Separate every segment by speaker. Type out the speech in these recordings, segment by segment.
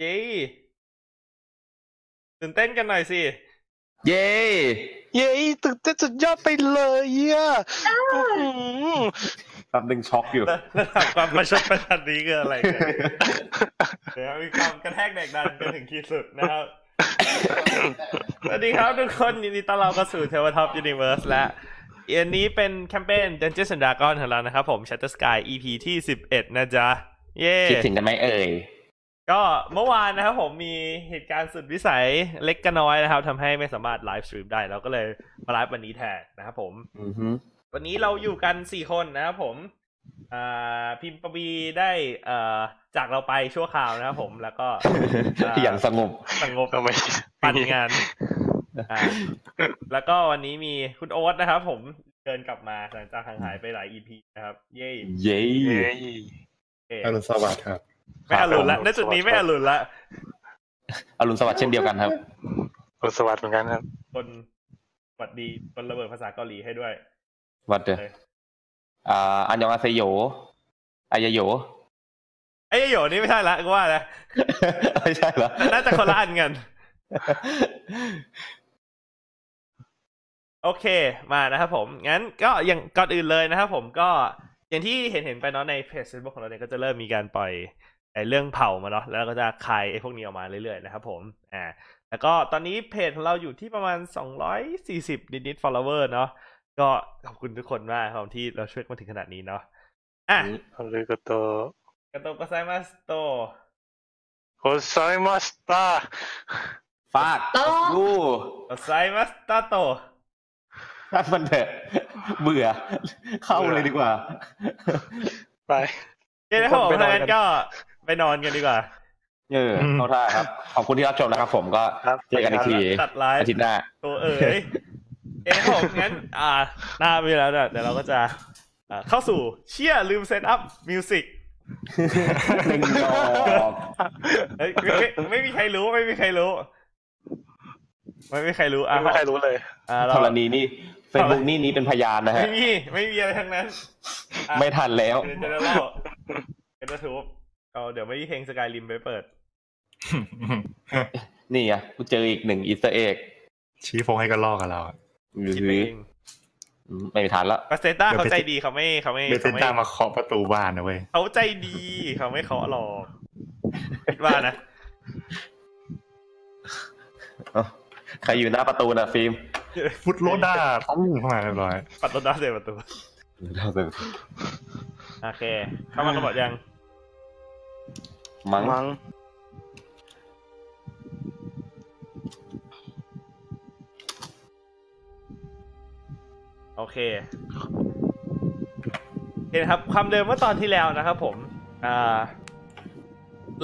Speaker 1: เย้ตื่นเต้นกันหน่อยสิ
Speaker 2: เย้
Speaker 3: เย้ตื่นเต้นสุดยอดไปเลยอ่ะอื้อหือ
Speaker 2: แป๊บนึงช็อกอยู่
Speaker 1: ระระดับความประชดประชันนี้คืออะไรกันเดี๋ยวมีความกระแทกแดกดันจนถึงที่สุดนะครับ สวัสดีครับทุกคนยินดีต้อนรับเข้าสู่เทวท็อปยูนิเวอร์สและอันนี้เป็นแคมเปญ Dungeons and Dragons ของเรานะครับผม Shatter Sky EP ที่ 11 นะจ๊ะ เย้
Speaker 2: คิดถึงกันไหมเอ่ย
Speaker 1: ก็เมื่อวานนะครับผมมีเหตุการณ์สุดวิสัยเล็กก็น้อยนะครับทำให้ไม่สามารถไลฟ์สตรีมได้เราก็เลยมาไลฟ์วันนี้แทนนะครับผม
Speaker 2: อือฮึ
Speaker 1: วันนี้เราอยู่กันสี่คนนะครับผมอ่าพิมพ์ปวีได้เอ่อจากเราไปชั่วคราวนะครับผมแล้วก็อ่า
Speaker 2: อย่างสงบ
Speaker 1: สงบ
Speaker 3: ทำไม
Speaker 1: ปั่นงานอ่าแล้วก็วันนี้มีคุณโอ๊ตนะครับผมเดินกลับมาหลังจากห่างหายไปหลาย EP นะครับ เย้
Speaker 2: เย้
Speaker 3: เย้
Speaker 1: เย้
Speaker 4: อรุณสวัสดิ์ครับ
Speaker 1: ไม่อรุณละ
Speaker 3: ครับผม
Speaker 1: ณจุดนี้ไม่อรุณละ
Speaker 2: อรุณสวัสดิ์เช่นเดียวกันครับ
Speaker 3: กดสวัสดิ์เหมือนกันครับ
Speaker 1: คนสวัสดีคนระเบิดภาษาเกาหลีให้ด้วย
Speaker 2: วัดเดอ
Speaker 1: เอ้ย
Speaker 2: อ่าอันยองอาเซโยอายาโย
Speaker 1: ไอ้ยโยนี่ไม่ใช่ละกูว่าแล้ว
Speaker 2: ไม่ใช่เหรอ
Speaker 1: น่าจะคนละอันกัน โอเคมานะครับผม งั้นก็อย่างก่อนอื่นเลยนะครับผมก็อย่างที่เห็นเห็นๆไปเนาะในเพจ Facebook ของเราเนี่ยก็จะเริ่มมีการปล่อยไอ้เรื่องเผามาเนาะแล้วเราก็จะคายไอ้พวกนี้ออกมาเรื่อยๆนะครับผมอ่าแล้วก็ตอนนี้เพจของเราอยู่ที่ประมาณ 240 นิดๆ follower เนาะก็ขอบคุณทุกคนมากครับที่เราช่วยมาถึงขนาดนี้เนาะอ่ะ
Speaker 3: ありがとう
Speaker 1: กระตุกกระไซมาสโต
Speaker 3: ございました
Speaker 2: ฟากลู
Speaker 1: กระไซมาสตาโต
Speaker 2: นั่นมันเถอะเบื่อ เข้าเลยดีกว่า
Speaker 3: ไป
Speaker 1: เดี๋ยวนะครับผม
Speaker 3: ไปน
Speaker 1: ถ้า
Speaker 3: อนกัน
Speaker 1: งั้นก็ไปนอนกันดีกว่า
Speaker 2: เออ
Speaker 3: อืม
Speaker 2: เข้าท่าครับ ขอบคุณที่รับชมนะครับผมก็
Speaker 3: ครับ
Speaker 2: เจอกันอีกที
Speaker 1: ตัดไลฟ์
Speaker 2: อาทิตย์หน้า
Speaker 1: ตัวเอ๋ยเอะผมงั้น อ่า หน้าไปแล้วเนี่ยเดี๋ยวเราก็จะอ่าเข้าสู่เชี่ยลืมเซตอัพมิวสิก
Speaker 2: หนึ่งดอก
Speaker 1: เอ้ยไม่ไม่ไม่มีใครรู้ไม่มีใครรู้ ไม่มีใครรู้อ่ะ
Speaker 3: ไม่มีใครรู้เลย
Speaker 1: อ่าเรา
Speaker 2: ธรณีนี่เฟซบุ๊กนี่นี้เป็นพยานนะฮะ
Speaker 1: ไม่มีไม่มีอะไรทั้งนั้นอ่ะ
Speaker 2: ไม่ทันแล้ว
Speaker 1: เดี๋ยวจะเล่าเดี๋ยวจะทุบเอาเดี๋ยวไม่มีเพลงสกายริมไปเปิด
Speaker 2: นี่ไงกูเจออีกหนึ่งอีสเตอร์เอ็ก
Speaker 4: ชี้โฟงให้กันลอกกับเราอะ
Speaker 1: คิดไปเอง
Speaker 2: ไม่มีทันละ
Speaker 1: ปาเซต้าเขาใจดีเขาไม่เขาไม่
Speaker 4: เบสเซ
Speaker 1: เขา
Speaker 4: น
Speaker 1: ไม่
Speaker 4: ต้ามาเคาะประตูบ้านนะเว้ย
Speaker 1: เขาใจดีเขาไม่เคาะหรอกคิดว่านะ
Speaker 2: ใครอยู่หน้าประตูนะฟิล์ม
Speaker 4: ฟุตโลด้าท้องเข้ามาเรียบร้อย
Speaker 1: ปัดรถด้าเสียประตู โอเค เข้ามากันหมดยัง
Speaker 2: มั้ง
Speaker 3: มั้ง
Speaker 1: โอเคเห็นครับความเดิมเมื่อตอนที่แล้วนะครับผมอ่า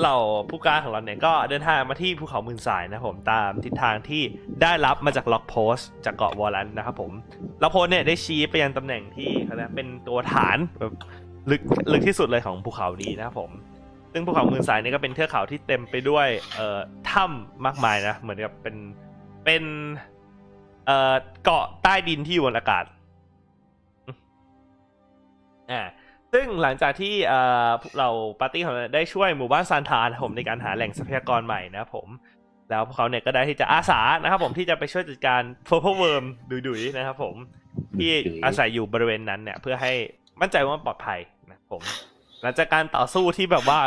Speaker 1: เหล่าผู้กล้ารของเราเนี่ยก็เดินทางมาที่ภูเขาหมื่นสายนะครับผมตามทิศทางที่ได้รับมาจากล็อกโพสต์จากเกาะวอลันนะครับผมล็อกโพสต์เนี่ยได้ชี้ไปยังตำแหน่งที่เขาเรียกเป็นตัวฐานแบบลึกลึกที่สุดเลยของภูเขานี้นะครับผม ซึ่งภูเขาหมื่นสายเนี่ยก็เป็นเทือกเขาที่เต็มไปด้วยเอ่อถ้ำมากมายนะเหมือนกับเป็นเป็นเอ่อเกาะใต้ดินที่อยู่บนอากาศ อ่าซึ่งหลังจากที่เอ่อเราปาร์ตี้ของเราได้ช่วยหมู่บ้านซานทานนะครับผมในการหาแหล่งทรัพยากรใหม่นะครับผม แล้วพวกเขาเนี่ยก็ได้ที่จะอาสานะครับผมที่จะไปช่วยจัดการโฟเ e อร์มดุยๆนะครับผม ที่อาศัยอยู่บริเวณนั้นเนี่ย เพื่อให้มั่นใจว่ามันปลอดภัยนะครับผม หลังจากการต่อสู้ที่แบบว่า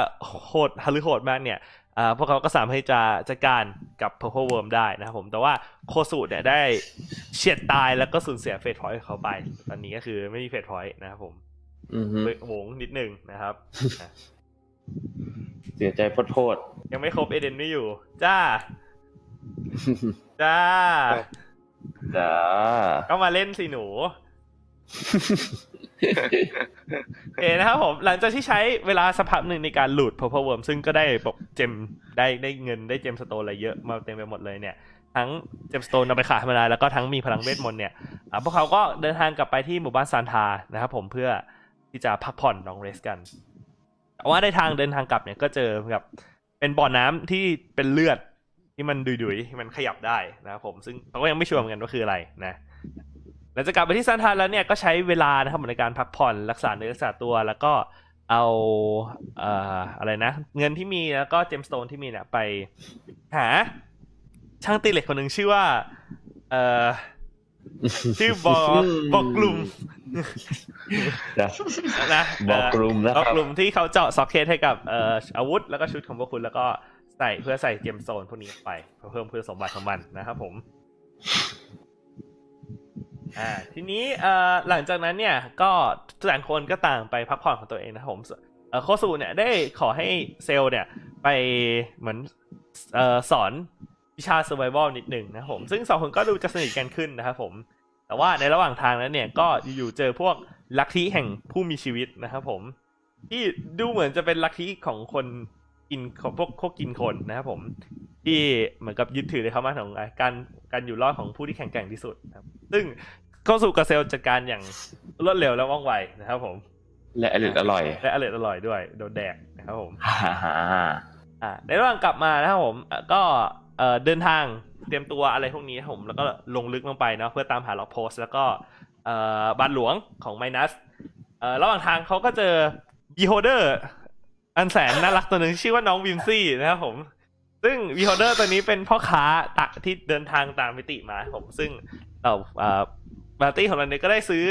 Speaker 1: โหดฮารุโหดมากเนี่ยเอ่อพวกเขาก็สามารถที่จะจัดการกับ Purple Worm ได้นะครับผม แต่ว่าโคสุเนี่ยได้เฉียดตายแล้วก็สูญเสียเฟสพอยต์เขาไป ตอนนี้ก็คือไม่มีเฟสพอยต์นะครับผม
Speaker 2: อือฮึ
Speaker 1: เบรกโหงนิดหนึ่งนะครับ อ่ะ
Speaker 2: เสียใจโทษ
Speaker 1: ยังไม่ครบเอเดนไม่อยู่ จ้า จ้า
Speaker 2: ๆจ้า
Speaker 1: ก็มาเล่นสิหนู โอเคนะครับผม หลังจากที่ใช้เวลาสักพักหนึ่งในการหลุด Purple Worm ซึ่งก็ได้ปกเจมได้ได้เงินได้เจมสโตนอะไรเยอะมาเต็มไปหมดเลยเนี่ย ทั้งเจมสโตนเอาไปขายธรรมดาแล้วก็ทั้งมีพลังเวทมนต์เนี่ยอ่ะพวกเขาก็เดินทางกลับไปที่หมู่บ้านซานทานะครับผมเพื่อที่จะพักผ่อนนองเรสกันแต่ว่าในทางเดินทางกลับเนี่ยก็เจอกับเป็นบ่อน้ำที่เป็นเลือดที่มันดุยๆที่มันขยับได้นะครับผมซึ่งเราก็ยังไม่ชัวร์เหมือนกันว่าคืออะไรนะ หลังจากกลับไปที่ซานทานแล้วเนี่ยก็ใช้เวลานะครับในการพักผ่อนรักษาเนื้อรักษาตัวแล้วก็ เอาเอ่ออะไรนะ เงินที่มีแล้วก็เจมสโตนที่มีเนี่ยไปหา ช่างตีเหล็กคนหนึ่งชื่อว่า เอ่อ ชื่อบอกบอกกลุ่ม
Speaker 2: นะ
Speaker 1: นะ
Speaker 2: บ
Speaker 1: เอ่
Speaker 2: อก
Speaker 1: อ
Speaker 2: กลุ่มนะค
Speaker 1: ก็
Speaker 2: รับ
Speaker 1: กลุ่มที่เขาเจาะซ็อกเก็ตให้กับเอ่ออาวุธแล้วก็ชุดของพวกคุณแล้วก็ใส่เพื่อใส่เจมโซนพวกนี้ไปเพื่อเพิ่มคุณสมบัติของมันนะครับผมอ่าทีนี้เอ่อหลังจากนั้นเนี่ยก็ต่างคนก็ต่างไปพักผ่อนของตัวเองนะครับผมเอ่อโคสูเนี่ยได้ขอให้เซลล์เนี่ยไปเหมือนเอ่อสอนวิชา survival นิดหนึ่งนะครับผมซึ่งสองคนก็ดูจะสนิทกันขึ้นนะครับผม แต่ว่าในระหว่างทางนั้นเนี่ยก็อยู่ๆเจอพวกลัทธิแห่งผู้มีชีวิตนะครับผม ที่ดูเหมือนจะเป็นลัทธิของคนกินของพวกพวกกินคนนะครับผม ที่เหมือนกับยึดถือในคำว่าของการการอยู่รอดของผู้ที่แข็งแกร่งที่สุดนะครับซึ่งเข้าสู่กระเซลจัดการอย่างรวดเร็วและว่องไวนะครับผม
Speaker 2: และอร่อยอร่อย
Speaker 1: และอร่อยอร่อยด้วยโดนแดกนะครับผม
Speaker 2: ฮ่าฮ่าฮ่า
Speaker 1: อ่าในระหว่างกลับมานะครับผมเอ่อก็เอ่อเดินทางเตรียมตัวอะไรพวกนี้นะครับผมแล้วก็ลงลึกลงไปเนาะเพื่อตามหาล็อกโพสต์แล้วก็เอ่อบาทหลวงของไมนัสเอ่อระหว่างทางเขาก็เจอบีโฮเดอร์อันแสนน่ารักตัวหนึ่งชื่อว่าน้องวิมซี่นะครับผม ซึ่งวีโฮเดอร์ตัวนี้เป็นพ่อค้าตักที่เดินทางตามมิติมาครับผมซึ่งเราเอ่อปาร์ตี้ของเราเนี่ยก็ได้ซื้อ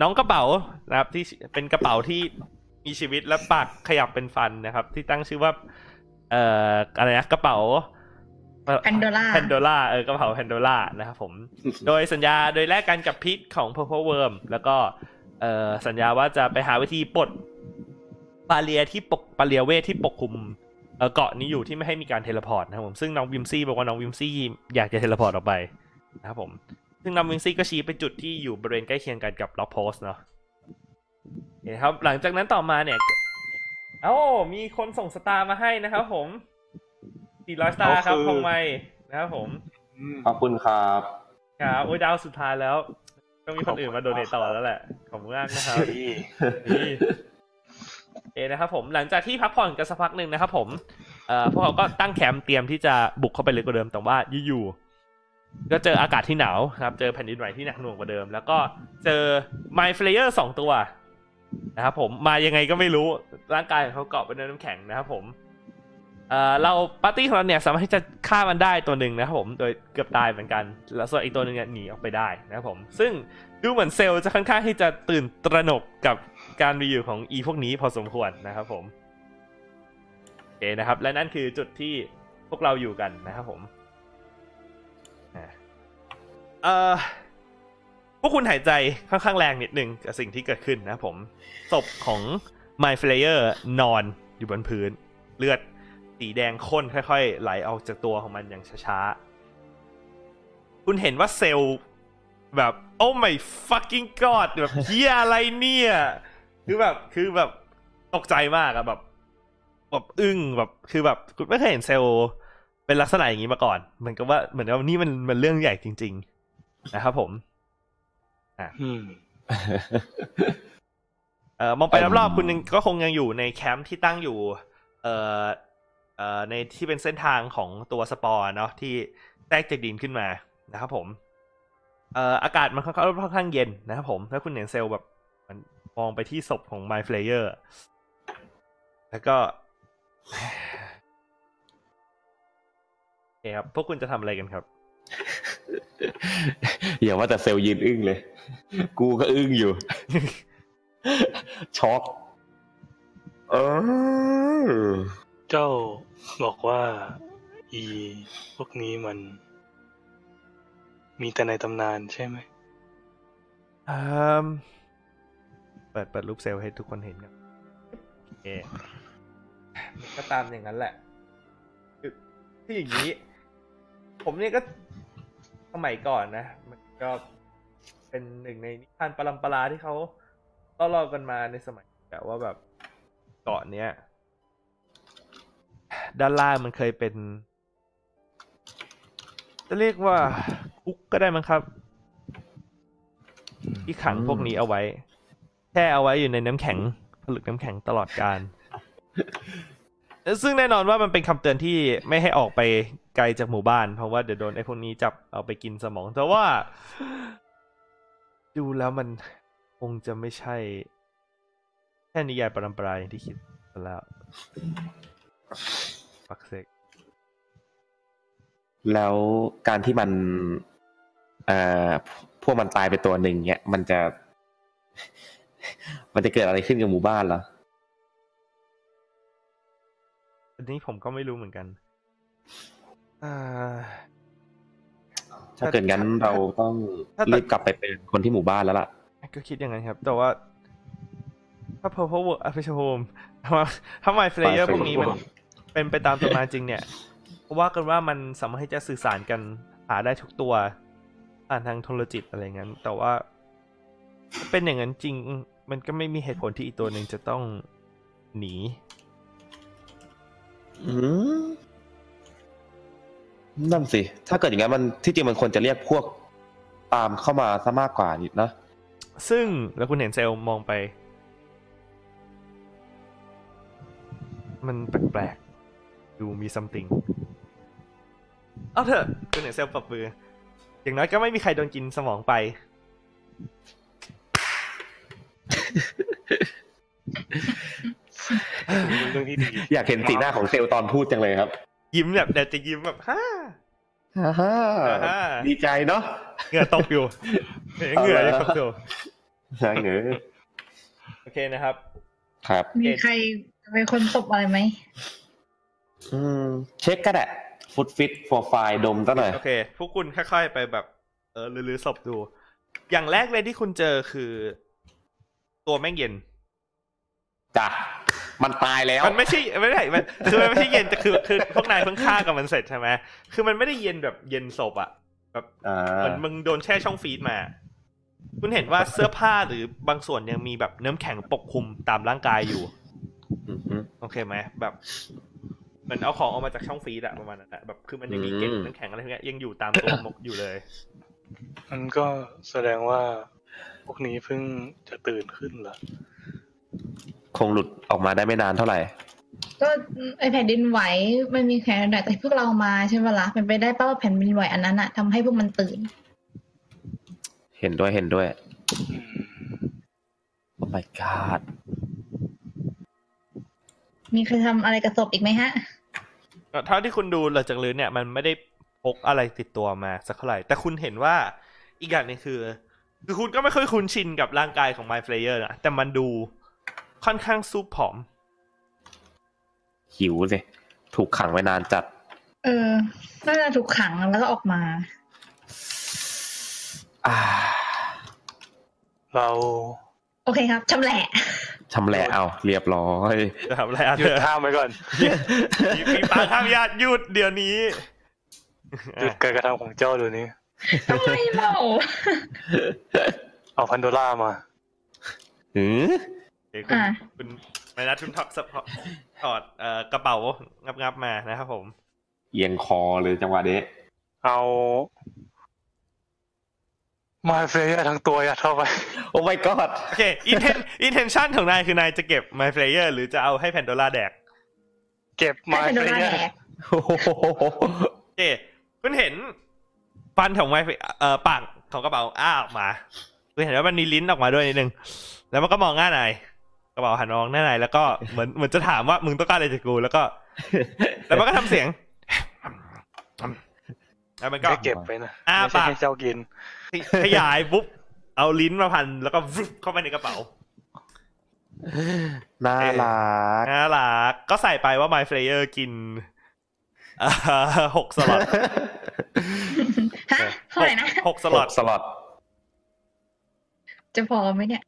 Speaker 1: น้องกระเป๋านะครับที่เป็นกระเป๋าที่มีชีวิตและปากขยับเป็นฟันนะครับ ที่ตั้งชื่อว่า เอ่ออะไรนะกระเป๋า
Speaker 5: Pandora
Speaker 1: แพนโดล่าเออกระเป๋าแพนโดล่านะครับผม โดยสัญญาโดยแลกกันกับพิษของ Purple Worm แล้วก็เอ่อสัญญาว่าจะไปหาวิธีปลดปาเลียที่ปกปาเลียเวทที่ปกคลุมเอ่อเกาะนี้อยู่ที่ไม่ให้มีการเทเลพอร์ตนะครับผมซึ่งน้องวิมซี่บอกว่าน้องวิมซี่อยากจะเทเลพอร์ตออกไปนะครับผม ซึ่งน้องวิมซี่ก็ชี้ไปจุดที่อยู่บริเวณใกล้เคียงกันกับล็อกโพสเนาะเห็นครับหลังจากนั้นต่อมาเนี่ยเอ้ามีคนส่งสตาร์มาให้นะครับผม400สตาร์ครับพงไมค์นะครับผม
Speaker 2: ขอบคุณครับ
Speaker 1: ครับโอ้ยดาวสุดท้ายแล้วต้องมีคนอื่นมาโดเนตต่อแล้วแหละ ขอบคุณมากนะครับนี่เอะนะครับผมหลังจากที่พักผ่อนกันสักพักหนึ่งนะครับผมเอ่อพวกเขาก็ตั้งแคมป์เตรียมที่จะบุกเข้าไปลึกกว่าเดิมแต่ว่าอยู่ๆก็เจออากาศที่หนาวครับ เจอแผ่นดินไหวที่หนักหน่วงกว่าเดิม แล้วก็เจอ My f l a y e r สองตัวนะครับผมมายังไงก็ไม่รู้ร่างกายของเขาเกาะไปด้วยน้ำแข็งนะครับผม เอ่อเราปาร์ตี้ของเราเนี่ยสามารถที่จะฆ่ามันได้ตัวหนึ่งนะครับผมโดยเกือบตายเหมือนกัน แล้วส่วนอีกตัวหนึ่งเนี่ยหนีออกไปได้นะครับผมซึ่งดูเหมือนเซลล์จะค่อนข้างที่จะตื่นตระหนกกับการมีอยู่ของอีพวกนี้พอสมควรนะครับผมโอเคนะครับ และนั่นคือจุดที่พวกเราอยู่กันนะครับผมอ่ะเอ่อพวกคุณหายใจค่อนข้างแรงนิดนึงกับสิ่งที่เกิดขึ้นนะครับผมศพของ My f l a y e r นอนอยู่บนพื้นเลือด สีแดงข้นค่อยๆ ไหลออกจากตัวของมันอย่างช้าๆ คุณเห็นว่าเซลล์แบบ โอ้ my fucking god แบบเฮียอะไรเนี่ย คือแบบคือแบบตกใจมากอะแบบแบบอึ้งแบบคือแบบคุณไม่เคยเห็นเซลล์เป็นลักษณะอย่างนี้มาก่อน เหมือนกับว่าเหมือนกับว่านี่มันมันเรื่องใหญ่จริง ๆ นะครับผม
Speaker 3: อืม
Speaker 1: เอ่อมองไปรอบๆคุณยังก็คงยังอยู่ในแคมป์ที่ตั้งอยู่ เอ่อเอ่อในที่เป็นเส้นทางของตัวสปอร์เนาะที่แทรกจากดินขึ้นมานะครับผมเอ่ออากาศมันค่อนข้างค่อนข้างเย็นนะครับผมถ้าคุณเห็นเซลล์แบบมันมองไปที่ศพของ My f l a y e r แล้วก็ โอเคครับ พวกคุณจะทำอะไรกันครับ
Speaker 2: อย่าว่าแต่เซลล์ยืนอึ้งเลย กูก็อึ้งอยู่ ช็อกเออ
Speaker 3: เจ้าบอกว่า อี พวกนี้มัน มีแต่ในตำนานใช่ไหม
Speaker 1: เอ่มเปิดเปิดรูปเซลล์ให้ทุกคนเห็นกันโอเคมันก็ตามอย่างนั้นแหละคือที่อย่างนี้ ผมเนี่ยก็สมัยก่อนนะ มันก็เป็นหนึ่งในนิทานปรัมปราที่เขาเล่าๆกันมาในสมัยแต่ว่าแบบเกาะเนี้ย ด้านล่างมันเคยเป็น จะเรียกว่าคุกก็ได้มั้งครับ ที่ขังพวกนี้เอาไว้ แช่เอาไว้อยู่ในน้ำแข็งผลึกน้ำแข็งตลอดการ ซึ่งแน่นอนว่ามันเป็นคำเตือนที่ไม่ให้ออกไปไกลจากหมู่บ้าน เพราะว่าเดี๋ยวโดนไอ้พวกนี้จับเอาไปกินสมอง แต่ว่า ดูแล้วมันคงจะไม่ใช่ แค่นิยายปรำปราอย่างที่คิดไปแล้วปักเซก
Speaker 2: แล้วการที่มัน เอ่อพวกมันตายไปตัวหนึ่งเนี่ยมันจะ มันจะเกิดอะไรขึ้นกับหมู่บ้านเหรอ
Speaker 1: อันนี้ผมก็ไม่รู้เหมือนกันอ่า
Speaker 2: ถ้าเกิดงั้นเราต้อง
Speaker 1: ถ้าแต่
Speaker 2: รีบกลับไปเป็นคนที่หมู่บ้านแล้วล่ะ
Speaker 1: ก็คิดอย่างนั้นครับ แต่ว่า ถ้า purple world อ่ะไม่ใช่ home ถ้าถ้า my player พวกนี้มัน เป็นไปตามตำนานจริงเนี่ยเพราะว่ากันว่ามันสามารถที่จะสื่อสารกันหาได้ทุกตัวผ่านทางโทรจิตอะไรงั้น แต่ว่าถ้าเป็นอย่างนั้นจริง มันก็ไม่มีเหตุผลที่อีกตัวหนึ่งจะต้องหนี
Speaker 2: อืมนั่นสิ ถ้าเกิดอย่างนั้นมันที่จริงมันควรจะเรียกพวกตามเข้ามาซะมากกว่านิดนะ
Speaker 1: ซึ่งแล้วคุณเห็นเซลล์มองไป มันแปลกๆ ดูมี something เอาเถอะคุณเห็นเซลล์ปรับมือ อย่างน้อยก็ไม่มีใครโดนกินสมองไป
Speaker 4: เรื่องที่ดี
Speaker 2: อยากเห็นสีหน้าของเซลล์ตอนพูดจังเลยครับ
Speaker 1: ยิ้มแบบเดี๋ยวจะยิ้มแบบฮ่า
Speaker 2: ฮ่าฮ่า
Speaker 1: ฮ่า
Speaker 2: ดีใจเนาะ
Speaker 1: เหงื่อตกอยู่เห็นเหงื่อยังตกอยู่
Speaker 2: ใช่เหนือ
Speaker 1: โอเคนะครับ
Speaker 2: ครับ
Speaker 5: มีใครเป็นคนตบอะไรไหม
Speaker 2: อืม เช็คก็ได้ฟุตฟิตโฟร์ไฟดมซะหน่อย
Speaker 1: โอเค พวกคุณค่อยๆไปแบบ เออลือๆศพดู อย่างแรกเลยที่คุณเจอคือ ตัวแม่งเย็น
Speaker 2: จ้ะ มันตายแล้ว
Speaker 1: มันไม่ใช่ไม่ได้มันคือมันไม่ใช่เย็นแต่คือคือพวกนายเพิ่งฆ่ากับมันเสร็จใช่ไหมคือมันไม่ได้เย็นแบบเย็นศพอะแบบ
Speaker 2: อ่
Speaker 1: เหมื
Speaker 2: า
Speaker 1: อนมึงโดนแช่ช่องฟรีดมา คุณเห็นว่าเสื้อผ้าหรือบางส่วนยังมีแบบเนื้อแข็งปกคลุมตามร่างกายอยู่
Speaker 2: อือฮึ
Speaker 1: โอเคไหมแบบเหมือนเอาของออกมาจากช่องฟรีดอะประมาณนั้นอะแบบคือมันยังมีเกล็ด
Speaker 2: อืม
Speaker 1: น้ำแข็งอะไรพวกเนี้ยยังอยู่ตามตัวมกอยู่เลย
Speaker 3: มันก็แสดงว่าพวกนี้เพิ่งจะตื่นขึ้นเหรอ
Speaker 2: คงหลุดออกมาได้ไม่นานเท่าไหร่
Speaker 5: ก็ไอแผ่นดินไหวมันมีแผ่นดินไหวแต่พวกเรามาใช่ไหมล่ะมันไปได้เป้าว่าแผ่นดินไหวอันนั้นอะทำให้พวกมันตื่น
Speaker 2: เห็นด้วยเห็นด้วย โอ้ my god
Speaker 5: มีใครทำอะไรกับศพอีกไหมฮะ
Speaker 1: เอ่อเท่าที่คุณดูหลังจากลื้อเนี่ยมันไม่ได้พกอะไรติดตัวมาสักเท่าไหร่ แต่คุณเห็นว่าอีกอย่างหนึงคือ คือคุณก็ไม่ค่อยคุ้นชินกับร่างกายของ My Player นะแต่มันดูค่อนข้างซูบผอม
Speaker 2: หิวสิ ถูกขังไว้นานจัด
Speaker 5: เออ น่าจะถูกขังแล้วก็ออกมา
Speaker 2: อ่า
Speaker 3: เรา
Speaker 5: โอเคครับชำแหละ
Speaker 2: ชำแหละเอาเรียบร้อย
Speaker 1: จะทำอะไรอ่ะ
Speaker 3: ห
Speaker 1: เธ
Speaker 3: ยุด
Speaker 1: อ
Speaker 3: ห้ามไว้ก่อน
Speaker 1: มีปีปางข้ามญาติหยุดเดี๋ยวนี้
Speaker 3: หยุดการกระทำของเจ้าเดี๋ยวนี้
Speaker 5: ทำไมเรา
Speaker 3: เอาพันโดล่ามา
Speaker 2: หือ
Speaker 1: เดี๋ยวคุณ
Speaker 5: อ่ะ
Speaker 1: คุณไมนัทคุณถอดถอดเอ่อกระเป๋างับงับๆมานะครับผม
Speaker 2: เอียงคอเลยจังหวะนี้
Speaker 3: เอา มาเฟยทั้งตัวยัดเข้าไป
Speaker 2: โอ้ my god
Speaker 1: โอเค inten intention ของนายคือนายจะเก็บ My Player หรือจะเอาให้แพนโดล่าแดก
Speaker 3: เก็บ
Speaker 5: ให้
Speaker 3: มา
Speaker 5: แผ่น
Speaker 3: เฟ
Speaker 5: ดินไหวย แดก
Speaker 2: โอ้โห
Speaker 1: โอเคคุณเห็นฟันของไม้เอ่อปากของกระเป๋าอ้าออกมาคุณเห็นว่ามันมีลิ้นออกมาด้วยนิดนึง แล้วมันก็มองหน้านายกระเป๋าหันมองหน้านายแล้วก็เหมือนเหมือนจะถามว่ามึงต้องการอะไรจากกูแล้วก็ แล้วมันก็ทำเสียง แล้วมันก็
Speaker 3: ก็เก็บไปนะ
Speaker 1: อ้า
Speaker 3: ไม่ใช่
Speaker 1: ปาก
Speaker 3: ให้เจ้ากิน
Speaker 1: ขยายปุ๊บเอาลิ้นมาพันแล้วก็ ฟึบเข้าไปในกระเป๋า
Speaker 2: น่ารัก
Speaker 1: น่ารักก็ใส่ไปว่า My Player กิน เอ่อหกสล็อต
Speaker 5: ฮะเท่าไหร่นะ
Speaker 1: หกสล็อต
Speaker 2: สล็อต
Speaker 5: จะพอไหมเนี่ย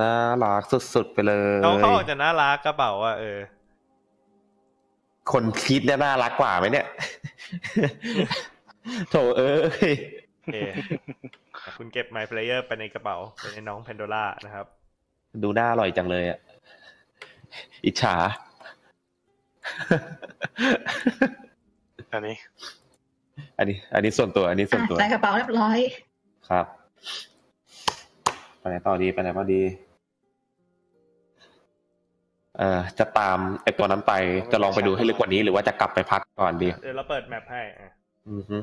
Speaker 2: น่ารักสุดๆไปเลย
Speaker 1: เขาเขาออกจะน่ารักกระเป๋าอะเออ
Speaker 2: คนคิดเนี่ยน่ารักกว่าไหมเนี่ย โถเอ้ย
Speaker 1: โอเค คุณเก็บ My Player ไปในกระเป๋า ไปในน้องแพนโดล่านะครับ
Speaker 2: ดูหน้าอร่อยจังเลยอ่ะ อิจฉา
Speaker 3: อันนี้
Speaker 2: อันนี้ อันนี้ส่วนตัว อันนี้ส่
Speaker 5: อ่ะ
Speaker 2: วนตัว
Speaker 5: ใส่กระเป๋าเรียบร้อย
Speaker 2: ครับ ไปไหนต่อดี ไปไหนต่อดี เอ่อ จะตามไอตัวนั้นไป จะลองไปดูให้ลึกกว่านี้ หรือว่าจะกลับไปพักก่อนดี
Speaker 1: เดี๋ยวเราเปิดแมปให้อ่ะ
Speaker 2: อือฮึ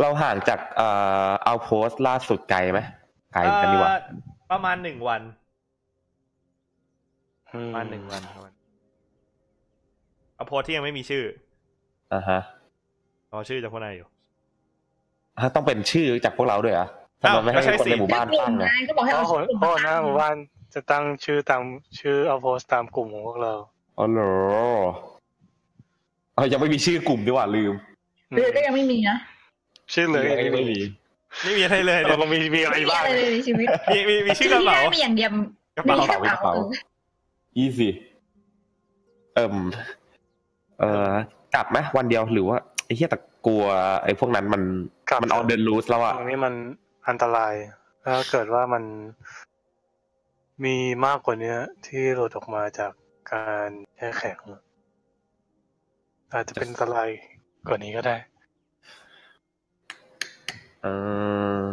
Speaker 2: เราห่างจาก เอ่อเอาโพสต์ล่าสุดไกลไหม ไกลกันดีกว่า
Speaker 1: เอ่อป ประมาณหนึ่งวัน
Speaker 3: อื
Speaker 1: ประมาณหนึ่งวันประมาณเอาโพสต์ที่ยังไม่มีชื่อ
Speaker 2: อ่าฮะ
Speaker 1: รอชื่อจากพวกนายอยู่
Speaker 2: ฮะต้องเป็นชื่อจากพวกเราด้วยเหรอทำไมไม่
Speaker 1: อ้าวก็ใช่
Speaker 2: ให้คน
Speaker 1: สิ
Speaker 2: ในหมู่บ้าน
Speaker 5: กลุ่
Speaker 2: ตั้ง
Speaker 5: มไง
Speaker 2: อะ
Speaker 5: ก็บอกให้
Speaker 3: เพ
Speaker 5: เอา
Speaker 3: ราะคนเพราะหัวหน้าหมู่บ้านจะตั้งชื่อตามชื่อเอาโพสต์ตามกลุ่มของพวกเรา
Speaker 2: อ๋อเหรออ๋อยังไม่มีชื่อกลุ่มดีกว่าลืม
Speaker 5: หรือก็ยังไม่มีนะ
Speaker 3: ชื่อเหลย
Speaker 2: ยังไม่มี
Speaker 1: ไม่มีอะไร เลย
Speaker 3: เราก็มีมีอะไร
Speaker 5: ไม่มี
Speaker 3: บ้าง
Speaker 5: อะไรเลยในชีวิต
Speaker 1: มีมีมีชื่อกระเป๋า
Speaker 5: ที่ได้มีอย่างเดียว
Speaker 1: กระเป๋า
Speaker 5: มีแค่
Speaker 2: กระเป๋าอีซี่เอิ่มเอ่อกลับไหมวันเดียวหรือว่าไอ้เหี้ยแต่กลัว ไอ้พวกนั้นมัน
Speaker 3: กลับ
Speaker 2: มันออเดินรูสแล้วอะ
Speaker 3: ตรงนี้มันอันตรายถ้าเกิดว่ามันมีมากกว่าเนี้ย ที่หลุดออกมาจากการแช่แข็งอาจจะเป็นอันตรายกว่านี้ก็ได้
Speaker 2: เออ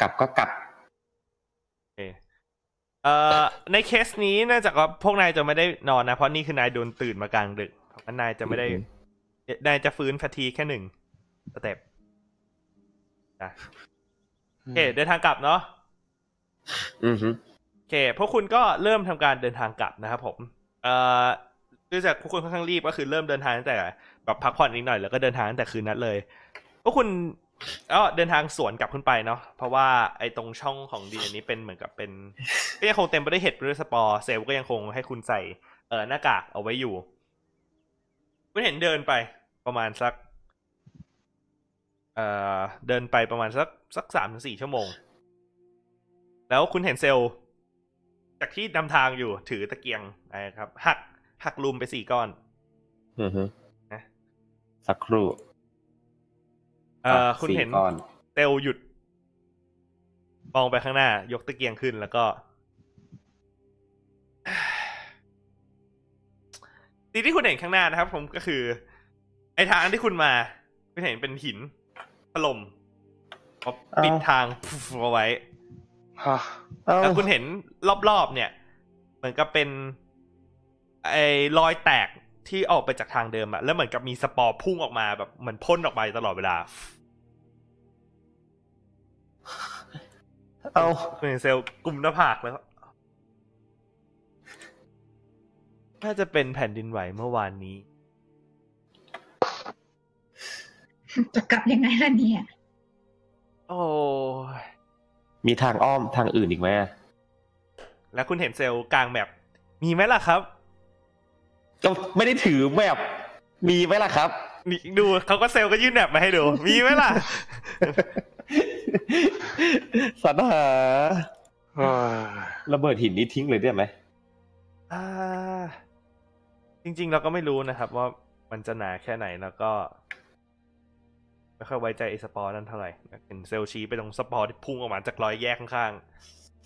Speaker 2: กลับก็กลับ
Speaker 1: เอ่อในเคสนี้เนื่องจากว่าพวกนายจะไม่ได้นอนนะ เพราะนี่คือนายโดนตื่นมากลางดึกเพราะงั้นนายจะไม่ได้
Speaker 2: อือ
Speaker 1: นายจะฟื้นฟทีแค่หนึ่งสเต็ปนะโอเคเดินทางกลับเนาะ
Speaker 2: อือฮึ
Speaker 1: โอเคพวกคุณก็เริ่มทำการเดินทางกลับนะครับผมเอ่อเนื่องจากพวกคุณค่อนข้างรีบก็คือเริ่มเดินทางตั้งแต่แบบพักผ่อนนิดหน่อยแล้วก็เดินทางตั้งแต่คืนนั้นเลยพวกคุณก็เดินทางสวนกลับขึ้นไปเนาะเพราะว่าไอ้ตรงช่องของดีอันนี้เป็นเหมือนกับเป็น ก็ยังคงเต็มไปด้วยเห็ดไปด้วยสปอร์เซลล์ก็ยังคงให้คุณใส่เอ่อหน้ากากเอาไว้อยู่คุณเห็นเดินไปประมาณสัก เอ่อเดินไปประมาณสักสักสามถึงสี่ชั่วโมง แล้วคุณเห็นเซลล์จากที่นำทางอยู่ถือตะเกียงนะครับหักหักลุมไปสี่ก้อน
Speaker 2: อือฮึ
Speaker 1: นะ
Speaker 2: สักครู่
Speaker 1: เอ่อคุณเห็น
Speaker 2: สี่ก้อน
Speaker 1: เซลล์หยุด มองไปข้างหน้า ยกตะเกียงขึ้นแล้วก็ สิ่งที่คุณเห็นข้างหน้านะครับ ผมก็คือ ไอ้ทางที่คุณมา คุณเห็นเป็นหินถล่มเอาปิดทาง เอาไว้
Speaker 3: ฮะ
Speaker 2: เอ้า
Speaker 1: แล้วคุณเห็นรอบๆเนี่ย เหมือนกับเป็นไอ้รอยแตกที่ออกไปจากทางเดิมอะแล้วเหมือนกับมีสปอร์พุ่งออกมาแบบเหมือนพ่นออกไปตลอดเวลา
Speaker 2: เอ้า
Speaker 1: คุณเห็นเซลล์กลุ่มหน้าผากแล้วน่าจะเป็นแผ่นดินไหวเมื่อวานนี้
Speaker 5: จะกลับยังไงล่ะเนี่ย
Speaker 1: โอ้ย
Speaker 2: มีทางอ้อมทางอื่นอีกไหม
Speaker 1: แล้วคุณเห็นเซลล์กลางแบบ มีไหมล่ะครับ
Speaker 2: ก็ไม่ได้ถือแบบมีไหมล่ะครับ
Speaker 1: นี่ดูเขาก็เซลล์ก็ยื่นแบบมาให้ดู มีไหมล่ะ
Speaker 2: สัญหา
Speaker 3: เอ้ย
Speaker 2: ระเบิดหินนี้ทิ้งเลยได้ไหม
Speaker 1: อ่าจริงๆ เราก็ไม่รู้นะครับ ว่ามันจะหนาแค่ไหนแล้วก็ไม่ค่อยไว้ใจไอ้สปอร์นั่นเท่าไหร่นะเห็นเซลลชี้ไปตรงสปอร์ที่พุ่งออกมาจากรอยแยกข้าง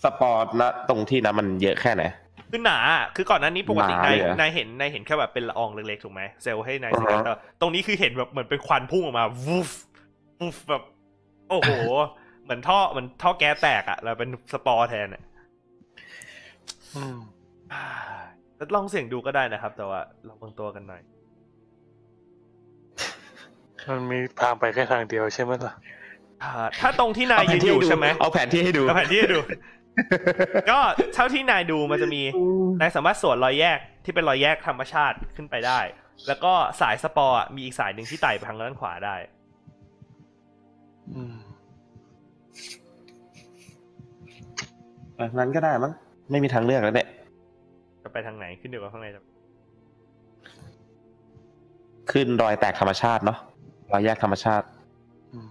Speaker 2: สปอร์ตนะตรงที่นะมันเยอะแค่ไหน
Speaker 1: ๆคือหนาอะคือก่อนหน้านี้ปก
Speaker 2: ห
Speaker 1: ติา
Speaker 2: นาน
Speaker 1: ย
Speaker 2: เลยอะ
Speaker 1: นายเห็นนายเห็นแค่แบบเป็นละอองเล็กๆ ถูกไหมเซลลให้นาย
Speaker 2: อ่าฮะ
Speaker 1: สิครับแต่ตรงนี้คือเห็นแบบเหมือนเป็นควันพุ่งออกมาวูฟวูฟแบบ โอ้โห เหมือนท่อเหมือนท่อแก๊สแตกอะแล้วเป็นสปอร์แทนอะ
Speaker 3: อืม
Speaker 1: อ่าแล้วลองเสี่ยงดูก็ได้นะครับ แต่ว่าระวังตัวกันหน่อย
Speaker 3: มันมีทางไปแค่ทางเดียวใช่ไหมล่ะ
Speaker 1: อ่าถ้าตรงที่นายยืนอยู่ใช่ไหม
Speaker 2: เอาแผนที่ให้ดู
Speaker 1: เอาแผนที่ให้ดู ก็เท่าที่นายดูมันจะมี นายสามารถสวนรอยแยกที่เป็นรอยแยกธรรมชาติขึ้นไปได้ แล้วก็สายสปอร์อะมีอีกสายหนึ่งที่ไต่ไปทางด้านขวาได้
Speaker 3: อืม
Speaker 2: แบบนั้นก็ได้มั้งไม่มีทางเลือกแล้วเนี่ย
Speaker 1: จะไปทางไหนขึ้นอยู่กับข้างในจะ
Speaker 2: ขึ้นรอยแตกธรรมชาติเนาะรอยแยกธรรมชาติ
Speaker 3: อืม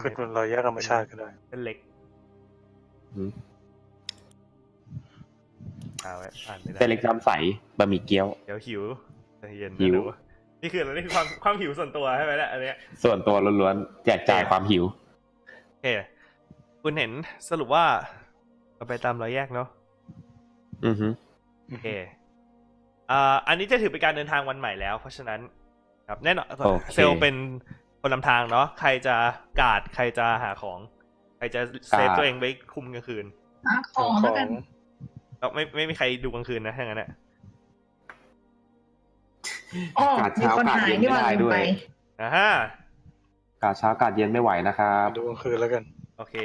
Speaker 3: ขึ้นบนรอยแยกธรรมชาติก็ได้
Speaker 1: เป็นเหล็ก
Speaker 2: อืม
Speaker 1: เอาไว้อ่านไม่ได้
Speaker 2: เป็นเล็กน้ำใสบะหมี่เกี๊ยว
Speaker 1: เดี๋ยวหิวใจเย็นนะ
Speaker 2: หิว
Speaker 1: หนูนี่คืออะไรนี่คือความความหิวส่วนตัวใช่ไหมล่ะอันเนี้ย
Speaker 2: ส่วนตัวล้วนๆแจกจ่ายความหิว
Speaker 1: โอเคคุณเห็นสรุปว่าเราไปตามรอยแยกเนาะ
Speaker 2: อือฮึ
Speaker 1: โอเคอ่าอันนี้จะถือเป็นการเดินทางวันใหม่แล้ว เพราะฉะนั้นครับแน่นอน
Speaker 2: โอเค
Speaker 1: เซลล์เป็นคนนำทางเนาะใครจะกาดใครจะหาของ ใครจะเซฟตัวเองไว้คุมกลางคืน
Speaker 5: หาของแล้วกัน
Speaker 1: แล้วไม่ไม่มีใครดูกลางคืนนะถ้างั้นอะ
Speaker 5: อ๋อ
Speaker 2: อากาศ
Speaker 5: มี
Speaker 2: เช้า
Speaker 5: คน
Speaker 2: อากาศ
Speaker 5: หาย
Speaker 2: เย็น
Speaker 5: นี่หว่า
Speaker 2: ไม่ได้
Speaker 5: ลืม
Speaker 2: ด้วย
Speaker 5: ไป
Speaker 1: อ่าฮะ
Speaker 2: อากาศเช้าอากาศเย็นไม่ไหวนะครับ
Speaker 3: ดูกลางคืนแล้วกัน
Speaker 1: โอเค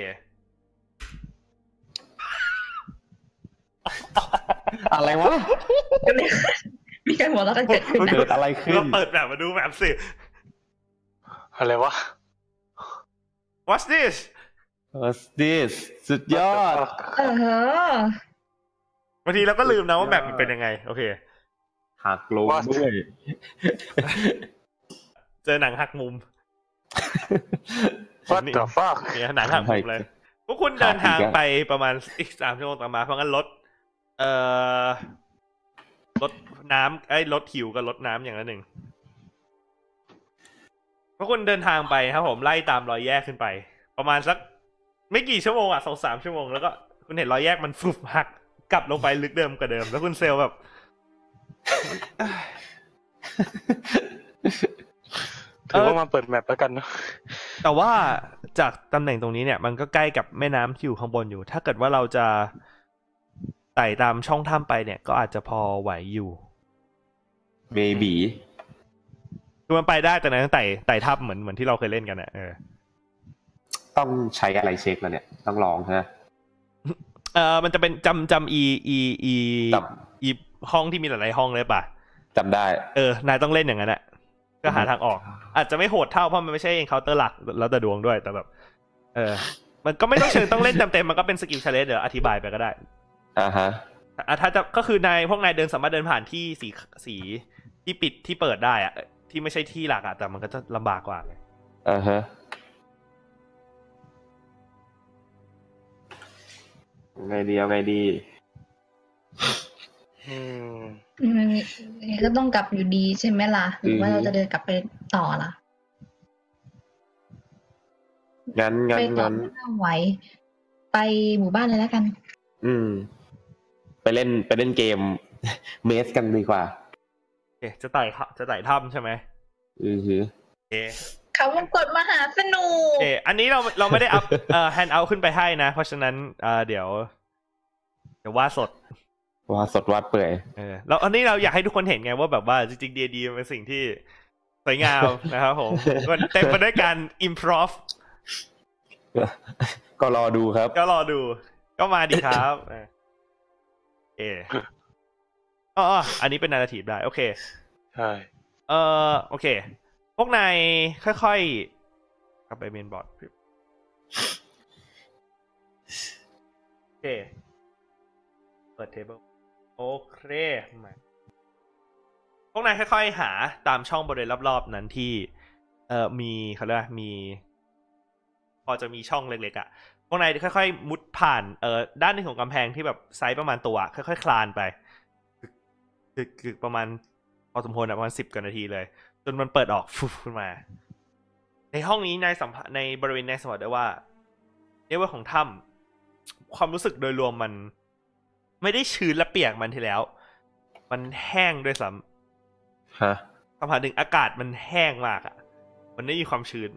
Speaker 2: อะไรวะ
Speaker 5: มีการหัวเราะกันเกิดขึ้นนะ
Speaker 2: เกิดอะไรขึ้น
Speaker 1: เราเปิดแบบมาดูแบบสิ
Speaker 3: อะไรวะ
Speaker 1: What's this
Speaker 2: What's this สุดยอด
Speaker 5: เออเหอะ
Speaker 1: บางทีเราก็ลืมนะว่าแบบมันเป็นยังไง โอเค
Speaker 2: หักลงด้วย
Speaker 1: เจอหนังหักมุม
Speaker 3: What the fuck
Speaker 1: เนี่ยหนังหักมุมเลย พวกคุณเดินทางไปประมาณอีกสามชั่วโมงต่อมา เพราะงั้นรถ เอ่อรถน้ำไอ้ยรถหิวกับรถน้ำอย่างละหนึ่งพวกคุณเดินทางไปครับผมไล่ตามรอยแยกขึ้นไป ประมาณสัก ไม่กี่ชั่วโมงอ่ะสองสามชั่วโมงแล้วก็คุณเห็นรอยแยกมันฟุบหักกลับลงไปลึกเดิมกว่าเดิม แล้วคุณเซลลแบบ
Speaker 3: ถือว่ามาเปิดแมปแล้วกันนะ
Speaker 1: แต่ว่าจากตำแหน่งตรงนี้เนี่ยมันก็ใกล้กับแม่น้ำที่อยู่ข้างบนอยู่ ถ้าเกิดว่าเราจะไต่ตามช่องถ้ำไปเนี่ย ก็อาจจะพอไหวอยู่
Speaker 2: เบบี
Speaker 1: คือมันไปได้แต่นั้นไต่ไต่ถ้ำเหมือนเหมือนที่เราเคยเล่นกันอะเออ
Speaker 2: ต้องใช้อะไรเช็คแล้วเนี่ย ต้องลองฮะ
Speaker 1: เออมันจะเป็นจำจำอีอีอี
Speaker 2: จ
Speaker 1: อีห้องที่มีหลายๆห้องเลยป่ะ
Speaker 2: ำจำได้
Speaker 1: เออนายต้องเล่นอย่างนั้นแหละก็หาทางออก อาจจะไม่โหดเท่าเพราะมันไม่ใช่เองเคาน์เตอร์หลักแล้วแต่ดวงด้วยแต่แบบ เออ มันก็ไม่ต้องเชิงต้องเล่นเต็มๆมันก็เป็นสกิลเชลเลนเดี๋ยวอธิบายไปก็ได้
Speaker 2: อ่าฮะ
Speaker 1: อ่ะถ้าจะก็คือนายพวกนายเดินสามารถเดินผ่านที่สีสีที่ปิดที่เปิดได้อะที่ไม่ใช่ที่หลักอะแต่มันก็จะลำบากกว่าไง
Speaker 2: อ่าฮะไงดีเอาไงดี
Speaker 3: อืม
Speaker 5: มันมีก็ต้องกลับอยู่ดีใช่ไหมล่ะ หรือว่าเราจะเดินกลับไปต่อล่ะ
Speaker 2: งั้นงั้น
Speaker 5: ไปต่อ
Speaker 2: งั้น
Speaker 5: ไม่น่าไหว ไปหมู่บ้านเลยแล้วกัน
Speaker 2: อืม ไปเล่นไปเล่นเกม เมสกันดีกว่า
Speaker 1: โอเคจะไต่ถ้ำจะไต่ถ้ำใช่ไหม
Speaker 2: อือฮึ
Speaker 1: โอเค
Speaker 5: เขาวงกดมหาสนุ
Speaker 1: โอก เคอันนี้เราเราไม่ได้อัพเอ่อแฮนด์เอาขึ้นไปให้นะ เพราะฉะนั้นเอ่อเดี๋ยว เดี๋ยววาดสด
Speaker 2: ว่าดสดวาดเปื่อย
Speaker 1: เออเราอันนี้เราอยากให้ทุกคนเห็นไงว่าแบบว่าจริงๆดีดีมันเป็นสิ่งที่สวยงามนะครับผมมันเต็มไปด้วยการ improv
Speaker 2: ก็รอดูครับ
Speaker 1: ก็รอดู ก็มาดีครับ เออเอออ๋ออ๋ออันนี้เป็นนาราทีฟได้ โอเค
Speaker 3: ใช่
Speaker 1: เอ่อ โอเค พวกนายค่อยๆ กลับไปเมนบอร์ด โอเค เปิดเทเบิลโอเคมาพวกนายค่อยๆ หาตามช่องบริเวณรอบๆ นั้นที่ เอ่อ มีเขาเรียกว่ามี พอจะมีช่องเล็กๆอะ่ะ พวกนายค่อยๆ มุดผ่าน เอ่อ ด้านหนึ่งของกำแพงที่แบบไซส์ประมาณตัวอะค่อยๆ คลานไปกึกกึกกึกประมาณ พอสมควรอะประมาณสิบกว่านาทีเลย จนมันเปิดออก ฟุบขึ้นมา ในห้องนี้นายสัมผัสในบริเวณนายสัมผัสได้ว่าเนเวอร์ของถ้ำความรู้สึกโดยรวมมัน ไม่ได้ชื้นและเปียกมันที่แล้ว มันแห้งด้วยซ้
Speaker 2: ฮะ
Speaker 1: ำสัมผัสถึงอากาศมันแห้งมากอะมันไม่มีความชื้น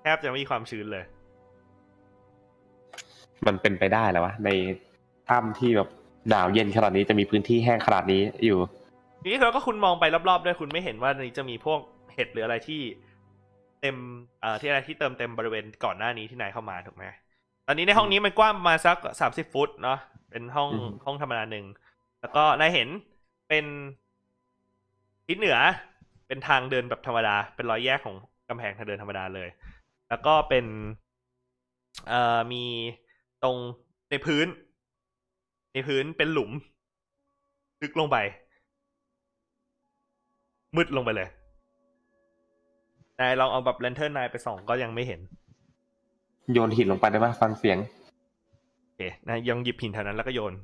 Speaker 1: แทบจะไม่มีความชื้นเลย
Speaker 2: มันเป็นไปได้เหรอวะ ในถ้ำที่แบบหนาวเย็นขนาดนี้จะมีพื้นที่แห้งขนาดนี้อยู่
Speaker 1: ทีนี้แล้วก็คุณมองไปรอบๆด้วยคุณไม่เห็นว่าในนี้จะมีพวกเห็ดหรืออะไรที่เต็มเอ่อที่อะไรที่เติมเต็มบริเวณก่อนหน้านี้ที่นายเข้ามาถูกไหมตอนนี้ในห้องนี้มันกว้างประมาณสักสามสิบฟุตเนาะเป็นห้อง
Speaker 2: อืม
Speaker 1: ห้องธรรมดาหนึ่งแล้วก็นายเห็นเป็นทิศเหนือ เป็นทางเดินแบบธรรมดา เป็นรอยแยกของกำแพงทางเดินธรรมดาเลย แล้วก็เป็นเอ่อมีตรงในพื้น ในพื้นเป็นหลุมลึกลงไป มืดลงไปเลย นายลองเอาแบบแลนเทิร์นนายไปส่องก็ยังไม่เห็น
Speaker 2: โยนหินลงไปได้ไหมฟังเสียง
Speaker 1: โอเคนายยังหยิบหินแถวนั้นแล้วก็โยน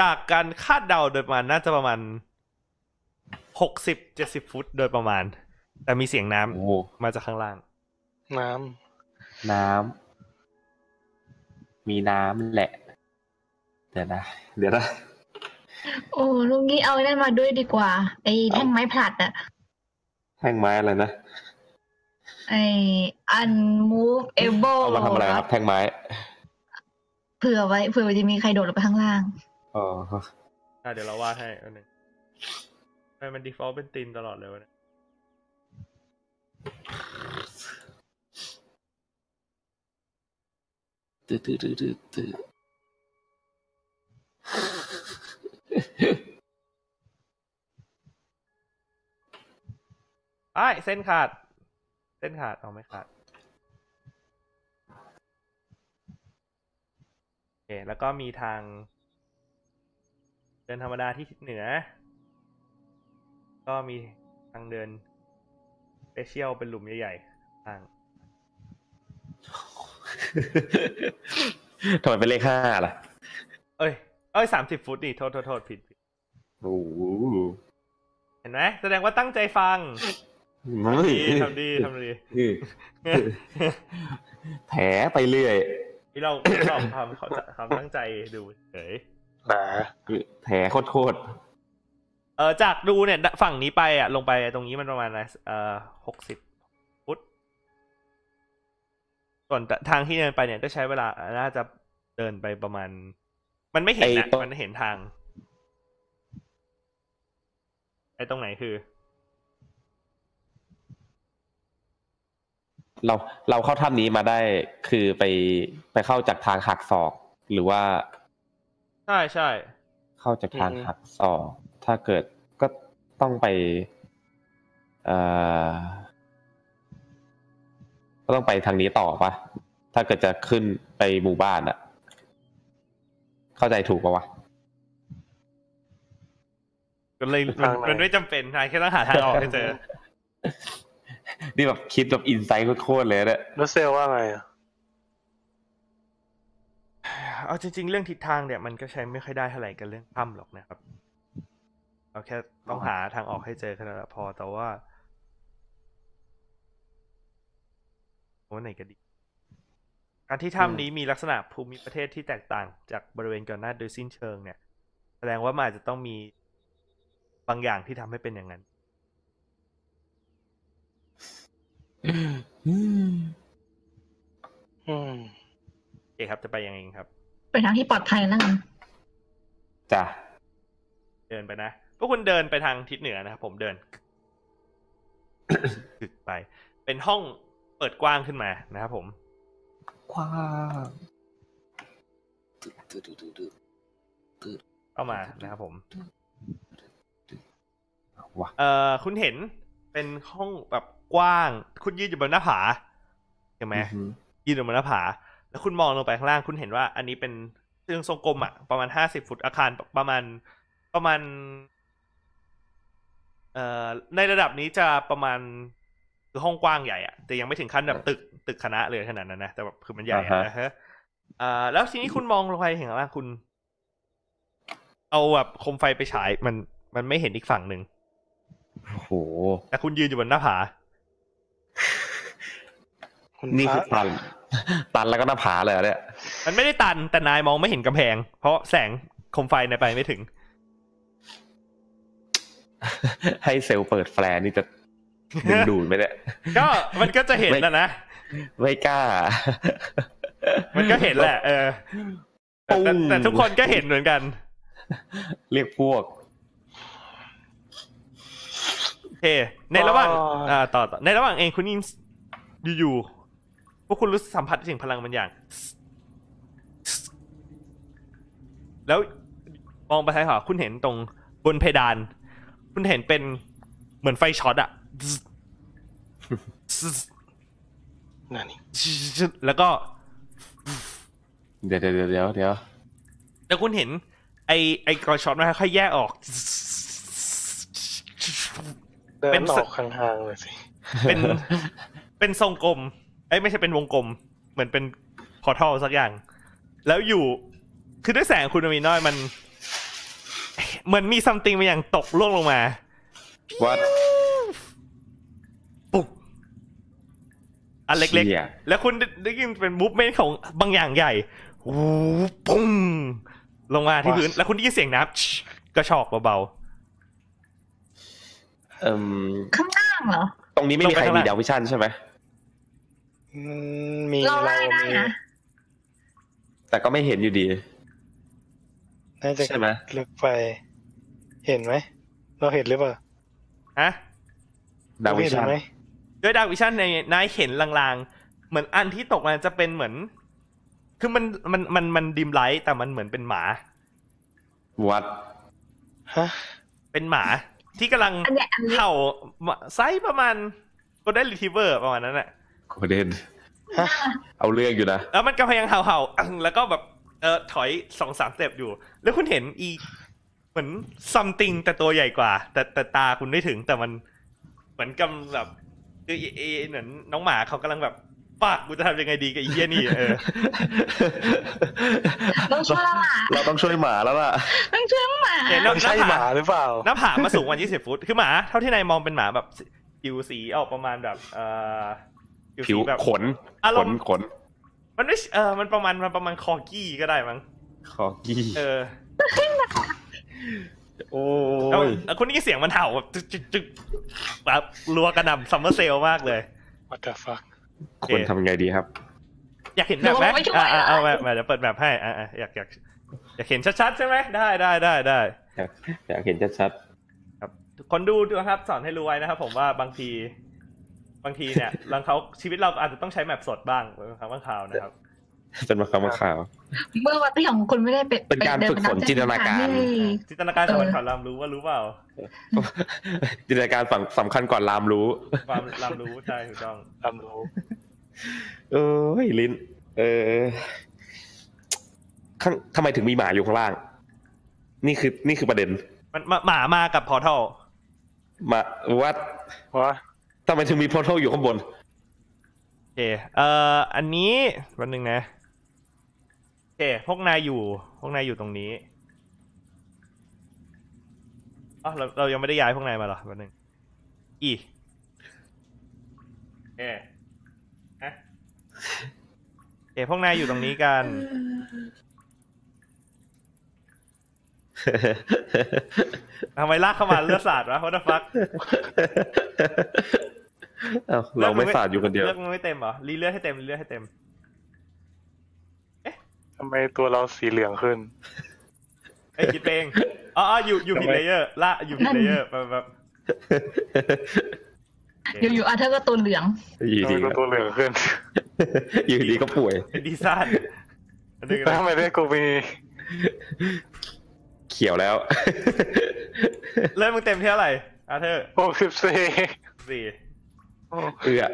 Speaker 1: จากการคาดเดาโดยประมาณน่าจะประมาณหกสิบเจ็ดสิบฟุตโดยประมาณ แต่มีเสียงน้
Speaker 2: โอ้โห
Speaker 1: ำมาจากข้างล่าง
Speaker 3: น้
Speaker 2: น้ำ มีน้ำแหละ เดี๋ยวนะ เดี๋ยวนะ
Speaker 5: โอ้ลุงนี้เอาไอ้นั่นมาด้วยดีกว่า ไอ้แท่งไม้ผลัดอะ
Speaker 2: แท่งไม้อะไรนะ
Speaker 5: ไอ้ unmovable
Speaker 2: เอามาทำอะไรครับ แท่งไม้
Speaker 5: เผื่อไว้เผื่อจะมีใครโดดลงไปข้างล่าง
Speaker 2: อ๋ อ
Speaker 1: อ่ะเดี๋ยวเราวาดให้อันหนึ่งทำไมมัน default เป็นตีนตลอดเลยวะเนี่ย
Speaker 2: ตื้อตื้อตื้อตื้อตื้อ
Speaker 1: ไอ้ายเส้นขาด เส้นขาดเอาไหม่ขาดโอเคแล้วก็มีทาง เดินธรรมดาที่ทิศเหนือ ก็มีทางเดินสเปเชียลเป็นหลุมใหญ่ๆทาง
Speaker 2: ทำไมเป็นเลขห้าล่ะ
Speaker 1: เอ้ย เอ้ยสามสิบฟุตดิโทษโทษโทษผิดผิด
Speaker 2: โอ้โห
Speaker 1: เห็นไหมแสดงว่าตั้งใจฟัง ดีทำดีทำดี
Speaker 2: แถไปเรื่อย
Speaker 1: ที่เราสอบความเขาความตั้งใจดูเฉย
Speaker 3: แหม
Speaker 2: แถโคตร
Speaker 1: เออจากดูเนี่ยฝั่งนี้ไปอ่ะ ลงไปตรงนี้มันประมาณนะเออหกสิบฟุต ส่วนทางที่เดินไปเนี่ยก็ใช้เวลาน่าจะเดินไปประมาณ มันไม่เห็นนะมันเห็นทาง ไอ้ตรงไหนคือ
Speaker 2: ๆเราเราเข้าถ้ำนี้มาได้คือไปไปเข้าจากทางหักศอก หรือว่า
Speaker 1: ใช่ใช่
Speaker 2: เข้าจากทางหักศอกถ้าเกิดก็ต้องไปเอ่อก็ต้องไปทางนี้ต่อปะถ้าเกิดจะขึ้นไปหมู่บ้านอะเข้าใจถูกปะวะ
Speaker 1: ก็เลยมันมันไม่จำเป็นนายแค่ต้องหาทางออกให้เจอ
Speaker 2: นี่แบบคิดแบบอินไซต์โคตรๆเลยเนี่ย
Speaker 3: แล้วเซลว่าไงอะ
Speaker 1: เอาจริง ๆ เรื่องทิศทางเนี่ยมันก็ใช้ไม่ค่อยได้เท่าไหร่กับเรื่องถ้ำหรอกนะครับเราแค่ต้องหาทางออกให้เจอแค่นั้นแหละพอแต่ว่าวันไหนก็ดี การที่ถ้ำนี้มีลักษณะภูมิประเทศที่แตกต่างจากบริเวณก่อนหน้าโดยสิ้นเชิงเนี่ย แสดงว่ามันอาจจะต้องมีบางอย่างที่ทำให้เป็นอย่างนั้น
Speaker 3: อืม
Speaker 1: โอเคครับจะไปยังไงครับ
Speaker 5: ไปทางที่ปลอดภัยแล้วกัน
Speaker 2: จ้ะ
Speaker 1: เดินไปนะ พวกคุณเดินไปทางทิศเหนือนะครับผมเดิน กึกไป เป็นห้องเปิดกว้างขึ้นมานะครับผม
Speaker 2: คว้า
Speaker 1: เข้ามานะครับผม
Speaker 2: ว่ะ
Speaker 1: เอ่อคุณเห็นเป็นห้องแบบกว้าง คุณยืนอยู่บนหน้าผาใช่ไหม
Speaker 2: อือ
Speaker 1: ยืนอยู่บนหน้าผา แล้วคุณมองลงไปข้างล่างคุณเห็นว่า อันนี้เป็นเรื่องทรงกลมอะประมาณห้าสิบฟุตอาคารประมาณประมาณ เอ่อในระดับนี้จะประมาณคือห้องกว้างใหญ่อะแต่ยังไม่ถึงขั้นแบบตึกตึกคณะเลยขนาดนั้นนะแต่แบบคือมันใหญ่อะนะฮะเอ่อแล้วทีนี้คุณมองลงไปเห็นข้างล่างคุณ เอาแบบโคมไฟไปฉายมันมันไม่เห็นอีกฝั่งหนึ่ง
Speaker 2: โอ้โห
Speaker 1: แต่คุณยืนอยู่บนหน้าผา
Speaker 3: คุณ
Speaker 2: นี่คือ
Speaker 3: พระ
Speaker 2: ตัน ตันแล้วก็หน้าผาเลยเหรอเนี่ย
Speaker 1: มันไม่ได้ตันแต่นายมองไม่เห็นกำแพง เพราะแสงโคมไฟนายไปไม่ถึง
Speaker 2: ให้เซลล์เปิดแฟลชนี่จะดึงดูดไหมเนี่ย
Speaker 1: ก็มันก็จะเห็น
Speaker 2: ไม่
Speaker 1: นะนะ
Speaker 2: ไม่กล้า
Speaker 1: มันก็เห็นแหละ เออแต่แต่
Speaker 2: ปุ้ง
Speaker 1: แต่ทุกคนก็เห็นเหมือนกัน
Speaker 2: เรียกพวก
Speaker 1: โอเค ในระหว่างอ่าต่อต่อในระหว่างเองคุณนิ่มอยู่ๆพวกคุณรู้สึกสัมผัสถึงพลังบางอย่าง แล้วมองไปท้ายหอคุณเห็นตรงบนเพดาน คุณเห็นเป็นเหมือนไฟช็อตอะ
Speaker 3: นั่นนี่
Speaker 1: แล้วก็
Speaker 2: เดี๋ยวเดี๋ยวเดี๋ยวเดี๋ยว
Speaker 1: แล้วคุณเห็น ไอไอกอช็อตมันค่อยๆแยกออก
Speaker 3: เดิ
Speaker 1: เป็น น
Speaker 3: อ
Speaker 1: ส
Speaker 3: อกห่างๆเลยสิ
Speaker 1: เป็น เป็นทรงกลมไอยไม่ใช่เป็นวงกลม เหมือนเป็นพอร์ทัลสักอย่าง แล้วอยู่คือด้วยแสงคุณอามิน้อยมันเหมือนมีซัมติงบางอย่างตกล่วงลงมา
Speaker 2: ว่า
Speaker 1: ปุ๊บอันเล็ก
Speaker 2: เชี่ย
Speaker 1: ๆ แล้วคุณได้ได้ยินเป็นมูฟเมนต์ของบางอย่างใหญ่วูปุ้งลงมาที่พื้น
Speaker 3: What?
Speaker 1: แล้วคุณได้ยินเสียงน้ำชิกระชอกเบา
Speaker 2: เอิ่ม
Speaker 5: ข้างล่างเหรอ
Speaker 2: ตรงนี้ไม่มีใคร
Speaker 1: ลงไปข้าง
Speaker 2: มี
Speaker 1: ล่าง
Speaker 2: ดาววิชั่นใช่ไหม
Speaker 3: อืมมี
Speaker 5: เราไล่ได้
Speaker 3: มี
Speaker 5: นะ
Speaker 2: แต่ก็ไม่เห็นอยู่ดี
Speaker 3: น่าจะ
Speaker 2: ใช่ไหม
Speaker 3: ลึกไป เห็นไหม เราเห็นหรือเปล่า
Speaker 1: ๆฮะ
Speaker 2: ดาววิ
Speaker 3: เห็น
Speaker 2: ชั่น
Speaker 3: ไหม
Speaker 1: ด้วยดาร์กวิชั่นในนายเห็นลางๆ เหมือนอันที่ตกมาจะเป็นเหมือน ค คือมันมันมันมันดิมไลท์แต่มันเหมือนเป็นหมา
Speaker 2: วัด
Speaker 3: ฮะ
Speaker 1: เป็นหมาที่กำลัง
Speaker 5: อันเนี้ยอันเล็ก
Speaker 1: เห่าไซส์ประมาณก็ได้รีทิเวอร์ประมาณนั้นแหละ
Speaker 2: โคเดน
Speaker 3: ฮะ
Speaker 2: เอาเรื่องอยู่นะ
Speaker 1: แล้วมันก็พยายามเห่าเห่าอัง แล้วก็แบบเออถอยสองสามสเต็ปอยู่ แล้วคุณเห็นอีเหมือนซัมติงแต่ตัวใหญ่กว่า แต่แต่ตาคุณไม่ถึงแต่มันเหมือนกำแบบคือไอไอ้เหมือนน้องหมาเขากำลังแบบปากกูจะทำยังไงดีกับไอีเหี้ยนี่เออ
Speaker 5: ต้องช่วยละหมา
Speaker 2: เราต้องช่วยหมาแล้วล่ะ
Speaker 5: ต้องช่วยหมา
Speaker 1: เดี๋ยว
Speaker 3: มันใช่หมาหรือเปล่า
Speaker 1: หน้าผากมาสูงกว่า 20 ฟุต คือหมา เท่าที่นายมองเป็นหมาแบบผิวสีออกประมาณแบบเอ่อสี
Speaker 2: ผิว
Speaker 1: แบบ
Speaker 2: ขน
Speaker 1: อาร
Speaker 2: ข
Speaker 1: ม
Speaker 2: น
Speaker 1: ณ์
Speaker 2: ขน
Speaker 1: มันไม่ใช่เออมันประมาณมันประมาณคอกี้ก็ได้มั้ง
Speaker 2: คอกี้
Speaker 1: เออ
Speaker 2: โอ้
Speaker 1: แล้ว
Speaker 2: ย
Speaker 1: แล้วคุณได้ยินเสียงมันเห่าแบบจึกจึกจึกแบบรัวกระหน่ำซัมเมอร์เซลมากเลย
Speaker 3: What the fuck
Speaker 2: ควรทำไงดีครับ
Speaker 1: อยากเห็นแบบไหม
Speaker 5: เราไม่ช่วย
Speaker 1: อ่ะอ่ะเอาแบบแบบเดี๋ยวเปิดแบบให้อ่ะอ่ะอยากอยากอยากเห็นชัดๆใช่ไหมได้ได้ได้ได้
Speaker 2: อยากเห็นชัด
Speaker 1: ครับคนดูดูนะครับ สอนให้รู้ไว้นะครับ ผมว่าบางที บางทีเนี่ย บางเขาชีวิตเราอาจจะต้องใช้แมปสดบ้างบางครั้งบางคราวนะครับ
Speaker 2: ๆ เป็นมาคำมาข่าว
Speaker 5: เมื่อวันที่ของคุณไม่ได้เป็น
Speaker 2: เป็นการฝึกฝนจินตนาการ
Speaker 5: นี่
Speaker 1: จินตนาการสมัย
Speaker 5: เออ
Speaker 1: ข่าวรามรู้ว่ารู้เปล่า
Speaker 2: จินตนาการฝั่งสำคัญก่อนลามรู้
Speaker 1: ความ รามรู้ใช่ถูกต้อง
Speaker 3: รำรู้
Speaker 2: เอ้ยลิ้น เออข้างทำไมถึงมีหมาอยู่ข้างล่าง นี่คือ นี่คือประเด็น
Speaker 1: มันมาหมามากับพอทัล
Speaker 2: มาว่า
Speaker 3: ว่า
Speaker 2: ทำไมถึงมีพอร์ทัลอยู่ข้างบน
Speaker 1: โอเคเอ่ออันนี้วันหนึ่งนะโอเคพวกนายอยู่ พวกนายอยู่ตรงนี้อ๋อเราเรายังไม่ได้ย้ายพวกนายมาเหรอวันหนึ่งอีเอะฮะเอะพวกนายอยู่ตรงนี้กัน ทำไมลากเข้ามาเลือดสาดวะ what the fuck
Speaker 2: เอ้าเราไม่สาดอยู่คนเดียว
Speaker 1: เลือดมันไม่เต็มเหรอรีเลือดให้เต็มรีเลือดให้เต็ม
Speaker 3: ทำไมตัวเราสีเหลืองขึ้น
Speaker 1: ไอ้ยคิดเองอ๋ออ๋ออยู่อยู่ผิดเลเยอร์ละอยู่ผิดเลเยอร์แบบแบบ
Speaker 5: อยู่ๆอาเธอร์ก็ตัวเหลือง
Speaker 2: อยู่
Speaker 3: ทำไม
Speaker 2: ดี
Speaker 3: กู
Speaker 2: ก็
Speaker 3: ตัวเหลืองขึ้น
Speaker 2: อยู่ดีก็ป่วย
Speaker 1: เป็นดีซ่านอันนี้ก็
Speaker 3: แล้ว
Speaker 1: ได้
Speaker 3: ทำไมได้กูมี
Speaker 2: เขียวแล้ว
Speaker 1: เลือดมึงเต็มที่เท่าไหร่อาเธอร์
Speaker 3: หกสิบสี่
Speaker 1: สี่
Speaker 2: เอือ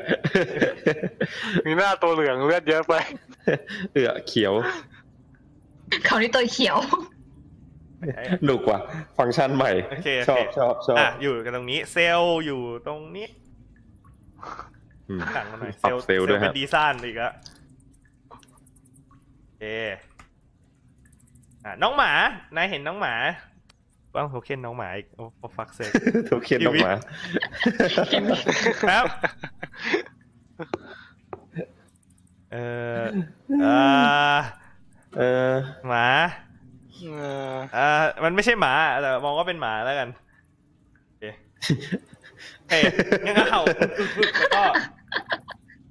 Speaker 3: มีหน้าตัวเหลืองเลือดเยอะไป
Speaker 2: เอือเขียว
Speaker 5: เขาที่ตัวเขียว
Speaker 2: หนุกว่ะฟังก์ชันใหม่
Speaker 1: โอเค
Speaker 2: ช
Speaker 1: โอ
Speaker 2: อ
Speaker 1: เค
Speaker 2: บชอบชอบ
Speaker 1: อ่ะอยู่กันตรงนี้ เซลล์อยู่ตรงนี้
Speaker 2: อืม
Speaker 1: ขังกันหน่อย
Speaker 2: ปรับเซลล์ด้วย
Speaker 1: เป็
Speaker 2: ฮะ
Speaker 1: นดีซ่านอีกละโอเคอ่ะน้องหมานายเห็นน้องหมาบ้างโทเค็นน้องหมาอีกโอ้ฟักเซล
Speaker 2: ทุกเขียนออกมา
Speaker 1: ครับ เออเออ
Speaker 2: เออ
Speaker 1: หมา
Speaker 3: เออ
Speaker 1: เอ่อมันไม่ใช่หมาแต่มองว่าเป็นหมาแล้วกันโอเคเอ๊ะยังเห่าอึกๆแล้วก็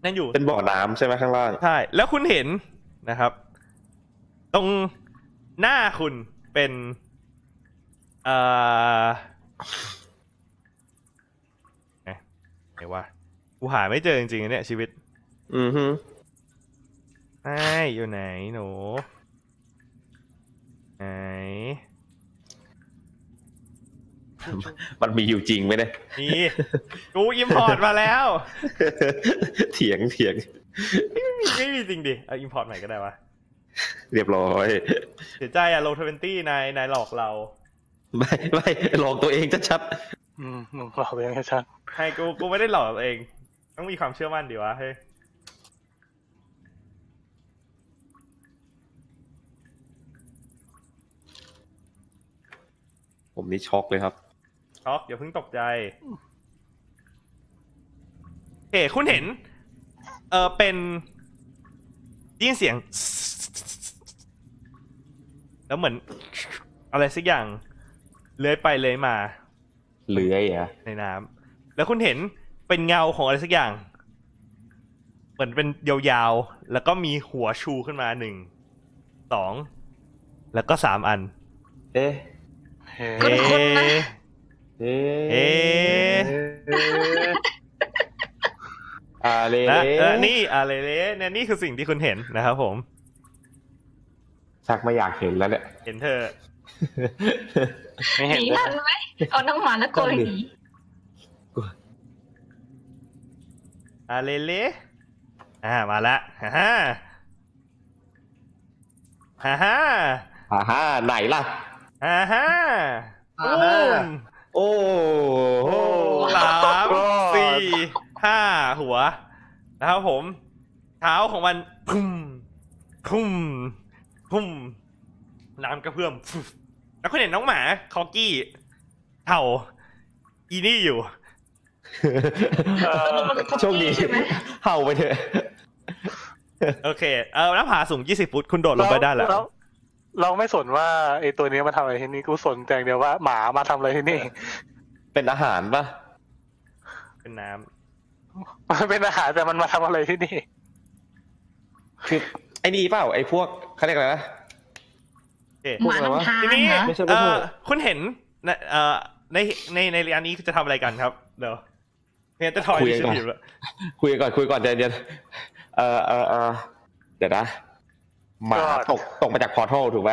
Speaker 1: นั่นอยู่
Speaker 2: เป็นบ่อน้ำใช่ไหมข้างล่าง
Speaker 1: ใช่ แล้วคุณเห็นนะครับ ตรงหน้าคุณเป็นเอ่อไหนไหนวะกูหาไม่เจอจริงๆอันเนี่ยชีวิต
Speaker 2: อือฮึ
Speaker 1: ไอ้ยอยู่ไหนหนูไหน
Speaker 2: มันมีอยู่จริงไหมเนี่ย
Speaker 1: นี่ กูอิมพอร์ตมาแล้ว
Speaker 2: เถียงเถียง
Speaker 1: ไม่มีไม่มีจริงดิเอาอิมพอร์ตใหม่ก็ได้วะ
Speaker 2: เรียบร้อย
Speaker 1: เสียใจอะโลทเวนตี้นายนายหลอกเรา
Speaker 2: ไม่ไม่หลอกตัวเองชัด
Speaker 3: อืมมึงบอกไปยังไม่ชัด
Speaker 1: ให้กูกูไม่ได้หลอกตัวเอง ต้องมีความเชื่อมั่นดิวะเฮ้ย
Speaker 2: ๆผมนี่ช็อกเลยครับ
Speaker 1: ช็อกอย่าเพิ่งตกใจเอ๋คุณเห็น เออเป็นได้ยินเสียง แล้วเหมือน อะไรสักอย่างเลื้อยไปเลื้อยมา
Speaker 2: เหลือยอ่ะ
Speaker 1: ในน้ำแล้วคุณเห็นเป็นเงาของอะไรสักอย่าง เหมือนเป็นยาวๆ แล้วก็มีหัวชูขึ้นมาหนึ่ง สอง แล้วก็สามอัน
Speaker 2: เอ๊ะ
Speaker 3: เฮ้
Speaker 5: ก็
Speaker 3: ย
Speaker 5: คุ้นๆนะ
Speaker 1: เอ๊ะ
Speaker 2: เอ๊
Speaker 1: เอ๊ะ
Speaker 2: อาเล
Speaker 1: นะเออนี่อะไรเลยเนี่ยนี่คือสิ่งที่คุณเห็นนะครับผม
Speaker 2: ชักไม่อยากเห็นแล้วเนี่ย
Speaker 1: เห็นเธอ
Speaker 6: ไม่
Speaker 5: ห
Speaker 6: เห็น
Speaker 5: นี
Speaker 6: ด้วย
Speaker 5: ทันไหมเอาน้องหมาแล้วโกยหนี
Speaker 1: อาเลเลอ่า มาละฮ่าฮ่าฮ่าฮ่า
Speaker 2: อ่าฮะไหนล่ะ
Speaker 1: ฮ่าฮ่า
Speaker 2: อ่าฮะ
Speaker 1: ตุ้ม
Speaker 2: โอ้โห
Speaker 1: สามสี่ห้าหัว นะครับผม เท้าของมันพุ่มพุ่มพุ่มน้ำกระเพื่อมฟุบแล้วคุณเห็นน้องหมา คอกี้เห่าอีนี่อยู่
Speaker 2: โชคดี
Speaker 5: ใช่ไหม
Speaker 2: เห่าไปเถอะ
Speaker 1: โอเค เออหน้าผาสูง 20 ฟุต คุณโดดลงไปได้แล้ว
Speaker 3: เราเราไม่สนว่าไอ้ตัวนี้มาทำอะไรที่นี่กูสนแต่อย่างเดียวว่าหมามาทำอะไรที่นี่
Speaker 2: เป็นอาหารปะ
Speaker 1: เป็นน้
Speaker 3: มันเป็นอาหารแต่มันมาทำอะไรที่นี่
Speaker 2: คือไอ้นี่เปล่าไอ้พวกเขาเรียกอะไรนะ
Speaker 1: ำโอเค
Speaker 5: หมานำทาง
Speaker 1: ทีนี้
Speaker 5: เหรอ
Speaker 2: ไม่ใช่
Speaker 1: เอ่
Speaker 2: พว
Speaker 1: อ
Speaker 2: กผม
Speaker 1: คุณเห็นในเอ่อในในในอันนี้จะทำอะไรกันครับ เดี๋ยวเพียงจะถอยดิฉันผิดละ
Speaker 2: คุยก่อนคุยก่อนเดี๋ยวเดี๋ยวเออเออเออเดี๋ยวนะหมา
Speaker 3: ก็
Speaker 2: ตกตกมาจากพอร์ทัลถูกไหม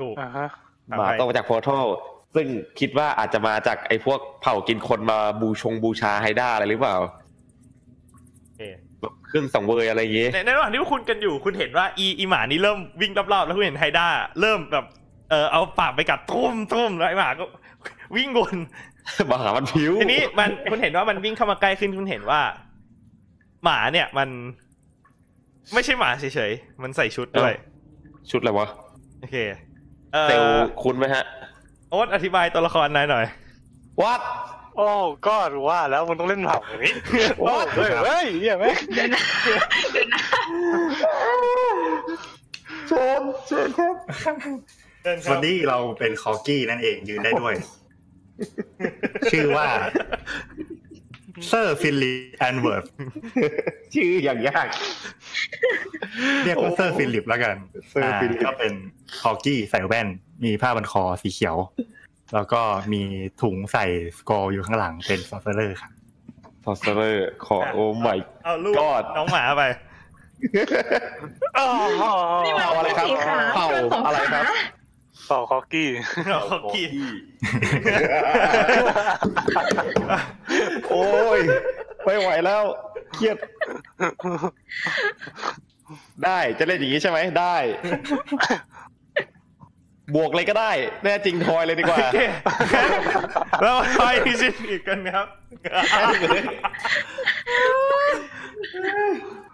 Speaker 1: ถูก
Speaker 3: อ่าฮะ
Speaker 2: หมาตกมาจากพอร์ทัลซึ่งคิดว่าอาจจะมาจากไอ้พวกเผ่ากินคนมาบูชงบูชาไฮด้าอะไรหรือเปล่า
Speaker 1: เออ
Speaker 2: แบบเครื่องสังเวยอะไรอย่างงี้
Speaker 1: ในในระหว่างที่พวกคุณกันอยู่ คุณเห็นว่าอีอีหมานี่เริ่มวิ่งรอบๆแล้วคุณเห็นไฮด้าเริ่มแบบเออเอาปากไปกัดตุ้มตุ้มแล้วไอหมาก็ วิ่งวน
Speaker 2: หมามันผิว
Speaker 1: ทีนี้มันคุณเห็นว่ามันวิ่งเข้ามาใกล้ขึ้นคุณเห็นว่า หมาเนี่ยมัน ไม่ใช่หมาเฉยๆมันใส่ชุดด้วย
Speaker 2: ชุดอะไรวะ
Speaker 1: โอเค เอ
Speaker 2: เซลล
Speaker 1: อ
Speaker 2: คุ้นไหมฮะ
Speaker 1: โอ๊ตอธิบายตัวละครนายหน่อย
Speaker 2: วัด
Speaker 3: โอ้ก็รู้ว่าแล้วมึงต้องเล่นเผาอย่างนี้ โอ้เฮ้ยเฮ้ยเหี้ยไหมง
Speaker 5: เดี๋ยวนะเดี๋ยวนะ
Speaker 4: สวัสดีเราเป็นคอกี้นั่นเองยืนได้ ด้วย ชื่อว่าเซอร์ฟิลิปแอนเวิร์ด
Speaker 2: ชื่ออย่างยาก
Speaker 4: เรียกว่าเซอร์ฟิลิปแล้วกันเซอร์ฟิลิปก็เป็นคอกี้ใส่แว่น มีผ้าบันคอสีเขียว แล้วก็มีถุงใส่สกอร์อยู่ข้างหลังเป็นซอสเซอร์ ครับ
Speaker 2: ซอสเซอร์ขอโอ้ my
Speaker 1: เอาลูก
Speaker 2: God
Speaker 1: น้องหมาไป
Speaker 3: อ๋ออ๋อ
Speaker 5: นี่มัน
Speaker 2: เอาอะไรครับ
Speaker 5: สีขาว
Speaker 2: เป่า
Speaker 5: พื่นสง
Speaker 2: อะไรครับ
Speaker 5: ขา
Speaker 3: ต่อคอกกี้
Speaker 1: เอาขี้
Speaker 2: โอ้ยไม่ไหวแล้วเครียด ได้จะเล่นอย่างนี้ใช่ไหมได้ บวกเลยก็ได้ แน่จริงทอยเลยดีกว่า
Speaker 1: โอเคแล้วไปที่ชินอีกกันครับ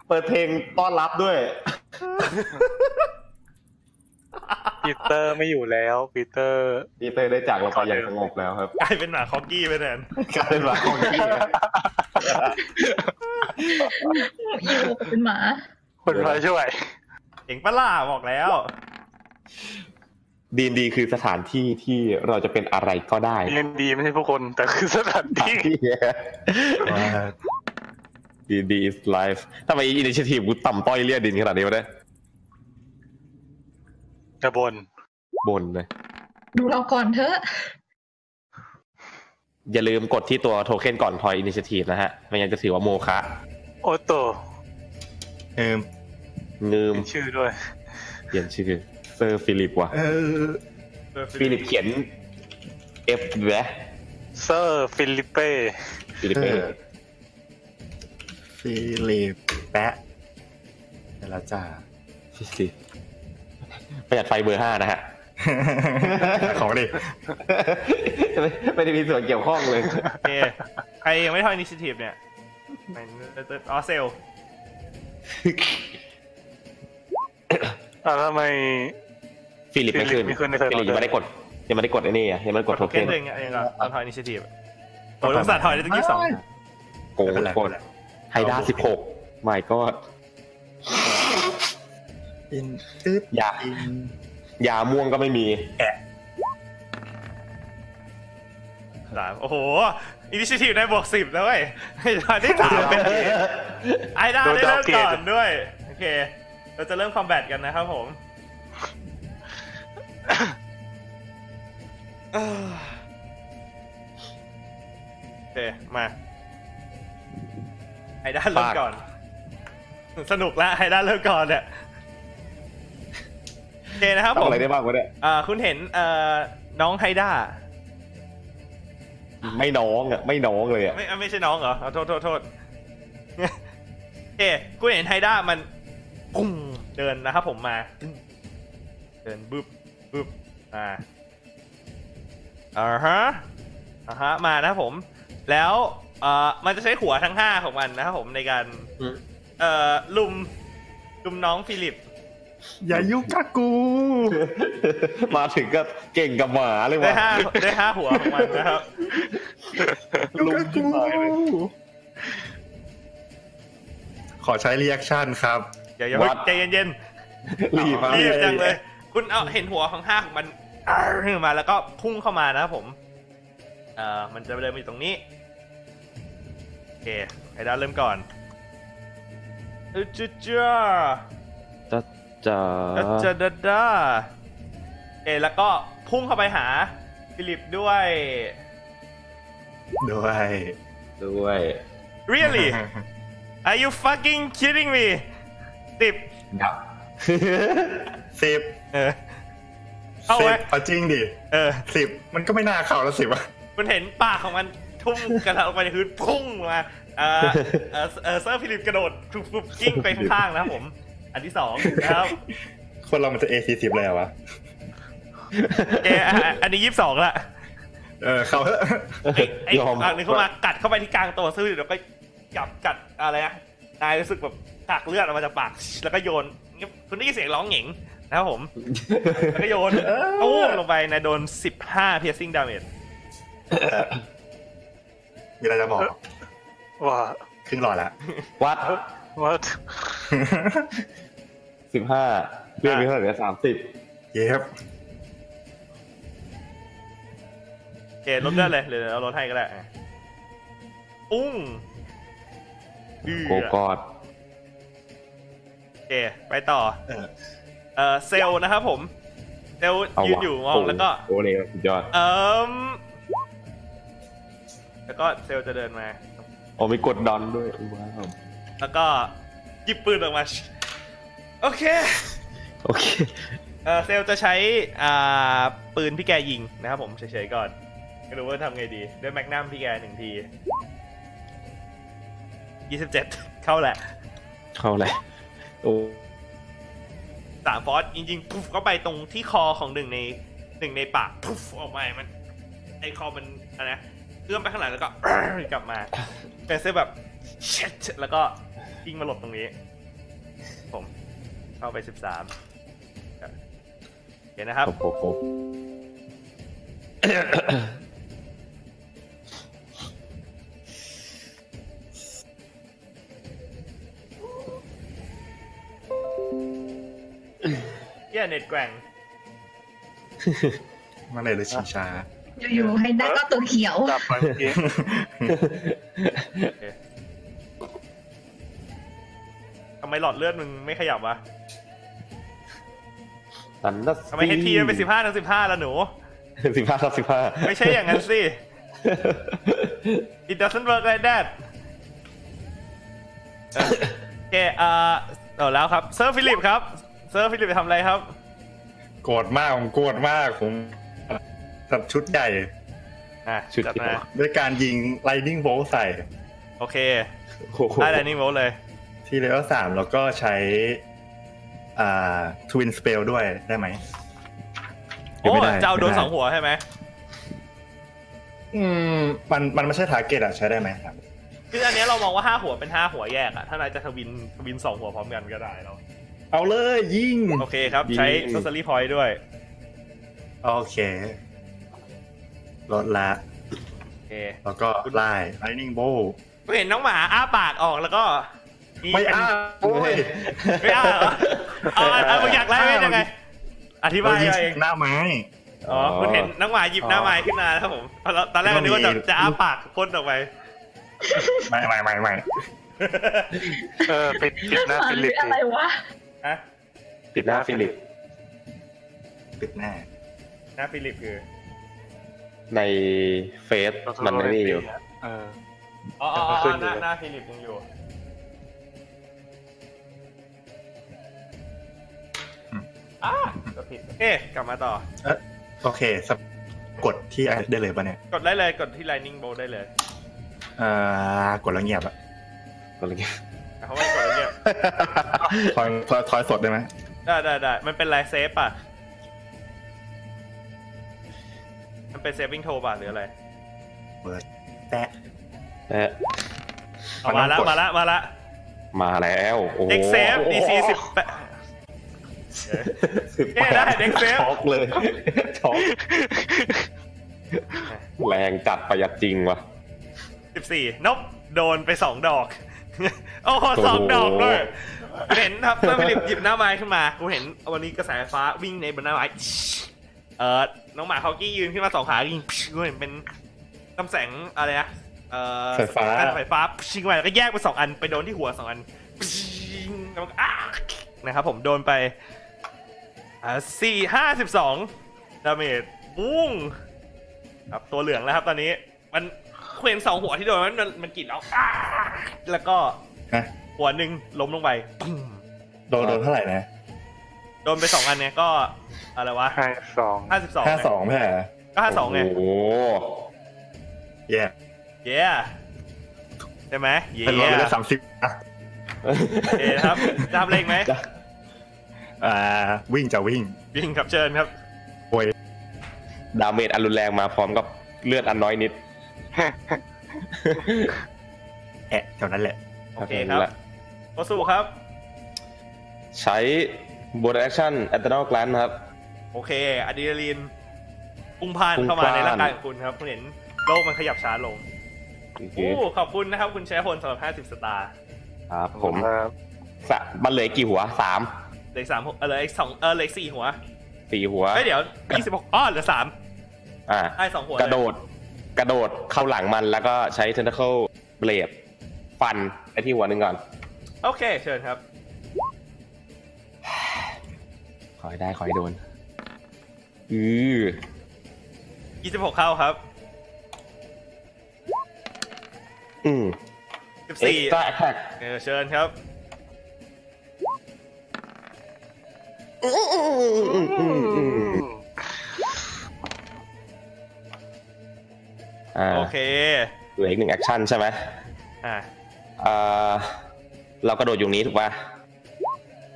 Speaker 2: เปิดเพลงต้อนรับด้วย
Speaker 3: ปีเตอร์ไม่อยู่แล้วปีเตอร์
Speaker 2: ดีเตอร์ได้จากเราไปอย่างสงบแล้วครับ
Speaker 1: กลายเป็นหมาคอกกี้ไปแทน
Speaker 2: กลายเป็นหมาของพี่นะ
Speaker 5: อยู่เป็นหมา
Speaker 3: คนมาช่วย
Speaker 1: เจ๋งปะล่าบอกแล้ว
Speaker 2: ดีนดีคือสถานที่ที่เราจะเป็นอะไรก็ได้
Speaker 3: D ีนดีไม่ใช่ผู้คนแต่คือสถานที่
Speaker 2: ดีดี is life ทำไมอินิเชทีฟกูต่ำต้อยเลียดินขนาดนี้วะเนี่ย
Speaker 3: กระบน
Speaker 2: บนเลย
Speaker 5: ดูเราก่อนเถอะ
Speaker 2: อย่าลืมกดที่ตัวโทเค็นก่อนทอยอินิเชทีฟนะฮะ ไม่งั้นจะถือว่าโมคะ
Speaker 3: โอโต
Speaker 4: เออ
Speaker 2: งืม
Speaker 3: มีชื่อด้วย
Speaker 2: เปลี่ยนชื่อเซอร์ฟิลิปว่ะ
Speaker 4: เออ
Speaker 2: ฟิลิปเขียน F แวะ
Speaker 3: เซอร์ฟิลิเป้
Speaker 2: ฟิลิปเออ
Speaker 4: ฟิลิปแปะเดี๋ยวเราจะ
Speaker 2: ฟิลิปประหยัดไฟเบอร์ห้านะฮะ
Speaker 4: ของดิ
Speaker 2: ไม่ไม่ได้มีส่วนเกี่ยวข้องเลย
Speaker 1: โอเคใครยังไม่ทอยนิชิทีฟเนี่ยไหนออเซล
Speaker 3: อ่ะทำไม
Speaker 2: ฟิลิปไม่ขึ้น
Speaker 3: ฟิลิปไม่ขึ้นในเซิร์ฟ
Speaker 2: ฟิลิปยังไม่ได้กดยังไม่ได้กดไอ้นี่อะยังไม่ได้ก
Speaker 1: ก
Speaker 2: ด
Speaker 1: ด
Speaker 2: โท
Speaker 1: โท
Speaker 2: เค็
Speaker 1: เค็
Speaker 2: น
Speaker 1: นตัวเองเองก่อนตอนทอยนิชิทีฟโอ้ยต้องสาทอยได้ตั้งยี่สอง
Speaker 2: โกงกดไฮด้าสิบหกไม่ก็
Speaker 4: อินตึ๊ด
Speaker 2: อย่า
Speaker 4: อิน
Speaker 2: ยาม่วงก็ไม่มี
Speaker 1: สามโอ้โหอินิชิทีฟได้บวกสิบแล้วเว้ย ตอนที่สามเป็นไอด้าได้เริ่มก่อนด้วยโอเค เราจะเริ่มคอมแบทกันนะครับผม โอเค มาไฮด้าเริ่ม
Speaker 2: ปาก
Speaker 1: ก่อน สนุกละไฮด้าเริ่มก่อนเนี่ย โอเคนะครับ
Speaker 2: ทำ
Speaker 1: ผม
Speaker 2: อะไรได้บ้างวะเนี่ย
Speaker 1: อ่าคุณเห็นเอ่อน้องไฮด้า
Speaker 2: ไม่น้องอ่ะไม่น้องเลยอ่ะ
Speaker 1: ไม่อ่ะไม่ใช่น้องเหรอเอาโทษโทษโท ษโอเคคุณเห็นไฮด้ามันปุ้งเดินนะครับผมมาเดินบึบบึบมาอ่าฮะอ่าฮะมานะครับผม แล้วเอ่อมันจะใช้หัวทั้งห้าของมันนะครับผมในการเอ่อลุมลุมน้องฟิลิป
Speaker 4: อย่ายุ่งกับกู
Speaker 2: มาถึงก็เก่งกับหมาเลย
Speaker 1: ได้
Speaker 2: ว่ะ
Speaker 1: ห้าได้ห้าหัวของมันนะครับ
Speaker 4: ยุ่งกับกูขอใช้รีแอคชั่นครับ
Speaker 1: เดี๋ยวอย่าเพิ่ง
Speaker 4: วัด
Speaker 1: ใจเย็น
Speaker 2: รีบมา
Speaker 1: ๆรีบจังเลย คุณเอาเห็นหัวของห้าของมัน อาร์มาแล้วก็พุ่งเข้ามานะครับผม เอ่อมันจะเดินมาอยู่ตรงนี้ โอเคไอ้ดาวเริ่มก่อนอึจจจ้า
Speaker 7: จะจะ
Speaker 1: อึจจาดาดาโอเอแล้วก็พุ่งเข้าไปหาฟิลิปด้วย
Speaker 4: ด้วย
Speaker 7: ด้วย
Speaker 1: really are you fucking kidding me ติบ
Speaker 7: ครับ
Speaker 4: สิบ
Speaker 1: เออเอา
Speaker 4: สิ
Speaker 1: ไว้
Speaker 4: บเอาจริงดิ
Speaker 1: เออ
Speaker 4: สิบมันก็ไม่น่าเข้าแล้วสิบอะ
Speaker 1: มันเห็นปากของมันทุ่มกระโดดลงไปในพื้นพุ่งมาเออเออเออเซอร์ฟิลิปกระโดดทุบทุบกิ้งไปข้างๆนะครับผม อันที่สองนะครับ
Speaker 4: คนเรามันจะเอซีสิบแล้ววะ
Speaker 1: โอเคอ่ะอ่ะอันนี้ยี่สิบสองละ
Speaker 4: เออเขา
Speaker 1: ไอ้ไอ้
Speaker 2: ยอม
Speaker 1: ปากหนึงเข้ามากัดเข้าไปที่กลางตัวเซอร์ฟิลิปแล้วก็จับกัดอะไรอะนายรู้สึกแบบตักเลือดออกมาจากปาก แล้วก็โยนคุณได้ยินเสียงร้องเหงิงนะครับผมแล้วก็โยนตู้ มลงไปนะโดนสิบห้า piercing damage
Speaker 4: มีอะไรจะบอก
Speaker 3: ว่า
Speaker 4: ครึ่งหลอดละ
Speaker 2: วัด
Speaker 3: ว่า
Speaker 2: สิบห้าเรียกไปเท่าไหร่สามสิบ
Speaker 4: เย็บ
Speaker 1: โอเคลดเลือดเลยหรือเอาลดให้ก็ได้อ่ะอุ้งเดือด
Speaker 7: โกกอด
Speaker 1: โอเค ไปต่อ
Speaker 4: เออ
Speaker 1: เออเซลล์นะครับผม เซลล์
Speaker 7: เอา
Speaker 1: ยืน
Speaker 7: วะ
Speaker 1: อยู่มองแล้วก็
Speaker 7: โอ้โหเนี่ยสุดยอด
Speaker 1: เอิมแล้วก็เซลล์จะเดินมา
Speaker 7: โอ้มีกดดอนด้วยว้าว
Speaker 1: แล้วก็หยิบปืนออกมา โอเค
Speaker 7: โอเค
Speaker 1: เออเซลล์จะใช้ อ่า ปืนพี่แกยิงนะครับผมเฉยๆก่อนไม่รู้ว่าทำไงดี ด้วยแมกนัมพี่แกหนึ่งที 27 เข้าแหละ
Speaker 7: เข้าเลยโอ้
Speaker 1: สามฟอสจริงๆพุฟเข้าไปตรงที่คอของหนึ่งในหนึ่งในปากพุฟออกมามันไอคอมันอะไรนะเอื้อมไปข้างหลังแล้วก็ กลับมาเป็นเซฟแบบ shit แล้วก็ยิงมาหลบตรงนี้ ผม เข้าไปสิบสามเห็นนะครับ
Speaker 7: โหโห
Speaker 1: เยี่ยเน็ตแกว่ง
Speaker 4: มาเลยเลยชิงช้า
Speaker 5: อยู่ๆให้ได้ก็ตัวเขียว
Speaker 3: จับไปเมื่อกี้
Speaker 1: ทำไมหลอดเลือดมึงไม่ขยับวะ
Speaker 7: สันนัส
Speaker 1: ทำไมเอทีมันเป็นสิบห้าทั้งสิบห้าแล้วหนู
Speaker 7: สิบห้าครับสิบห้า
Speaker 1: ไม่ใช่อย่างนั้นสิ it doesn't work like that เออโอเคอ่าเอาแล้วครับ เซอร์ฟิลิปครับ เซอร์ฟิลิปทำอะไรครับ
Speaker 4: โกรธมากผมโกรธมากผมกับชุดใหญ่
Speaker 1: อ่ะ
Speaker 7: ชุด
Speaker 1: จัด
Speaker 7: ที่
Speaker 1: มา
Speaker 4: ด้วยการยิงไลนิ่งโบลใส่
Speaker 1: โอเค
Speaker 7: โอ้โห
Speaker 1: ได้แล้วนี่โมเลย
Speaker 4: ที่เลเวลสามแล้วก็ใช้ อ่าทวินสเปลด้วยได้ไหม
Speaker 1: โอ้
Speaker 4: หรือไม่ไ
Speaker 1: เจ้าโดน
Speaker 4: ไม่ไ
Speaker 1: สองหัวใช่ไหม
Speaker 4: อืมมันมันไม่ใช่ทาร์เก็ตอะใช้ได้ไหมครับ
Speaker 1: คืออันเนี้ยเรามองว่าห้าหัวเป็นห้าหัวแยกอะถ้านายจะทวินทวินสองหัวพร้อมกันก็ได้เรา
Speaker 4: เอาเลยยิง
Speaker 1: โอเคครับ ใช้ซ o ซ e รี่พอยต์ด้วย
Speaker 4: โอเคลดละ
Speaker 1: โอเค
Speaker 4: แล้วก็ไล่ไลนิ่งโบ
Speaker 1: ก็เห็นน้องหมาอ้าปากออกแล้วก็
Speaker 4: ไม่อ้าโอ้ย
Speaker 1: ไม่อ้าเหรอเอาเอาเอามึงอยากไล่เวทยังไง อธิบาย
Speaker 4: เรายิง
Speaker 1: เอาเอง
Speaker 4: หน้าไม้
Speaker 1: อ๋อคุณเห็นน้องหมาหยิบหน้าไม้ขึ้นมานะครับผมตอนตอนแรกก็นึกว่าจะ
Speaker 4: มันมี
Speaker 1: จะอ้าปากพ่นออกไป
Speaker 4: ไม่ไม่ไม่ไม่
Speaker 3: เออปิดปิดหน้าฟิลิป
Speaker 5: อะ
Speaker 3: ดิ
Speaker 5: ไรวะ
Speaker 1: ฮะ
Speaker 2: ปิดหน้าฟิลิป
Speaker 4: ปิดหน้า
Speaker 1: หน้าฟิลิปคือ
Speaker 7: ในเฟซมันไม่มีอยู่
Speaker 3: เออ
Speaker 1: อ๋ออ๋อ
Speaker 3: ยังไม่ขึ้
Speaker 1: อ๋อน หน้า
Speaker 3: อยู่เลย
Speaker 1: หน้าฟิลิปยังอยู่ อ้า กดผิดเอ๊ะกลับมาต่อ
Speaker 4: เอ๊ะโอเคสะกดที่ไอได้เลยปะเนี่ย
Speaker 1: กดได้เลยกดที่ Lightning Bolt ได้เลย
Speaker 4: เอ่อกดแล้วเงียบอะ
Speaker 2: กดอะไรเงี้ย
Speaker 1: แต่เขาไม่กดแล้วเนี่ย
Speaker 4: ทอยทอยทอยสดได้ไหม
Speaker 1: ได้ได้ได้มันเป็นไลน์เซฟป่ะ มันเป็นเซฟวิ่งโทป่ะหรืออะไร
Speaker 4: เปิดแตะ
Speaker 2: เออ
Speaker 1: เอามาละมาละมาละ
Speaker 2: มาแล้วโอ้โห
Speaker 1: Dex Save DC
Speaker 2: โอ้โห
Speaker 1: สิบแปด
Speaker 2: สิบแป
Speaker 1: เอ๊ะได้ Dex Save
Speaker 2: ช็อกเลยช็อกแรงจัดประหยัดจริงว่ะ
Speaker 1: สิบสี่นกโดนไปสองดอก โอ้โหสอง
Speaker 2: โอ้โห
Speaker 1: ดอกด้วยเห็นครับเมื่อฟิลิปหยิบหน้าไม้ขึ้นมา กูเห็นวันนี้กระแสไฟฟ้าวิ่งในบนหน้าไม้เออน้องหมาฮอกกี้ยืนขึ้นมาสองขายิงกูเห็นเป็นลำแสงอะไรนะเออ
Speaker 4: ไฟฟ้า
Speaker 1: แสงไฟฟ้าชิงไปแล้วก็แยกไปนสองอันไปโดนที่หัวสองอันแล้วมันก็อ้านะครับผมโดนไปอ่าสี่ห้าสิบสองดาเมจบุ้ง ครับตัวเหลืองแล้วครับตอนนี้ มันเควนสองหัวที่โดนมันมันมันกรีดแล้วอ้าแล้วก็
Speaker 4: ฮะ
Speaker 1: หัวหนึ่งล้มลงไปปึ้ง
Speaker 4: โดนโดนเท่าไหร่นะ
Speaker 1: โดนไปสองอันเนี่ยก็อะไรวะ
Speaker 3: ห้าสอง
Speaker 1: ห้าสิบสอง
Speaker 4: ห้าสองไม่ใช่เหรอ
Speaker 1: ก็ห้าสองไง
Speaker 2: โอ้โห
Speaker 4: แย่
Speaker 1: เย้ใช่ไหมเย้
Speaker 4: เป็นร้อยละสามสิบอ่ะ
Speaker 1: โอเคครับจะทำอะไรอีกไหม
Speaker 4: อ่าวิ่งจะวิ่ง
Speaker 1: วิ่งครับเชิญครับ
Speaker 4: โวย
Speaker 2: ดาเมจอันรุนแรงมาพร้อมกับเลือดอันน้อยนิด
Speaker 4: แอะแถวนั้นแหละ
Speaker 1: โอเคครับโอสู้ครับ
Speaker 2: ใช้บนแอคชั่นแอตนอลกลันครับ
Speaker 1: โอเคอะดรีนาลีนพุ่งพล่านเข้ามาในร่างกายของคุณครับคุณเห็นโลกมันขยับช้าลงโอ้ขอบคุณนะครับ คุณแชร์พลสำหรับห้าสิบ50 สตาร์
Speaker 2: ครับผม
Speaker 3: ครับ
Speaker 2: สะมันเหลือกี่หัวสาม
Speaker 1: เหลืออกสามหัวเออเหลืออีกสองเออเหลืออีกสี่หัว
Speaker 2: สี่หัว
Speaker 1: เอ้ยเดี๋ยวยี่สิบหกอ้อเหลือสาม
Speaker 2: อ่า
Speaker 1: ได้สองหัว
Speaker 2: กระโดด กระโดดเข้าหลังมันแล้วก็ใช้เทนเ a ิลเบลดฟันไอที่หัวหนึ่งก่อน
Speaker 1: โอเคเชิญครับ
Speaker 2: ขอให้ได้ขอให้โดน อือ
Speaker 1: ยี่สิบหกเข้าครับ
Speaker 2: อืม
Speaker 1: สิบ
Speaker 2: เอ็ก
Speaker 1: สี่
Speaker 2: ซ์ตร้าแอคแท็ก
Speaker 1: เออเชิญครับ
Speaker 2: อ่า
Speaker 1: โอเค
Speaker 2: เหลืออีกหนึ่งแอคชั่นใช่ไหม
Speaker 1: อ่ะ
Speaker 2: อ่าเรากระโดดอยู่นี้ถูกป่ะ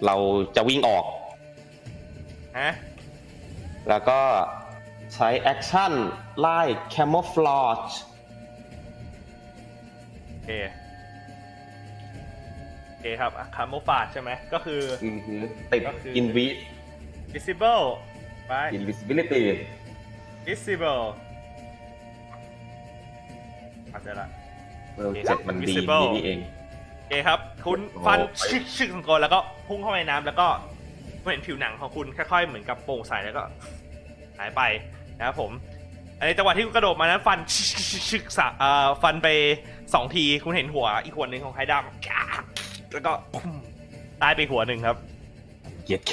Speaker 2: เราจะวิ่งออก
Speaker 1: ฮะ
Speaker 2: แล้วก็ใช้แอคชั่นไล่แคม o ฟลอ g
Speaker 1: โอเคโอเคครับคาร์โมฟาดใช่ไหมก็คือ
Speaker 2: ติด
Speaker 1: ก็คือ
Speaker 2: อินวิ
Speaker 1: visible ไป
Speaker 2: อินวิสิบิลิตี้
Speaker 1: visible อาจจะละ
Speaker 2: เจ็ดมันดี
Speaker 1: Invisible
Speaker 2: นี่นี่เอง
Speaker 1: โอเคครับ คุณ
Speaker 2: โอ้
Speaker 1: ฟันชึกชึกสังกนแล้วก็พุ่งเข้าไปในน้ำแล้วก็เห็นผิวหนังของคุณค่อยๆเหมือนกับโปร่งใสแล้วก็หายไปนะครับผมในจังหวะที่คุณกระโดดมานั้นฟันชึกชึกชึกชึกสะเอ่อฟันไปสองทีคุณเห็นหัวอีกหัวหนึ่งของไฮดามแล้วก็พุ่มตายไปหัวหนึ่งครับ
Speaker 2: เกียรติเค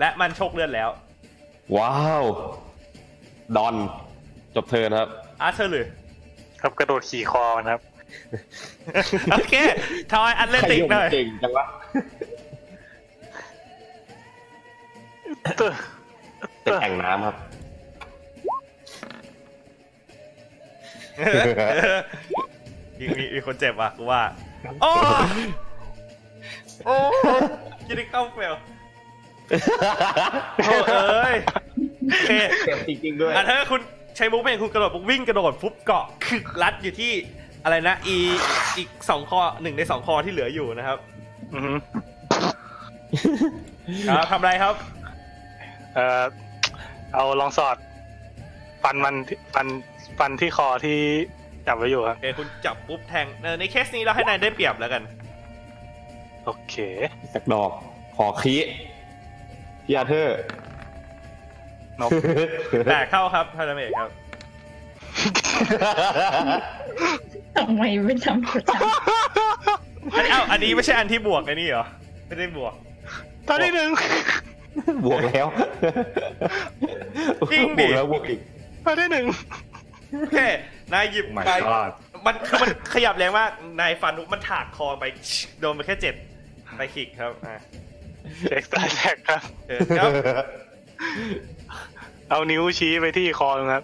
Speaker 1: และมันโชคเลือดแล้ว
Speaker 2: ว้าว ดอน จบเธอนะครับ
Speaker 1: อาร์เธอร์หรือ
Speaker 3: ครับกระโดดขี่คอนะครับ
Speaker 1: โอเคทอยอัตเลติกหน่อย
Speaker 2: เก่งจังวะเป็นแอ่งน้ำครับ
Speaker 1: มีมีมีคนเจ็บอ่ะกูว่าโอ้โอ้กินเข้าเฟ ล โอ้เอ้ยโอเค
Speaker 2: เจ็บจริงๆด้วย
Speaker 1: อ่ะถ้าคุณใช้มุกเป็นคุณกระโดดปุ๊บวิ่งกระโดดปุ๊บเกาะคึกรัดอยู่ที่อะไรนะ อีอีกสองคอหนึ่งในสองคอที่เหลืออยู่นะครับ
Speaker 3: อือฮึ
Speaker 1: ครับทำอะไรครับ
Speaker 3: เอ่อเอาลองสอดฟันมันที่ฟันฟันที่คอที่จับไว้อยู่ครับ
Speaker 1: โอเคคุณจับปุ๊บแทงเออในเคสนี้เราให้นายได้เปรียบแล้วกัน
Speaker 3: โอเค
Speaker 2: สักดอก ขอคีพี่อาเธอร์
Speaker 3: นก
Speaker 1: แต่เข้าครับพาราเมกครับ
Speaker 5: ทำไมไม่ทำกดจัง
Speaker 1: อันนี้เอ้าอันนี้ไม่ใช่อันที่บวกไอ้นี่เหรอ ไม่ได้บวก
Speaker 3: ตอนที่หนึ่ง
Speaker 2: บวกแล้ว
Speaker 1: จริงดิ
Speaker 2: บวกแล้วบวกอีก
Speaker 3: ตอนที่หนึ่ง
Speaker 1: โอเคนายหยิบ
Speaker 4: Oh my
Speaker 1: นาย
Speaker 4: god
Speaker 1: มันคือมันขยับแรงมากนายฟันมันถากคอไป โดนไปแค่เจ็บไปขิกครับอ่ะ
Speaker 3: เอ็กซ์ตร้าแท็กครับ เอานิ้วชี้ไปที่คอนะครับ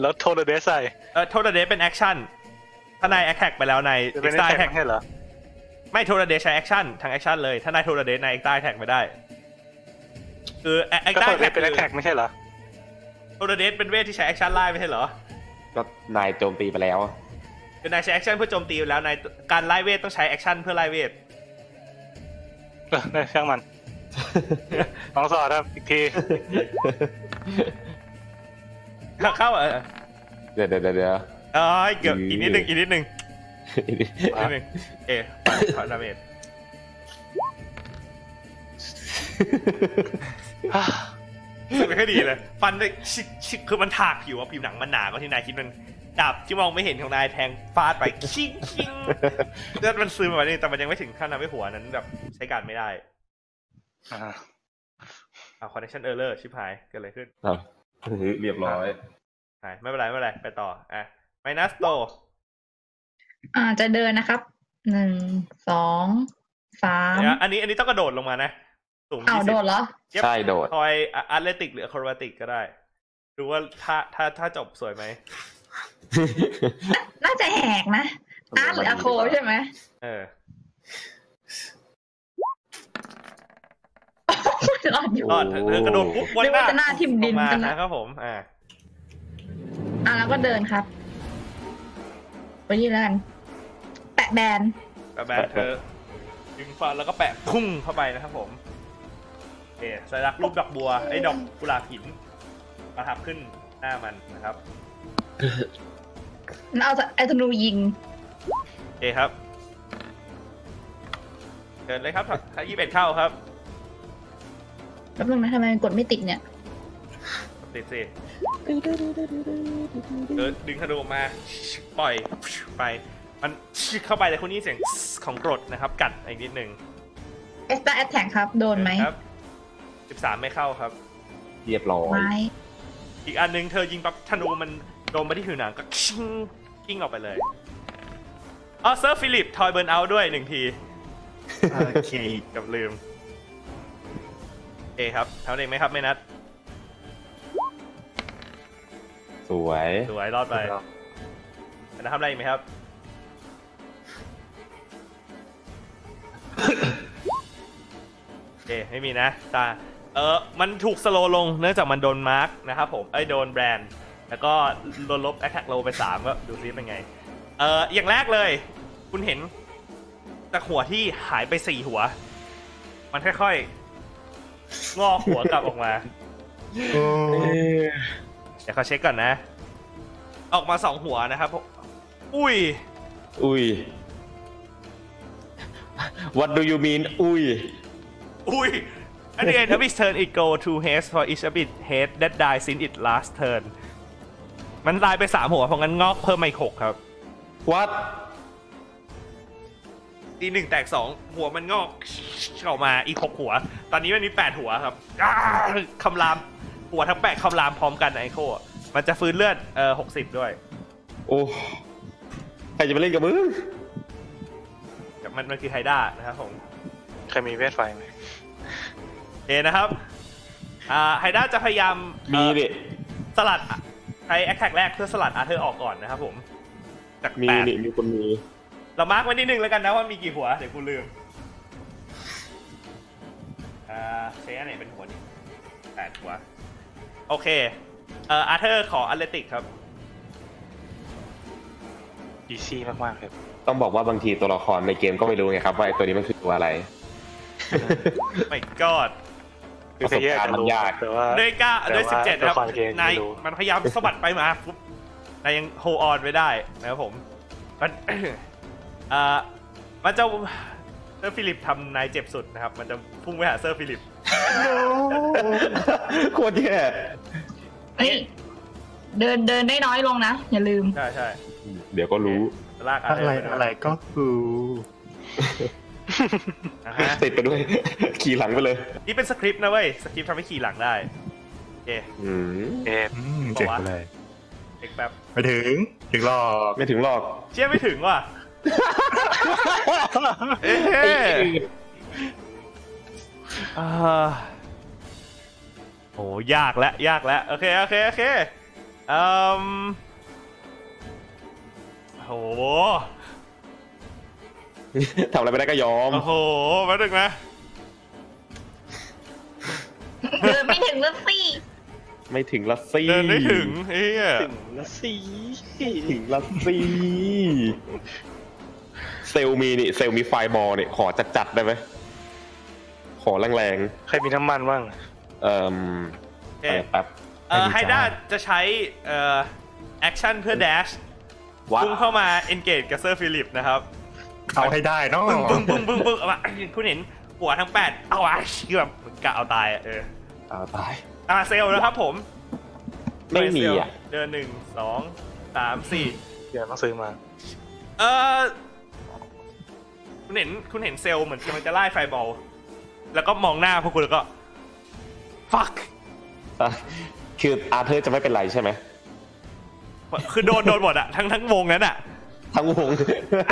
Speaker 3: แล้วโทษเดสใส่
Speaker 1: เออโทษเดสเป็นแอคชั่นถ้านายแอคแท็กไปแล้วใน
Speaker 3: เป็น attack ไม่ใช่เหรอ
Speaker 1: ไม่โทษเดสใช้แอคชั่นทางแอคชั่นเลยถ้านายโทษเดสนายเอ็กซ์ตร้าแท็กไม่ได้ คือแอค
Speaker 3: ก็
Speaker 1: ต้า
Speaker 3: เปิด
Speaker 1: แท็ก
Speaker 3: เป็นแท็กไม่ใช่เหรอ
Speaker 1: โทษเดสเป็นเวทที่ใช้แอคชั่นไล่ไม่ใช่เหรอ
Speaker 7: ก็นายโจมตีไปแล้ว
Speaker 1: คือนายใช้แอคชั่นเพื่อโจมตีอยู่แล้วนายการไล่เวทต้องใช้แอคชั่นเพื่อไล่เวท
Speaker 3: เออช่างมัน น้องสอดครับ อีกที
Speaker 1: เข้าเออ
Speaker 7: เดี๋ยวเดี๋ยวเดี๋ยว
Speaker 1: เอ้ยเกือบ
Speaker 7: อืม
Speaker 1: อีกนิดนึงอีกนิดนึงอีกนิดนึงเอ๊ะขอดาเมจรู้สึกไม่ค่อยดีเลย ฟันได้ชิกชิกคือมันถากผิวอะผิวหนังมันหนากว่าที่นายคิดมันดาบที่มองไม่เห็นของนายแทงฟาดไปคิงคิงเลือดมันซึมออกมานี่แต่มันยังไม่ถึงขั้นทำให้หัวนั้นแบบใช้การไม่ได้
Speaker 3: อ่า
Speaker 1: เอาคอนเนคชั่นเออร์เลอร์ชิบหายเกิดอะไรขึ้น
Speaker 7: ครับเรียบร้อย
Speaker 1: หายไม่เป็นไรไม่เป็นไรไปต่ออ่ะไมนัสโต
Speaker 5: อ่าจะเดินนะครับหนึ่งสองสาม
Speaker 1: เดี๋ยวอันนี้อันนี้ต้องกระโดดลงมานะ สูง
Speaker 5: อ้า
Speaker 1: ยี่สิ
Speaker 5: วโด
Speaker 1: บ
Speaker 5: ดเหรอ
Speaker 7: ใช่โดด
Speaker 1: ทอยอะเลติกหรืออะโครบาติกก็ได้ ดูว่าถ้าถ้าถ้าจบสวยไหม
Speaker 5: น่าจะแหกนะอาร์ตหรืออาโคใช่ไหม
Speaker 1: เออ
Speaker 5: รอดอยู่
Speaker 1: รอดเธอเธอกระโดดปุ๊บวัน
Speaker 5: นึก
Speaker 1: ห
Speaker 5: ว่า
Speaker 1: น้า
Speaker 5: จะหน้าทิ่ม
Speaker 1: ล
Speaker 5: ดิ
Speaker 1: ง
Speaker 5: น
Speaker 1: มา
Speaker 5: กันนะ
Speaker 1: นะครับผมอ่ะ
Speaker 5: อ่ะแล้วก็เดินครับ ไปนี่แล้วกันแปะแบน
Speaker 1: แปะแบนเธอดึงฟันแล้วก็แปะพุ่งเข้าไปนะครับผมโอเอสัญลักษณ์รูปดอกบัวไอ้ดอกกุหลาบหินประทับขึ้นหน้ามันนะครับ
Speaker 5: แล้วเอาไอ้ธนูยิง
Speaker 1: โอเอครับเกิดเลยครับยี่สิบเอ็ดเข้าครับ
Speaker 5: แป๊บนึงนะทำไมมันกดไม่ติดเนี่ย
Speaker 1: ติดสิเออดึงธนูออกมา ปล่อยไป มันเข้าไปแต่คุณนี่เสียงของกรดนะครับ กัดอีกนิดหนึ่ง
Speaker 5: เอสตาแอตแทกครับ โดนไหม
Speaker 1: ครับสิบสามไม่เข้าครับ
Speaker 7: เรียบร้อย
Speaker 5: ไม่
Speaker 1: อีกอันหนึงเธอยิงปั๊บธนูมันโดนไปที่ผิวหนังก็ชิงกิ้งออกไปเลยอ๋อเซอร์ฟิลิป ทอยเบิร์นเอาท์ด้วยหนึ่งที
Speaker 4: โอเค
Speaker 1: กับลืม เอครับเท่าเด็กไหมครับไม่นัด
Speaker 7: สวย
Speaker 1: สวยรอดไป
Speaker 3: ครับ
Speaker 1: จะทำอะไรอีกไหม ครับ โอเคไม่มีนะตาเออมันถูกสโลว์ลงเนื่องจากมันโดนมาร์กนะครับผมไอ้ยโดนแบรนด์ แล้วก็โดนลบแอคแท็กโลไปสามก็ดูซิเป็นไง เอออย่างแรกเลย คุณเห็นจากหัวที่หายไปสี่หัว มันค่อยๆ งอกหัวกลับออกมา เดี๋ยวเขาเช็คก่อนนะ ออกมาสองหัวนะครับผมอุ้ย
Speaker 7: อุ้ย What do you mean อุ้ย
Speaker 1: อุ้ย At the end of each turn it go to haste for each of it head that die since it last turn มันตายไปสามหัวเพราะงั้นงอกเพิ่มมาอีกหกครับ
Speaker 7: What
Speaker 1: ทีหนึ่งแตกสองหัวมันงอกออกมาอีกหกหัว ตอนนี้มันมีแปดหัวครับ อ้าคำรามหัวทั้งแปดคำรามพร้อมกันนะไอโคมันจะฟื้นเลือดเอ่อหกสิบด้วย
Speaker 7: โอ้ ใครจะไปเล่นกับมึง
Speaker 1: แต่มันมันคือไฮด้านะครับผม
Speaker 3: ใครมีเวทไฟไหม
Speaker 1: โอเคนะครับ อ่า ไฮด้าจะพยายาม
Speaker 7: มี
Speaker 1: เอ่อ
Speaker 7: ดิ
Speaker 1: สลัดอ่ะใช้แอคแท็กแรกเพื่อสลัดอาร์เธอร์ออกก่อนนะครับผม จาก
Speaker 7: มี
Speaker 1: แปด
Speaker 7: ดิ มีคนมี
Speaker 1: เรามาร์กไว้นิดนึงแล้วกันนะว่ามีกี่หัว เดี๋ยวกูลืม อ่าใช้อันไหนเป็นหัวดีแปดหัว โอเค เอ่ออาร์เธอร์ขออเลติกครับ
Speaker 3: อีซี่มากๆครับ
Speaker 7: ต้องบอกว่าบางทีตัวละครในเกมก็ไม่รู้ไงครับว่าไอ้ตัวนี้มันคือตัวอะไร
Speaker 1: ไม่กอด
Speaker 3: คือจะแยกกันรู้
Speaker 7: ประสบการณ์มันยาก
Speaker 3: แต่ว่า
Speaker 1: ด้วยเก้า
Speaker 3: แต่ว่า
Speaker 1: ด้วยสิบเจ็ดนะครับ
Speaker 3: ละครเกม
Speaker 1: นาย
Speaker 3: ไม่รู้
Speaker 1: มันพยายาม สะบัดไปมาปุ๊บนายยังโฮออนไม่ได้นะครับผมมัน เอ่อมันจะเซอร์ฟิลิปทำนายเจ็บสุดนะครับ มันจะพุ่งไปหาเซอร์ฟิลิป
Speaker 7: โคตรแย่
Speaker 5: เฮ้ยเดินเดินได้น้อยลงนะ อย่าลืม
Speaker 1: ใช่ใช่
Speaker 7: เดี๋ยวก็รู้
Speaker 1: ลากอะ
Speaker 4: อะไร ไร
Speaker 1: ปด้วย
Speaker 4: อะไรก็คือ
Speaker 1: นะฮะ
Speaker 7: ติดไปด้วย ขี่หลังไปเลย
Speaker 1: นี่เป็นสคริปต์นะเว้ยสคริปต์ทำให้ขี่หลังได้โอเค
Speaker 7: อืม
Speaker 3: เอฟ
Speaker 4: อืมเจ๋งไปเลย
Speaker 1: เด็กแป๊บ
Speaker 4: ไปถึง ถึงรอบ
Speaker 7: ไม่ถึงหรอก
Speaker 1: เชี่ยไม่ถึงว่ะเอ๊ะ อ่าโอ้ยากแล้วยากแล้ว โอเค โอเค โอเคอืมโอ้โห
Speaker 2: ทำอะไรไม่ได้ก็ยอม
Speaker 1: โอ้โหมาดึงนะ
Speaker 5: เดินไม่ถึงแล้วสิ
Speaker 2: ไม่ถึงละซี่
Speaker 1: เดินได้ถึงเอ้ย
Speaker 3: ถึงละสี
Speaker 2: ถึงละซี่เซลลมีนี่เซลลมีไฟบอลเนี่ยขอจัดจัดๆได้ไหมขอแรง
Speaker 3: ใครมีน้ำมันบ้าง
Speaker 2: ๆเอ่ม
Speaker 1: เอ๊ะ
Speaker 2: แป๊บ
Speaker 1: เออไฮด้าจะใช้เอ่อแอคชั่นเพื่อ dash
Speaker 2: วัด
Speaker 1: พุ่งเข้ามา engage กับเซอร์ฟิลิปนะครับ
Speaker 4: เอาให้ได้เนาะ
Speaker 1: ปึ้งปึ้งปึ้งปึ้งปึ้งเอามาคุณเห็นหัวทั้งแปดเอาไอ้คือแบบกะเอาตายอะเออ
Speaker 2: อ่าตาย
Speaker 1: อ่าเซลลนะครับผม
Speaker 2: ไม่มีอ่ะ
Speaker 1: เดินหนึ่งสองสามสี่
Speaker 3: เดี๋ยวต้องซื้อมา
Speaker 1: เออคุณเห็นคุณเห็นเซลลเหมือนกำลังจะไล่ไฟบอล แล้วก็มองหน้าพวกคุณแล้วก็ fuck
Speaker 2: อ่ะคืออาเธอร์จะไม่เป็นไรใช่ไหม
Speaker 1: คือโดนโดนหมดอะทั้งทั้งวงนั้นอะ
Speaker 2: ทั้งวง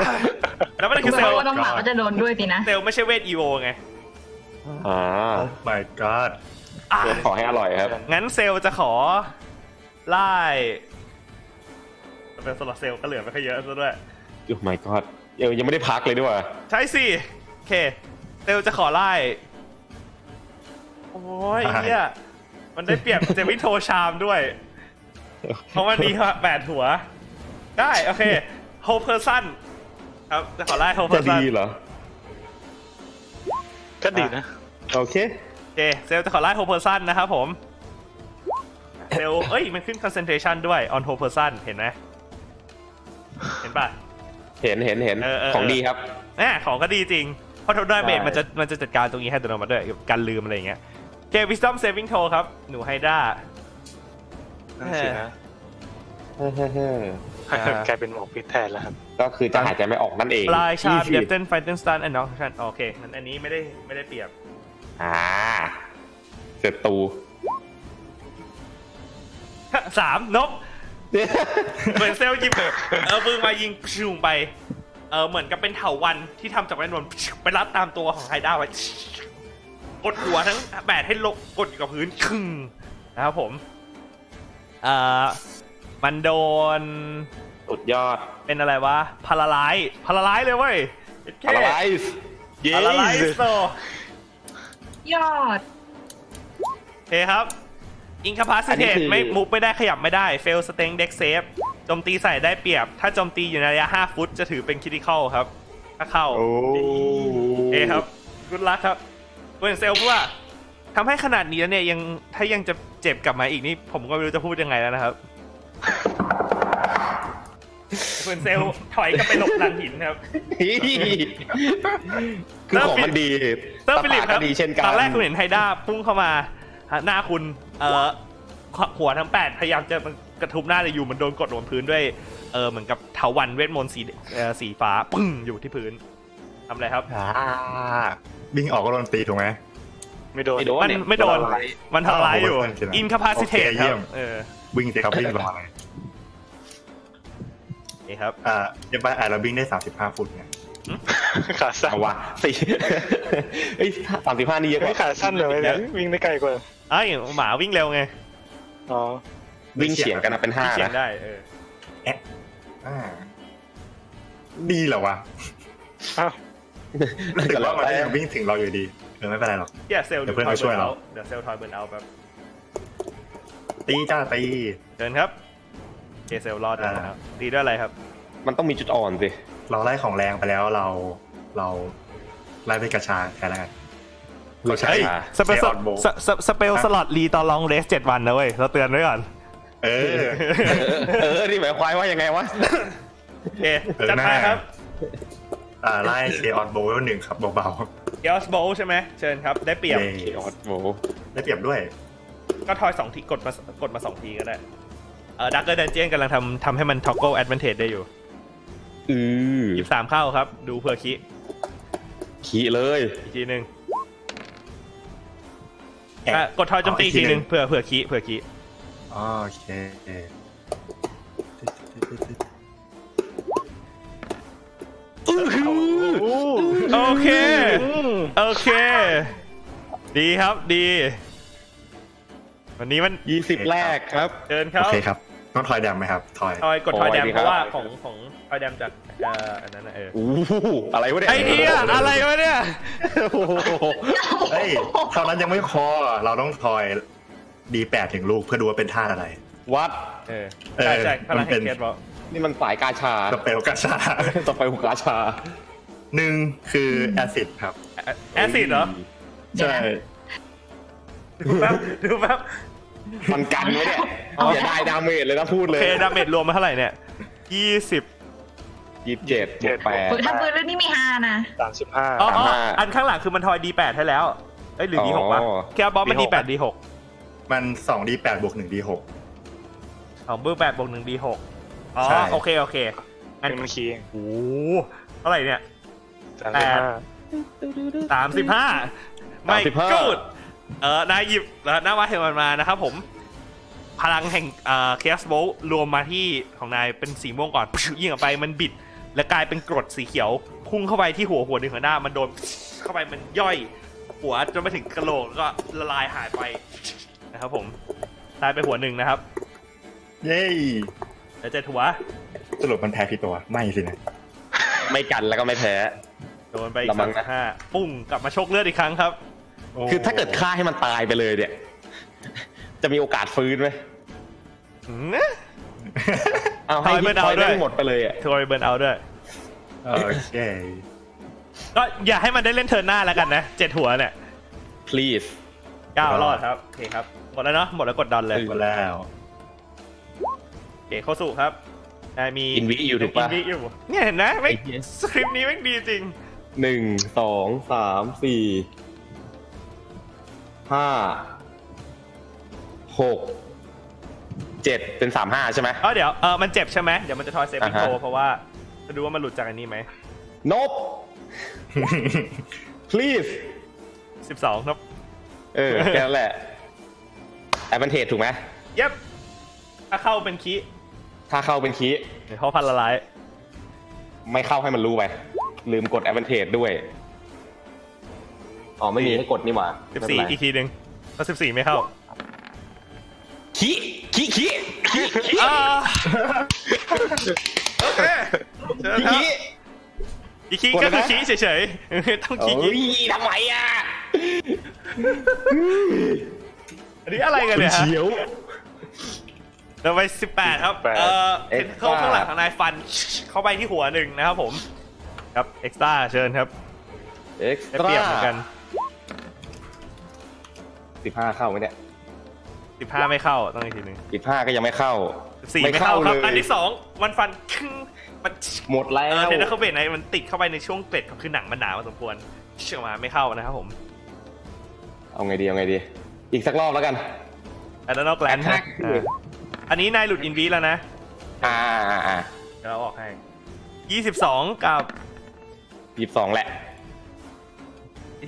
Speaker 1: แล้วมัน
Speaker 5: คื
Speaker 1: คือ อเซลล
Speaker 5: ว่าน้องหมาก็จะโดนด้วยสินะ
Speaker 1: เซลลไม่ใช่เวทอีโวไง
Speaker 2: อ่า
Speaker 4: โอ้ my god
Speaker 1: อ่ะ
Speaker 2: เดี๋ยวขอให้อร่อยครับ
Speaker 1: งั้นเซลลจะขอไล่แต่เป็นสล็อตเซลลก็เหลือไม่ค่อยเยอะซะด้วย
Speaker 2: โอ้ my god เออยังไม่ได้พักเลยดีกว่า
Speaker 1: ใช่สิโอเคเซลลจะขอไล่ โอ้ย
Speaker 4: ได้
Speaker 1: เนี่ยมันได้เป รียบ เจมิโทชามด้วย เพราะมันมีแปดหัว ได้ โอเคโฮเพอร์ซันครับจะขอไล่โฮเพอ
Speaker 2: จะ
Speaker 1: ร์ซั
Speaker 2: ดี
Speaker 1: น
Speaker 2: เหรอ
Speaker 3: ก็ดีนะ
Speaker 2: โอเค
Speaker 1: โอเคเซลลจะขอไล่โฮเพอร์ซันนะครับผมเซลลเอ้ย มันขึ้นคอนเซนเทรชันด้วยออนโฮเพอร์ซันเห็นไหมเห็นป่ะ
Speaker 2: เห็นเห็นเห็น
Speaker 1: เออเออ
Speaker 2: ของดีครับ
Speaker 1: แหมของก็ดีจริง เพราะโทดาเมจ
Speaker 2: ใช่
Speaker 1: มันจะมันจะจัดการตรงนี้ให้อัตโนมัติด้วยกับการลืมอะไรอย่างเงี้ยโอเควิสตอมเซฟิงโทครับ หนูไฮด้า
Speaker 3: นั่นสินะ
Speaker 2: เฮ้อเฮ้อเฮ้ออ่าก
Speaker 3: ลายเป็นหมอกพิษแทนแล้วครับ
Speaker 2: ก็คือจะหายใจไม่ออกนั่นเอง
Speaker 1: ปลายชาบ
Speaker 2: 20
Speaker 1: เดฟเทนไฟเทนสตันแอนน็อกชันโอเคงั้นอันนี้ไม่ได้ไม่ได้เปรียบ
Speaker 2: อ่าเสร็จตู
Speaker 1: สามน กเหมือนเซลล์ยิงเออปืนมายิงชิงไป เออเหมือนกับเป็นเถาวันที่ทำจากแม่นวลไปรัดตามตัวของไฮด้าไว้กดหัวทั้งแปดให้ลงกดอยู่กับพื้นครึ่งนะครับผมเอ่อมันโดน
Speaker 2: สุดยอด
Speaker 1: เป็นอะไรวะพาราไลซ์พาราไลซ์เลยเว้ย
Speaker 2: พาราไลส์เย้
Speaker 1: พาราไลซ์โต
Speaker 5: ยอด
Speaker 1: โอเคครับ อินคาพาสิเทตไม่มุกไม่ได้ขยับไม่ได้ เฟลสเต็งเด็กเซฟโจมตีใส่ได้เปรียบ ถ้าโจมตีอยู่ในระยะ 5 ฟุตจะถือเป็นคิติคอลครับ ถ้าเข้า
Speaker 4: โอ้
Speaker 1: เอครับกุดลักครับเวนเซลพูดว่าทำให้ขนาดนี้แล้วเนี่ยยังถ้ายังจะเจ็บกลับมาอีกนี่ ผมก็ไม่รู้จะพูดยังไงแล้วนะครับ เวนเซลถอยกลับไปหลบหลังหินครับ
Speaker 2: คือของมันดี
Speaker 1: เซอร์ฟิลิปค
Speaker 2: ก็
Speaker 1: รับ
Speaker 2: ดีเช่นกัน
Speaker 1: ตอนแรกคุณเห็นไฮด้าพุ่งเข้ามาหน้าคุณเอ่อหัวทั้งแปดพยายามจะกระทุบหน้าแต่อยู่มันโดนกดลงพื้นด้วยเออเหมือนกับเถาวันเวทมนต์สีเอ่อสีฟ้าปึ้งอยู่ที่พื้นทำอะไรครับ
Speaker 4: อ่าวิ่งออกก็โดนตีถูกไหม
Speaker 3: ไม่โดน
Speaker 2: ไม่โดน
Speaker 1: มัน
Speaker 2: เย
Speaker 1: ไม่โดน
Speaker 2: พาราไลซ์
Speaker 1: มันทำร้ายอยู่
Speaker 4: โอ้โห
Speaker 1: อินคาพาซิเทต
Speaker 4: โอเค
Speaker 1: ครั
Speaker 4: เยี่ย
Speaker 1: บ
Speaker 4: ม
Speaker 1: เออ
Speaker 4: วิ่งสิครับวิ่งรออะไร
Speaker 1: นี่ครับ
Speaker 4: อ่าเดี๋ยวไปอ่าเราวิ่งได้สามสิบห้าฟุตไง
Speaker 3: ขาสั้น
Speaker 2: เอาวะ สี่เอ้ยสามสิบห้านี่เยอะก
Speaker 3: ไม่
Speaker 2: ว่า
Speaker 3: ขาสั้นเลยเนี่ยวิ่งได้ไกลกว่า
Speaker 1: เอ้ยหมาวิ่งเร็วไง
Speaker 3: อ๋อ
Speaker 2: วิ่งเฉียงกันนะเป็นห้า
Speaker 1: วิ่งเฉียง
Speaker 2: นะ
Speaker 1: ได้เออ
Speaker 4: อ่าดีเหรอวะ
Speaker 3: อ้าว
Speaker 4: รู้สึกว่ามันก็ยังวิ่ง ถึงเราอยู่ดีเออไม่เป็นไรหรอก
Speaker 1: เดี๋ยวเซลล์
Speaker 4: เดี๋ยวเพื่อนเขาช่วยเรา
Speaker 1: เดี๋ยวเซลล์ทอยเบิร์นเอาท์แบบ
Speaker 4: ตีจ้าตี
Speaker 1: เดินครับโอเคเซลล์รอดแล้วนะครับดีด้วยอะไรครับ
Speaker 2: มันต้องมีจุดอ่อนสิ
Speaker 4: เราไล่ของแรงไปแล้วเราเราไล่ไปกระชาแทนแล้วกัน
Speaker 2: กระชา
Speaker 4: เฮ้
Speaker 1: เฮ้
Speaker 4: ย
Speaker 1: ยสเปล
Speaker 4: ใช้ออนโบ
Speaker 1: สเปลสเปลสล็อตรีตอนลองเรสเจ็ดวันนะเว้ยเราเตือนไว้ก่อน
Speaker 4: เออ
Speaker 2: เออเออ นี่หมายความว่ายังไงวะ
Speaker 1: โอเค
Speaker 4: เออ
Speaker 1: จัดไป
Speaker 4: หน้า
Speaker 1: ครับ
Speaker 4: อ่าไล่เคออนโบไว้หนึ่งครับเบา
Speaker 1: เดอสโบใช่ไหมเชิญครับ ได้เป
Speaker 4: ๆ
Speaker 1: รียบ
Speaker 4: เย้
Speaker 2: เขียวโอ้โห
Speaker 4: ได้เปรียบด้วย
Speaker 1: ก็ทอยสองทีกดมากดมาสองทีก็ได้ เออดักเกอร์ดันเจียนกำลังทำทำให้มันท็อก l ก a แอด a n นเทจได้อยู่
Speaker 2: อือ
Speaker 1: สิบสามเข้าครับ ดูเพื่อคิ
Speaker 2: ขี่เลย
Speaker 1: อีกทีหนึ่ง
Speaker 4: แอะ
Speaker 1: อ่ะกดทอยโจมตีอีกทีหนึ่ง
Speaker 4: อ๋ออีกทีหนึ่ง
Speaker 1: เผื่อเผื่อคิเผื่อคิ
Speaker 4: อ๋อโอเค
Speaker 1: โอเค โอเค ดีครับดี วันนี้มัน
Speaker 2: ยี่สิบแรกครับ
Speaker 1: เชิญครับ
Speaker 4: โอเคครับ ต้องถอยแดมไหมครับ ถอย
Speaker 1: ทอยกดทอยแดม
Speaker 2: โอ้ยดี
Speaker 1: เพ
Speaker 2: ครับ
Speaker 1: ราะว่าของของทอยแดมจากเอ่ออันนั้นน่ะเออ
Speaker 2: อู้หูอะไรวะเนี่ย
Speaker 1: ไอเดียอะไรวะเนี่ย
Speaker 2: โอ้โห
Speaker 4: เฮ้ยเท่านั้นยังไม่พอเราต้องถอยดีแปดถึงลูกเพื่อดูว่าเป็นท่าอะไร
Speaker 2: วัด
Speaker 1: เออ
Speaker 4: เออ
Speaker 1: ใช่ใช่พลังแห่
Speaker 4: มันเป็
Speaker 1: ง
Speaker 4: น
Speaker 1: เทียนบอก
Speaker 2: นี่มันสายกาชา
Speaker 4: สเปลกระชา
Speaker 2: ต่อไปของกาชา
Speaker 4: หนึ่งคือแอซิดครับ
Speaker 1: แอซิดเหรอ
Speaker 5: เดี๋ยว
Speaker 4: ใช่
Speaker 5: นะ
Speaker 1: ดูแป๊บดูแป๊บ
Speaker 2: มันกันไว้เนี่ย
Speaker 5: เอา
Speaker 2: อย่าได้ดาเมจเลยนะพูด
Speaker 1: โอ
Speaker 2: เลย
Speaker 1: เคดาเมจรวมมาเท่าไหร่เนี่ยยี่สิบ
Speaker 2: ยี่สิบเจ็ดบวกแปด
Speaker 5: โอ้ยถ้าปืนเรื่องนี้ไม่ฮานะ
Speaker 3: สามสิบห้า
Speaker 1: อ๋ออ๋อ
Speaker 2: สามห้า
Speaker 1: อันข้างหลังคือมันทอยดีแปดให้แล้วเอ้ยหรือดีหกวะ
Speaker 2: อ๋อ
Speaker 1: แค่บอสมันดีแปดดีหก
Speaker 4: มันสองดีแปดบวกหนึ่งดีหก
Speaker 1: ของเบอร์แปดบวกหนึ่งดีหกอ๋อ
Speaker 4: ใช่
Speaker 1: โอเคโอเคงั้น
Speaker 3: เป็นเมื่อกี้
Speaker 1: โอ้โหเท่าไหร่เนี่ย
Speaker 3: สาม
Speaker 1: แป
Speaker 3: สิ
Speaker 1: ด
Speaker 3: บห้า
Speaker 1: สามสิบห้าไม่
Speaker 2: 35
Speaker 1: กูดเออนายหยิบเออนาวาเทวันมานะครับผม พลังแห่งเอ่อเคสโบรวมมาที่ของนายเป็นสีม่วงก่อน ยิงออกไปมันบิด และกลายเป็นกรดสีเขียว พุ่งเข้าไปที่หัวหัวหนึ่งของหน้ามันโดน เข้าไปมันย่อย หัวจนไปถึงกระโหลกแล้วก็ละลายหายไปนะครับผมตายไปหัวหนึ่งนะครับ
Speaker 4: เย้
Speaker 1: แล้วเจ็ดหัว
Speaker 4: สรุปมันแพ้พี่ตัว ไม่สินะ
Speaker 2: ไม่กันแล้วก็ไม่แพ้
Speaker 1: โดนไปอีก
Speaker 2: ระ
Speaker 1: สา
Speaker 2: วั
Speaker 1: ง ม
Speaker 2: นะ
Speaker 1: สิบห้าปุ้งกลับมาชกเลือดอีกครั้งครับ
Speaker 2: คือถ้าเกิดฆ่าให้มันตายไปเลยเนี่ย จะมีโอกาสฟื้นไหมเอาให้
Speaker 1: ตายไม่ได้
Speaker 2: ฮิตพอยต์
Speaker 1: ด้วย
Speaker 2: แม่งหมดไปเลยอะ
Speaker 1: ทอยเบิร์นเอาด้วย
Speaker 4: โอเค
Speaker 1: ก็อย่าให้มันได้เล่นเทิร์นหน้าแล้วกันนะเจ็ดหัวเนี่ย
Speaker 2: please
Speaker 1: เก้า
Speaker 4: ครับ
Speaker 1: รอดครับโอเคครับ หมดแล้วเนาะหมดแล้วกดดอนเลย
Speaker 4: หมดแล้ว
Speaker 1: โอเคเข้าสู่ครับได้มี
Speaker 2: Invite อยู่ถูกปะ
Speaker 1: Invite อยู่เนี่ยเห็นนะไม่ง
Speaker 2: ไอ้เหี้ย
Speaker 1: สคริปต์นี้ไม่งดีจริง
Speaker 2: หนึ่งสองสามสี่ห้าหกเจ็ดเป็นสามห้าใช่ไหม
Speaker 1: เออเดี๋ยวเออมันเจ็บใช่ไหมเดี๋ยวมันจะทอยเซฟ
Speaker 2: อ่า
Speaker 1: พิ
Speaker 2: ฮะ
Speaker 1: โตเพราะว่าจะดูว่ามันหลุดจากอันนี้ไหม
Speaker 2: น บ please
Speaker 1: สิบสองครับ
Speaker 2: เออแค่นั้นแหละแอปเปิลเทถูกไหม
Speaker 1: เย็บถ้าเข้าเป็นคี
Speaker 2: ถ้าเข้าเป็นคี
Speaker 1: เขาพันละลาย
Speaker 2: ไม่เข้าให้มันรู้ไป ลืมกดแอปเปิลเทด้วย อ๋อ ไม่มีให้กดนี่หว่า
Speaker 1: สิบสี่
Speaker 2: ไม่เป็นไร
Speaker 1: อีกทีหนึ่งถ้าสิบสี่ไม่เข้า
Speaker 2: คีคีคีคีคี
Speaker 1: อ่าโอเคเชิญครับ
Speaker 2: คี
Speaker 1: อีกคี
Speaker 2: กด
Speaker 1: ก็
Speaker 2: เลยนะ
Speaker 1: คือคีเฉยๆไม่ต้องคี
Speaker 2: โอ้ยทำไมอ่ะ
Speaker 1: อันนี้อะไรกันเนี่ยฮะ เราไปสิบแปดครับ เออเห็นเข้าข้างหลังของนายฟัน เข้าไปที่หัวหนึ่งนะครับผม ครับ เอ็กซ์ตาเชิญครับ
Speaker 2: เอ็ก
Speaker 1: ได้
Speaker 2: ต
Speaker 1: เปรียบ
Speaker 2: ร้า
Speaker 1: เหมือนกัน
Speaker 2: สิบห้าเข้าไหมเนี่ย
Speaker 1: สิบห้าไม่เข้าต้องอีกทีหนึ่ง
Speaker 2: สิบห้าก็ยังไม่เข้า
Speaker 1: สิบสี่ไม่เข้าครับ
Speaker 2: ย
Speaker 1: อันที่สองมันฟันครึ่งมัน
Speaker 2: หมดแล้
Speaker 1: เอ
Speaker 2: ว
Speaker 1: อเทนเดอร์เข้าไปในมันติดเข้าไปในช่วงเกล็ดครับคือหนังมันหนาพอสมควรเชื่อมาไม่เข้านะครับผม
Speaker 2: เอาไงดีเอาไงดี อีกสักรอบแล้วกัน
Speaker 1: อันนั้นนอกแลนด์ครับ
Speaker 2: แปดห้าคือ
Speaker 1: อันนี้นายหลุดอินวีแล้วนะ
Speaker 2: อ่าอ่าอ่า
Speaker 1: เดี๋ยวเราออกให้ยี่สิบสองกับ
Speaker 2: สิบสองแหละ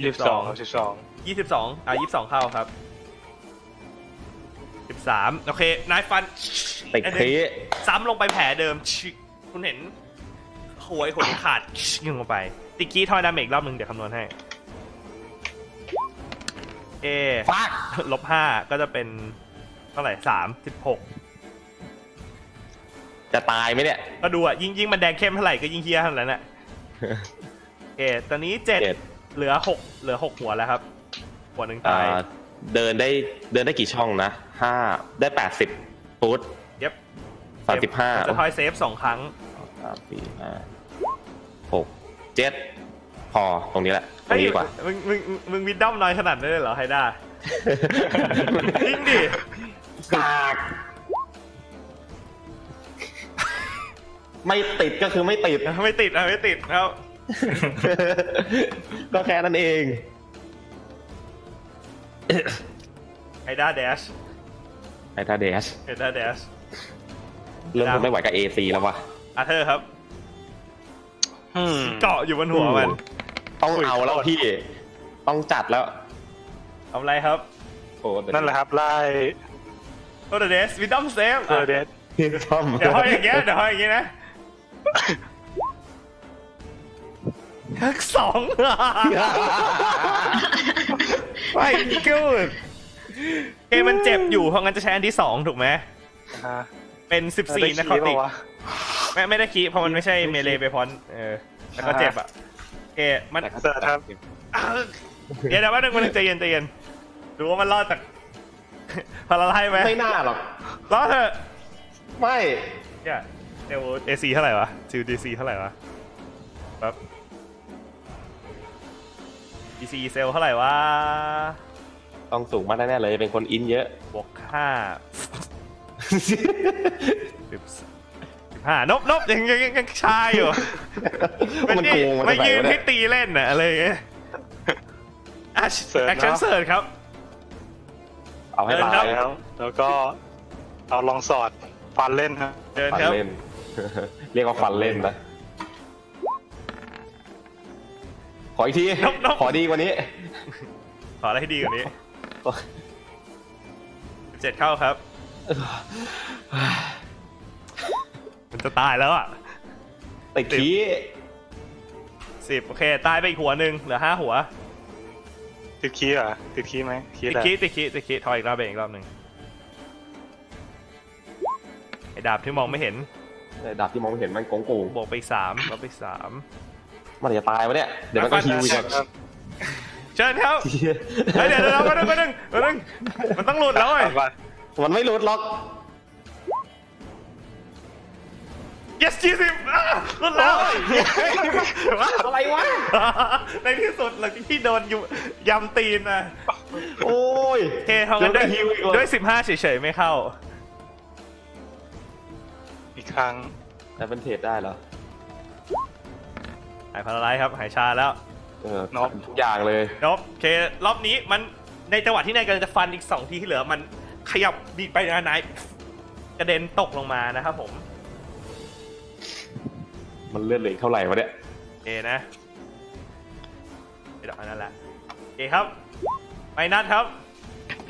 Speaker 3: สิบสองครับสิบสอง
Speaker 1: ยี่สิบสองอ่ะยี่สิบสองเข้าครับสิบสามโอเคนายฟัน
Speaker 2: ติดคี
Speaker 1: ซ้ำลงไปแผลเดิมชิคุณเห็นหัวไอ้คนขาดชิยิงลงไป ติกกี้ทอยดาเมจอีกรอบหนึ่งเดี๋ยวคำนวณให้ เอ
Speaker 2: ฟัก
Speaker 1: ลบห้าก็จะเป็นเท่าไหร่สามสิบหก
Speaker 2: จะตายไหมเนี่ย
Speaker 1: ก็ดูอ่ะ ยิ่งยิ่งมันแดงเข้มเท่าไหร่ก็ยิ่งเฮี้ยเท่านั้น แหละโอเคตอนนี้เจ็ด
Speaker 2: เจ็ด
Speaker 1: เหลือหกเหลือหกหัวแล้วครับ หัวหนึ่ง
Speaker 2: อ่า
Speaker 1: ตาย
Speaker 2: เดินได้เดินได้กี่ช่องนะห้าได้แปดสิบฟุต
Speaker 1: เย็บ
Speaker 2: สามสิบห้า
Speaker 1: เกมจะทอยเซฟสองครั้ง
Speaker 2: สามสี่ห้าหกเจ็ดพอตรงนี้แหละตร
Speaker 1: เฮ้
Speaker 2: ง
Speaker 1: ย
Speaker 2: นี้ดีกว่า
Speaker 1: มึงมึงมึงมึงวิดด้อมน้อยขนาดนั้นเลยเหรอไฮด้า จริงดิ
Speaker 2: กากไม่ติดก็คือไม่ติด
Speaker 1: ไม่ติดอะไม่ติดครับ
Speaker 2: ก็แค่นั้นเอง
Speaker 1: ไฮด้าแดช
Speaker 2: ไอตาเดช
Speaker 1: ไฮด้าแดช
Speaker 2: เริ่มทนไม่ไหวกับ AC แล้ววะ
Speaker 1: อาเธอร์ครับ
Speaker 3: อืม
Speaker 1: เกาะอยู่บนหัวมัน
Speaker 2: ต้องเอาแล้วพี่ ต้องจัดแล้ว
Speaker 1: เอาอะไรครับ
Speaker 2: โอ้เดี๋ยว
Speaker 3: นั่นแหละครับ ไล่
Speaker 1: โทษเดสวิดดอมเซฟ
Speaker 3: เออเดด
Speaker 2: พี่ซ่อม
Speaker 1: เดี๋ยวห้อยอย่างเงี้ยเดี๋ยวห้อยอย่างเงี้ยนะทักสอง ไม่คิว เกมมันเจ็บอยู่เพราะงั้นจะใช้อันที่สองถูกไหมเป็นสิบสี่นะครับติไม่ไม่ได้คีเพราะมันไม่ใช่เมเลไปพอนเออแล้วก็เจ็บอ่ะโอเคมัน
Speaker 3: เสิร์ฟครับ
Speaker 1: เดี๋ยวนะว่าหนึ่งมันงใจเย็นใจเย็นดูว่ามันรอดจาก พาราไลไหม
Speaker 2: ไม่น่าหรอก
Speaker 1: รอดเถอะ
Speaker 2: ไม่
Speaker 1: เนี่ยเอลเอซีเท่าไหร่วะจิวดีซีเท่าไหร่วะแบบดีซีเซลเท่าไหร่วะ
Speaker 2: ต้องสูงมากแน่ๆเลยเป็นคนอินเยอะ
Speaker 1: บวกห้า สิบห้านบนบยังยังยังชายอยู่
Speaker 2: มันโกง
Speaker 1: ไม่
Speaker 2: จากห
Speaker 1: ยืน
Speaker 2: วะ
Speaker 1: ให้ตีเล่นน่ะอะไรอย่างเงี้ยอ่ะ
Speaker 3: เสิร์ช
Speaker 1: แอคชั่น
Speaker 3: เนอะ
Speaker 1: เสิร์ชครับ
Speaker 2: เอาให้
Speaker 1: เดิน
Speaker 2: ตา
Speaker 1: ครับ
Speaker 2: ย
Speaker 3: แล้ว แล้วก็เอาลองสอดฟันเล่นนะ
Speaker 1: เดิน
Speaker 2: ฟัน
Speaker 1: ครับ
Speaker 2: เล่น เรียกว่าฟัน เล่นนะขออีกทีขอดีกว่านี้
Speaker 1: ขออะไรให้ดีกว่านี้เจ็ดเข้าครับ มันจะตายแล้วอ่ะ
Speaker 2: ติดขี้
Speaker 1: สิบโอเคตายไปอีกหัวหนึ่งเหลือห้าหัว
Speaker 3: ติดคีย์เหรอ่ะติดคีย์ไหมคี
Speaker 1: ติด
Speaker 3: ย์แหละ
Speaker 1: คิดติดคิดติดคิดถอยอีกรอบเบรกอีกรอบหนึ่งไอ้ดาบที่มองไม่เห็น
Speaker 2: ดาบที่มองไม่เห็นมันโกงโกง
Speaker 1: บวกไปอีกสามลบไปอีกสาม
Speaker 2: มันจะตายวะเนี่ย เดี๋ยวมันก็ฮิวอีกอะ
Speaker 3: ครับ
Speaker 1: เชิญครับ เฮ้ยเดี๋ยวเดี๋ยวมาดึงมาดึงมาดึงมันต้องหลุดแล้วไอ้ย
Speaker 3: ฟัน
Speaker 2: มันไม่หลุดหรอก
Speaker 1: yes ยี่สิบหลุดแล้ว
Speaker 2: อะไรวะ
Speaker 1: ในที่สุดหลังจากที่โดนอยู่ยำตีนนะ
Speaker 2: โอ้ย
Speaker 1: โอเคเขากันด้วย
Speaker 2: เดี๋ยวได้ฮิวอีกเหรอ
Speaker 1: ด้วยสิบห้าเฉยๆไม่เข้า
Speaker 3: อีกครั้ง
Speaker 2: แต่เป็นเทรดได้เหรอ
Speaker 1: หายพาราไลซ์ครับ หายชาแล้ว
Speaker 2: เออทุกอย่างเลย
Speaker 1: แล้วโอเค รอบนี้มันในจังหวะที่นายกำลังจะฟันอีกสองทีที่เหลือมันขยับดีดไปนะนายกระเด็นตกลงมานะครับผม
Speaker 2: มันเลือดเหลืออกเท่าไหร่วะเนี่ย
Speaker 1: โอเคนะเดี๋ยวอันนั้นแหละโอเคครับไปนัดครับ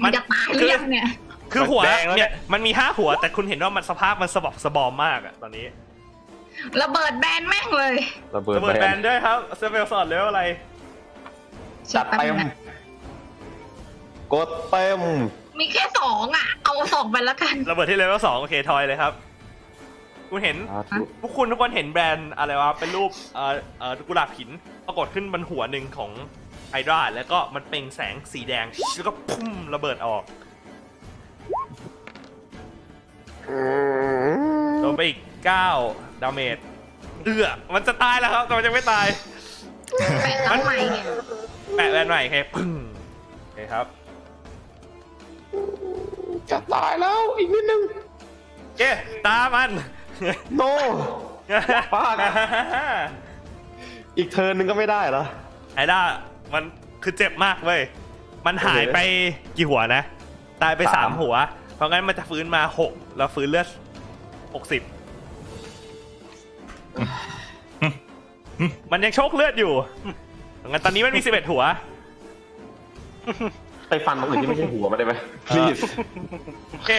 Speaker 1: มั
Speaker 5: มัน นจะตายหรือยังเนี่ย
Speaker 1: คือหัวเนี่ยมันมีห้าหัว แต่คุณเห็นว่ามันสภาพมันสะบอกสะบอมมากอะตอนนี้
Speaker 5: ระเบิดแบนแม่งเลย
Speaker 2: ระเบิด
Speaker 1: ระเบิด
Speaker 2: แบ
Speaker 1: แบ
Speaker 2: น
Speaker 1: นด้วยครับเซเวลสอดเลเวลอะไร
Speaker 2: จัดเต็ม
Speaker 5: แป๊บนึงนะ
Speaker 2: กดเต็ม
Speaker 5: มีแค่สองอ่ะ เอาสองไปแล้วกัน
Speaker 1: ระเบิดที่เลเวลสองโอเคทอยเลยครับ คุณเห็น
Speaker 2: สาธุ
Speaker 1: พวกคุณทุกคนเห็นแบรนด์อะไรวะ เป็นรูปเอ่อเอ่อกุหลาบหิน ปรากฏขึ้นบนหัวหนึ่งของไฮดราแล้วก็มันเปล่งแสงสีแดง แล้วก็พุ่มระเบิดออกโดนไปอีก 9 ดาเมจเอือมันจะตายแล้วครับ แต่มันยังไม่ตาย
Speaker 5: ไปแล้วใหม่เนี่ย
Speaker 1: แปะแบรนด์ใหม่โอเคพึ่งโอเคครับ
Speaker 2: จะตายแล้วอีกนิดนึง
Speaker 1: เจ๊ตามัน
Speaker 2: โน บ้านะ อีกเทิร์นนึงก็ไม่ได้เหรอ
Speaker 1: ไอด้ามันคือเจ็บมากเว้ย มันหายไปกี่หัวนะ ตายไปสา
Speaker 2: สาม ม
Speaker 1: หัว เพราะงั้นมันจะฟื้นมาหกแล้วฟื้นเลือดหกสิบ มันยังโชคเลือดอยู่เพราะงั้นตอนนี้มันมีสิบเอ็ดหัว
Speaker 2: ไปฟันตรงอื่นที่ไม่ใช่หัวมาได้ไหม please
Speaker 1: โอเค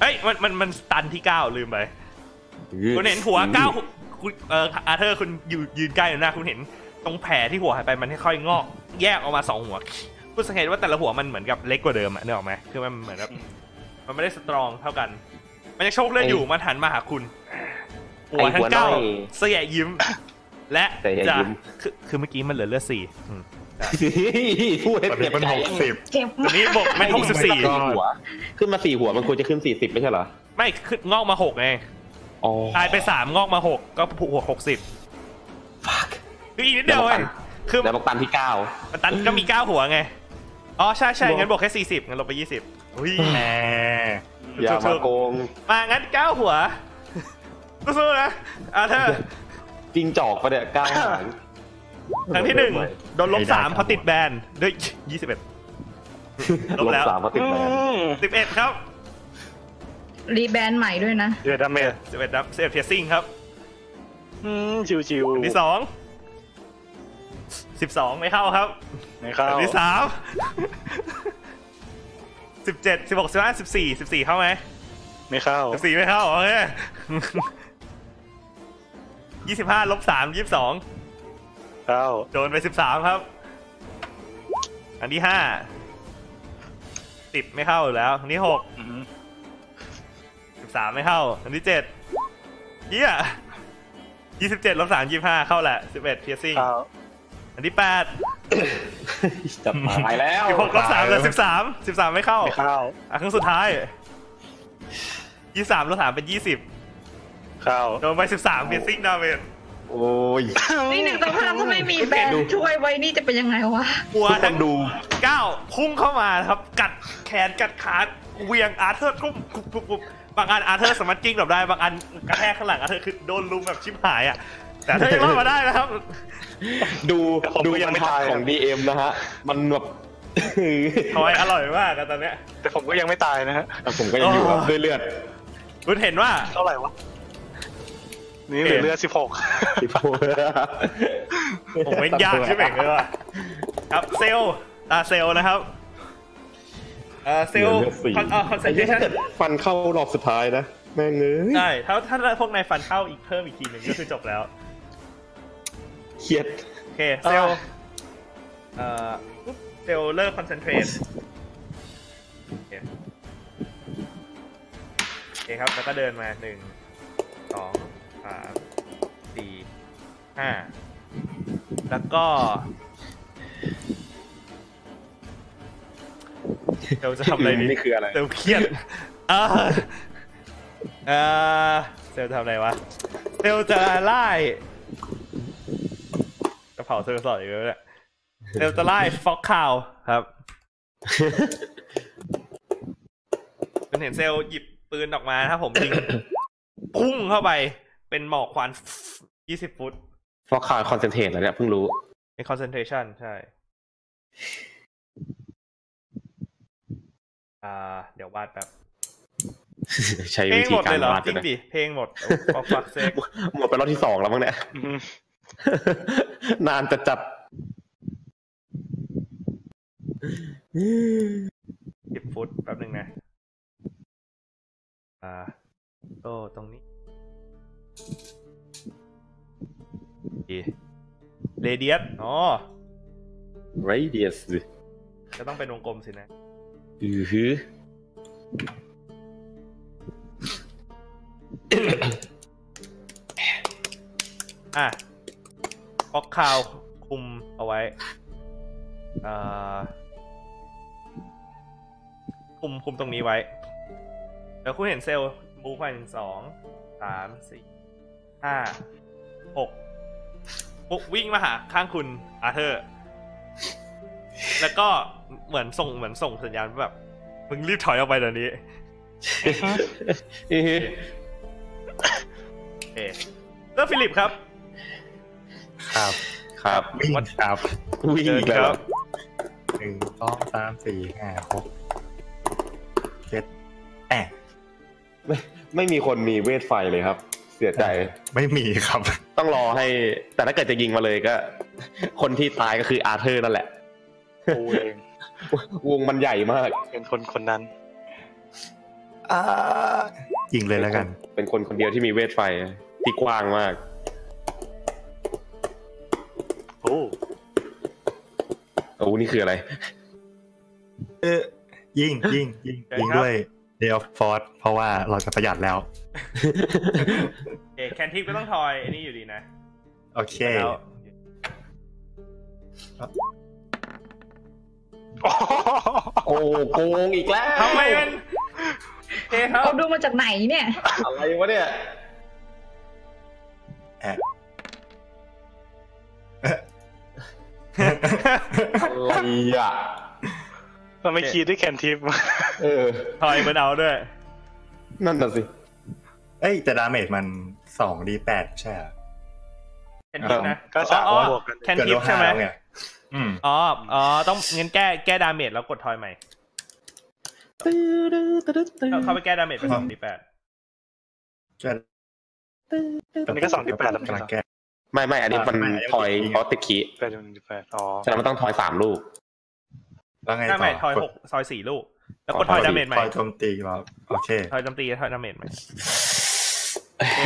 Speaker 1: เฮ้ย มัน มัน มันตันที่เก้าลืมไป คุณเห็นหัวเก้าคุณเอ่ออาเธอร์คุณอยู่ยืนใกล้หน้าคุณเห็นตรงแผลที่หัวหายไปมันค่อยๆงอก แยกออกมาสองหัวคุณสังเกตว่าแต่ละหัวมันเหมือนกับเล็กกว่าเดิมอะนึกออกไหมคือมันเหมือนแบบมันไม่ได้สตรองเท่ากัน มันยังโชคเลือดอยู่มันหันมาหาคุณ หัวทั้งเก้า
Speaker 2: ไอ้หัวน้อย
Speaker 1: เสียยิ้ม และ
Speaker 2: เสีย
Speaker 1: จะ
Speaker 2: ยิ้ม
Speaker 1: คือคือเมื่อกี้มันเหลือเลือดสี่อืม
Speaker 2: พูดให้
Speaker 4: มัน
Speaker 2: เจ็บ
Speaker 4: เป็น
Speaker 2: ใจ
Speaker 4: หกสิบ
Speaker 5: เจ็บ
Speaker 1: ตอ
Speaker 5: มาน ก
Speaker 1: นี้บวกเป็นหกสิบสี่
Speaker 4: ไม่ต้อง
Speaker 2: หัว ขึ้นมาสี่หัวมันควรจะขึ้นสี่สิบไม่ใช่เหรอ
Speaker 1: ไม่ขึ้นงอกมาหกไง
Speaker 2: อ๋อ
Speaker 1: ตายไปสามงอกมาหกก็ผูกหัวหกสิบคืออีกนิดเดียวเองคือ
Speaker 2: แล้วบอกตันที่เก้า
Speaker 1: มันตันก็มีเก้าหัวไง อ๋อใช่ใช่งั้นบวกแค่สี่สิบงั้นลบไปยี่สิบอุ้ย
Speaker 4: แหม
Speaker 2: อย่ามาโกง
Speaker 1: มางั้นเก้าหัว สู้ๆนะอาเธอร์
Speaker 2: จริงจอกปะเนี่ยเก้าหาง
Speaker 1: ครั้งที่หนึ่งโดนลบสามเพราะติดแบนด้วยยี่ สิบเอ็ด ล
Speaker 2: ล
Speaker 1: บบ แล้ว
Speaker 2: สามมาติดแบน
Speaker 1: สิบเอ็ดครับ
Speaker 5: รีแบนใหม่ด้วยนะ
Speaker 3: เดือดดาเมจ
Speaker 1: สิบเอ็ดนับสิบเอ็ดเทสซิ่งครับ
Speaker 3: อืมชิว
Speaker 1: อันที่สองสิบสองไม่เข้าครับ
Speaker 3: ๆไม่เข้า
Speaker 1: อันที่สามสิบเจ็ดสิบหกสิบห้าสิบสี่สิบสี่เข้าไหม
Speaker 3: ไม่เข้า
Speaker 1: สิบสี่ไม่เข้าโอเคยี่สิบห้าลบสามยี่สิบสอง
Speaker 3: เข้า
Speaker 1: โดนไปสิบสามครับ อันที่ห้า สิบไม่เข้าอยู่แล้ว อันนี้หกสิบสามไม่เข้า อันนี้เจ็ดเยี่ยยี่สิบเจ็ดลบสามยี่ห้าเข้าแหละสิบเอ็ดเพียซิ่ง
Speaker 3: อ้าว
Speaker 1: อันที่แปด
Speaker 2: จะตายแล้ว
Speaker 1: สิบหกลบสามเหลือสิบสามสิบสามไม่เข้า
Speaker 3: ไม่เข้า
Speaker 1: อ่ะครั้งสุดท้ายยี่สามลบสามเป็นยี่สิบ
Speaker 3: เข้า
Speaker 1: โดนไปสิบสามเพียซิ่งดาเมจ
Speaker 2: โอ้ย
Speaker 5: นี่หนึ่งสองสามถ้าไม่มีแบรนด์ช่วยไว้นี่จะเป็นยังไงวะ
Speaker 1: หัว
Speaker 2: ทุกค
Speaker 1: ทั้
Speaker 2: น
Speaker 1: ง
Speaker 2: ดู
Speaker 1: ก้าวพุ่งเข้ามานะครับ กัดแขนกัดขาเหวียงอาร์เธอร์กรุ้มกรุบกรุบกรุบบางอันอาร์เธอร์สามารถกิ้งหลบได้บางอันกระแทกข้างหลังอาร์เธอร์คือโดนลุมแบบชิบหายอ่ะ แต่อาร์เธอร์ยังรอดมาได้นะครับ
Speaker 2: ดู
Speaker 3: ผม
Speaker 2: ดู
Speaker 3: ก็ยั
Speaker 2: บ
Speaker 3: ง
Speaker 2: ร
Speaker 3: ไม่
Speaker 2: รทัด
Speaker 3: ตาย
Speaker 2: ของดีเอ็มนะฮะ มันแบบ
Speaker 1: ทอยอร่อยมากอะตอนเนี้ย
Speaker 3: แต่ผมก็ยังไม่ตายนะฮะ
Speaker 2: แต่ผมก็ยังอยู่ครับ
Speaker 1: โอ้
Speaker 2: ด้วยเลือด
Speaker 1: คุณเห็นว่า
Speaker 3: เท่าไหร่วะนี่เหลือเลือดสิบหก
Speaker 2: สิบหก
Speaker 1: ผมเป็นยากใช่ไหมเออครับเซลลตาเซลลนะครับเอ่อเซลคอนเซนเทรชัน
Speaker 2: ฟันเข้ารอบสุดท้ายนะ แม่งเอ้ย
Speaker 1: ใช่ถ้าถ้าพวกนายฟันเข้าอีกเพิ่มอีกทีหนึ่งก็คือจบแล้ว
Speaker 2: เครียด
Speaker 1: โอเค เซลลเอ่อปุ๊บเซลลเลิกคอนเซนเทรตโอเคโอเคครับ แล้วก็เดินมาหนึ่งสองสามสี่ห้าแล้วก็เซลลจะทำอะไรดี
Speaker 2: นี่คืออะไร
Speaker 1: เซลลเค รียดเออเออเซลลจะทำอะไรวะ เซลลจะไล่ จะเผาเซอร์สอดอีกแล้วเนี่ยเดลต้าไล ฟ์ฟ็อกข่าวครับ มันเห็นเซลล์หยิบปืนออกมาถ้าผมยิง พุ่งเข้าไป เป็นหมอกควัน ยี่สิบฟุต
Speaker 2: ฟอกคาร์คอนเซนเทรตแล้วเนี่ยเพิ่ง รู้
Speaker 1: ในคอนเซนเทรชันใช่ อ่า เดี๋ยววาดแบบ
Speaker 2: ใช้
Speaker 1: เพล
Speaker 2: วิ
Speaker 1: ง
Speaker 2: ธี
Speaker 1: หมด
Speaker 2: กา
Speaker 1: เล
Speaker 2: ร
Speaker 1: ยเหรอ
Speaker 2: วาด
Speaker 1: จริง
Speaker 2: นะ
Speaker 1: ดิเพลงหมด ฟอกฟักเซก
Speaker 2: หมดไปรอบที่สองแล้วมั้งเนี่ย นานจะจัด
Speaker 1: สิบฟุตแป๊บหนึ่งนะ อ่าโอ้ตรงนี้เรเดียสอ๋อ
Speaker 2: ไรเดียส
Speaker 1: ก็ต้องเป็นวงกลมสินะ
Speaker 2: อือหือ
Speaker 1: อ่ะฟอกคาวคุมเอาไว้อ่าคุมคุมตรงนี้ไว้ เดี๋ยวคุณเห็นเซลล์มูฟไปหนึ่งสองสามสี่ห้าหกปุ๊บวิ่งมาหาข้างคุณอาเธอร์ แล้วก็เหมือนส่งเหมือนส่งสัญญาณว่าแบบ มึงรีบถอยออกไปเดี๋ยวนี้
Speaker 2: อือหือ
Speaker 1: โอเคแล้วฟิลิปครับ
Speaker 4: ครับ
Speaker 2: ครับ
Speaker 4: วิ่งครับ
Speaker 2: วิ่งอีกแล้ว
Speaker 4: หนึ่งสองสามสี่ห้าหกเจ็ดแปด
Speaker 2: ไม่ไม่มีคนมีเวทไฟเลยครับ เสียใจ
Speaker 4: ไม่มีครับ
Speaker 2: ต้องรอให้ แต่ถ้าเกิดจะยิงมาเลยก็ คนที่ตายก็คืออาร์เธอร์นั่นแหละ
Speaker 3: กูเอง
Speaker 2: วงมันใหญ่มาก
Speaker 3: เป็นคนคนนั้น
Speaker 4: ยิงเลยแล้วกัน
Speaker 2: เป็นคนคนเดียวที่มีเวทไฟที่กว้างมาก
Speaker 3: โอ้
Speaker 2: โอ้นี่คืออะไร
Speaker 4: เออ ยิงยิงยิง
Speaker 1: เดี๋ยวครับ
Speaker 4: ยิงด้วยเดลฟอร์ดเพราะว่าเราจะประหยัดแล้ว
Speaker 1: โอเคแคนทิปก็ต้องทอยอันนี้อยู่ดีนะ
Speaker 4: โอเค
Speaker 1: แล้ว
Speaker 2: โอ้โกงอีกแล้ว
Speaker 1: ทำไมมันโอเคครับ
Speaker 5: เอาดูมาจากไหนเนี่ย
Speaker 2: อะไรวะเนี่ย อะไรอ่ะ
Speaker 3: มันไม่คีดด้วยแคนทิป
Speaker 2: เออ
Speaker 1: ทอยมันเอาด้วย
Speaker 2: นั่นน่ะสิ
Speaker 4: เอ้ย แต่ดาเมจมันสองดีแปดใช่เหรอ
Speaker 1: แคนทิปนะ
Speaker 3: ก็สาม
Speaker 1: อ๋อ
Speaker 3: ร้อยบวกกัน
Speaker 1: แคน
Speaker 4: เกิด
Speaker 1: ทิป
Speaker 4: โล
Speaker 1: ใช่
Speaker 4: หะ
Speaker 1: ไหม
Speaker 4: แล้วไงอืม
Speaker 1: อ๋อ อ๋อ ต้องงั้นแก้แก้ดาเมจแล้วกดทอยใหม่ เข้าเข้าไปแก้ดาเมจไปสองดีแปด
Speaker 3: อันนี้ก็สองที่แปดแล้วไม่ใช่เหรอ
Speaker 2: ไม่ไม่อันนี้มัน
Speaker 4: อ่าไม่
Speaker 2: ทอย
Speaker 4: อันนี้
Speaker 2: ออสติคี
Speaker 3: แปดหนึ่งจุดแปดอ๋อ
Speaker 2: ฉะนั้นมันต้องทอยสามลูก
Speaker 4: แล้วไง
Speaker 1: ดา
Speaker 4: ต่
Speaker 1: เมจทอย
Speaker 4: อ
Speaker 1: หกซอยสี่ลูก แล้วกดทอยดาเมจใหม่
Speaker 4: คอยโจมตีเหรอโอเค
Speaker 1: ทอยจำตีทอยดาเมจใหม่โอเค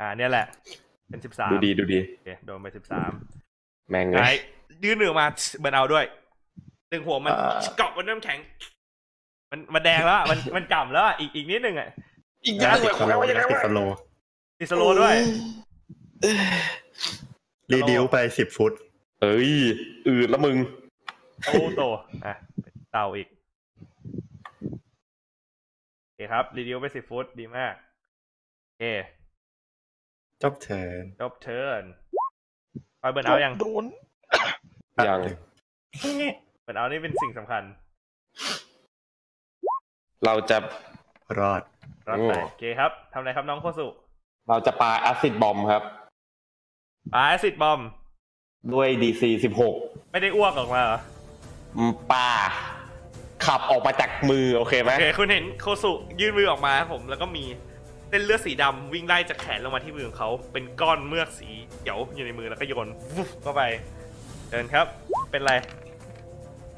Speaker 1: อ่า เนี่ยแหละ เป็นสิบสาม
Speaker 2: ดูดีดูดี
Speaker 1: โอเคโดนไปสิบสาม
Speaker 2: แม่งเล
Speaker 1: ไหน
Speaker 2: ย
Speaker 1: ยื่นหนึ่งออกมาเบิร์นเอาด้วย ดึงหัวมัน
Speaker 2: อ่า
Speaker 1: เกาะบนน้ำแข็ง มันมันแดงแล้วอะมันมันก่ำแล้วอะอีกอีกนิดนึงอ่ะ
Speaker 2: อีกอย่าง
Speaker 4: ติดสโล
Speaker 2: เลย
Speaker 4: นะติดสโล
Speaker 1: ติดสโลว์ด้วย
Speaker 4: รีดิวไปสิบฟุต
Speaker 2: เอ้ยอืดละมึง
Speaker 1: โอ้โตอ่ะเป็นเตาอีกโอเคครับ รีดิวไปสิฟุตดีมากโอเค
Speaker 4: จบเทิร์น
Speaker 1: จบเทิร์นคอยเบิร์นเอายัง
Speaker 3: โดน
Speaker 2: ยัง
Speaker 1: เบิร์นเอานี่เป็นสิ่งสำคัญ
Speaker 2: เราจะ
Speaker 4: รอด
Speaker 1: รับไปโอเคครับทำอะไรครับน้องโคสุ
Speaker 2: เราจะปาแอซิดบอมครับ
Speaker 1: ปาแอซิดบอม
Speaker 2: ด้วยดีซีสิบหก
Speaker 1: ไม่ได้อ้วกออกมาเหรอ
Speaker 2: ปาขับออกมาจากมือ โอเคไหม
Speaker 1: โอเคคุณเห็นโคสุยื่นมือออกมาครับผม แล้วก็มีเส้นเลือดสีดำวิ่งไล่จากแขนลงมาที่มือของเขา เป็นก้อนเมือกสีเขียวอยู่ในมือแล้วก็โยนวุบเข้าไป เดินครับ เป็นไร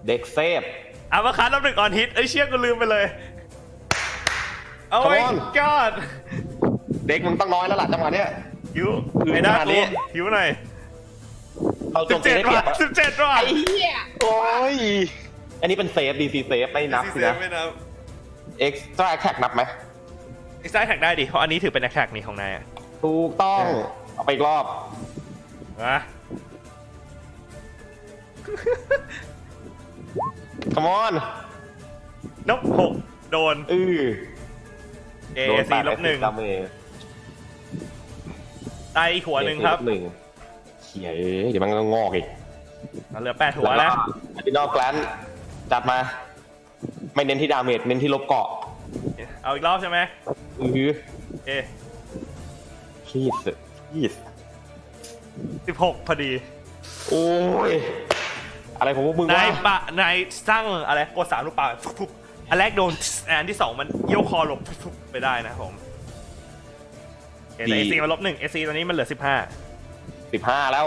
Speaker 2: เด็กเซฟ
Speaker 1: อามาคัสรอบหนึ่งออนฮิตไอ้ยเชี่ยกูลืมไปเลยโอ้ my
Speaker 2: Come on
Speaker 1: god
Speaker 2: เด็กมึงต้องน้อยแล้วล่ะจังหวะเนี้ย
Speaker 1: หิว
Speaker 2: อืม
Speaker 1: ไอ้ด้า
Speaker 2: ขนาดนี้
Speaker 1: กูหิวหน่อย
Speaker 2: เอา
Speaker 1: สิ
Speaker 2: ตัว
Speaker 1: บ
Speaker 2: เอ
Speaker 1: เจ็
Speaker 2: ง
Speaker 1: ด
Speaker 2: ได้เปรี
Speaker 1: ว่ะ
Speaker 2: ยบอะ
Speaker 1: สิบเจ็ดว่ะ
Speaker 5: เหี้ย
Speaker 3: โอ้ย
Speaker 2: อันนี้เป็นเซฟดีซีเซฟไม่นับสิ
Speaker 1: ซีเซ
Speaker 2: นะ
Speaker 1: ฟไม่นับ
Speaker 2: เอ็กซ์ตร้าแท็กนับไหม
Speaker 1: ไอ้ซ้ายแท็กได้ดิเพราะอันนี้ถือเป็นแท็กนี่ของนายอะ
Speaker 2: ถูกต้อง เอาไปอีกรอบ
Speaker 1: มา
Speaker 2: come on
Speaker 1: นบหกโดน
Speaker 2: อือ
Speaker 1: เอ
Speaker 2: โดน
Speaker 1: ซี
Speaker 2: แปด
Speaker 1: ลบหนึ่ง
Speaker 2: แอสซิสต์ดาเมจ
Speaker 1: ตายอีกหัวหนึ่งครับ
Speaker 2: เด็กลหนึ่งเขียเดี๋ยวมันก็งอกอีก
Speaker 1: เหลือแปดหัวแล้ว
Speaker 2: อดินอลแกลนจัดมา ไม่เน้นที่ดาเมจเน้นที่ลบเกาะ
Speaker 1: เอาอีกรอบใช่ไหม
Speaker 2: อือฮึ
Speaker 1: เอ
Speaker 2: คีสคีส
Speaker 1: สิบหกพอดี
Speaker 2: โอ้ย อะไรของพวกมึง
Speaker 1: นา
Speaker 2: วะ
Speaker 1: ยปะนายสร้างอะไรกดสามลูกปลาทุบๆอันแรกโดนอันที่สองมันเยี่ยวคอหลบทุบๆไปได้นะครับผมเอซีมาลบหนึ่งเอซีตอนนี้มันเหลือสิบห้า
Speaker 2: สิบห้าแล้ว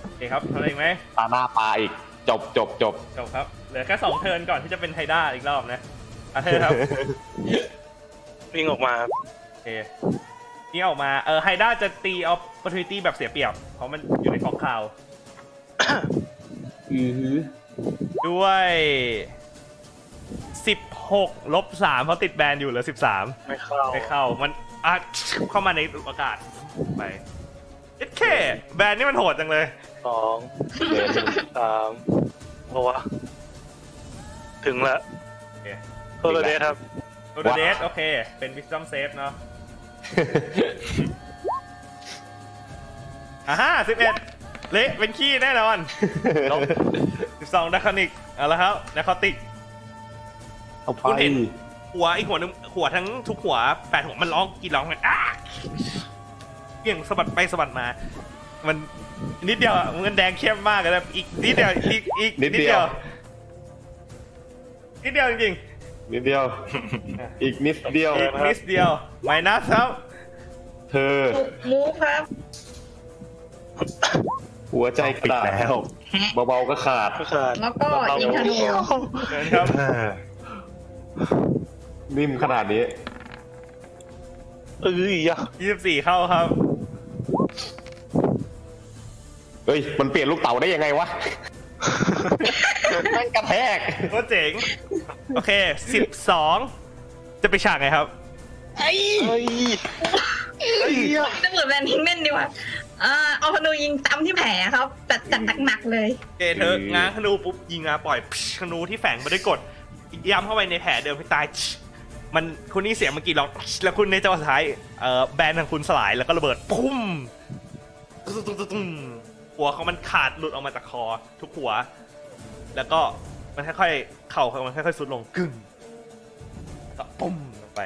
Speaker 1: โอเคครับทำอะไรอีกไหม
Speaker 2: ตาหน้าปลาอีก จบจบ จบ
Speaker 1: จบครับ เหลือแค่สองเทิร์นก่อนที่จะเป็นไทด้าอีกรอบนะอ่ะเทิร์นครับ
Speaker 3: วิ่งออกมาครับ
Speaker 1: โอเคนี่ออกมา เออไฮด้าจะตีออปปอร์ทูนิตี้แบบเสียเปรียบ เพราะมันอยู่ในของข่าว
Speaker 2: อือฮึ
Speaker 1: ด้วย 16 ลบ 3 เพราะติดแบนอยู่เหลือ 13
Speaker 3: ไม่เข้า
Speaker 1: ไม่เข้า มันอ่ะเข้ามาในอากาศ ไปเอ็ดเค แบนนี่มันโหดจังเลย
Speaker 3: สองสามโอ้วะถึงละ
Speaker 1: โอเค
Speaker 3: โทรเดสครับ
Speaker 1: โรดเดสโอเค เป็นวิสซัมเซฟ เนาะอ่ะห้าสิบเอ็ดเละเป็นขี้แน่นอน ลบ สิบสองดัคคานิกเอาละครับดัคคาติก
Speaker 2: เอาไป
Speaker 1: คุณเห็น หัวอีกหัวหนึงหัวทั้งทุกหัวแปดหัวมันร้องกรีดร้องกันอ้าเบี่ยงสะบัดไปสะบัดมา มันนิดเดียวอะมันแดงเข้มมากเลยนะอีกนิดเดียวอีกอีก
Speaker 2: นิดเดียว
Speaker 1: นิดเดียวจริง
Speaker 2: นิดเดียว อีกนิดเดียว
Speaker 1: ๆอีกนิดเดียวไมนัสครับ
Speaker 2: เธอ
Speaker 5: มูฟครับ
Speaker 2: หัวใจก
Speaker 4: ปิด
Speaker 2: ระดา
Speaker 4: แล้
Speaker 2: ษ
Speaker 4: ว
Speaker 2: เบาๆก็ขาด
Speaker 3: ก็ขาด
Speaker 5: แล้วก็อินทนู
Speaker 1: เชิญครับ
Speaker 4: เออ
Speaker 2: นิ่มขนาดนี้
Speaker 3: เอ้ยยะ
Speaker 1: ยี่สิบสี่เข้าครับ
Speaker 2: เฮ้ย มันเปลี่ยนลูกเต๋าได้ยังไง วะ แม่งกระแทก
Speaker 1: โคตรเจ๋ง โอเคสิบสองจะไปฉากไงครับ
Speaker 3: เอ้ยเอ้ยยะ
Speaker 5: จะเหมือนแบนทิ้งเล่นดีกว่าเอ่อเอาธนูยิงตามที่แผลครับจัดจัดหนักๆเลย
Speaker 1: เจเธอง้างธนูปุ๊บยิงมาปล่อยพิชธนูที่แฝงไปด้วยกรดย้ำเข้าไปในแผลเดิมที่ตายพิชมันคุณนี่เสียงเมื่อกี้ร้องพิชแล้วคุณในจังหวะสุดท้ายเอ่อแบนของคุณสลายแล้วก็ระเบิดพุ่มตุ้มตุ้มตุ้มตุ้มหัวของมันขาดหลุดออกมาจากคอทุกหัว แล้วก็มันค่อยๆเข่าของมันค่อยๆสุดลงกึ่งแล้วก็ปุ่มลงไป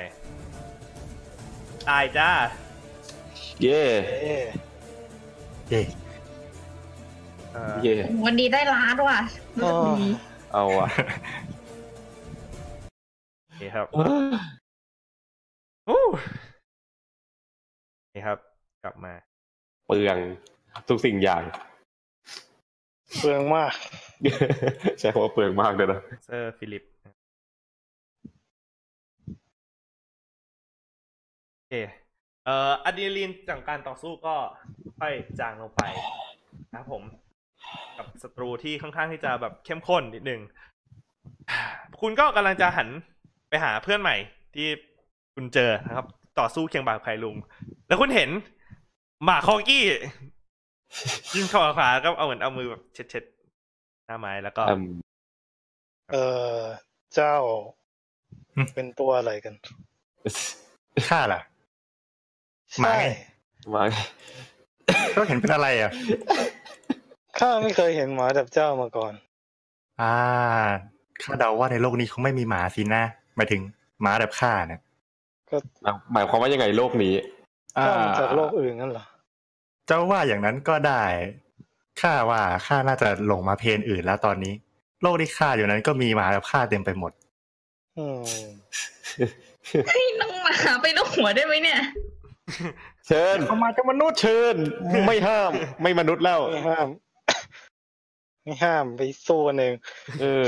Speaker 1: ตายจ้า
Speaker 2: เย่
Speaker 3: เอ้ย
Speaker 4: เย้
Speaker 1: เอ่อ
Speaker 2: เย่
Speaker 5: วันนี้ได้ล้านว่ะรู้สึกดี
Speaker 2: เอาอะ
Speaker 1: โอเคครับ โอ้นี่ครับ กลับมา
Speaker 2: เปลืองทุกสิ่งอย่าง
Speaker 3: เปลืองมาก
Speaker 2: ใช้คำว่าเปลืองมากเลยนะ
Speaker 1: เซอร์ฟิลิป โอเค เอ่ออะดรีนาลีนจากการต่อสู้ก็ค่อยจางลงไปนะครับผม กับศัตรูที่ค่อนข้างที่จะแบบเข้มข้นนิดนึง คุณก็กำลังจะหันไปหาเพื่อนใหม่ ที่คุณเจอนะครับ ต่อสู้เคียงบ่าไพลุง แล้วคุณเห็น หมาคอกี้ ยื่นเข้ามาขวาก็เอาเหมือนเอามือแบบเช็ดเช็ดๆหน้าไม้แล้วก็
Speaker 2: อืม
Speaker 3: เออเจ้า เป็นตัวอะไรกัน
Speaker 4: ข้าล่ะ หมา
Speaker 3: ใช่
Speaker 2: หมา
Speaker 4: ก็เห็นเป็นอะไรอ่ะ
Speaker 3: ข้าไม่เคยเห็นหมาแบบเจ้ามาก่อน
Speaker 4: อ่าข้าเดาว่าในโลกนี้คงไม่มีหมาสินะหมายถึงหมาแบบข้าเนี่ย
Speaker 2: หมายความว่ายังไงโลกนี้
Speaker 4: อ่า
Speaker 3: ข้ามาจากโลกอื่นนั่นเหรอ
Speaker 4: เจ้าว่าอย่างนั้นก็ได้ข้าว่าข้าน่าจะหลงมาเพลนอื่นแล้วตอนนี้ โลกที่ข้าอยู่นั้นก็มีหมาแบบข้าเต็มไปหมด
Speaker 3: อืม
Speaker 5: เฮ้ยน้องหมาไปน้องหัวได้ไหมเนี่ย
Speaker 2: เชิญเขามากับมนุษย์เชิญ ไม่ห้าม ไม่มนุษย์แล้ว
Speaker 3: ไม่ห้าม ไม่ห้ามไปสู้กันเอง
Speaker 2: เออ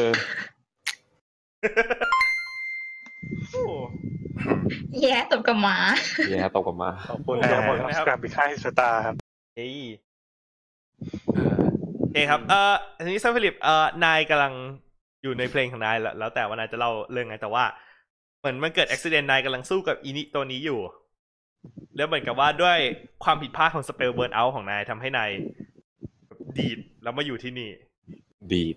Speaker 1: โอ้
Speaker 5: แย่ตบกับหมา
Speaker 2: เนี่ยฮะตกกลับมา
Speaker 3: ขอบคุณ
Speaker 4: อ่า
Speaker 3: ทุกคนครับกลับไปค่ายสตาร์ครับ
Speaker 1: เฮ้ยโอเคครับ เอ่อทีนี้ซัมฟิลิป เอ่อนายกำลังอยู่ในเพลงของนายแล้วแล้วแต่ว่านายจะเล่าเรื่องไงแต่ว่าเหมือนมันเกิดอุบิเหตุนายกำลังสู้กับอีนิตัวนี้อยู่ แล้วเหมือนกับว่าด้วยความผิดพลาดของสเปลเบิร์นเอาของนายทำให้นายแบบดีดแล้วมาอยู่ที่นี่
Speaker 2: ดีด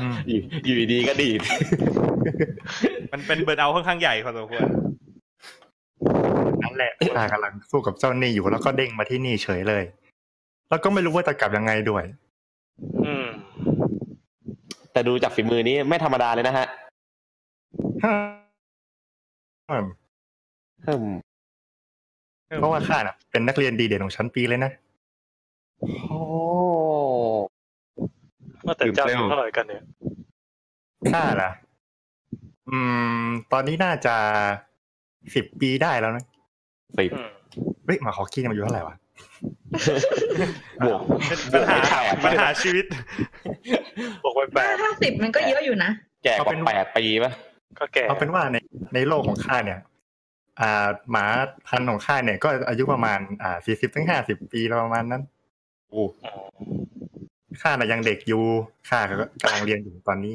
Speaker 4: อืม
Speaker 2: อยู่ อยู่ดีๆก็ดีด
Speaker 1: มันเป็นเบิร์นเอาค่อนข้างใหญ่พอสมควร
Speaker 4: นั่นแหละข้ากำลังสู้กับเจ้านี่อยู่แล้วก็เด้งมาที่นี่เฉยเลย แล้วก็ไม่รู้ว่าจะกลับยังไงด้วย
Speaker 3: อืม
Speaker 2: แต่ดูจากฝีมือนี้ไม่ธรรมดาเลยนะฮะ
Speaker 4: อืม
Speaker 2: อืม
Speaker 4: เพราะว่าข้าน่ะเป็นนักเรียนดีเด่นของชั้นปีเลยนะ
Speaker 2: โอ้
Speaker 3: ว่าแต่เจ้าเท่าไหร่กันเนี่ย
Speaker 4: ข้าล่ะ อืม ตอนนี้น่าจะสิบปีได้แล้วนะ
Speaker 3: อืม
Speaker 4: เฮ้ยหมาคอกี้เนี่ยมันอายู่เท่าไหร่วะ
Speaker 2: บวก
Speaker 1: เป็นปัญหาปัญหาชีวิต
Speaker 3: บอกไว้แปด
Speaker 5: ห้าสิบมันก็เยอะอยู่นะ
Speaker 2: แก่กว่าแปดปีป่ะ
Speaker 3: ก็แก่
Speaker 4: เอาเป็นว่าในในโลกของข้าเนี่ย อ่า หมาพันธุ์ของข้าเนี่ย ก็อายุประมาณ อ่าสี่สิบถึงห้าสิบปีประมาณนั้น
Speaker 2: โอ้
Speaker 4: ข้าน่ะยังเด็กอยู่ข้าก็กำลังเรียนอยู่ตอนนี้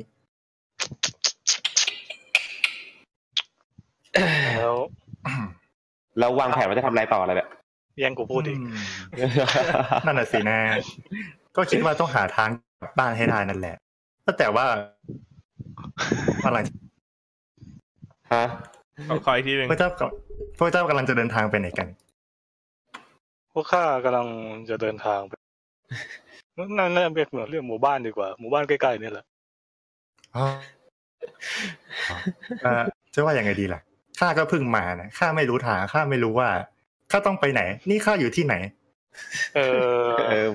Speaker 3: แล้ว
Speaker 2: แล้ววางแผนว่าจะทำอะไรต่ออะไรแบบ
Speaker 3: แย่งกูพูดอีก
Speaker 4: อืมนั่นน่ะสินะก็คิดว่าต้องหาทางกลับบ้านให้ได้นั่นแหละก็แต่ว่าอะไร
Speaker 2: ฮะ
Speaker 1: ขอขออีกทีหนึ่ง
Speaker 4: พระเจ้ากพระเจ้ากำลังจะเดินทางไปไหนกัน
Speaker 3: พวกข้ากำลังจะเดินทางไปนั่นนั่นเรียกเหมือนเรียกหมู่บ้านดีกว่า หมู่บ้านใกล้ๆนี่แหละ
Speaker 4: อ๋อเอ่อจะว่ายังไงดีล่ะข้าก็เพิ่งมานะข้าไม่รู้ทางข้าไม่รู้ว่าข้าต้องไปไหน นี่ข้าอยู่ที่ไหน
Speaker 3: เออ
Speaker 2: เออ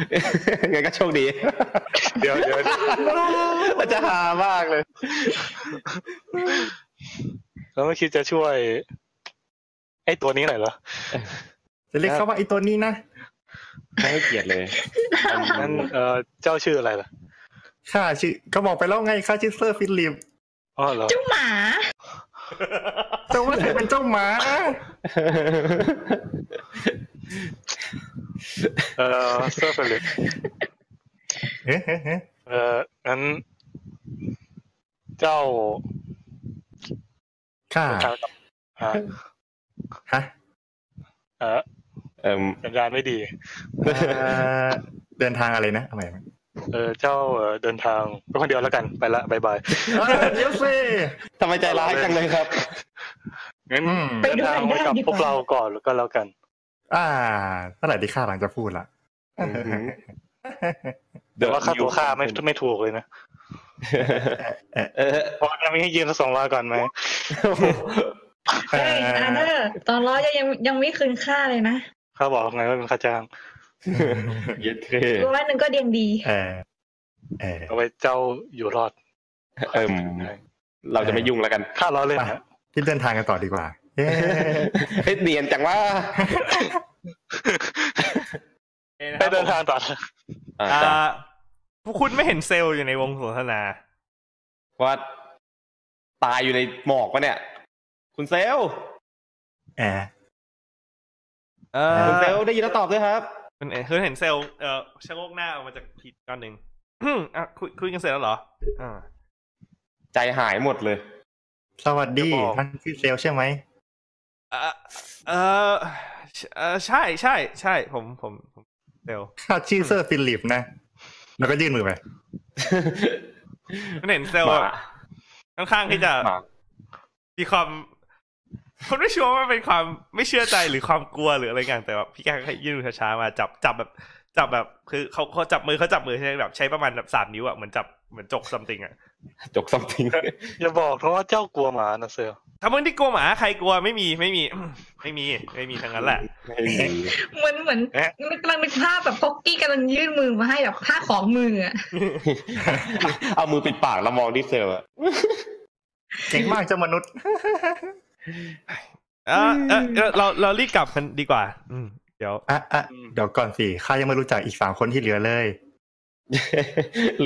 Speaker 2: งั้นก็โชคดี
Speaker 3: เดี๋ยวเดี๋ยว
Speaker 2: มันจะหามากเลย
Speaker 3: เราไม่คิดจะช่วย ไอ้ตัวนี้หน่อยเหรอ
Speaker 4: จะเรียกเขาว่าไอ้ตัวนี้นะ
Speaker 2: ไม่ให้เกียรติเลย
Speaker 3: นั่นเออเจ้าชื่ออะไรล่ะ
Speaker 4: ข้าชื่อก็บอกไปแล้วไงข้าชื่อเซอร์ฟิลิป
Speaker 3: อ๋อเหรอ
Speaker 5: เจ้าหมา
Speaker 4: แต่ว่าเธอเป็นเจ้าหมา
Speaker 3: เออเซอร์เฟลิก
Speaker 4: เฮ้เฮ้เฮ้
Speaker 3: เอองั้น เจ้า
Speaker 4: ข้า
Speaker 3: ทางกับอ่า
Speaker 4: ฮะ
Speaker 3: เออ
Speaker 2: เออ
Speaker 3: สัญญาณไม่ดี
Speaker 4: เอ่อเดินทางอะไรนะทำไมนะ
Speaker 3: เออ เจ้าเออเดินทางไปคนเดียวแล้วกัน ไปละบายบาย
Speaker 4: เอ้ย เดี๋ยวสิ
Speaker 2: ทำไมใจร้ายจังเลยครับ
Speaker 3: งั้น
Speaker 4: อืม
Speaker 5: ไป
Speaker 3: เดิน
Speaker 5: ด้วย
Speaker 3: ทางไปกับ
Speaker 5: ได้ดีก
Speaker 3: พ
Speaker 5: ว่า
Speaker 3: วกเราก่อนก็แล้วกัน
Speaker 4: อ่าเมื่อไหร่ที่ข้าหลังจะพูดล่ะ
Speaker 2: อือหือ
Speaker 3: แต่ว่าค่าตัวค่าไม่ไม่ถูกเลยนะ
Speaker 2: เออ
Speaker 3: เพราะงั้นไม่ให้ยืมสักสองร้อยก่อนไหม
Speaker 5: เฮ้ยอาเดอร์ตอนร้อยยังยังไม่คืนค่าเลยนะ
Speaker 3: เขาบอกไงว่าเป็นค่าจ้าง
Speaker 2: เย็ดเท่
Speaker 5: ร้อยหนึ่งก็เดียงดี
Speaker 4: เออเออ
Speaker 3: เอาไว้เจ้าอยู่รอด
Speaker 2: เอมเราจะไม่ยุ่งแล้วกัน
Speaker 3: ค่าล้อเล่นนะ
Speaker 4: ที่เดินทางกันต่อดีกว่าเย้
Speaker 2: เฮ้ยเนียนจังว่า
Speaker 3: ไปเดินทางต่อ
Speaker 2: อ่า
Speaker 1: อ่า
Speaker 2: จ้ะ
Speaker 1: พวกคุณไม่เห็นเซลล์อยู่ในวงสนทนา
Speaker 2: ว่าตายอยู่ในหมอกปะเนี่ย คุณเซลล
Speaker 4: แอร์
Speaker 1: เอ
Speaker 4: อ
Speaker 2: คุณ
Speaker 1: อ
Speaker 2: เซลลได้ยินแล้วตอบด้วยครับ
Speaker 1: คุณเอ๋คุณเห็นเซล ล์เออชะโงกหน้าออกมาจากผิดก้อนหนึ่งอืมอ่ะคุยคุยกันเสร็จแล้วเหรออ่า
Speaker 2: ใจหายหมดเลย
Speaker 4: สวัสดีท่านชื่อเซลใช่ไหม
Speaker 1: เออเออเออใช่ใช่ใช่ผมผมผมเซล
Speaker 4: ข้าชื่อเซอร์ฟิลิปนะ แล้วก็ยื่นมือไป
Speaker 1: เห็นเซลค่อนข้างที่จะมีความคนไม่ชัวร์ว่าเป็นความไม่เชื่อใจหรือความกลัวหรืออะไรอย่างแต่แบบพี่แกก็ยื่นมือช้าๆมาจับจับแบบจับแบบคือเขาเขาจับมือเขาจับมือใช่แบบใช้ประมาณแบบสามนิ้วอ่ะเหมือนจับเหมือนจกซัมติงอ่ะ
Speaker 2: จกซัมติง
Speaker 3: อย่าบอกเพราะว่าเจ้ากลัวหมานะเซล
Speaker 1: ถ้ามึงที่กลัวหมาใครกลัวไม่มีไม่มี ไม่มีไม่มีทั้งนั้นแหละ
Speaker 5: เหมือนเหมือนกำลังเป็นภาพแบบพ็อกกี้กำลังยื่นมือมาให้แบบผ้าของมืออ่ะ
Speaker 2: เอามือปิดปากแล้วมองที่เซลอ่ะ
Speaker 4: เก่งมากเจ้ามนุษย์
Speaker 1: เออเออเราเรารีบกลับกันดีกว่า อืมเดี๋ยว
Speaker 4: อ่ะอ่ะเดี๋ยวก่อนสิข้ายังไม่รู้จักอีกสามคนที่เหลือเลย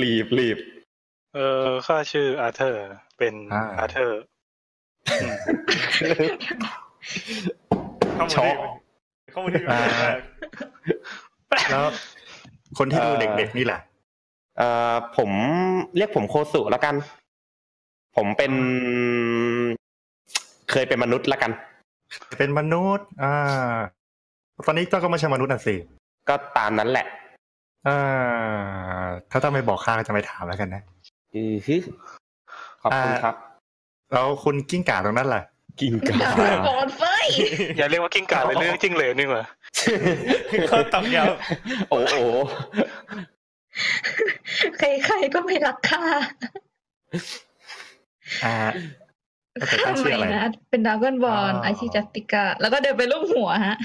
Speaker 2: รีบรีบ
Speaker 3: เออข้าชื่ออาเธอร์ เป็นอาเธอร์
Speaker 1: ข้อมูลดีข้อมูลดี
Speaker 4: แล้วคนที่ดูเด็กๆนี่แหละ
Speaker 2: เออผมเรียกผมโคสุแล้วกัน ผมเป็นเคยเป็นมนุษย์ละกัน
Speaker 4: เป็นมนุษย์ อ่า ตอนนี้เจ้าก็ไม่ใช่มนุษย์นะสิ
Speaker 2: ก็ตามนั้นแหละ
Speaker 4: อ่า ถ้าต้องไม่บอกข้าจะไม่ถามแล้วกันนะ
Speaker 2: อือฮึขอบคุณครับ
Speaker 4: แล้วคุณกิ้งก่าตรงนั้นล่ะ
Speaker 2: กิ้งก่า
Speaker 5: ก่อนเฟย
Speaker 3: อย่าเรียกว่ากิ้งก่า เลยเรียกจิ้งเหลนนี่เหรอ
Speaker 1: เขาตำยาว
Speaker 2: โอ้โห
Speaker 5: ใครๆก็ไม่รักข้า
Speaker 4: อ่า
Speaker 5: แต่ตั้งชื่ออะไรนะเป็นดาวกอนบอลอาชีจัสติกาแล้วก็เดินไปลูบหัวฮะ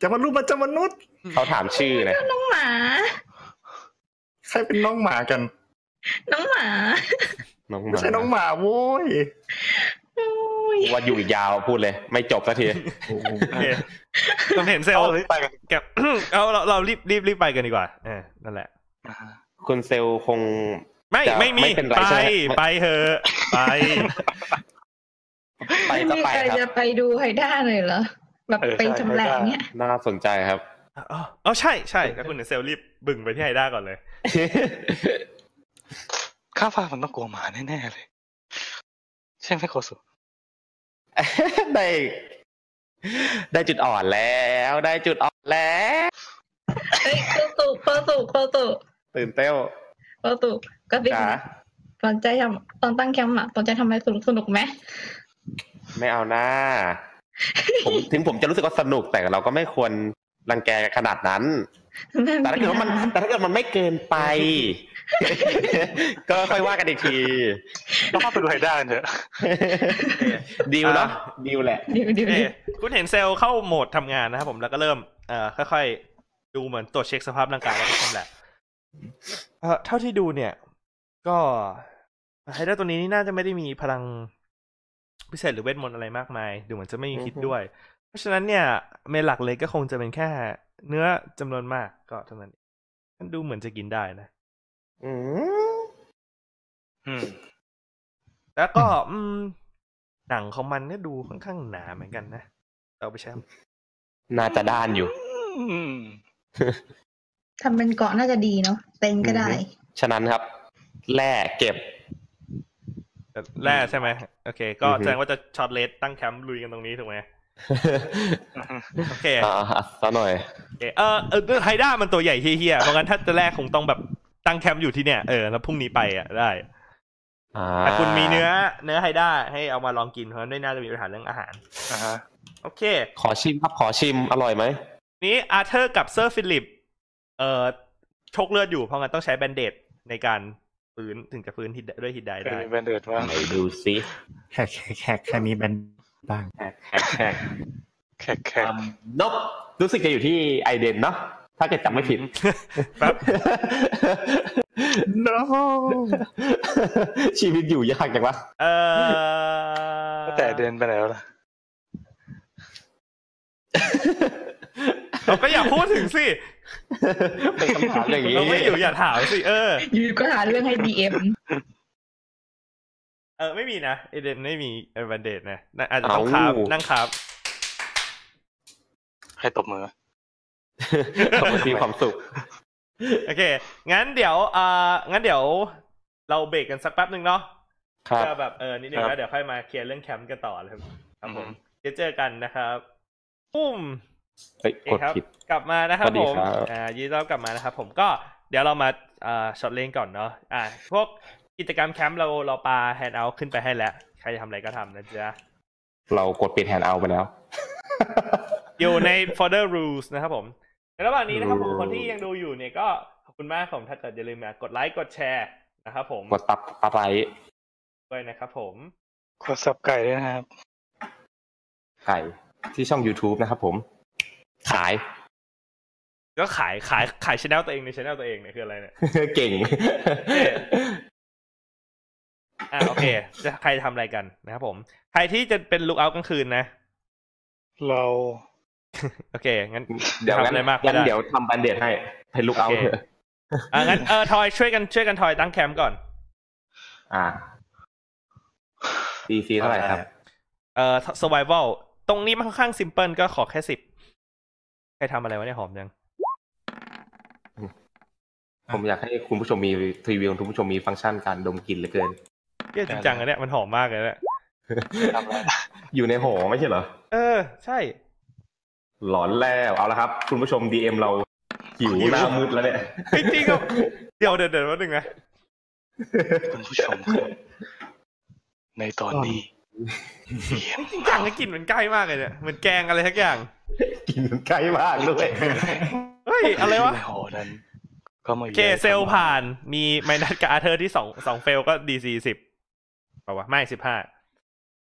Speaker 4: จะมาลูบมาจะมนุษย์
Speaker 2: เขาถามชื่อนะ
Speaker 5: น้องหมา
Speaker 4: ใครเป็นน้องหมากัน
Speaker 5: น้องหมา
Speaker 2: น้องหมา
Speaker 4: ไม่ใช่น้องหมาโว้ย
Speaker 2: ว่าอยู่ยาวพูดเลย ไม่จบสักที
Speaker 1: ผมเห็นเซลไปกันแก เอาเราเรารีบรีบรีบไปกันดีกว่าเออนั่นแหละ
Speaker 2: คุณเซลคง
Speaker 1: ไม่ไม่มีไปไปเถอะ ไป
Speaker 2: ไปก็ไปครับ
Speaker 5: จะไปดูไฮด้าเลยเหรอแบบไปจำแหล่งเนี้ย
Speaker 2: น่าสนใจครับ
Speaker 1: อ๋อใช่ใช่แล้วคุณเซลรีบบึงไปที่ไฮด้าก่อนเลย
Speaker 3: ข้าฟ้ามันต้องกลัวหมาแน่ๆเลยใช่ไหมโคสุ
Speaker 2: ได้ได้จุดอ่อนแล้ว ได้จุดอ่อนแล้ว
Speaker 5: เฮ้ยโคสุโคสุโคสุ
Speaker 2: ตื่นเต้น
Speaker 5: โคสุก็ติดตอนใจทำตอนตั้งแคมป์อะตอนใจทำอะไรสนุกสนุกไหม
Speaker 2: ไม่เอาหน้า ผมถึงผมจะรู้สึกว่าสนุกแต่เราก็ไม่ควรรังแกขนาดนั้น แต่ถ้าเกิดว่ามันแต่ถ้าเกิดมันไม่เกินไป ก็ค่อยว่ากันอีกที
Speaker 3: ต้องเข้าไปดูให้ได้เถอะ
Speaker 2: ดีลเนาะดีลแหละ
Speaker 1: คุณเห็นเซลล์เข้าโหมดทำงานนะครับผมแล้วก็เริ่มเอ่อค่อยๆ ดูเหมือนตรวจเช็คสภาพร่างกายแล้วก็ทำแหละเอ่อเท่าที่ดูเนี่ย ก็ไฮเดอร์ตัวนี้นี่น่าจะไม่ได้มีพลังพิเศษหรือเวทมนต์อะไรมากมาย ดูเหมือนจะไม่มีคิดด้วย เพราะฉะนั้นเนี่ย เมนหลักเลยก็คงจะเป็นแค่ เนื้อจำนวนมากก็เท่านั้นมันดูเหมือนจะกินได้นะ
Speaker 2: อื
Speaker 3: ม
Speaker 1: แล้วก็ อืม หนังของมันก็ดูค่อนข้างหนาเหมือนกันนะเราไปแชมป์
Speaker 2: น่าจะด้านอยู่
Speaker 5: ทำเป็นเกาะน่าจะดีเนาะเต็นก็ได้
Speaker 2: ฉะนั้นครับแร่เก็บ
Speaker 1: แร่ใช่ไหมโอเค ก็แสดงว่าจะช็อตเลสตั้งแคมป์ลุยกันตรงนี้ถูกไหมโอเค
Speaker 2: อ่าซะหน่อย
Speaker 1: เออเออไฮด้ามันตัวใหญ่เฮี้ยๆเพราะงั้นถ้าจะแรกคงต้องแบบตั้งแคมป์อยู่ที่เนี่ยเออแล้วพรุ่งนี้ไปอ่ะได้แต่คุณมีเนื้อ เนื้อไฮด้าให้เอามาลองกินเพราะงั้นไม่น่าจะมีปัญหาเรื่องอาหารโอเค
Speaker 2: ขอชิมครับขอชิมอร่อยไหม
Speaker 1: นี้อาเธอร์กับเซอร์ฟิลิป เอ่อชกเลือดอยู่เพราะงั้นต้องใช้แบนเดดในการฟื้นถึงจะฟื้นฮิตด้วยฮิตได้ได้
Speaker 3: แบนเดิดว่าไห
Speaker 2: นดู ซิ
Speaker 4: แขกแขกแค่มีแบนบ้าง
Speaker 2: แขกแขก
Speaker 3: แขกแขก
Speaker 2: นกรู้สึกจะอยู่ที่ไอเดนเนาะถ้าเกิดจำไม่ ผิด
Speaker 1: ครับ
Speaker 4: no
Speaker 2: ชีวิตอยู่ยากจังวะ
Speaker 1: เออ
Speaker 3: แต่เดินไปไหนแล้วล่ะ
Speaker 1: เราก็อย่าพูดถึงสิ
Speaker 2: เป็นคำถามอย่างนี้
Speaker 1: เราไม่อยู่อย่าถามสิเออ
Speaker 5: อยู่ก็หาเรื่องให้ดีเอ็ม
Speaker 1: เออไม่มีนะเอเดนไม่มีเอวันเดตนะอาจจะต้องคาบนั่งคาบ
Speaker 3: ให้ตบมือ
Speaker 2: ตบมือมีความสุข
Speaker 1: โอเค งั้นเดี๋ยวอ่างั้นเดี๋ยว เราเบรกกันสักแป๊บหนึ่งเนาะ
Speaker 7: ครับ
Speaker 1: ก็แบบเออนิดนึง
Speaker 7: ครั
Speaker 1: นะ
Speaker 7: บ
Speaker 1: เดี๋ยวค่อยมาเคลียร์เรื่องแคมป์กันต่อเลยครับครับผมเดี๋ยวเจอกันนะครับปุ้ม
Speaker 2: เอ้ยกด
Speaker 1: ครับ
Speaker 2: ผิด
Speaker 1: กลับมานะครับ
Speaker 2: สวัสดี
Speaker 1: ผม
Speaker 2: ครับ
Speaker 1: อ่ายินดีต้อนรับกลับมานะครับผมก็เดี๋ยวเรามาอ่าช็อตเลนก่อนเนาะอ่าพวกกิจกรรมแคมป์เราเราปาแฮนด์เอาขึ้นไปให้แล้ว ใครจะทำอะไรก็ทำนะจ๊ะ
Speaker 2: เรากดปิดแฮนด์เอาไปแล้ว
Speaker 1: อยู่ใน folder rules นะครับผม ในระหว่างนี้นะครับผมคนที่ยังดูอยู่เนี่ยก็ขอบคุณมากผมถ้าเกิดอย่าลืมมากดไลค์กดแชร์นะครับผม
Speaker 2: กดตับอะไร
Speaker 1: ด้วยนะครับผม
Speaker 3: กดสับไก่ด้วยนะครับ
Speaker 2: ไข่ที่ช่อง YouTube นะครับผม ขาย
Speaker 1: ก็ขายขายขายช anel ตัวเองในช anel ตัวเองเนี่ยคืออะไรเนี่ย
Speaker 2: เก่ง
Speaker 1: อ่าโอเคจะใครทำอะไรกันนะครับผม ใครที่จะเป็นลูกเอากลางคืนนะ
Speaker 3: เรา
Speaker 1: โอเคงั้น
Speaker 2: เดี๋ยว
Speaker 1: ทำ
Speaker 2: งั้
Speaker 1: อะไร
Speaker 2: น
Speaker 1: มากไม่
Speaker 2: งั้น
Speaker 1: ไ
Speaker 2: เดี๋ยวทำแบนเดดให้ให้ลุกเอา
Speaker 1: โอเค
Speaker 2: เถอะ
Speaker 1: อ่ะงั้นเออทอยช่วยกันช่วยกันทอยตั้งแคมป์ก่อน
Speaker 2: อ่า DC เท่าไหร่ครับ
Speaker 1: เอ่อ survival ตรงนี้มันค่อนข้างซิมเพิลก็ขอแค่สิบใครทำอะไรวะเนี่ยหอมยัง
Speaker 2: ผมอยากให้คุณผู้ชมมีรีวิวของคุณผู้ชมมีฟังก์ชันการดมกลิ่นเหลือเกิน
Speaker 1: เยี่ยจริงจังอันเนี้ยมันหอมมากเลยแหละ
Speaker 2: อยู่ในหอไม่ใช่เหรอ
Speaker 1: เออ ใช่
Speaker 2: หลอนแล้วเอาละครับ คุณผู้ชม DM เราหิว
Speaker 3: หิว
Speaker 2: หน้ามืดแล้วเนี่ย
Speaker 1: จริงๆก็เดี๋ยวเดี๋ยวเดี๋ยวแป๊บนึงนะ
Speaker 3: คุณผู้ชมครับในตอนนี้เยี่ยม
Speaker 1: จริงจังก็กลิ่นมันใกล้มากเลยเนี่ยเหมือนแกงอะไรทักอย่าง
Speaker 2: กลินมันใกล้มากด้วย
Speaker 1: เฮ้ย อะไรวะ
Speaker 3: ในหอนั้น ก็มา
Speaker 1: โอ
Speaker 3: ย้าย
Speaker 1: เคเซลผ่านมีไมนัสกับอาร์เธอร์ที่สองสองเฟลก็ดีซีสิบเปล่าวะไม่สิบห้า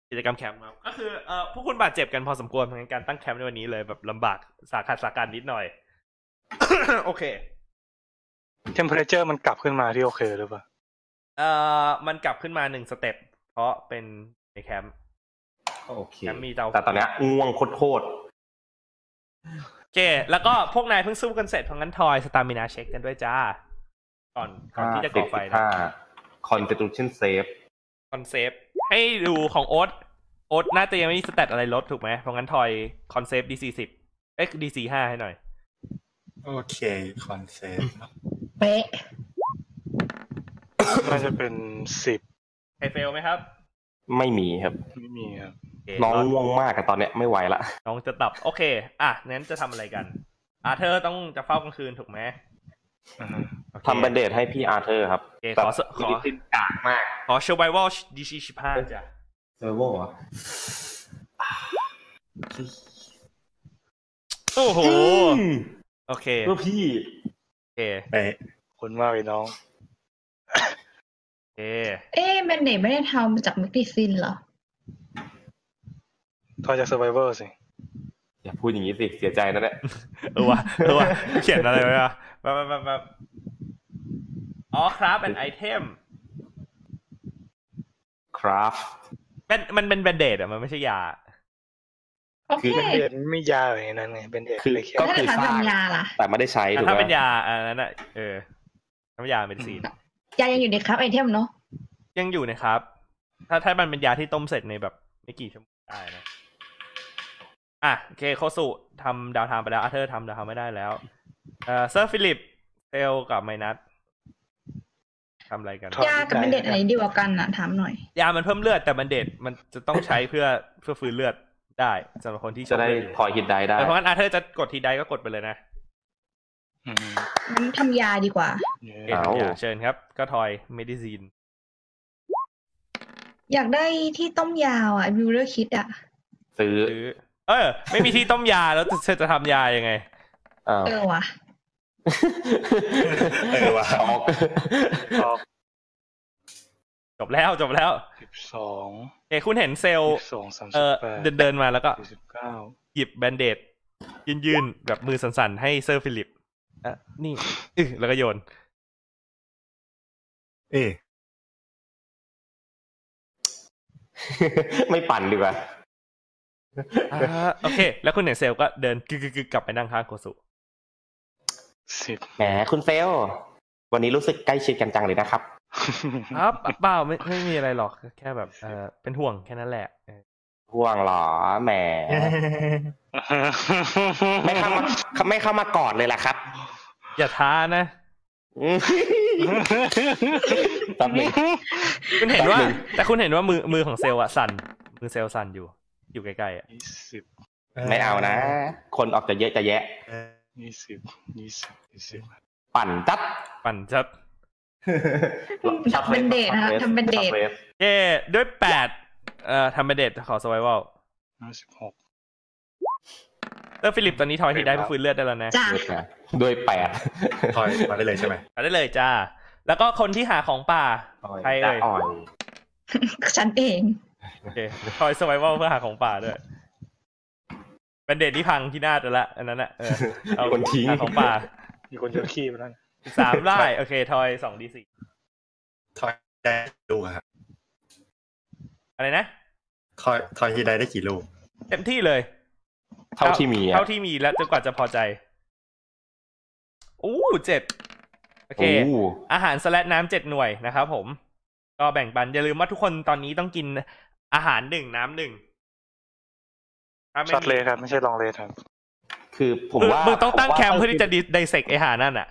Speaker 1: กิจกรรมแคมป์ครับก็คือเอ่อพวกคุณบาดเจ็บกันพอสมควรเหมือนการตั้งแคมป์ในวันนี้เลยแบบลำบากสาหัสสาการนิดหน่อย โอเค
Speaker 3: เทมเพอเรเจอร์มันกลับขึ้นมาที่โอเคหรือเปล่า
Speaker 1: เอ่อมันกลับขึ้นมาหนึ่งสเต็ปเพราะเป็นในแคมป์
Speaker 2: โอเค
Speaker 1: งั้นมีเตา
Speaker 2: แต่ตอนเนี้ยง่วงโคตร
Speaker 1: โอเค แล้วก็พวกนายเพิ่งสู้กันเสร็จเพราะงั้นทอยสตามินาเช็คกันด้วยจ้า ก่อน
Speaker 2: ๆ
Speaker 1: ก่อนที่จะก่อไฟนะ
Speaker 2: Constitution Save
Speaker 1: คอนเซปต์ให้ดูของโอ๊ตโอ๊ตน่าจะยังไม่มีสเตตอะไรลดถูกไหมเพราะงั้นทอยคอนเซปต์ดีสี่สิบเอ้ยดีสี่ห้าให้หน่อย
Speaker 4: โอเคคอนเซ็ปต์
Speaker 5: เป๊ะ
Speaker 3: น่าจะเป็นสิบ
Speaker 1: ใครเฟลไหมครับ
Speaker 2: ไม่มีครับ
Speaker 3: ไม่มีครับ
Speaker 1: โเค
Speaker 2: น้อง
Speaker 1: รด
Speaker 2: ง่วงมากอะตอนเนี้ยไม่ไหวละ
Speaker 1: น้องจะตับ โอเค อ่ะงั้นจะทำอะไรกัน อาเธอร์ต้องจะเฝ้ากลางคืนถูกไหมโอเค
Speaker 2: ทำแบนเดดให้พี่อาร์เธอร์ครับ
Speaker 1: โอเคขอสขอ
Speaker 2: ที่นกากมาก
Speaker 1: ขอเชลไบวอลดีสี่สิบห้าจ้ะ
Speaker 2: เซอร์โวเหรอ
Speaker 1: โอ้โห
Speaker 2: โอ้
Speaker 1: โอเค
Speaker 2: เพื่อพี่
Speaker 1: โอเค
Speaker 4: ไป
Speaker 3: คนมากเลยน้อง
Speaker 1: โอเค
Speaker 5: เอ๊ะแบนเดตไม่ได้ทำจากมิกดิซินเหรอ
Speaker 3: ทอยจาก Survivor สิ
Speaker 2: อย่าพูดอย่างนี้สิ เสียใจนะเนี่ย
Speaker 1: เออวะเออวะเขียนอะไรไว้วะแบบแบบแบบแบบอ๋อครับเป็นไอเทม
Speaker 2: ครับ
Speaker 1: เป็นมันเป็นแบนเดดอะมันไม่ใช่ยา
Speaker 5: โอ
Speaker 2: คือ
Speaker 5: เค
Speaker 2: แบนด
Speaker 3: เป็นไม่ยาอะไรนั้นไง เป็นเด็ก
Speaker 2: คือ
Speaker 3: เลยเขียน
Speaker 2: ก็
Speaker 5: แล้ว
Speaker 2: คือ
Speaker 5: ถ้า
Speaker 2: สร้าง
Speaker 5: ทำยาล่ะ
Speaker 2: แต่ไม่ได้ใช้
Speaker 1: แต่
Speaker 2: ถูก
Speaker 1: ถ้า
Speaker 2: ไหม
Speaker 1: เป็นยาอันนั้นอะเออน้ำยาเป็นสีน
Speaker 5: ยายังอยู่ในครับไอเทมเนาะ
Speaker 1: ยังอยู่นะครับ ถ้าถ้ามันเป็นยาที่ต้มเสร็จในแบบไม่กี่ชั่วโมงได้นะอ่ะโอเคโคสุทำดาวทามไปแล้วอาเธอร์ทำดาวทามไม่ได้แล้วเออเซอร์ฟิลิปเซลกับไมนัสทำอะไรกัน
Speaker 5: ยากับแบนเดตอะไรดีกว่ากันอ่ะถามหน่อย
Speaker 1: ยามันเพิ่มเลือดแต่มันเด็ดมันจะต้องใช้เพื่อเพื่อฟื้นเลือดได้สำหรับคนที่ช
Speaker 2: จะ
Speaker 1: อบ
Speaker 2: ได้
Speaker 1: เลือดอยู่
Speaker 2: พอฮิตได้ได้
Speaker 1: แต่เพราะงั้นอาเธอร์จะกดทีใดก็กดไปเลยนะ
Speaker 3: อืม
Speaker 5: งั้นทำยาดีกว่า
Speaker 3: เนี่ย
Speaker 1: เอ็นยาเชิญครับ ก็ทอยเมดิซีน
Speaker 5: อยากได้ที่ต้มยาวอ่ะบิวเลอร์คิดอ่ะ
Speaker 2: ซื้อ
Speaker 1: หรือ เออ ไม่มีที่ต้มยาแล้ว จะจะทำยายังไง
Speaker 2: อ้าว
Speaker 5: เออว่ะ
Speaker 4: เออว่ะ
Speaker 2: ออก
Speaker 3: ออก
Speaker 1: จบแล้วจบแล้ว
Speaker 3: สิบสอง
Speaker 1: เอยคุณเห็นเซลล์
Speaker 3: สิบสองสาม
Speaker 1: เอ
Speaker 3: สิบ
Speaker 1: อ
Speaker 3: แปด
Speaker 1: เดินเดินมาแล้วก็
Speaker 3: สี่สิบเก้า
Speaker 1: หยิบแบนเดตยื่นๆแบบมือสั่นๆ ให้เซอร์ฟิลิปอ่ะนี่อึ๊ะแล้วก็โยน
Speaker 4: เอ๊ะ
Speaker 2: ไม่ปั่นดีกว่า
Speaker 1: อ่าโอเค แล้วคุณเห็นเซลล์ก็เดินกึกๆๆกลับไปนั่งข้างโคสุ
Speaker 3: สิบ
Speaker 2: แหมคุณเฟล วันนี้รู้สึกใกล้ชิดกันจังเลยนะครับ
Speaker 1: ครับเปล่าไม่ไม่มีอะไรหรอกแค่แบบเออเป็นห่วงแค่นั้นแหละเออ
Speaker 2: ห่วงเหรอ แหม ไม่เข้ามาไม่เข้ามากอดเลยล่ะครับ
Speaker 1: อย่าท้านะ
Speaker 2: อืม
Speaker 8: ตับหนึ่ง
Speaker 1: คุณเห็นว่า แต่คุณเห็นว่ามือมือของเซลล์อะสั่นมือเซลล์สั่นอยู่ อยู่ใกล้ๆอะ
Speaker 3: ยี่สิบ
Speaker 2: ไม่เอานะ คนออกจะเยอะจะแยะ
Speaker 3: ยี่สิบยี่สิบยี่สิบ
Speaker 2: ปั่นจัด
Speaker 1: ปั่นจับ
Speaker 5: ทำเป็นเดทนะคะทำเป็นเดท
Speaker 1: เย้ด้วยแปดเอ่อทำเป็นเดทขอสไวเวล
Speaker 3: ห้าสิบหก
Speaker 1: เตอร์ฟิลิปตอนนี้ทอยที่ได้ผู้ฟื้นเลือดได้แล้วนะ
Speaker 5: จ้ ะ
Speaker 2: โดยแปด
Speaker 4: ถอยมาได้เลยใช่ไหม
Speaker 1: ไปได้เลยจ้า แล้วก็คนที่หาของป่า ใครเอ่ย
Speaker 2: อ่อย
Speaker 5: ฉันเอง
Speaker 1: โอเคทอยสไวเวลเพื่อหาของป่าด้วยเป็นเดทที่พังที่หน้าแต่ละอันนั้นอะเออเอา
Speaker 2: คนทิ้ง
Speaker 1: หาของป่า
Speaker 3: มีคนเยอะขี้ไปแล้วนะ
Speaker 1: สาม ไล่โอเคทอยสองดีสี่
Speaker 4: ถอยได้ลูกอะครับ
Speaker 1: อะไรนะ
Speaker 4: ถอยถอยที่ได้ได้กี่ลูก
Speaker 1: เต็มที่เลย
Speaker 2: เท่าที่มีอะ
Speaker 1: เท่าที่มีแล้วจนกว่าจะพอใจอู้เจ็ดโอเค
Speaker 2: โอ้
Speaker 1: อาหารสแลดน้ำเจ็ดหน่วยนะครับผม ก็แบ่งปัน อย่าลืมว่าทุกคนตอนนี้ต้องกินอาหารหนึ่งน้ำหนึ่งถ้าไม่
Speaker 3: ช็อตเล
Speaker 1: มี
Speaker 3: สครับไม่ใช่ลองเลสครับ
Speaker 2: คือผม
Speaker 1: มึง
Speaker 2: ว่า
Speaker 1: มึงต้องตั้ง
Speaker 2: ผว่า
Speaker 1: แคมป์เพื่อที่จะไดเซกไอหานั่นอ่ะ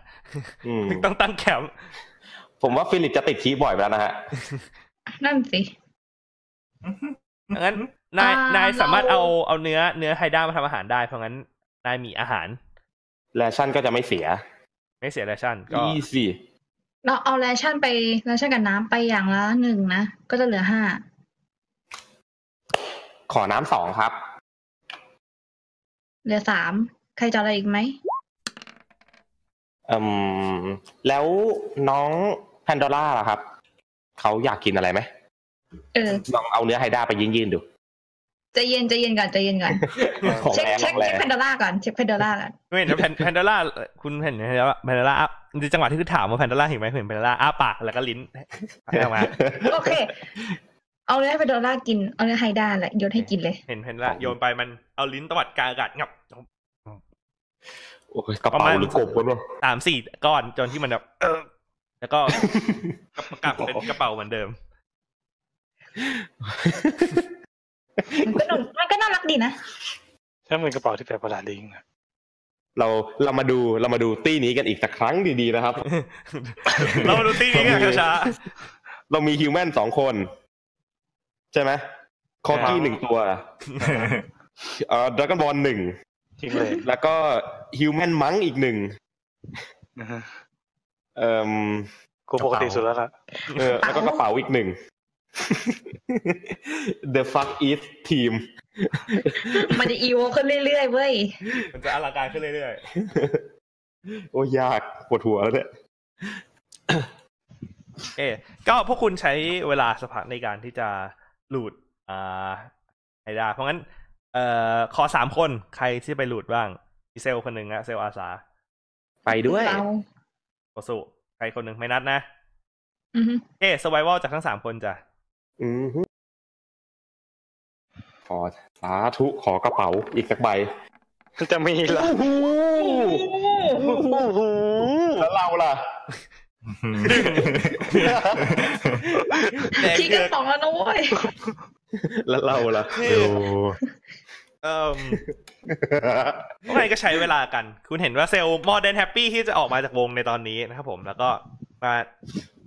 Speaker 2: อืม
Speaker 1: มึงต้องตั้งแคมป์
Speaker 2: ผมว่าฟิลิปจะติดคีย์บ่อยไปแล้วนะฮะ
Speaker 5: นั่นสิ
Speaker 1: งั้นนาย
Speaker 5: อ่าน
Speaker 1: ายสามารถ
Speaker 5: เรา
Speaker 1: เอาเอาเนื้อเนื้อไฮด้ามาทำอาหารได้ เพราะงั้นนายมีอาหาร
Speaker 2: แลชั่นก็จะไม่เสีย
Speaker 1: ไม่เสียแรชั่นก็
Speaker 2: อีสี่
Speaker 5: เราเอาแรชั่นไปแรชั่นกับน้ำไปอย่างละหนึ่งนะ ก็จะเหลือห้า
Speaker 2: ขอน้ำสองครับ
Speaker 5: เหลือสามใครจะเอาอะไรอีกไหม
Speaker 2: อืม แล้วน้องแพนดอร่าล่ะครับ เขาอยากกินอะไรไหม
Speaker 5: เออ
Speaker 2: ลองเอาเนื้อไฮด้าไปยื่ นๆดู
Speaker 5: ใจะเย็นใจะเย็นก่อนใจะเย็นก่อน
Speaker 2: ของ
Speaker 5: เช็ค
Speaker 2: แรง
Speaker 5: เช็
Speaker 2: ของ
Speaker 5: ค
Speaker 2: แร
Speaker 5: เช็ค
Speaker 2: ง
Speaker 5: แพนดอล่าก่อนเช็คแพนดอล่าก่อน
Speaker 1: ไม่เห็นแพนแพนดาร่าคุณเห็นแพนดาร่าแพนดาร่าในจังหวะที่คุณถามว่าแพนดาร่าเห็นไหมเห็นแพนดาร่าอ้าปากแล้วก็ลิ้น ให้ออกมา
Speaker 5: โอเค เอาเลยให้แพนดอล่ากินเอาเลยไฮด้าแหละโยนให้กินเลย
Speaker 1: เห็นแพนดาร่าโยนไปมันเอาลิ้นตวัดกลางอากาศงับ
Speaker 2: โอ้ยกระเป๋าหรือกบวะเนี่ย
Speaker 1: สามสี่ก้อนจนที่มันแบบเออแล้ว ก็กลับกลับเป็นกระเป๋าเหมือนเดิม
Speaker 5: มันก็ดูมันก็น่ารักดีนะ
Speaker 3: ใช่เหมือนกระเป๋าที่แปลกประหลาดลิงนะ
Speaker 2: เราเรามาดูเรามาดูตี้นี้กันอีกสักครั้งดีๆนะครับ
Speaker 1: เรามาดูตี้นี้กันช้า
Speaker 2: เรามีฮิวแมนสองคน ใช่ไหมคอกี้หนึ่งตัว เอ่อดราก้อนบอลหนึ่ง
Speaker 3: จริงเลย
Speaker 2: แล้วก็ฮิวแมนมังอีกหนึ่ง
Speaker 3: นะฮะ
Speaker 2: เอ่ม
Speaker 3: กูปกติสุดแล้วล่ะ
Speaker 2: เออแล้วก็กระเป๋าอีกหนึ่ง The fuck is team
Speaker 5: มันจะอีโวขึ้นเรื่อยๆเว้ย
Speaker 1: ๆมันจะอลังการขึ้นเรื่อย
Speaker 2: โอ้ยากปวดหัวแล้วเนี่ย
Speaker 1: ๆเอ๊ะก็พวกคุณใช้เวลาสักพักในการที่จะหลุดอ่าไฮดาเพราะงั้น เอ่อขอสามคนใครที่ไปหลุดบ้างมีเซลคนหนึ่งอะเซลอาสา
Speaker 2: ไปด้วย
Speaker 5: เรา
Speaker 1: โอสุใครคนหนึ่งไม่นัดนะ
Speaker 5: อือฮึ
Speaker 1: เอ๊ะสไวเวลจากทั้งสามคนจ้ะ
Speaker 2: อือฮึขอสาธุขอกระเป๋าอีกสักใบ
Speaker 3: จะมีเหรอ
Speaker 2: โอ้โหแล้วเราล่ะ
Speaker 5: ที่กันสองแล้วนะเว้ย
Speaker 2: แล้วเราล่ะ
Speaker 1: คือ
Speaker 4: ดู
Speaker 1: เอ่มพวกนายก็ใช้เวลากัน คุณเห็นว่าเซลล์มอ r e เดนแฮปปี้ที่จะออกมาจากวงในตอนนี้นะครับผมแล้วก็มา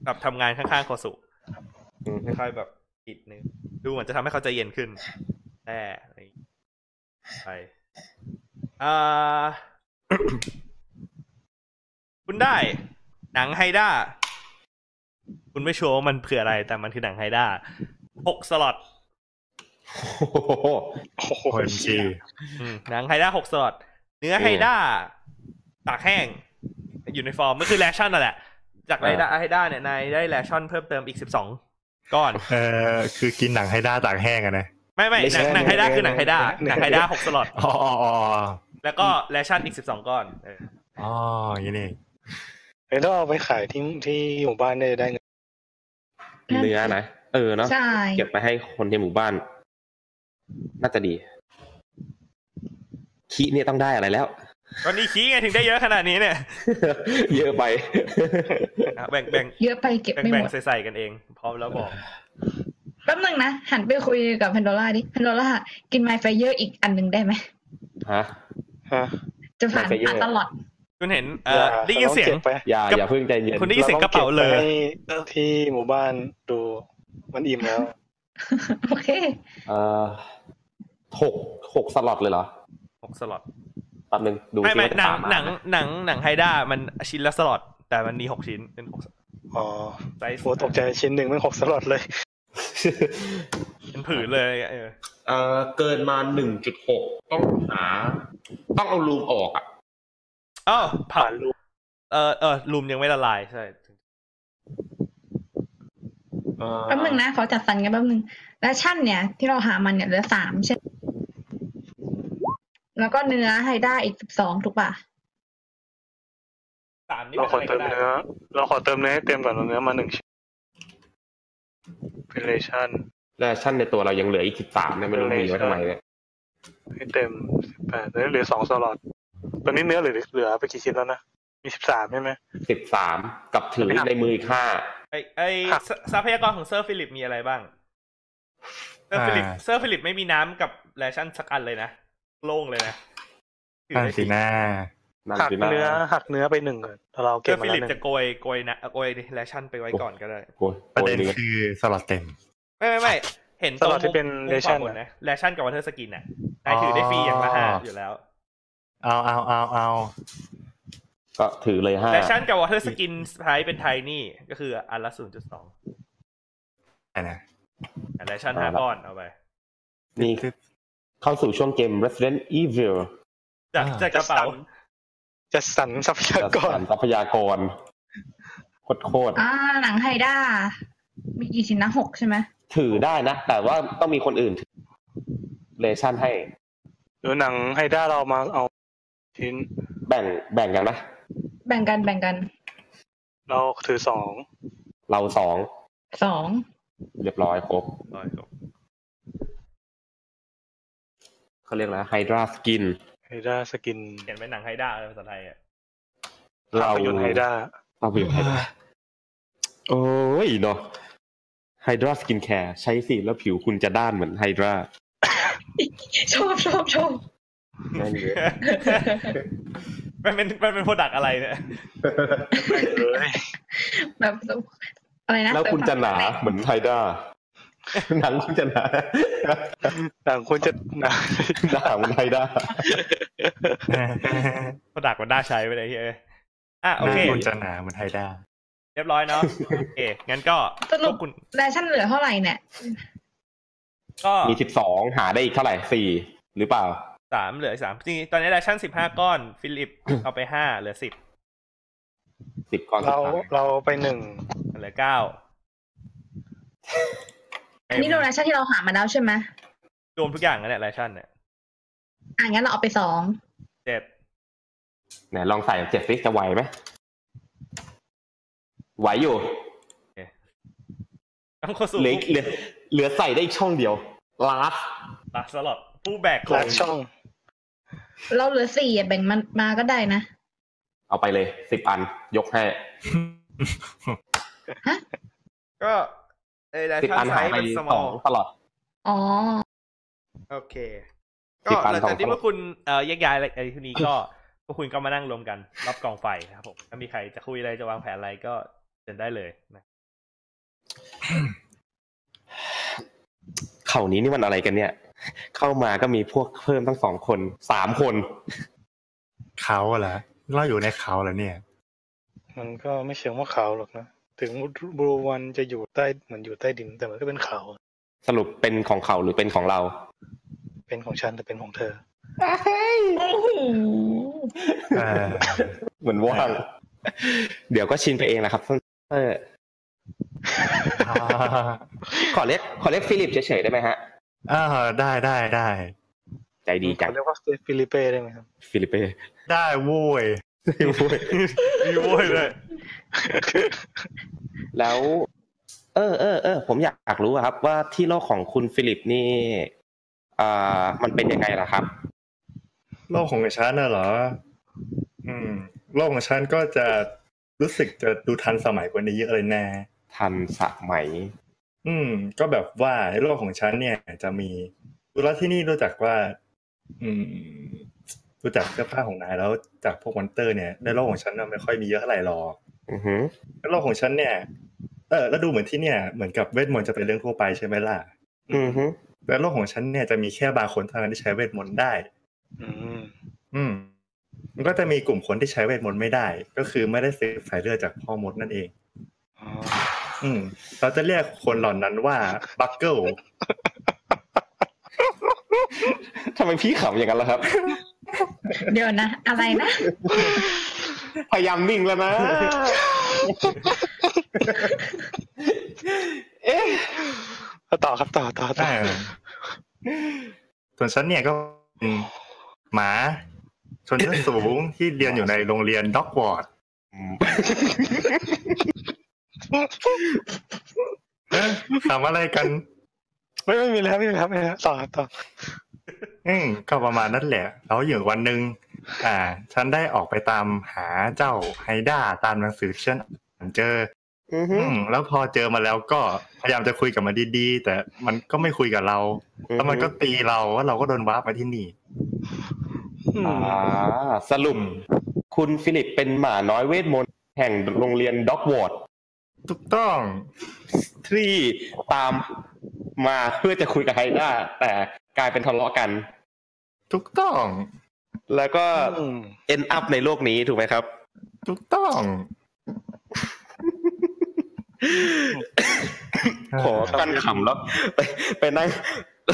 Speaker 1: แบบทำงานข้างๆโคสุ
Speaker 2: อืม
Speaker 1: ค่อยๆแบบปิดนึง ดูเหมือนจะทำให้เขาใจเย็นขึ้น แต่อะไรอย่างงี้ไปอ่า คุณได้ หนังไฮด้า คุณไม่ชัวร์ว่ามันเผื่ออะไร แต่มันคือหนังไฮด้าหกสล็อต
Speaker 2: โอ้โห
Speaker 3: โอ้โห
Speaker 4: คนชี
Speaker 1: อืมหนังไฮด้าหกสล็อตเนื้อไฮด้าตากแห้ง อยู่ในฟอร์มก็คือแรชชั่นนั่นแหละ จากไฮด้าไฮด้าเนี่ยนายได้แรชชั่นเพิ่มเติมอีกสิบสองก้อน
Speaker 4: เออคือกินหนังให้ด้าตากแห้งอะนะ
Speaker 1: ไม่ไม่หนังหนังไฮด้าคือหนังไฮด้าหนังไฮด้าหกสล็อต
Speaker 4: อ๋ออ๋ออ๋อ
Speaker 1: แล้วก็แรชชั่นอีกสิบสองก้อนเออ
Speaker 4: อ๋ออยังนี่
Speaker 3: เอ้ยต้องเอาไปขายที่ที่หมู่บ้านได้ได้เงิน
Speaker 2: เนื้อนะ เออเนาะ
Speaker 5: ใช่
Speaker 2: เก็บไปให้คนในหมู่บ้าน น่าจะดีคีเนี่ยต้องได้อะไรแล้ว
Speaker 1: ตอนนี้ขี้ไงถึงได้เยอะขนาด นี้เนี่ย
Speaker 2: เยอะไป
Speaker 1: อ่ะแบ่งแบ่ง
Speaker 5: เยอะไปเก็บ
Speaker 1: แบ่ง
Speaker 5: ไม่ห
Speaker 1: แบ่ง
Speaker 5: มด
Speaker 1: ใส่ๆกันเองพร้อมแล้วบอก
Speaker 5: แป๊บนึงนะ หันไปคุยกับแพนโดล่าดิแพนโดล่ากินไม f ไฟเยอร์อีกอันหนึ่งได้ไหม
Speaker 2: ฮะ
Speaker 3: ฮะ
Speaker 5: จะผ่าน
Speaker 2: My Fire
Speaker 5: ผ่านตลอด
Speaker 1: คุณเห็นเอ่อได้ยินเสียง
Speaker 9: อย่าอย่าเพิ่งใจเย็น
Speaker 1: คุณได้ยินเสียงกระเป๋าเลย
Speaker 7: ราต้องก็บไว้ให้ที่หมู่บ้านดูมันอิ่มแล้ว
Speaker 5: โอเค
Speaker 2: เอ่อหกหกสล็อตเลยเหรอ
Speaker 1: หกสล็อต
Speaker 2: แป๊บนึงดู
Speaker 1: ไม่
Speaker 2: ซิ
Speaker 1: ไม่
Speaker 2: ว่าจะ
Speaker 1: หนัง
Speaker 2: ตามา
Speaker 1: หนังหนังหนังไฮด้ามันชิ้นละสล็อตแต่มันมีหกชิ้นเป็นหก
Speaker 7: อ๋อ
Speaker 1: ไซส์
Speaker 7: โอ้ตกใจชิ้นหนึ่งมันหกสล็อตเลย
Speaker 1: เป็นผืนเลยเออ
Speaker 2: เอ่อเกินมาหนึ่งจุดหกต้องหา ต้องเอารูมออกอ่ะ
Speaker 1: อ้าวเผา
Speaker 7: ผ่านรูป
Speaker 1: เออเออลุมยังไม่ละลายใช่
Speaker 2: เอ่อ
Speaker 5: แป๊บนึงนะขอจัดสรรกันแป๊บนึงและชั่นเนี่ยที่เราหามันเนี่ยเหลือสามใช่ไหมแล้วก็เนื้อไฮด้าอีกสิบสองถูกป่ะ
Speaker 1: สามนี่
Speaker 7: เรา
Speaker 1: ป็น
Speaker 7: ขอเติม
Speaker 1: ะไรก็ได้
Speaker 7: เนื้อเราขอเติมเนื้อให้เต็มก่อนเราเนื้อมาหนึ่งชิ้นเ e เลชั่น
Speaker 2: แล้วชั่นในตัวเรายังเหลืออีกสิบสามเนี่ยไม่รู้มีไว้ทำไมเนี่ย
Speaker 7: ให้เต็มสิบแปดเหลือสองสล็อตตอนนี้เนื้อเหลือเหลือไปกี่ชิ้นแล้วนะ มีสิบสามใช่ไหม
Speaker 2: สิบสามกับถือในมืออีกห้า
Speaker 1: ไอไอทรัพทรัพยากรของเซอร์ฟิลิปมีอะไรบ้างเซอร์
Speaker 4: อ่า
Speaker 1: ฟิลิปเซอร์ฟิลิปไม่มีน้ำกับแรชั่นสักอันเลยนะโล่งเลยนะถือ
Speaker 4: นั่น
Speaker 1: ได้
Speaker 4: สิหน้า
Speaker 2: นั่น
Speaker 7: หัก
Speaker 2: สินะ
Speaker 7: เนื้อหักเนื้อไปหนึ่งก่อนแล้วเรา
Speaker 1: เซอ
Speaker 7: เก็บ
Speaker 1: ร์
Speaker 7: มา
Speaker 1: ฟิลิป
Speaker 7: แล้วหนึ่
Speaker 1: จะ
Speaker 7: ง
Speaker 1: โกยโกยนะโกยแรชั่นไปไว้ก่อนก็ได้
Speaker 2: โอ้ย
Speaker 4: ประ
Speaker 2: โอ้
Speaker 4: เด็
Speaker 2: ย
Speaker 4: น
Speaker 2: เนื้อ
Speaker 4: คือสล็อตเต็ม
Speaker 1: ไม่ไม่ไม่เห็น
Speaker 7: ส
Speaker 1: ตรง
Speaker 7: ล็อตที่เป็น
Speaker 1: มุม
Speaker 7: เลชั่น
Speaker 1: ขวาบ
Speaker 7: นะ
Speaker 1: นะแรชั่นกับวอเทอร์สกินน่ะนายถือได้ฟรีอย่างละห้าอยู่แล้ว
Speaker 4: เอาเอาเอาเอา
Speaker 2: ก็ถือเลยห้า
Speaker 1: แรชั่นกับวอเทอร์สกินไพรเป็นไทนี่ก็คืออันละศูนย์จุดสอง
Speaker 4: อะไรนะ
Speaker 1: แรชั่นห้าก้อนเอาไป
Speaker 2: นี่
Speaker 4: คือ
Speaker 2: เข้าสู่ช่วงเกม Resident Evil
Speaker 1: จาก
Speaker 4: อ่า
Speaker 1: จากกระเป๋า
Speaker 7: จะสั่นทรัพยา
Speaker 2: จัด
Speaker 7: ก
Speaker 2: ส
Speaker 7: ร
Speaker 2: รรทรัพยากรโคตร
Speaker 5: อ่า หนังไฮด้ามีกี่ชิ้นนะหกใช่ไหม
Speaker 2: ๆถือได้นะ แต่ว่าต้องมีคนอื่นถือเลชั่นให้
Speaker 7: หรือหนังไฮด้าเรามาเอาชิ้น
Speaker 2: แบ่งแบ่งกันนะ
Speaker 5: แบ่งกันแบ่งกัน
Speaker 7: เราถือสอง
Speaker 2: เราสอง
Speaker 5: สอง
Speaker 2: เรียบร้อยครบ
Speaker 1: ร้อยกว่า
Speaker 2: เขาเรียกแล้วไฮดราสกิน
Speaker 7: ไฮด้าสกิน
Speaker 1: เขียนเป็นหนังไฮด้าเลยภาษาไทยอ่ะ
Speaker 2: เรา
Speaker 7: ภาพยนตร์ไฮด้า
Speaker 2: เราไปอยู่ไฮดราโอ้ยเนาะไฮดราสกินแคร์ใช้สิแล้วผิวคุณจะด้านเหมือนไฮดรา
Speaker 5: ชอบชอบชอบ
Speaker 2: นั่นเอง
Speaker 1: มันเป็นมันเป็นโปรดักอะไรเนี่ย
Speaker 7: เลย
Speaker 5: แบบอะไรนะ
Speaker 2: แล้วคุณจะหนาเหมือนไฮดราหนังคุณจะหนา
Speaker 7: หนังควรจะหนัง
Speaker 2: หนาเหมือนไฮดรา
Speaker 1: โปรดักมันน่าใช้ไปเลยเฮ้ยอ่ะโอ
Speaker 4: หน้า
Speaker 1: เค
Speaker 4: คุณจะหนาเหมือนไฮด้า
Speaker 1: เรียบร้อยเนาะโอเคงั้นก็พวกคุณ
Speaker 5: แรชั่นเหลือเท่าไหร่เนี่ย
Speaker 1: ก็
Speaker 2: มีสิบสองหาได้อีกเท่าไหร่สี่หรือเปล่า
Speaker 1: สามเหลืออีกสามจริงๆตอนนี้แรชั่นสิบห้าก้อน ฟิลิปเอาไปห้าเหลือสิบ
Speaker 2: สิบก้อนสุด
Speaker 7: เรา
Speaker 2: ท้าย
Speaker 7: เราไปหนึ่ง
Speaker 1: เหลือเก้า
Speaker 5: อันนี้เราแรชั่นที่เราหามาแล้วใช่ไหม
Speaker 1: รวมทุกอย่างนั่นแหละไลชั่นเนี่ย
Speaker 5: อ่ะงั้นเราเอาไปสอง
Speaker 1: เจ็ด
Speaker 2: ไหนลองใส่เจ็ดซิจะไหวไหมไหวอยู่
Speaker 1: ต้องเข้าสู่
Speaker 2: เหลือเหลือเหลือใส่ได้อีกช่องเดียวลาส
Speaker 1: ลักสล็อตผู้แบกขอ
Speaker 7: ลั
Speaker 1: ง
Speaker 7: กช่อง
Speaker 5: เราเหลือสี่อ่ะแบ่งมันมาก็ได้นะ
Speaker 2: เอาไปเลยสิบอัน ยกให้
Speaker 1: ก็ไอ้ไล
Speaker 2: สิบ
Speaker 1: ชั่น
Speaker 2: อัน
Speaker 1: ไซ
Speaker 2: หาย
Speaker 1: ส์
Speaker 2: ไป
Speaker 1: มันสม
Speaker 2: ส
Speaker 1: อ
Speaker 2: อง
Speaker 1: ง
Speaker 2: ตลอด
Speaker 5: อ๋อ
Speaker 1: โอเค ก็
Speaker 2: สิบอัน
Speaker 1: หลังจากที่
Speaker 2: สอง
Speaker 1: เมื่อคุณเอ่อแยกย้ายอะไรไอ้ทีนี้ก็ พวกคุณก็มานั่งรวมกันรอบกองไฟนะครับผมถ้ามีใครจะคุยอะไรจะวางแผนอะไรก็เชิญได้เลย นะ
Speaker 2: เข่านี้นี่มันอะไรกันเนี่ย เข้ามาก็มีพวกเพิ่มทั้งสองคนสามคน
Speaker 4: เขาเหรอเราอยู่ในเขาเหรอเนี่ย
Speaker 7: มันก็ไม่เชิงว่าเขาหรอกนะ ถึงบรูวันจะอยู่ใต้เหมือนอยู่ใต้ดินแต่มันก็เป็นเขา
Speaker 2: สรุปเป็นของเขาหรือเป็นของเรา
Speaker 7: เป็นของฉันแต่เป็นของเธอ
Speaker 4: เออ
Speaker 2: เหมือน ว่าง เดี๋ยวก็ชินไปเองแหละครับเออขอเรียกขอเรียกฟิลิปเฉยๆได้ไหมฮะ
Speaker 4: เออได้ได้ได้
Speaker 2: ใจดีจัง
Speaker 7: เขาเรียกว่าฟิลิเป้ได้ไหมครับ
Speaker 2: ฟิลิปเป้
Speaker 4: ได้โว้ย
Speaker 1: มีโว้ยเลย
Speaker 2: แล้ว เออเออเออผมอยากรู้อะครับ ว่าที่โลกของคุณฟิลิปนี่อ่ามันเป็นยังไงล่ะครับ
Speaker 4: โลกของฉันน่ะเหรอ อืม โลกของฉันก็จะรู้สึกจะดูทันสมัยกว่านี้เยอะเลยนะ
Speaker 2: ทันสมัย
Speaker 4: อืม ก็แบบว่าในโลกของฉันเนี่ย จะมีดูแล้วที่นี่รู้จักว่า อืม ดูจากเสื้อผ้าของนายแล้วจากพวกมอนเตอร์เนี่ยในโลกของฉันน่ะไม่ค่อยมีเยอะเท่าไหร่หรอก
Speaker 2: อือฮึ
Speaker 4: ในโลกของฉันเนี่ย เออแล้วดูเหมือนที่เนี่ยเหมือนกับเวทมนต์จะเป็นเรื่องทั่วไปใช่ไหมล่ะ
Speaker 2: อือฮึ
Speaker 4: แต่โลกของฉันเนี่ยจะมีแค่บางคนเท่านั้นที่ใช้เวทมนต์ได้
Speaker 3: อืม
Speaker 4: อืม มันก็จะมีกลุ่มคนที่ใช้เวทมนต์ไม่ได้ ก็คือไม่ได้สืบสายเลือดจากพ่อมดนั่นเอง อืม เราจะเรียกคนเหล่านั้นว่าบักเกิล
Speaker 2: ทำไมพี่ขำอย่างนั้นล่ะครับ
Speaker 5: เดี๋ยวนะ อะไรนะ
Speaker 2: พยายามนิ่ง แล้วนะ
Speaker 3: เอ๊ะต่อครับต่อต่อต่อ
Speaker 4: อ่าส่วนฉันเนี่ยก็เป็นหมา ชนชั้นสูงที่เรียนอยู่ในโรงเรียนด็อกวอร์ดถามอะไรกัน
Speaker 3: ไม่ไม่มีแล้วไม่มีแล้วไม่มีแล้วต่อครับต่อ
Speaker 4: อืมก็ประมาณนั้นแหละ แล้วอยู่วันหนึ่งอ่า ฉันได้ออกไปตามหาเจ้าไฮด้าตามหนังสือที่ฉันอ่านเจอ
Speaker 2: อือฮึ
Speaker 4: อืมแล้วพอเจอมาแล้วก็พยายามจะคุยกับมันดีๆ แต่มันก็ไม่คุยกับเรา
Speaker 2: อือฮึ
Speaker 4: แล้วมันก็ตีเราว่าเราก็โดนวาร์ปมาที่นี่
Speaker 2: อ่าสรุป คุณฟิลิปเป็นหมาน้อยเวทมนต์แห่งโรงเรียนด็อกวอร์ด
Speaker 4: ถูกต้อง
Speaker 2: ที่ตามมาเพื่อจะคุยกับไฮด้าแต่กลายเป็นทะเลาะกัน
Speaker 4: ถูกต้อง
Speaker 2: แล้วก็เอ็นอัพในโลกนี้ถูกไหมครับ
Speaker 4: ถูกต้อง
Speaker 2: ขอกันขำแล้วไปไปนั่ง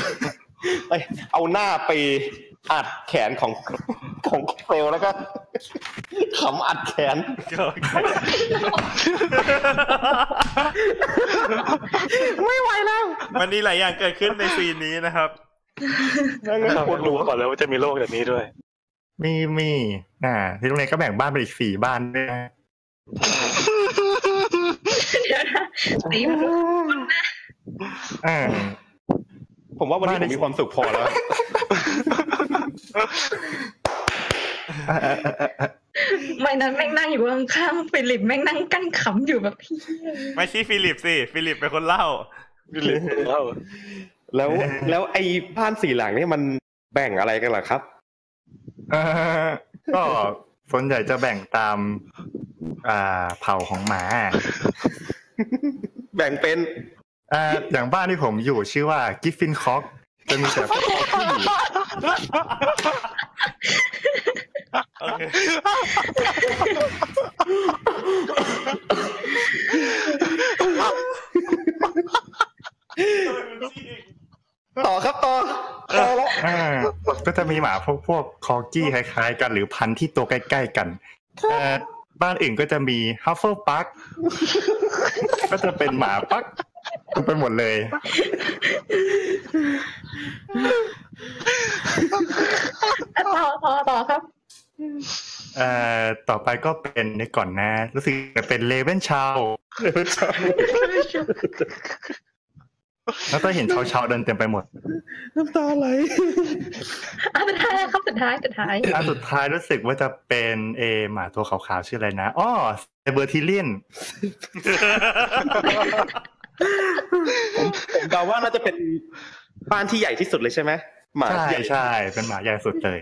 Speaker 2: ไปเอาหน้าไปอัดแขนของ ของเฟลแล้วก็ ขำอัดแขน ไม่ไหวแล้ว
Speaker 1: มันมีหลายอย่างเกิดขึ้นในซีนนี้นะครับ
Speaker 2: นั่ง
Speaker 3: เรา
Speaker 2: ปวดหั
Speaker 3: ไม่รู้
Speaker 2: ว
Speaker 3: มาก่อนเลยว่าจะมีโรคแบบนี้ด้วย
Speaker 4: มีมีอ่า ที่โรงเรียนก็แบ่งบ้านไปอีกสี่บ้านด้วยนะ
Speaker 5: เดี๋ยวนะสีมันคุ้นๆนะ
Speaker 4: อ่า
Speaker 2: ผมว่าวันนี้ผมมีความสุขพอแล้ว
Speaker 5: ไม่นั้นแม่งนั่งอยู่ข้างๆฟิลิปแม่งนั่งกั้นขำอยู่แบบพี่
Speaker 1: ไม่ใช่ฟิลิปสิ ฟิลิปเป็นคนเล่า
Speaker 3: วิลิตเล่า
Speaker 2: แล้วแล้วไอ้บ้านสี่หลังนี่มันแบ่งอะไรกันล่ะครับ
Speaker 4: เอ่อก็ส่วนใหญ่จะแบ่งตาม อ่าเผ่าของหมา
Speaker 2: แบ่งเป็น
Speaker 4: อ่าอย่างบ้านที่ผมอยู่ชื่อว่ากิฟฟินคอกจะมีแต่
Speaker 1: โอเค
Speaker 2: ต่อครับต่อพอแล้ว
Speaker 4: อ่าก็จะมีหมาพวกพวกคอกี้คล้ายๆ กันหรือพันธุ์ที่ตัวใกล้ๆกันเอ่อบ้านอื่นก็จะมีฮัฟเฟิลปักก็จะเป็นหมาปักไปหมดเลย
Speaker 5: อ่ะต่อต่อต่อครับ
Speaker 4: เอ่อต่อไปก็เป็นในก่อนนะ รู้สึกจะเป็นเลเวนชาว แล้วก็เห็นชาวชาวๆเดินเต็มไปหมด
Speaker 2: น้ำตาไหล
Speaker 5: อ่ะสุดท้ายแล้วครับสุดท้ายสุดท้าย
Speaker 4: อันสุดท้ายรู้สึกว่าจะเป็นเอหมาตัวขาวๆชื่ออะไรนะอ๋อไซเบอร์ทิเลียน
Speaker 2: ผมเดาว่าน่าจะเป็นบ้านที่ใหญ่ที่สุดเลยใช่ไหมหมา
Speaker 4: ใช่
Speaker 2: ใหญ่
Speaker 4: ใช่เป็นหมาใหญ่สุดเลย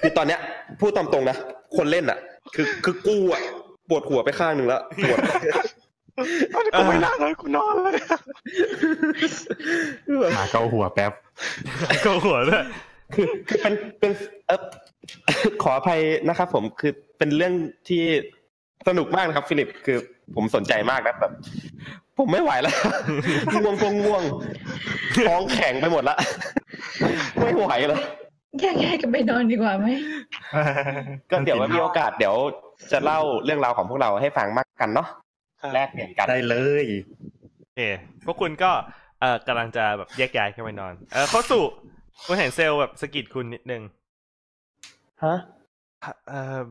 Speaker 2: คือตอนเนี้ยพูดตามตรงนะคนเล่นอ่ะ คือคือกูอ่ะปวดหัวไปข้างหนึ่งแล้วปวด
Speaker 3: กูไม่นั่งเลยกูนอน เลย
Speaker 4: หมาเกาหัวแป๊บ
Speaker 1: ก็หัวด้วย
Speaker 2: คือคือเป็นเป็นเออขออภัยนะครับผมคือเป็นเรื่องที่สนุกมากนะครับ ฟิลิปคือผมสนใจมากนะแบบผมไม่ไหวแล้ว ง่วงก็ง่วงท้องแข็งไปหมดละ ไม่ไหวแล้ว
Speaker 5: แยกๆกันไปนอนดีกว่าไหม
Speaker 2: ก็เดี๋ยวว่ามีโอกาสเดี๋ยวจะเล่าเรื่องราวของพวกเราให้ฟังมากกันเนาะ
Speaker 3: ครับ
Speaker 2: แลกเปลี่ยนกัน
Speaker 4: ได้เลย
Speaker 1: โอเคพวกคุณก็เอ่อกำลังจะแบบแยกย้ายกันไปนอน เออเข้าสู่คุณเห็นเซลล์แบบสะกิดคุณนิดนึง
Speaker 2: ฮะ
Speaker 1: เอ่อ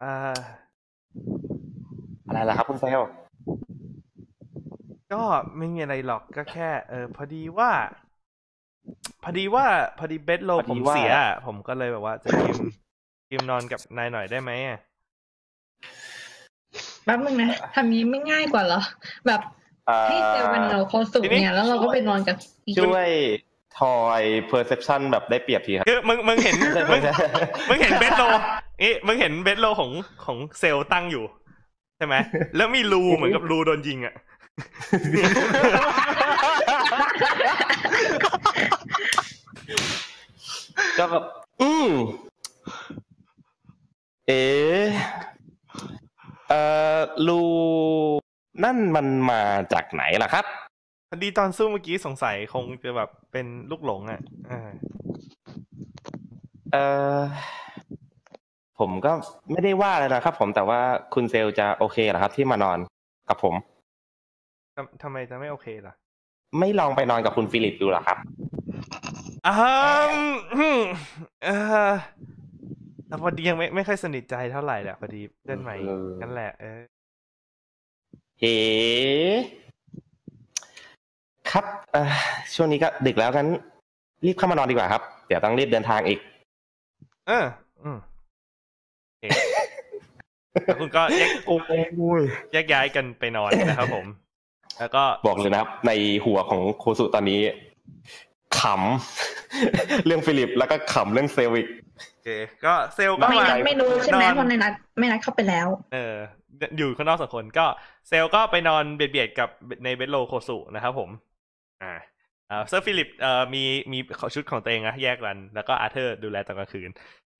Speaker 1: เอ่อ
Speaker 2: อะไรล่ะครับคุณเซล
Speaker 1: ก็ไม่มีอะไรหรอกก็แค่ เออพอดีว่า พอดีว่าพอดีเบดโลผมเสีย ผมก็เลยแบบว่าจะยืมยืมนอน กับนายหน่อยได้ไหมอะ
Speaker 5: แป๊บนึงนะทำนี้ไม่ง่ายกว่าเหรอ แบบ ให้เซลล์มันเราเขาสูงเนี่ยแล้วเราก็ไปนอนกับอีก
Speaker 2: ช่วยทอยเพอร์เซพชันแบบได้เปรียบทีครับ
Speaker 1: คือมึงมึงเห็น
Speaker 2: ใช่
Speaker 1: มึง
Speaker 2: ใช่
Speaker 1: มึงเห็นเบสโลนี่มึงเห็นเบสโลของของเซลล์ตั้งอยู่ ใช่ไหม แล้วมี รูเหมือนกับรูโดนยิงอ่ะ
Speaker 2: ก็แบบอืมเอ๋เอ่อรูนั่นมันมาจากไหนล่ะครับ
Speaker 1: ดีตอนสู้เมื่อกี้สงสัยคงจะแบบเป็นลูกหลงอ่ะเออ
Speaker 2: เออผมก็ไม่ได้ว่าอะไรนะครับผมแต่ว่าคุณเซลจะโอเคเหรอครับ ที่มานอนกับผม
Speaker 1: ทำทำไมจะไม่โอเคล่ะ
Speaker 2: ไม่ลองไปนอนกับคุณฟิลิปดูเหรอครับ
Speaker 1: อ่าอืมเออแต่พอดียังไม่ไม่ค่อยสนิทใจเท่าไหร่แหละพอดีเล่นใหม่
Speaker 2: เออ
Speaker 1: กันแหละเออ
Speaker 2: เฮครับเอ่อช่วงนี้ก็ดึกแล้วกันรีบเข้ามานอนดีกว่าครับ เดี๋ยวต้องรีบเดินทางอีก
Speaker 1: เออ อืม โอเคแล้วคุณก็แยก
Speaker 2: โอ้ย
Speaker 1: แยกย้ายกันไปนอนนะครับผม แล้วก็
Speaker 2: บอกเลยนะครับ ในหัวของโคสุตอนนี้ขำ เรื่องฟิลิปแล้วก็ขำเรื่องเซลอีก
Speaker 1: โอเค ก็เซลล์ก็
Speaker 5: ไม่
Speaker 1: มา
Speaker 5: นัดไม่รู้ใช่ไหม
Speaker 1: นอน
Speaker 5: เพราะในนัดไม่นัดเข้าไปแล้ว
Speaker 1: เออ อยู่ข้างนอกสองคนก็เซลล์ก็ไปนอนเบียดเบียดๆกับในเบดโลโคสุนะครับผม อ่าเอ่อเซอร์ฟิลิปเอ่อมีมีชุดของตัวเองนะแยกกัน แล้วก็อาร์เธอร์ดูแลตอนกลางคืน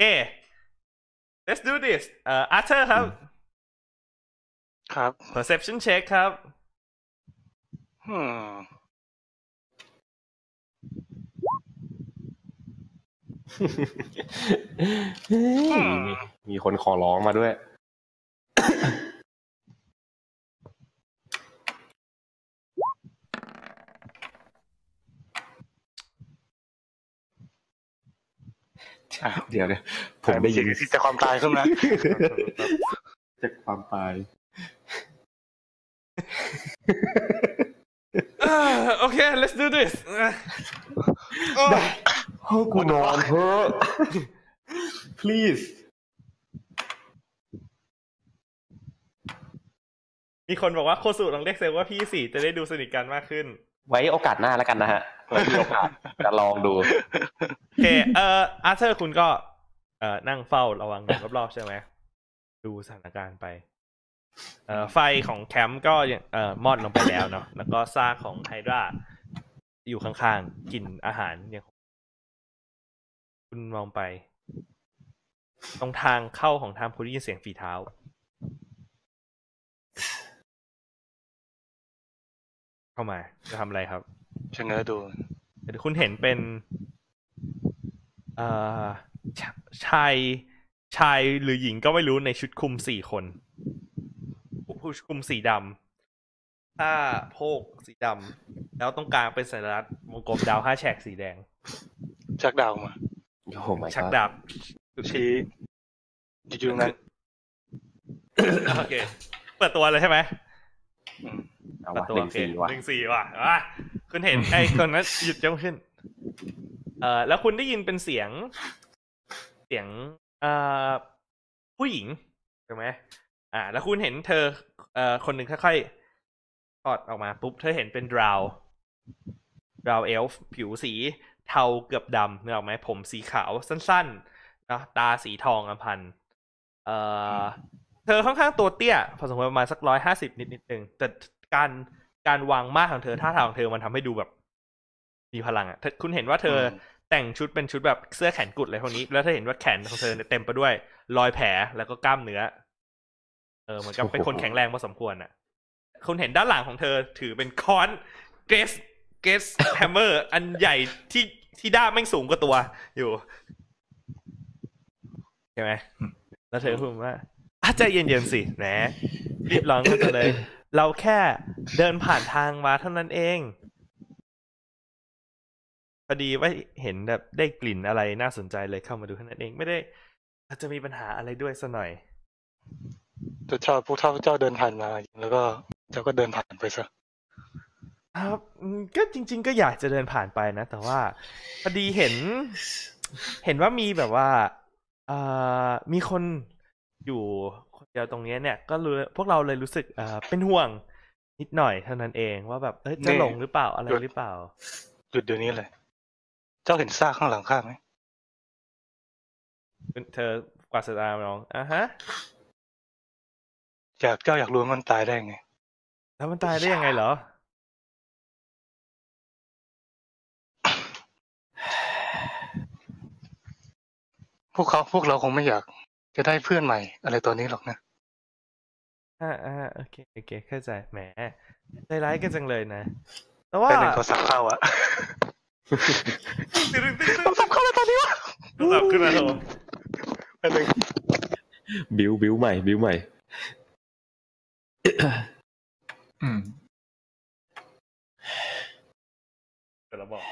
Speaker 1: เอ let's do this เอ่ออาร์เธอร์ครับ
Speaker 3: ครับ
Speaker 1: perception check ครับ
Speaker 3: อืม
Speaker 2: มีมีคนขอร้องมาด้วย เดี๋ยวเดี๋ยวผมได้ยิน
Speaker 3: จะความตายขึ้นนะ
Speaker 2: จากความตาย
Speaker 1: เออโอเค let's do this อ่ะโอ้ย
Speaker 2: ห้องกูนอนเถอะ please
Speaker 1: มีคนบอกว่าโคสุลองเรียกเซลว่าพี่สี่จะได้ดูสนิทกันมากขึ้น
Speaker 2: ไว้โอกาสหน้าแล้วกันนะฮะไว้มีโอกาสจะลองดู
Speaker 1: โอเค เอ่ออาร์เธอร์คุณก็ เอ่อนั่งเฝ้าระวังรอบๆใช่ไหม ดูสถานการณ์ไป เอ่อไฟของแคมป์ก็ยังเอ่อมอดลงไปแล้วเนาะแล้วก็ซากของไฮดราอยู่ข้างๆกลิ่นอาหารยังคงคุณมองไป ตรงทางเข้าของทางคุณได้ยินเสียงฝีเท้า เข้ามาจะทำอะไรครับ
Speaker 3: ชะเง้อดู
Speaker 1: แต่คุณเห็นเป็นเอ่อชาชายชายหรือหญิงก็ไม่รู้ในชุดคลุมสี่คนผู้ชุดคลุมสีดำผ้าโพกสีดำแล้วตรงกลางเป็นสัญลักษณ์วงกลมดาวห้าแฉกสีแดง
Speaker 3: ชักดาวมา
Speaker 2: โอ้ my
Speaker 1: ชัก
Speaker 2: god
Speaker 1: ดาบ
Speaker 3: ชี้อยู่ตรงนั้น
Speaker 1: โอเค เปิดตัวเลยใช่ไหม
Speaker 3: อืม
Speaker 2: เอา
Speaker 1: ประ
Speaker 2: วะ
Speaker 1: ตู
Speaker 2: หนึ่
Speaker 1: โองเค
Speaker 2: สี่วะ
Speaker 1: หนึ่งสี่ว่ะอ่ะคุณเห็น ไอ้คนนั้นหยุดจ้องขึ้น เอ่อแล้วคุณได้ยินเป็นเสียง เสียงเอ่อผู้หญิงใช่ไหมอ่า แล้วคุณเห็นเธอ เอ่อคนหนึ่งค่อยๆถอดออกมาปุ๊บ เธอเห็นเป็นดราวดราวเอลฟ์ผิวสีเทาเกือบดำนึกออกไหมผมสีขาวสั้นๆเนอะตาสีทองอำพันเอ่อ เธอค่อนข้างตัวเตี้ยพอสมควรประมาณสักร้อยห้าสิบนิดนิดๆนึงแต่การการวางมาดของเธอท่าทางของเธอมันทำให้ดูแบบ มีพลังอะ่ะคุณเห็นว่าเธอแต่งชุดเป็นชุดแบบเสื้อแขนกุดอะไรพวกนี้ แล้วเธอเห็นว่าแขนของเธอเนี่ยเต็มไปด้วยรอยแผลแล้วก็กล้ามเนื้อ เออเหมือนกับเป็นคนแข็งแรงพอสมควรอ่ะ คุณเห็นด้านหลังของเธอถือเป็นค้อนเกสเกสแฮมเมอร์อันใหญ่ที่ที่ด้ามแม่งสูงกว่าตัว อยู่ใช่ไหมแล้วเธอพูดว่า อาใจเย็นๆสิแหนะรีบร้อนกันเลย เราแค่เดินผ่านทางมาเท่านั้นเองพอดีว่าเห็นแบบได้กลิ่นอะไรน่าสนใจเลยเข้ามาดูเท่านั้นเองไม่ได้ อาจจะมีปัญหาอะไรด้วยซะหน่อย
Speaker 3: จะชอบพวกเท่าเจ้าเดินผ่านมา แล้วก็เจ้าก็เดินผ่านไปซะ
Speaker 1: ครับอืมก็จริง ๆ ก็อยากจะเดินผ่านไปนะ แต่ว่าพอดีเห็ น เห็นว่ามีแบบว่าเอ่อมีคนอยู่คนเดียวตรงเนี้ยเนี่ย ก็รู้พวกเราเลยรู้สึกเอ่อเป็นห่วง นิดหน่อยเท่านั้นเองว่าแบบเอ้ยจะหลงหรือเปล่าอะไรหรือเปล่า
Speaker 3: หยุดเดี๋ยวนี้เลย เจ้าเห็นซากข้างหลังข้าไหม
Speaker 1: เธอกวาดสายตาน้องอ่ะฮะ
Speaker 3: อยากเจ้าอยากรู้ว่ามันตายได้ไง
Speaker 1: แล้วมันตายได้ยังไงเหรอ
Speaker 3: พวกเขาพวกเราคงไม่อยากจะได้เพื่อนใหม่ อะไรตอนนี้หรอกนะ
Speaker 1: อ่าอ่าโอเคโอเคเข้าใจแหมใจร้ายกันจังเลยนะ แต่ว่า
Speaker 3: แต่หนึ่งโทรศัพท์เข้าอะโทรศัพท์เข้าแล้วตอนนี้วะ
Speaker 1: โทรศัพท์ขึ้นมาแล้ว
Speaker 3: แป๊บนึง
Speaker 2: บิวบิวใหม่บิวใหม่
Speaker 4: อืม
Speaker 1: แต่เราบอก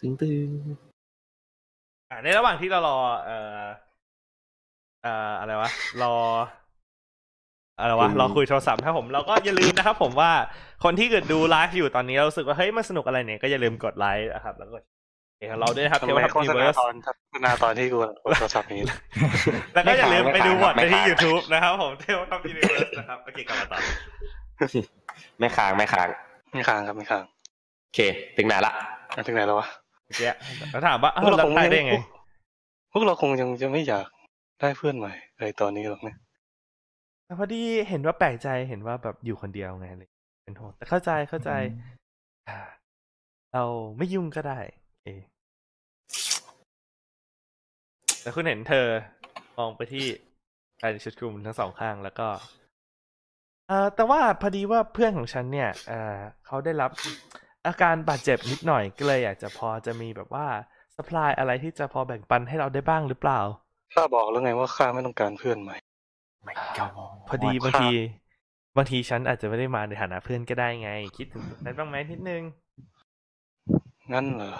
Speaker 2: ตึงตึง
Speaker 1: อ่ะในระหว่างที่เรารอ เอ่อ เอ่อ อะไรวะ รอ อะไรวะ รอคุยโทรศัพท์ครับผมเราก็อย่าลืมนะครับผมว่าคนที่เกิดดูไลฟ์อยู่ตอนนี้เรารู้สึกว่า เฮ้ย มันสนุกอะไรเนี่ย ก็อย่าลืมกดไลค์นะครับ แล้วก็เดี๋ยวเราด้วยนะครับ
Speaker 3: ทำ
Speaker 1: เทว
Speaker 3: ไม
Speaker 1: ทัพ
Speaker 3: โฆ
Speaker 1: ที
Speaker 3: ษ
Speaker 1: เวิ
Speaker 3: ณา
Speaker 1: ร์ส
Speaker 3: ตอนโฆษณาตอนที่กูโทรศัพท์นี้
Speaker 1: แล้วก็อย่าลืมไปดูบท
Speaker 2: ไม่
Speaker 1: ใน
Speaker 2: ค้าง
Speaker 1: ที่ YouTube นะครับผมเทวทัพทีเวิร์สนะครับโอเคกลับมาต่อ
Speaker 2: ไม่ค้างไม่ค้าง
Speaker 3: ไม่ค้างครับไม่ค้าง
Speaker 2: โอเค ถึงไหนละ
Speaker 3: อ่ะถึงไหนแล้ววะ
Speaker 1: เมื่อกี้แล้วถามว่าเอ้าเราตายได้ยังไง
Speaker 3: พวกเราคงยังจะไม่อยากได้เพื่อนใหม่อะไรตอนนี้หรอกนะ
Speaker 1: แต่พอดีเห็นว่าแปลกใจเห็นว่าแบบอยู่คนเดียวไงเลยเป็นห่วงแต่เข้าใจเข้าใจอ่าเราไม่ยุ่งก็ได้ เองแต่คุณเห็นเธอมองไปที่ชายในชุดคลุมทั้งสองข้างแล้วก็เอ่อแต่ว่าพอดีว่าเพื่อนของฉันเนี่ยเอ่อเขาได้รับอาการบาดเจ็บนิดหน่อยก็เลยอยากจะพอจะมีแบบว่าสป라이อะไรที่จะพอแบ่งปันให้เราได้บ้างหรือเปล่า
Speaker 3: ข้าบอกแล้วไงว่าข้าไม่ต้องการเพื่อนใหม่
Speaker 4: ไม่เก่า
Speaker 1: พอดีบางทีบางทีฉันอาจจะไม่ได้มาในฐานะเพื่อนก็ได้ไง คิดถึงจุดนั้นบ้างไหมนิดนึง
Speaker 3: งั้นเหรอ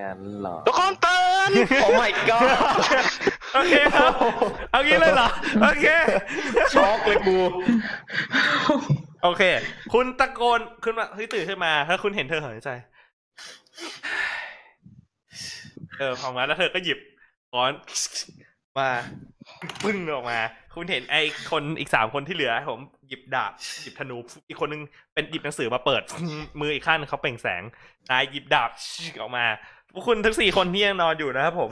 Speaker 2: งั้นเหรอ
Speaker 3: ทุกคนเตือน
Speaker 2: โอ้ my god
Speaker 1: โอเคครับเอางี้เลยเหรอโอเค
Speaker 2: ช็อกเลยกู
Speaker 1: โอเค คุณตะโกนขึ้นมาเฮ้ยตื่นขึ้นมาถ้าคุณเห็นเธอหายใจ เออของนั้นแล้วเธอก็หยิบก้อน มาปึ้งออกมา คุณเห็นไอ้คนอีกสามคนที่เหลือผมหยิบดาบหยิบธนูอีกคนนึงเป็นหยิบหนังสือมาเปิด มืออีกข้างหนึ่งเขาเปล่งแสง นายหยิบดาบ ชิกออกมา พวกคุณทั้งสี่คนที่ยังนอนอยู่นะครับผม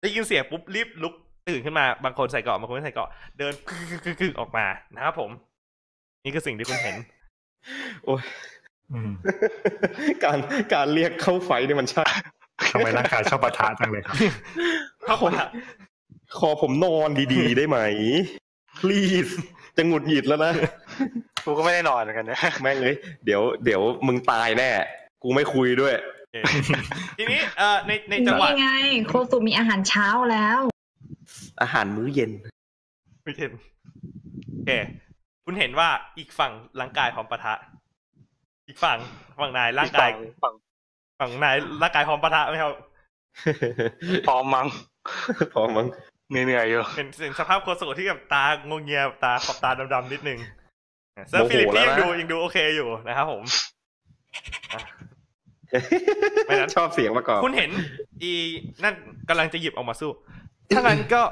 Speaker 1: ได้ยินเสียงปุ๊บรีบลุกตื่นขึ้นมาบางคนใส่เกราะบางคนไม่ใส่เกราะเดินกึกกึกกึกออกมานะครับผม นี่คือสิ่งที่คุณเห็น
Speaker 4: อืม
Speaker 7: การการเรียกเข้าไฟเนี่ยมันใช่
Speaker 4: ทำไมร่างกายชอบปะทะจังเลยครับ
Speaker 1: เขาคนละ
Speaker 7: ขอผมนอนดี ๆ ได้ไหม please จะหงุดหงิดแล้วนะ
Speaker 3: กูก็ไม่ได้นอนเหมือนกันนะ
Speaker 7: แม่งเลยเดี๋ยวเดี๋ยวมึงตายแน่ กูไม่คุยด้วย
Speaker 1: ทีนี้เอ่อในในจังหวะ
Speaker 5: นี่ไง โคสุมีอาหารเช้าแล้ว
Speaker 2: อาหารมื้อเย็น
Speaker 1: คุณเห็นโอเคคุณเห็นว่าอีกฝั่งร่างกายพร้อมปะทะ อีกฝั่งฝั่งนายร่างกาย
Speaker 3: ฝั่ง
Speaker 1: ฝั่งนายร่างกายพร้อมปะทะไหมครับ
Speaker 3: พร้อมมั้ง
Speaker 7: พอมั้ง
Speaker 3: เหนื่อยๆอยู่
Speaker 1: เป็นเป็นสภาพโคโซที่แบบตางงเงียตาขอบตาดำๆนิดนึงเซอร์ฟิลิปนี่ยังดูยังดูโอเคอยู่นะครับผม ไม่งั้น
Speaker 7: ชอบเสียงประกอบ
Speaker 1: คุณเห็น อีนั่นกำลังจะหยิบออกมาสู้ ถ้างั้นก็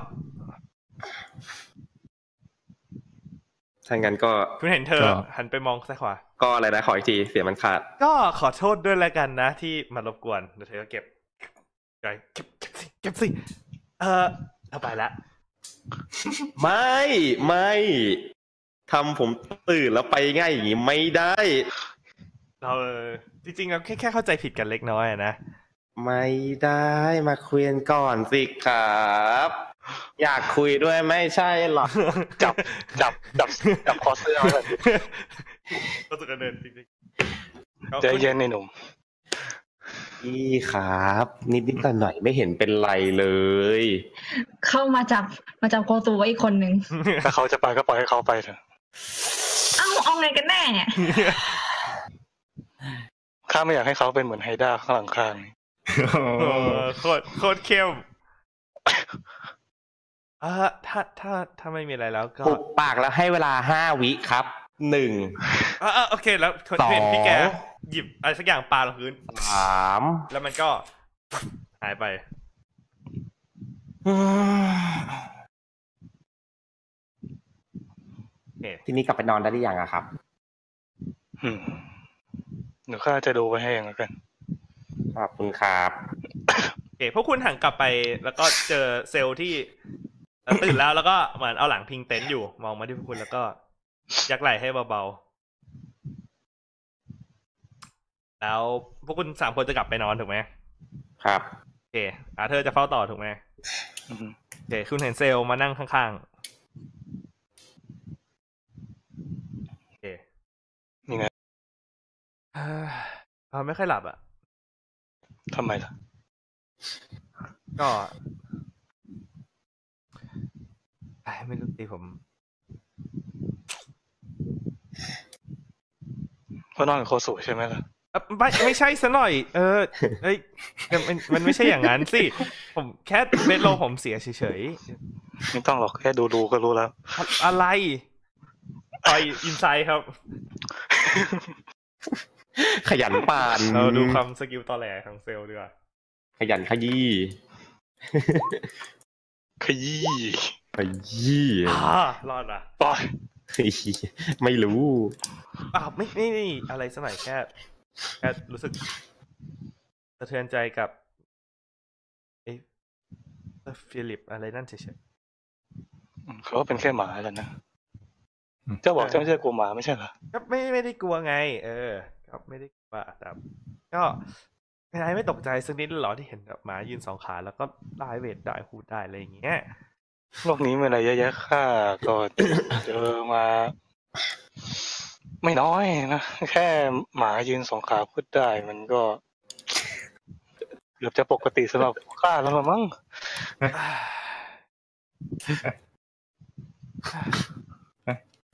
Speaker 7: ถ้างั้นก็
Speaker 1: คุณเห็นเธอ
Speaker 4: ก็
Speaker 1: หันไปมองซ้ายขวา
Speaker 7: ก็อะไรนะขออีกทีเสียงมันขาด
Speaker 1: ก็ขอโทษด้วยแล้วกันนะ ที่มารบกวนเดี๋ยวเธอก็เก็บใจเก็บเก็บสิเก็บสิเออเอาไปละ
Speaker 7: ไม่ไม่ทำผมตื่นแล้วไปง่ายอย่างนี้ไม่ได้
Speaker 1: เราเออจริงๆเราแค่แค่เข้าใจผิดกันเล็กน้อยอะนะ
Speaker 7: ไม่ได้มาคุยกันก่อนสิครับ อยากคุยด้วยไม่ใช่หรอ
Speaker 3: จับจับจับจับคอเสื้อไว้ก่อน
Speaker 1: ก็สุกเนินจริงๆ
Speaker 3: ใจเย็นในหนุ่ม
Speaker 2: พี่ครับ นิดนิดๆหน่อยๆไม่เห็นเป็นไรเลย
Speaker 5: เข้ามาจับมาจับโคตูไว้อีกคนนึง
Speaker 3: ถ้าเขาจะไปก็ปล่อยให้เขาไปเถอะ
Speaker 5: เอ้าเอาไงกันแน่เนี่ย
Speaker 3: ข้าไม่อยากให้เขาเป็นเหมือนไฮด้าข้างหลังคางนี่
Speaker 1: เออโคตรโคตรเข้มอ่าถ้าถ้าถ้าไม่มีอะไรแล้วก็
Speaker 2: ปุบปากแล้วให้เวลาห้าวิครับ หนึ่ง
Speaker 1: อ่าโอเคแล้วคนเห็นพี่แกหยิบอะไรสักอย่างปาลงพื้น
Speaker 2: สาม
Speaker 1: แล้วมันก็ หายไป โอเค
Speaker 2: ทีนี้กลับไปนอนได้หรือยังอะครับ
Speaker 3: อืมเดี๋ยวข้าจะดูไว้ให้เองแล้วกัน
Speaker 2: ขอบคุณครับ
Speaker 1: โอเคพวกคุณหันกลับไป แล้วก็เจอเซลล์ที่เอ่อตื่นแล้วแล้วก็เหมือนเอาหลังพิงเต็นท์อยู่ มองมาที่พวกคุณแล้วก็ ยักไหล่ให้เบาๆ แล้วพวกคุณสามคนจะกลับไปนอนถูกไหม
Speaker 2: ครับ
Speaker 1: โอเคอาเธอร์จะเฝ้าต่อถูกไหม
Speaker 3: อืม
Speaker 1: โอเคคุณเห็นเซลล์มานั่งข้างๆโอเค
Speaker 3: นี่ไง
Speaker 1: เอ่อเราไม่ค่อยหลับอ่ะ
Speaker 3: ทำไมล่ะ
Speaker 1: ก็ไอ้ไม่รู้สิผม
Speaker 3: เพราะนอนกับโคสุใช่ไหมล่ะ
Speaker 1: เอ่อไม่ไม่ใช่ซะหน่อย เออเอ้ยแต่มันมันไม่ใช่อย่างนั้นสิ ผมแค่เบสโลผมเสียเฉย
Speaker 3: ไม่ต้องหรอกแค่ดูดูๆก็รู้แล้ว
Speaker 1: ๆอะอะไรต่อยอินไซด์ครับ
Speaker 2: ขยันปาน
Speaker 1: เราดูความสกิลต่อแหลของเซลล์ดีกว่า
Speaker 2: ขยันขยี้
Speaker 3: ขยี้
Speaker 2: ขยี้
Speaker 1: อ่ารอดอ่ะ
Speaker 3: ปล่อย
Speaker 2: ไม่รู้
Speaker 1: อ้าวไม่ไม่ไม่อะไรสมัยแค่แค่รู้สึกสะเทือนใจกับเอ๊ะฟิลิปอะไรนั่นเฉย
Speaker 3: อืมเขาก็เป็นแค่หมาแหล้วนะ เจ้าบอกเจ้าไม่ใช่กลัวหมาไม่ใช่เหรอ
Speaker 1: ๆก็ไม่ไม่ได้กลัวไง เออก็ไม่ได้กลัวแต่ก็นายไม่ตกใจสักนิดเหรอที่เห็นแบบหมายืนสองขาแล้วก็ลายเวทได้พูดได้อะไรอย่างเงี้ย
Speaker 3: โลกนี้มีอะไรเยอะแยะค่าก็เจอมา ไม่น้อยนะ แค่หมายืนสองขาพูดได้มันก็เกือบจะปกติสำหรับข้าแล้วละมั้ง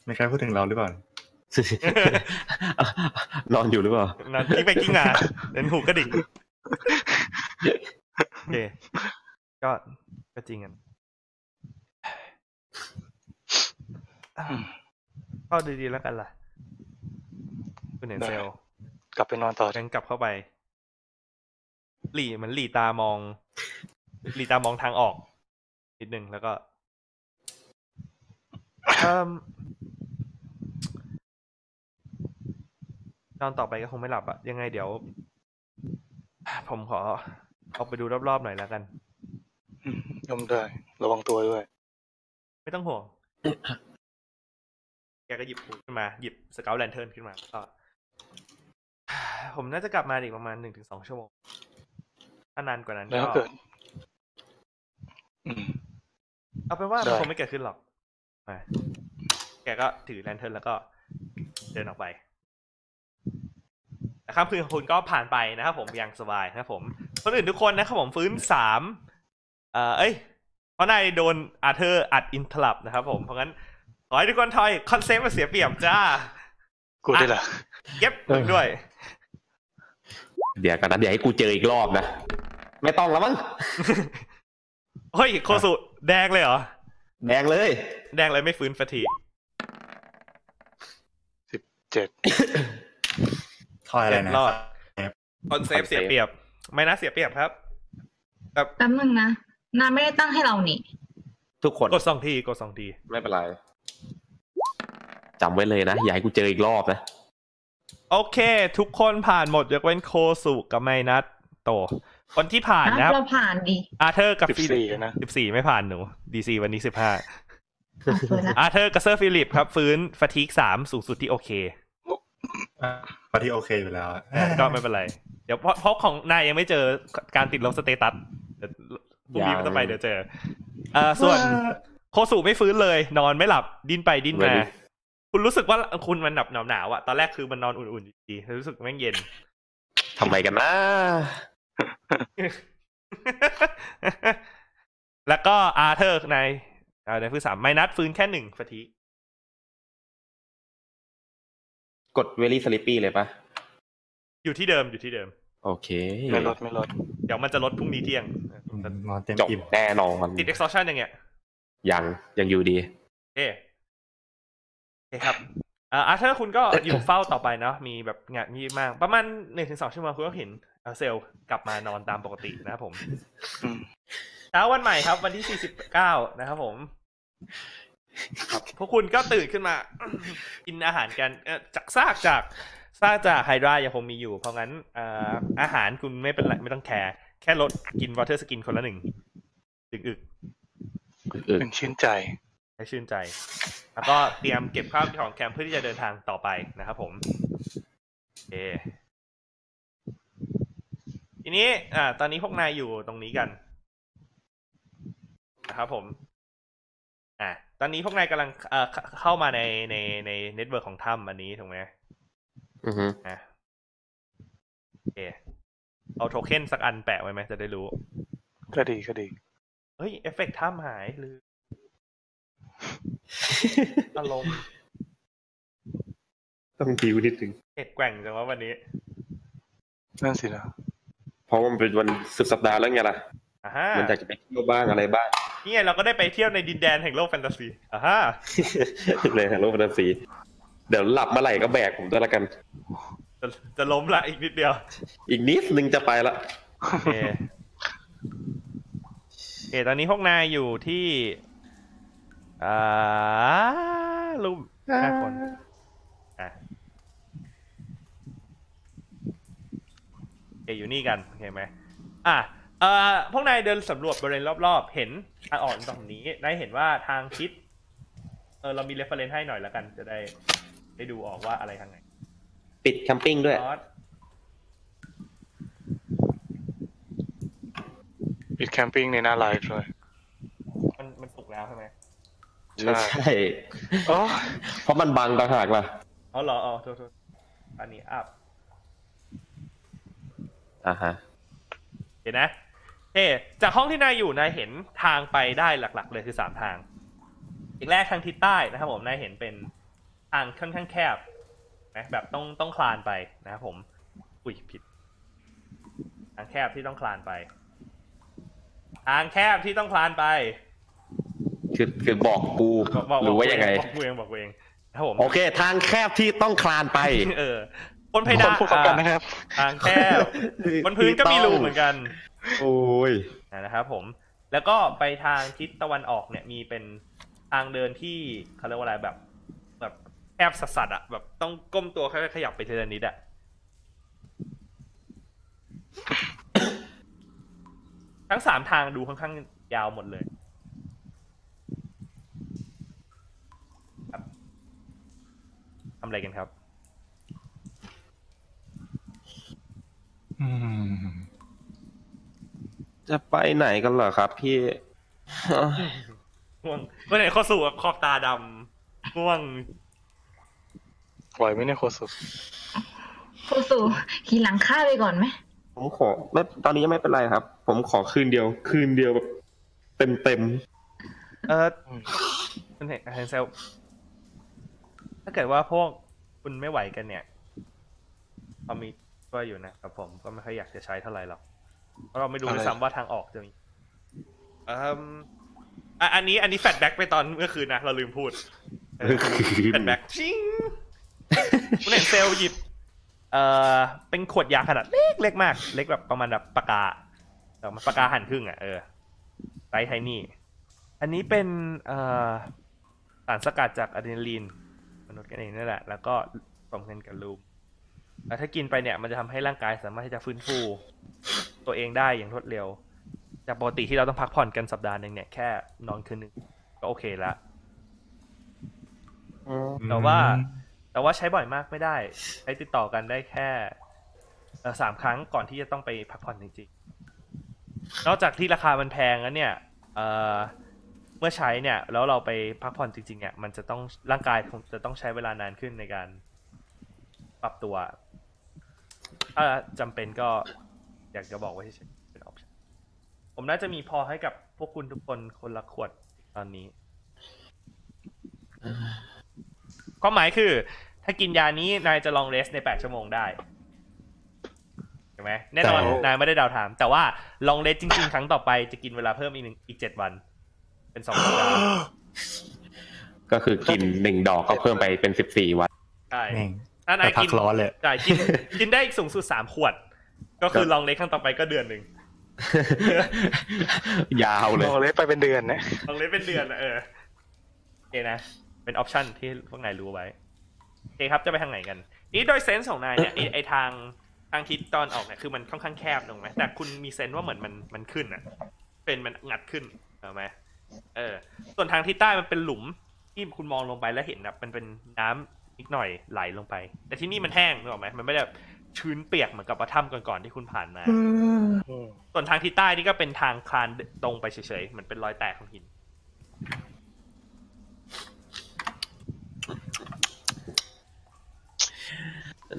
Speaker 4: ไม่ใครพูดถึงเราหรือเปล่า
Speaker 2: นอนอยู่ หรือเปล่า
Speaker 1: นั่นกิ้งไปกิ้งมาเดิน หูกระดิ่งโอเค ก็ก็จริงกันเข้าดีๆ แล้วกันล่ะ คุณเห็นเซลล
Speaker 3: กลับไปนอนต่อ
Speaker 1: เดินกลับเข้าไป หลีเหมันหลีตามอง หลีตามองทางออก นิดนึงแล้วก็เอิ่มนอนต่อไปก็คงไม่หลับอะยังไงเดี๋ยว ผมขอออกไปดูรอบๆหน่อยแล้วกัน
Speaker 3: อืมยอมได้ ระวังตัวด้วย
Speaker 1: ไม่ต้องห่วง แกก็หยิบหูขึ้นมา หยิบสเกลแลนเทิร์นขึ้นมาก็ ผมน่าจะกลับมาอีกประมาณหนึ่งถึงสองชั่วโมง ถ้านานกว่านั้น
Speaker 3: แล้ว
Speaker 1: ก็
Speaker 3: ถ้าเกิด อืม
Speaker 1: เอาเป็นว่า
Speaker 3: ได้
Speaker 1: มันคงไม่เกิดขึ้นหรอกมาแกก็ถือแลนเทิร์นแล้วก็ เดินออกไปนะครับคืนของคุณก็ผ่านไปนะครับผมอย่างสบายนะครับผมคนอื่นทุกคนนะครับผมฟื้นสามเอ่อเอ้ย เพราะนายโดนอาเธอร์อัดอินทลับนะครับผมเพราะงั้นขอให้ทุกคนทอยคอนเซปต์มาเสียเปรียบจ้า
Speaker 3: กูได้ละ
Speaker 1: เย็บมึงด้วย
Speaker 2: เดี๋ยวกันนะเดี๋ยวให้กูเจออีกรอบนะ ไม่ต้องแล้วมั้ง
Speaker 1: เฮ้ย โคสุแดงเลยเหรอ
Speaker 2: แดงเลย
Speaker 1: แดงเลยไม่ฟื้นฟาทีก
Speaker 3: เจ็ด
Speaker 4: ทอยอะไรนะ
Speaker 1: รอดคอนเซปต์เสียเปรียบ ไม่นะเสียเปรียบครับ
Speaker 5: แป๊บนึงนะนายไม่ได้ตั้งให้เรานี่
Speaker 2: ทุกคน
Speaker 1: กดสองทีกดสองที
Speaker 2: ไม่เป็นไรจำไว้เลยนะอย่าให้กูเจออีกรอบนะ
Speaker 1: โอเค ทุกคนผ่านหมดยกเว้นโคสุกับไมนัทโต คนที่ผ่านนะครับ
Speaker 5: เราผ่านดี
Speaker 1: อาเธอร์กับ
Speaker 3: สิบ
Speaker 1: ฟิลิ
Speaker 3: สี่
Speaker 1: ป
Speaker 3: นะ
Speaker 1: สิบสี่ไม่ผ่านหนูดีซีวันนี้สิบห้า
Speaker 5: อ่ะเปิดละ
Speaker 1: อาเธอร์กับเซอร์ฟิลิปครับ ฟื้นฟาทีกสามสูงสุดที่โอเค
Speaker 4: อ่ะพอที่โอเคอยู่แล้วอ่ะ
Speaker 1: ก็ไม่เป็นไร เดี๋ยวเพราะเพราะของนายยังไม่เจอการติดลบสเตตัสเดี๋ยวพรุ่งนี้
Speaker 2: ยัง
Speaker 1: ต้องไปเดี๋ยวเจอเอ่อส่วนโคสุไม่ฟื้นเลย นอนไม่หลับ ดิ้นไปดิ้นมา คุณรู้สึกว่าคุณมันหนาวหนาวๆอะตอนแรกคือมันนอนอุ่นๆอยู่ดีแต่รู้สึกแม่งเย็น
Speaker 2: ทำไมกันนะ
Speaker 1: แล้วก็อาเธอร์ในอ่าในพื้นสามไมนัสฟื้นแค่หนึ่งฟาที
Speaker 2: กดเวลี่สลิปปี้เลยปะ
Speaker 1: อยู่ที่เดิมอยู่ที่เดิม
Speaker 2: โอเค
Speaker 3: ไม่ลดไม่ลด
Speaker 1: เดี๋ยวมันจะลดพรุ่งนี้เที่ยง
Speaker 4: นอนเต็ม
Speaker 2: จบ
Speaker 4: อิ่ม
Speaker 2: แน่นอน
Speaker 1: ติด exhaustion ยังไง
Speaker 2: ยังยังอยู่ดี
Speaker 1: เอ๊ะโอเคครับเอ่ออาเธอร์คุณก็อยู่เฝ้าต่อไปเนาะมีแบบงานมีมาก ประมาณหนึ่งถึงสองชั่วโมงคุณก็เห็นเอ่อเซลล์กลับมานอนตามปกตินะครับผม
Speaker 3: อืม
Speaker 1: เช้าวันใหม่ครับวันที่ 49 นะครับผม พวกคุณก็ตื่นขึ้นมา กินอาหารกันเอ่อจากซากจากซากจากไฮดรายังคงมีอยู่ เพราะงั้นเอ่ออาหารคุณไม่เป็นไรไม่ต้องแคร์แค่ลดกินวอเตอร์สกินคนละหนึ่งดึกอึก
Speaker 2: อืด
Speaker 3: เป็นชื่นใจ
Speaker 1: ให้ชื่นใจ แล้วก็เตรียมเก็บข้าวของแคมป์เพื่อที่จะเดินทางต่อไปนะครับผมโอเคทีนี้อ่าตอนนี้พวกนายอยู่ตรงนี้กันนะครับผม อ่าตอนนี้พวกนายกำลังเอ่อเข้าเข้ามาในในในเน็ตเวิร์กของถ้ำอันนี้ถูกไหม
Speaker 2: อือฮึ
Speaker 1: อ่ะโอเคเอาโทเค็นสักอันแปะไว้ไหมจะได้รู้
Speaker 3: ก็ดีก็ดี
Speaker 1: เฮ้ย เอฟเฟกต์ถ้ำหายห รือ อารมณ์
Speaker 7: ต้องดิวนิดนึง
Speaker 1: เอ็ดแกว่งจังวะวันนี้
Speaker 3: นั่นสินะ
Speaker 2: เพราะว่ามันเป็นวันสุดสัปดาห์แล้วไงล่ะ
Speaker 1: อ่าฮะ
Speaker 2: มันอยากจะไปเที่ยวบ้างอะไรบ้าง
Speaker 1: นี่ไงเราก็ได้ไปเที่ยวในดินแดนแห่งโลกแฟนตาซีอ่าฮะ
Speaker 2: เลยฮะโลกแฟนตาซี เดี๋ยวหลับเมื่อไหร่ก็แบกผมด้วยละกัน
Speaker 1: จะจะล้มละอีกนิดเดียว
Speaker 2: อีกนิดนึงจะไปละ
Speaker 1: โอเคโอเคตอนนี้พวกนายอยู่ที่อ่ารูปห้าคนอ่ะโอเคอยู่นี่กันโอเคไหมอ่ะเอ่อพวกนายเดินสำรวจบริเวณรอบๆ เห็นทางออกตรงนี้ ได้เห็นว่าทางทิศเออเรามีเรฟเฟรนซ์ให้หน่อยแล้วกัน จะได้ได้ดูออกว่าอะไรทางไหน
Speaker 2: ปิดแคมปิ้งด้วย
Speaker 1: ซอส
Speaker 3: ปิดแคมปิ้งในหน้าไลฟ์เลย
Speaker 1: มันมันสุกแล้วใช่ไหม
Speaker 2: ไม่
Speaker 3: ใช่
Speaker 2: ใช่
Speaker 3: โอ้
Speaker 2: เพราะมันบังต่างหากล่ะ
Speaker 1: อ๋อเหรออ๋อโทษโทษอันนี้อัพ
Speaker 2: อ่าฮะ
Speaker 1: เห็นนะเอจากห้องที่นายอยู่นายเห็นทางไปได้หลัก ๆ เลยคือสามทาง อีกแรกทางทิศใต้นะครับผมนายเห็นเป็นทางค่อนข้างแคบนะแบบต้องต้องคลานไปนะครับผม อุ้ยผิด ทางแคบที่ต้องคลานไป ทางแคบที่ต้องคลานไป
Speaker 2: คือคือบอกกูหรือว่ายังไง
Speaker 1: บอกกูเองบอกกูเองนะครับผม
Speaker 2: โอเค ทางแคบที่ต้องคลานไป
Speaker 1: เออบนเพดาน
Speaker 3: พูดกันนะครับ
Speaker 1: อ่าทางแคบบนพื้นก็มีรูเหมือนกัน
Speaker 2: โอ้ย
Speaker 1: นะครับผม แล้วก็ไปทางทิศตะวันออกเนี่ยมีเป็นทางเดินที่เขาเรียกว่าอะไรแบบ แบบแคบสัสๆอะแบบต้องก้มตัวค่อยๆขยับไปทีละนิดอะทั้งสามทางดูค่อนข้างยาวหมดเลยครับทำอะไรกันครับ
Speaker 4: อืม
Speaker 2: จะไปไหนกันเหรอครับพี่
Speaker 1: ง่วงวันไหนเข้อสู่แบบขอบตาดำง่วง
Speaker 3: ปล่อยไหม่เนี่ยโคสุ
Speaker 5: โคสูขี่หลังข้าไปก่อนไหม
Speaker 2: ผมขอไม่ตอนนี้ยังไม่เป็นไรครับ ผมขอคืนเดียว คืนเดียวแบบเต็มเต็มๆ
Speaker 1: เออ
Speaker 3: อืม
Speaker 1: คุณเห็นเห็นเซลถ้าเกิดว่าพวกคุณไม่ไหวกันเนี่ยเรามีช่วยอยู่นะครับผมก็ไม่ค่อยอยากจะใช้เท่าไหร่หรอกเพราะเราไม่รู้ด้วยซ้ำว่าทางออกจะมีอืมอ่ะอันนี้อันนี้แฟลชแบ็กไปตอนเมื่อคืนนะ เราลืมพูดแ
Speaker 2: เมื่อคืน
Speaker 1: ฟลชแบ็กชิงคุณเห็นเซลหยิบ เออเป็นขวดยาขนาดเล็กเล็กมาก เล็กแบบประมาณแบบปากกาแต่มันปากกาหั่นครึ่งอ่ะเออไซส์ไทนี่ อันนี้เป็นเอ่อสารสกัดจากอะดรีนาลีนมนุษย์กันเองนั่นแหละ แล้วก็ผสมกันกับลูมแล้วถ้ากินไปเนี่ยมันจะทำให้ร่างกายสามารถที่จะฟื้นฟู ตัวเองได้อย่างรวดเร็ว จากปกติที่เราต้องพักผ่อนกันสัปดาห์หนึ่งเนี่ยแค่นอนคืนหนึงก็โอเคละ แต่ว่า แต่ว่าใช้บ่อยมากไม่ได้ ใช้ติดต่อกันได้แค่เอ่อสามครั้งก่อนที่จะต้องไปพักผ่อนจริงๆ นอกจากที่ราคามันแพงแล้วเนี่ยเอ่อ เมื่อใช้เนี่ย แล้วเราไปพักผ่อนจริงๆเนี่ยมันจะต้องร่างกายคงจะต้องใช้เวลานานขึ้นในการปรับตัว ถ้าจำเป็นก็อยากจะบอกไว้เฉยๆเป็นออปชั่นผมน่าจะมีพอให้กับพวกคุณทุกคนคนละขวดตอนนี้ ความหมายคือ ถ้ากินยานี้นายจะลองเรสในแปดชั่วโมงได้ใช่ไหมแน่นอน
Speaker 4: แต่
Speaker 1: นายไม่ได้ดาวถาม แต่ว่าลองเรสจริง ๆ ครั้งต่อไปจะกินเวลาเพิ่มอีกหนึ่งอีกเจ็ดวัน เป็นสองสัปดาห์
Speaker 2: ก็คือกิน หนึ่งดอกก็เพิ่มไปเป็นสิบสี่วัน
Speaker 1: ใช่
Speaker 4: แม่ง
Speaker 1: ถ้านาย
Speaker 4: พั
Speaker 1: กิ
Speaker 4: ก
Speaker 1: น
Speaker 4: ร้อนเลย
Speaker 1: ใช่กินกินได้อีกสูงสุดสามขวด ก็คือลองเรสครั้งต่อไปก็เดือนหนึ่ง
Speaker 2: ยาวเลย
Speaker 3: เราเล็กไปเป็นเดือนนะ
Speaker 1: ลองเล่นเป็นเดือนอะเออโอเคนะ เป็นออปชันที่พวกนายรู้ไว้โอเคครับจะไปทางไหนกัน นี่โดยเซนส์ของนายเนี่ยไอ้ไอทางทางทิศตอนออกเนี่ยคือมันค่อนข้างแคบลงไหมแต่คุณมีเซนส์ว่าเหมือนมันมันขึ้นอะเป็นมันงัดขึ้นเอาไหมเออ ส่วนทางทิศใต้มันเป็นหลุมที่คุณมองลงไปแล้วเห็นแบบมันเป็นน้ำนิดหน่อยไหลลงไป แต่ที่นี่มันแห้งนึกออกไหมมันไม่ได้แบบชื้นเปียกเหมือนกับว่าถ้ำก่อนๆที่คุณผ่านมา
Speaker 3: อืม
Speaker 1: ส่วนทางทิศใต้นี่ก็เป็นทางคลานตรงไปเฉยๆเหมือนเป็นรอยแตกของหิน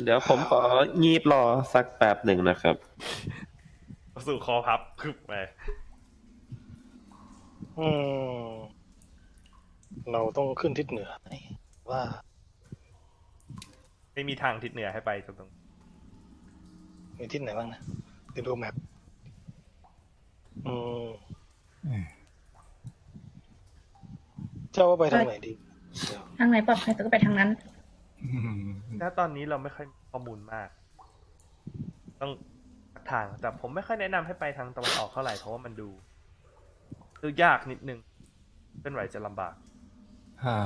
Speaker 7: เดี๋ยวผมของีบรอสักแป๊บหนึ่งนะครับ
Speaker 1: สู่คอพับพึบไป
Speaker 3: อืมเราต้องขึ้นทิศเหนือว่า
Speaker 1: ไม่มีทางทิศเหนือให้ไปตรงตรง
Speaker 3: มีที่ไหนบ้างนะเดี๋ยวดูแมพอืม
Speaker 4: อืม
Speaker 3: เจ้าว่าไปทางไหนดี
Speaker 5: ทางไหนปลอดภัยก็ไปทางนั้น
Speaker 4: อืม
Speaker 1: ๆณตอนนี้เราไม่ค่อยมีข้อมูลมาก ต้องสักทางแต่ผมไม่ค่อยแนะนำให้ไปทางตะวันออกเท่าไหร่เพราะว่ามันดูดูยากนิดนึงเคลื่อนไหวจะลำบาก
Speaker 4: อ่า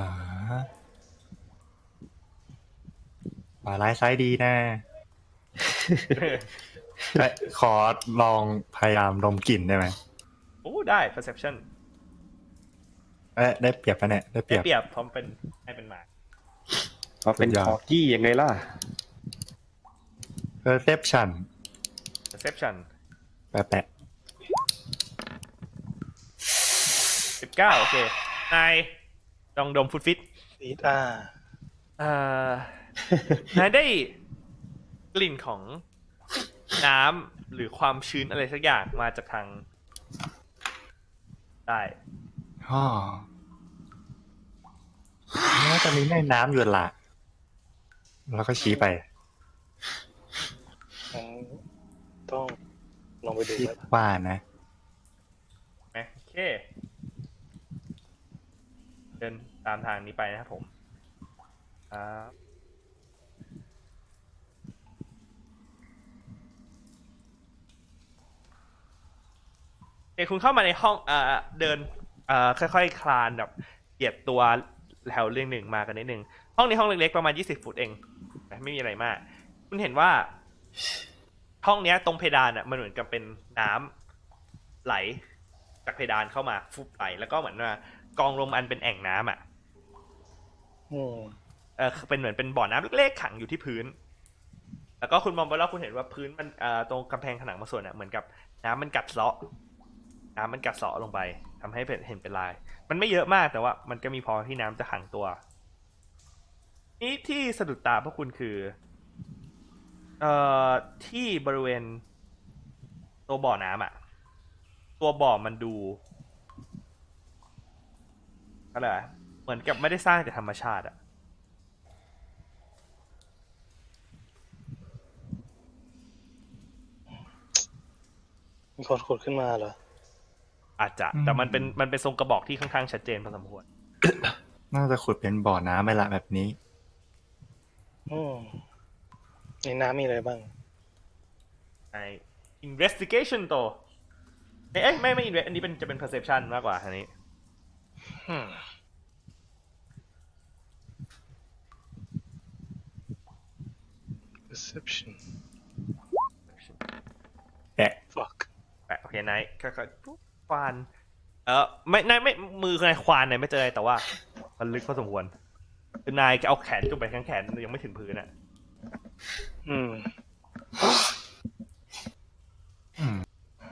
Speaker 4: ขวาร้ายซ้ายดีแน่ แต่ขอลองพยายามดมกลิ่นได้ไหม
Speaker 1: โอ้ได้ perception
Speaker 4: เอ้ยได้เปรียบปะเนี่ยได้เป
Speaker 1: ได้
Speaker 4: รียบ
Speaker 1: เปรียบเพร้อมนเป็นให้เป็นหมา
Speaker 2: ก็เป็น
Speaker 4: สุดยอด
Speaker 2: คอกี้ยังไงล่ะ
Speaker 4: เพอร์เซพชัน
Speaker 1: perception
Speaker 4: แปะแปะ
Speaker 1: สิบเก้าโอเคนายลองดมฟุตฟิต
Speaker 3: อีทอ่า
Speaker 1: เอ่อ นายได้กลิ่นของน้ำหรือความชื้นอะไรสักอย่างมาจากทาง ได้
Speaker 4: อ๋อน่าจะมีแม่น้ำอยู่ละแล้วก็ชี้ไป
Speaker 3: งั้นต้องลองไปดู
Speaker 4: คิด
Speaker 3: ไหม
Speaker 4: ว่านะ
Speaker 1: ไหมโอเค เดินตามทางนี้ไปนะครับผมครับเอกคุณเข้ามาในห้องเอ่อเดินเอ่อค่อยๆ คลานแบบเหยียบตัวแถวเรียงหนึ่งมากันนิดหนึ่ง ห้องนี้ห้องเล็กๆ ประมาณยี่สิบฟุตเองแต่ไม่มีอะไรมาก คุณเห็นว่า ห้องเนี้ยตรงเพดานอ่ะมันเหมือนกับเป็นน้ำไหล จากเพดานเข้ามาฟุบไหลแล้วก็เหมือนว่ากองลมอันเป็นแอ่งน้ำอ่ะ
Speaker 3: อืม
Speaker 1: เออเป็นเหมือนเป็นบ่อน้ำเล็กๆขังอยู่ที่พื้น แล้วก็คุณมองไปแล้วคุณเห็นว่าพื้นมันเอ่อตรงกำแพงผนังบางส่วนอ่ะเหมือนกับน้ำมันกัดเซาะ น้ำมันกัดเซาะลงไปทำให้เห็นเป็นลาย มันไม่เยอะมากแต่ว่ามันก็มีพอที่น้ำจะขังตัว นี่ที่สะดุดตาพวกคุณคือเอ่อที่บริเวณตัวบ่อน้ำอ่ะ ตัวบ่อมันดูอะไรวะเหมือนกับไม่ได้สร้างจากธรรมชาติอะ
Speaker 3: มีคนขุดขึ้นมาเหรอ
Speaker 1: อาจจะ
Speaker 4: อืม
Speaker 1: แต่มันเป็นมันเป็นทรงกระบอกที่ค่อนข้างชัดเจนพอสมควร
Speaker 4: น่าจะขุดเป็นบ่อน้ำไปละแบบนี้
Speaker 3: อืมในน้ำมีอะไรบ้าง
Speaker 1: ใน investigation โตวเอ๊ะไม่ไม่ invest อันนี้เป็นจะเป็น perception มากกว่าอันนี้
Speaker 3: อืมเ e อร์เซพชัน
Speaker 4: แปะ
Speaker 3: fuck
Speaker 1: แปะโอเคนายค่อยๆปุ๊บควาน เออไม่นายไม่มือนายควานนายไม่เจออะไรแต่ว่า มันลึกพอสมควรคือนายเอาแขนจุ่มไปข้างแขนยังไม่ถึงพื้นอะ
Speaker 3: อืม
Speaker 4: อืม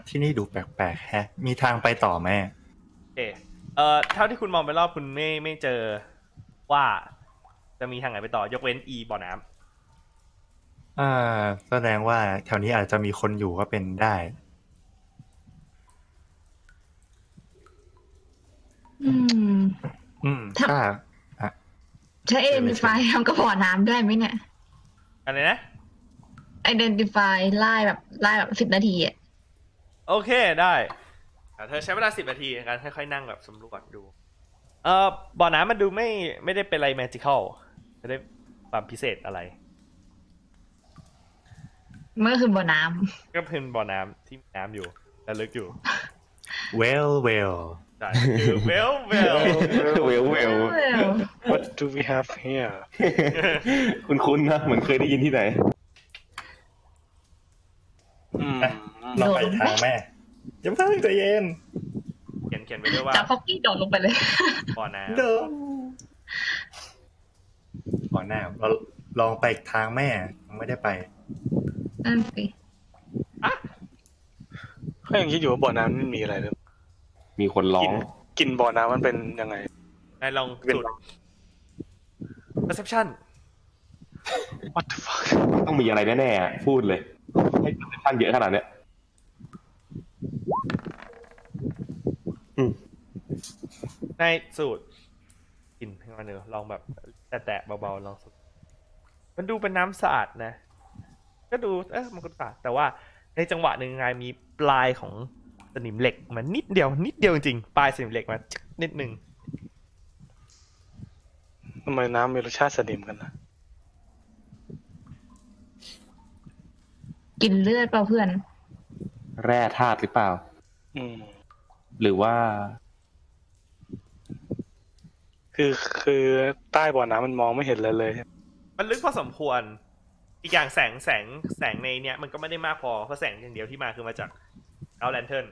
Speaker 4: ที่นี่ดูแปลกๆแฮะ มีทางไปต่อไหม
Speaker 1: โอเคเอ เอ่อเท่าที่คุณมองไปรอบคุณไม่ไม่เจอว่าจะมีทางไหนไปต่อยกเว้นอีบ่อน้ำ
Speaker 4: อ่า แสดงว่าแถวนี้อาจจะมีคนอยู่ก็เป็นได้
Speaker 5: อืม
Speaker 4: อืม
Speaker 5: ถ้า
Speaker 4: ถ้า
Speaker 5: identify ทำกระบอกน้ำได้ไหมเนี่ย
Speaker 1: อะไรนะ
Speaker 5: identify ไล่แบบไล่แบบสิบ10 นาทีอะ
Speaker 1: โอเคได้อ่ะเธอใช้เวลาสิบนาทีในการค่อยๆนั่งแบบสำรวจดู เอ่อบ่อน้ำมันดูไม่ไม่ได้เป็นอะไรแมจิคอลไม่ได้ความพิเศษอะไร
Speaker 5: เมื่อคืนบ่อน้
Speaker 1: ก็เป็นบ่อน้ำที่มีน้ำอยู่และลึกอยู่
Speaker 4: well well
Speaker 1: ใช่คือเวลเวล
Speaker 2: เวลเวล
Speaker 5: ำเออ
Speaker 3: What do we have here
Speaker 2: คุณคุ้นๆนะเหมือนเคยได้ยินที่ไหน
Speaker 3: อืม
Speaker 4: เราไปทางแม่อย่าเพิ่งใจเย็น
Speaker 1: เขียนเขียนไปด้วยว่า
Speaker 5: จับฟอกกี้โดดลงไปเลย
Speaker 1: บ่อน้
Speaker 4: เดิมก่อนหน้าเราลองไปอีกทางแม่ยังไม่ได้ไป
Speaker 5: นั่นสิ
Speaker 3: ก็ยังคิดอยู่ว่าบ่อน้ำมันมีอะไรหรือ
Speaker 2: มีคนร้อก
Speaker 3: ลิ
Speaker 2: ง
Speaker 3: นกลินบ่อน้ำมันเป็นยังไง
Speaker 1: ำนายลอง
Speaker 3: เป็น
Speaker 1: จุด perception
Speaker 3: What the fuck
Speaker 2: ต้องมีอะไรแน่ๆอ่ะพูดเลย ให้เปอร์เซ็นต์เยอะขนาดเนี้ย
Speaker 1: ในสูตรกลิ่นให้มันเนอลองแบบ แตะๆเบาๆลองสูดมันดูเป็นน้ำสะอาดนะ ก็ดูเอ๊ะมันก็สะอาดแต่ว่าในจังหวะหนึ่งไงมีปลายของสนิมเหล็กมันนิดเดียว นิดเดียวจริงๆปลายสนิมเหล็กมาจึ๊กนิดหนึ่ง
Speaker 3: ทำไมน้ำมีรสชาติสนิมกันนะ
Speaker 5: กินเลือดเปล่าเพื่อน
Speaker 2: แร่ธาตุหรือเปล่า
Speaker 3: อืม
Speaker 2: หรือว่า
Speaker 3: คือคือใต้บ่อน้ำมันมองไม่เห็นเลยเลย
Speaker 1: มันลึกพอสมควร อีกอย่างแสงแสงแสงในเนี้ยมันก็ไม่ได้มากพอเพราะแสงอย่างเดียวที่มาคือมาจากเอาแลนเทิร์น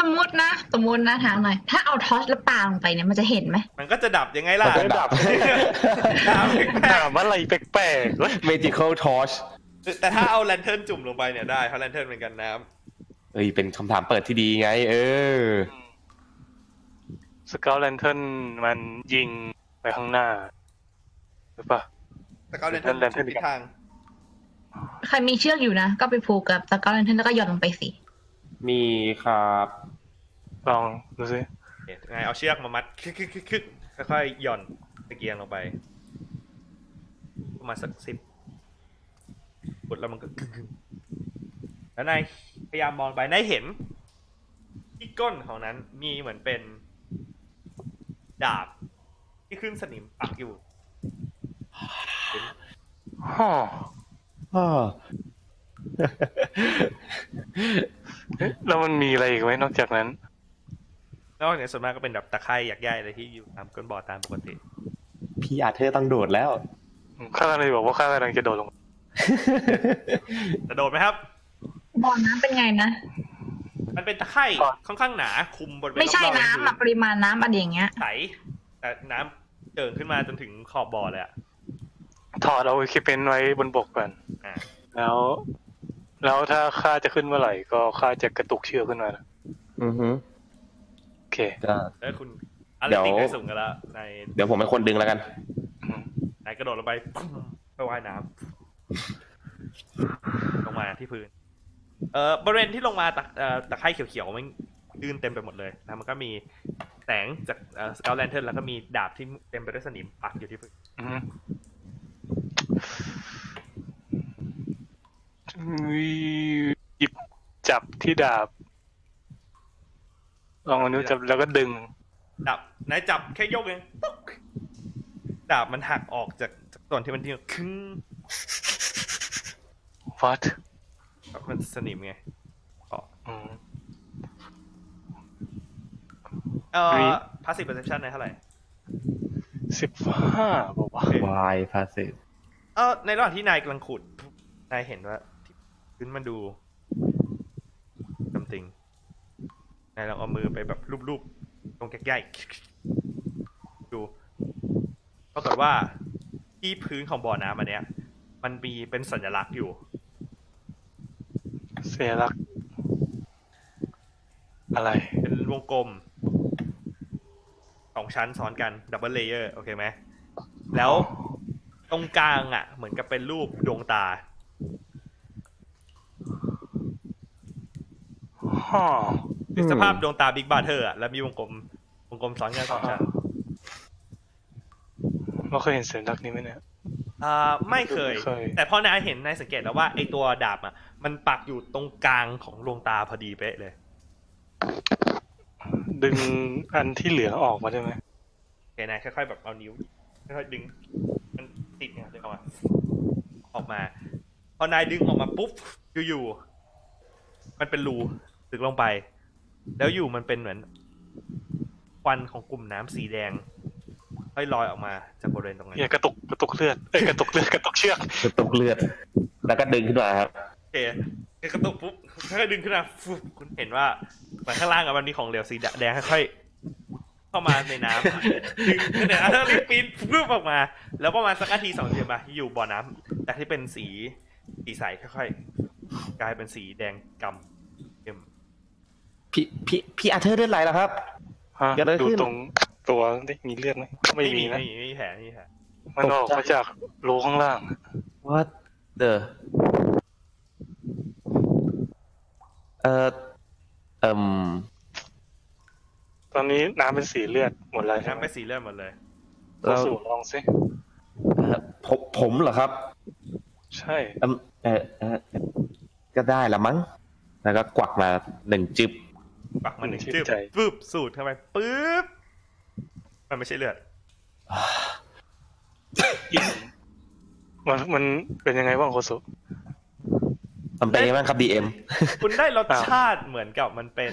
Speaker 5: สมมตินะ สมมตินะถามหน่อย ถ้าเอาทอสแล้วปาลงไปเนี่ยมันจะเห็นไหม
Speaker 1: มันก็จะดับยังไงล่ะ
Speaker 2: มันก็ดับ
Speaker 1: ดับแปลก
Speaker 3: ถามว่าอะไรแปลกๆเว้ย
Speaker 2: magical torch
Speaker 1: ๆแต่ถ้าเอาแลนเทิร์นจุ่มลงไปเนี่ยได้เพราะแลนเทิร์นเป็นกันน้ำ
Speaker 2: เอ้ยเป็นคำถามเปิดที่ดีไง เออ
Speaker 3: สเกลแลนเทิร์นมันยิงไปข้างหน้าหรือเปล่า
Speaker 1: แต่ก็เดินทาง
Speaker 3: เดินทาง
Speaker 1: ทิศทาง
Speaker 5: ใครมีเชือกอยู่นะ ก็ไปผูกกับตะกร้อแลนเทิร์นแล้วก็หย่อนลงไปสิ
Speaker 2: มีครับ
Speaker 3: ลองดูสิ
Speaker 1: ไงเอาเชือกมามัดคึกคึกคึกคึกค่อยๆหย่อนตะเกียงลงไป ประมาณสักสิบกดแล้วมันก็คึกคึกแล้วนายพยายามมองไปนายเห็น ที่ก้นของนั้นมีเหมือนเป็น ดาบ ที่ขึ้นสนิมปักอยู่
Speaker 3: ฮ่อเอ๊ะแล้วมันมีอะไรอีกไหมนอกจากนั้น
Speaker 1: นอกจากนี้ส่วนมากก็เป็นแบบตะไคร่ยักษ์ใหญ่อะไรที่อยู่ตามก้นบ่อตามปกติ
Speaker 2: พี่อาเธอร์ต้องโดดแล้ว
Speaker 3: ข้ากำลังจะบอกว่าข้ากำลังจะโดดลง
Speaker 1: จะโดดไหมครับ
Speaker 5: บ่อน้ำเป็นไงนะ
Speaker 1: มันเป็นตะไคร่
Speaker 3: อ๋อ
Speaker 1: ค่อนข้างหนาคุมบริเวณรอบๆ
Speaker 5: ไม่ใช่น้ำ
Speaker 1: เลย
Speaker 5: อะปริมาณน้ำอะไรอย่างเงี้ย
Speaker 1: ใสแต่น้ำเจิ่งขึ้นมาจนถึงขอบบ่อเลยอะ
Speaker 3: ถอดเอาคิปเป็นไว้บนบกก่อน
Speaker 1: อ่ะ
Speaker 3: แล้ว แล้วถ้าข้าจะขึ้นเมื่อไหร่ ก็ข้าจะกระตุกเชือกขึ้นมานะ
Speaker 2: อือฮึ
Speaker 3: โอเค
Speaker 2: ก็
Speaker 1: แล้วคุณอะไร
Speaker 2: เดี๋ยว
Speaker 1: ติดในสูงกันแล้วใน
Speaker 2: เดี๋ยวผมเป็นคนดึงแล้วกัน
Speaker 1: ในกระโดดลงไป ปุ๊บไปว่ายน้ำลงมาที่พื้น เอ่อบริเวณที่ลงมาตะเอ่อตะไคร่เขียวๆมันยื่นเต็มไปหมดเลยแล้วมันก็มีแสงจากเอ่อสกาวแลนเทิร์นแล้วก็มีดาบที่เต็มไปด้วยสนิมปักอยู่ที่พื้น
Speaker 3: อืมหยิบจับที่ดาบ ลองเอานิ้วจับแล้วก็ดึง
Speaker 1: ดาบนายจับแค่ยกเองตุ๊กดาบมันหักออกจากจากส่วนที่มันที่คึ้ง
Speaker 3: what
Speaker 1: มันสนิมไงอ๋อ
Speaker 3: อืม
Speaker 1: เอ่อ
Speaker 3: Green
Speaker 1: passive perception ในเท่าไหร่
Speaker 3: สิบห้าบอกว่าว
Speaker 2: why passive
Speaker 1: เออในระหว่างที่นายกำลังขุด นายเห็นว่าที่พื้นมันดูจำติงนายลองเอามือไปแบบรูปๆตรงใกล้ๆดูปรากฏว่าที่พื้นของบ่อน้ำอันเนี้ย มันมีเป็นสัญลักษณ์อยู่
Speaker 3: เสียลักษณ์อะไร
Speaker 1: เป็นวงกลม ชั้นซ้อนกันดับเบิลเลเยอร์โอเคไหมแล้วตรงกลางอ่ะ เหมือนกับเป็นรูปดวงตา
Speaker 3: ฮ่อ
Speaker 1: นึกสภาพดวงตาบิ๊กบาเทอร์อะแล้วมีวงกลมวงกลมซ้อนกันสองชั้น
Speaker 3: เราเคยเห็นเสียงดักนี้ไหมเนี่ย
Speaker 1: อ่าไม่เคย
Speaker 3: ไม่เคย
Speaker 1: แต่พอนายเห็นนายสังเกตแล้วว่าไอตัวดาบอ่ะ มันปักอยู่ตรงกลางของดวงตาพอดีเป๊ะเลย
Speaker 3: ดึงอันที่เหลือออกมาได้ไหม
Speaker 1: โอเคนายค่อยๆแบบเอานิ้วค่อยๆดึง มันติดเนี่ยดึงออกมาออกมา พอนายดึงออกมาปุ๊บอยู่ๆมันเป็นรูลึกลงไป แล้วอยู่มันเป็นเหมือนควันของกลุ่มน้ำสีแดงค่อยลอยออกมาจากบริเวณตรงนั้น
Speaker 3: อย่ากระตุกกระตุกเลือดเอ้ยกระตุกเลือด กระตุกเชือก
Speaker 2: กระตุกเลือด แล้วก็ดึงขึ้นมาครับ
Speaker 1: โอเคกระตุกปุ๊บค่อยๆดึงขึ้นมาฟุ๊บคุณเห็นว่าเหมือนข้างล่างอะมันมีของเหลวสีแดงค่อยๆเข้ามาในน้ำ ดึงขึ้นเนี่ยแล้วรีบปีนปุ๊บออกมา แล้วประมาณสักนาทีสองนาทีมาอยู่บ่อน้ำจากที่เป็นสีสีใสค่อยๆ กลายเป็นสีแดงกำเข้ม
Speaker 2: พี่พี่พี่อาเธอร์เลือดไหลแล้วครับ
Speaker 3: ฮะ
Speaker 2: เกิดอะไรขึ้
Speaker 3: ดู
Speaker 2: น
Speaker 3: ตรงตัวได้มีเลือดไหมไม่
Speaker 1: ไม่มี
Speaker 3: มีนะ
Speaker 1: ไม่มีไม่มีแผลไม่มีแผล
Speaker 3: มันออกมาจากรูข้างล่าง
Speaker 2: What the เอ่อเอ่ม
Speaker 3: ตอนนี้น้ำเป็นสีเลือดหมดแล้วใช่
Speaker 1: น้ำ
Speaker 3: ไหม
Speaker 1: เป็นสีเลือดหมดเลย
Speaker 3: ลองสูบลองสิ
Speaker 2: ผมผมเหรอครับ
Speaker 3: ใช่
Speaker 2: เอิ่มเออเออก็ได้ละมั้ง แล้วก็กวักมาหนึ่งจิบ
Speaker 1: ปักมันหนึ่งจึ๊บปึ๊บสูดเข้าไปปึ๊บมันไม่ใช่เลือด
Speaker 3: มันมันเป็นยังไงบ้างโคสุ
Speaker 2: มันเป็นยังไงบ้างครับดีเอ็ม
Speaker 1: คุณได้รสชาติเหมือนกับมันเป็น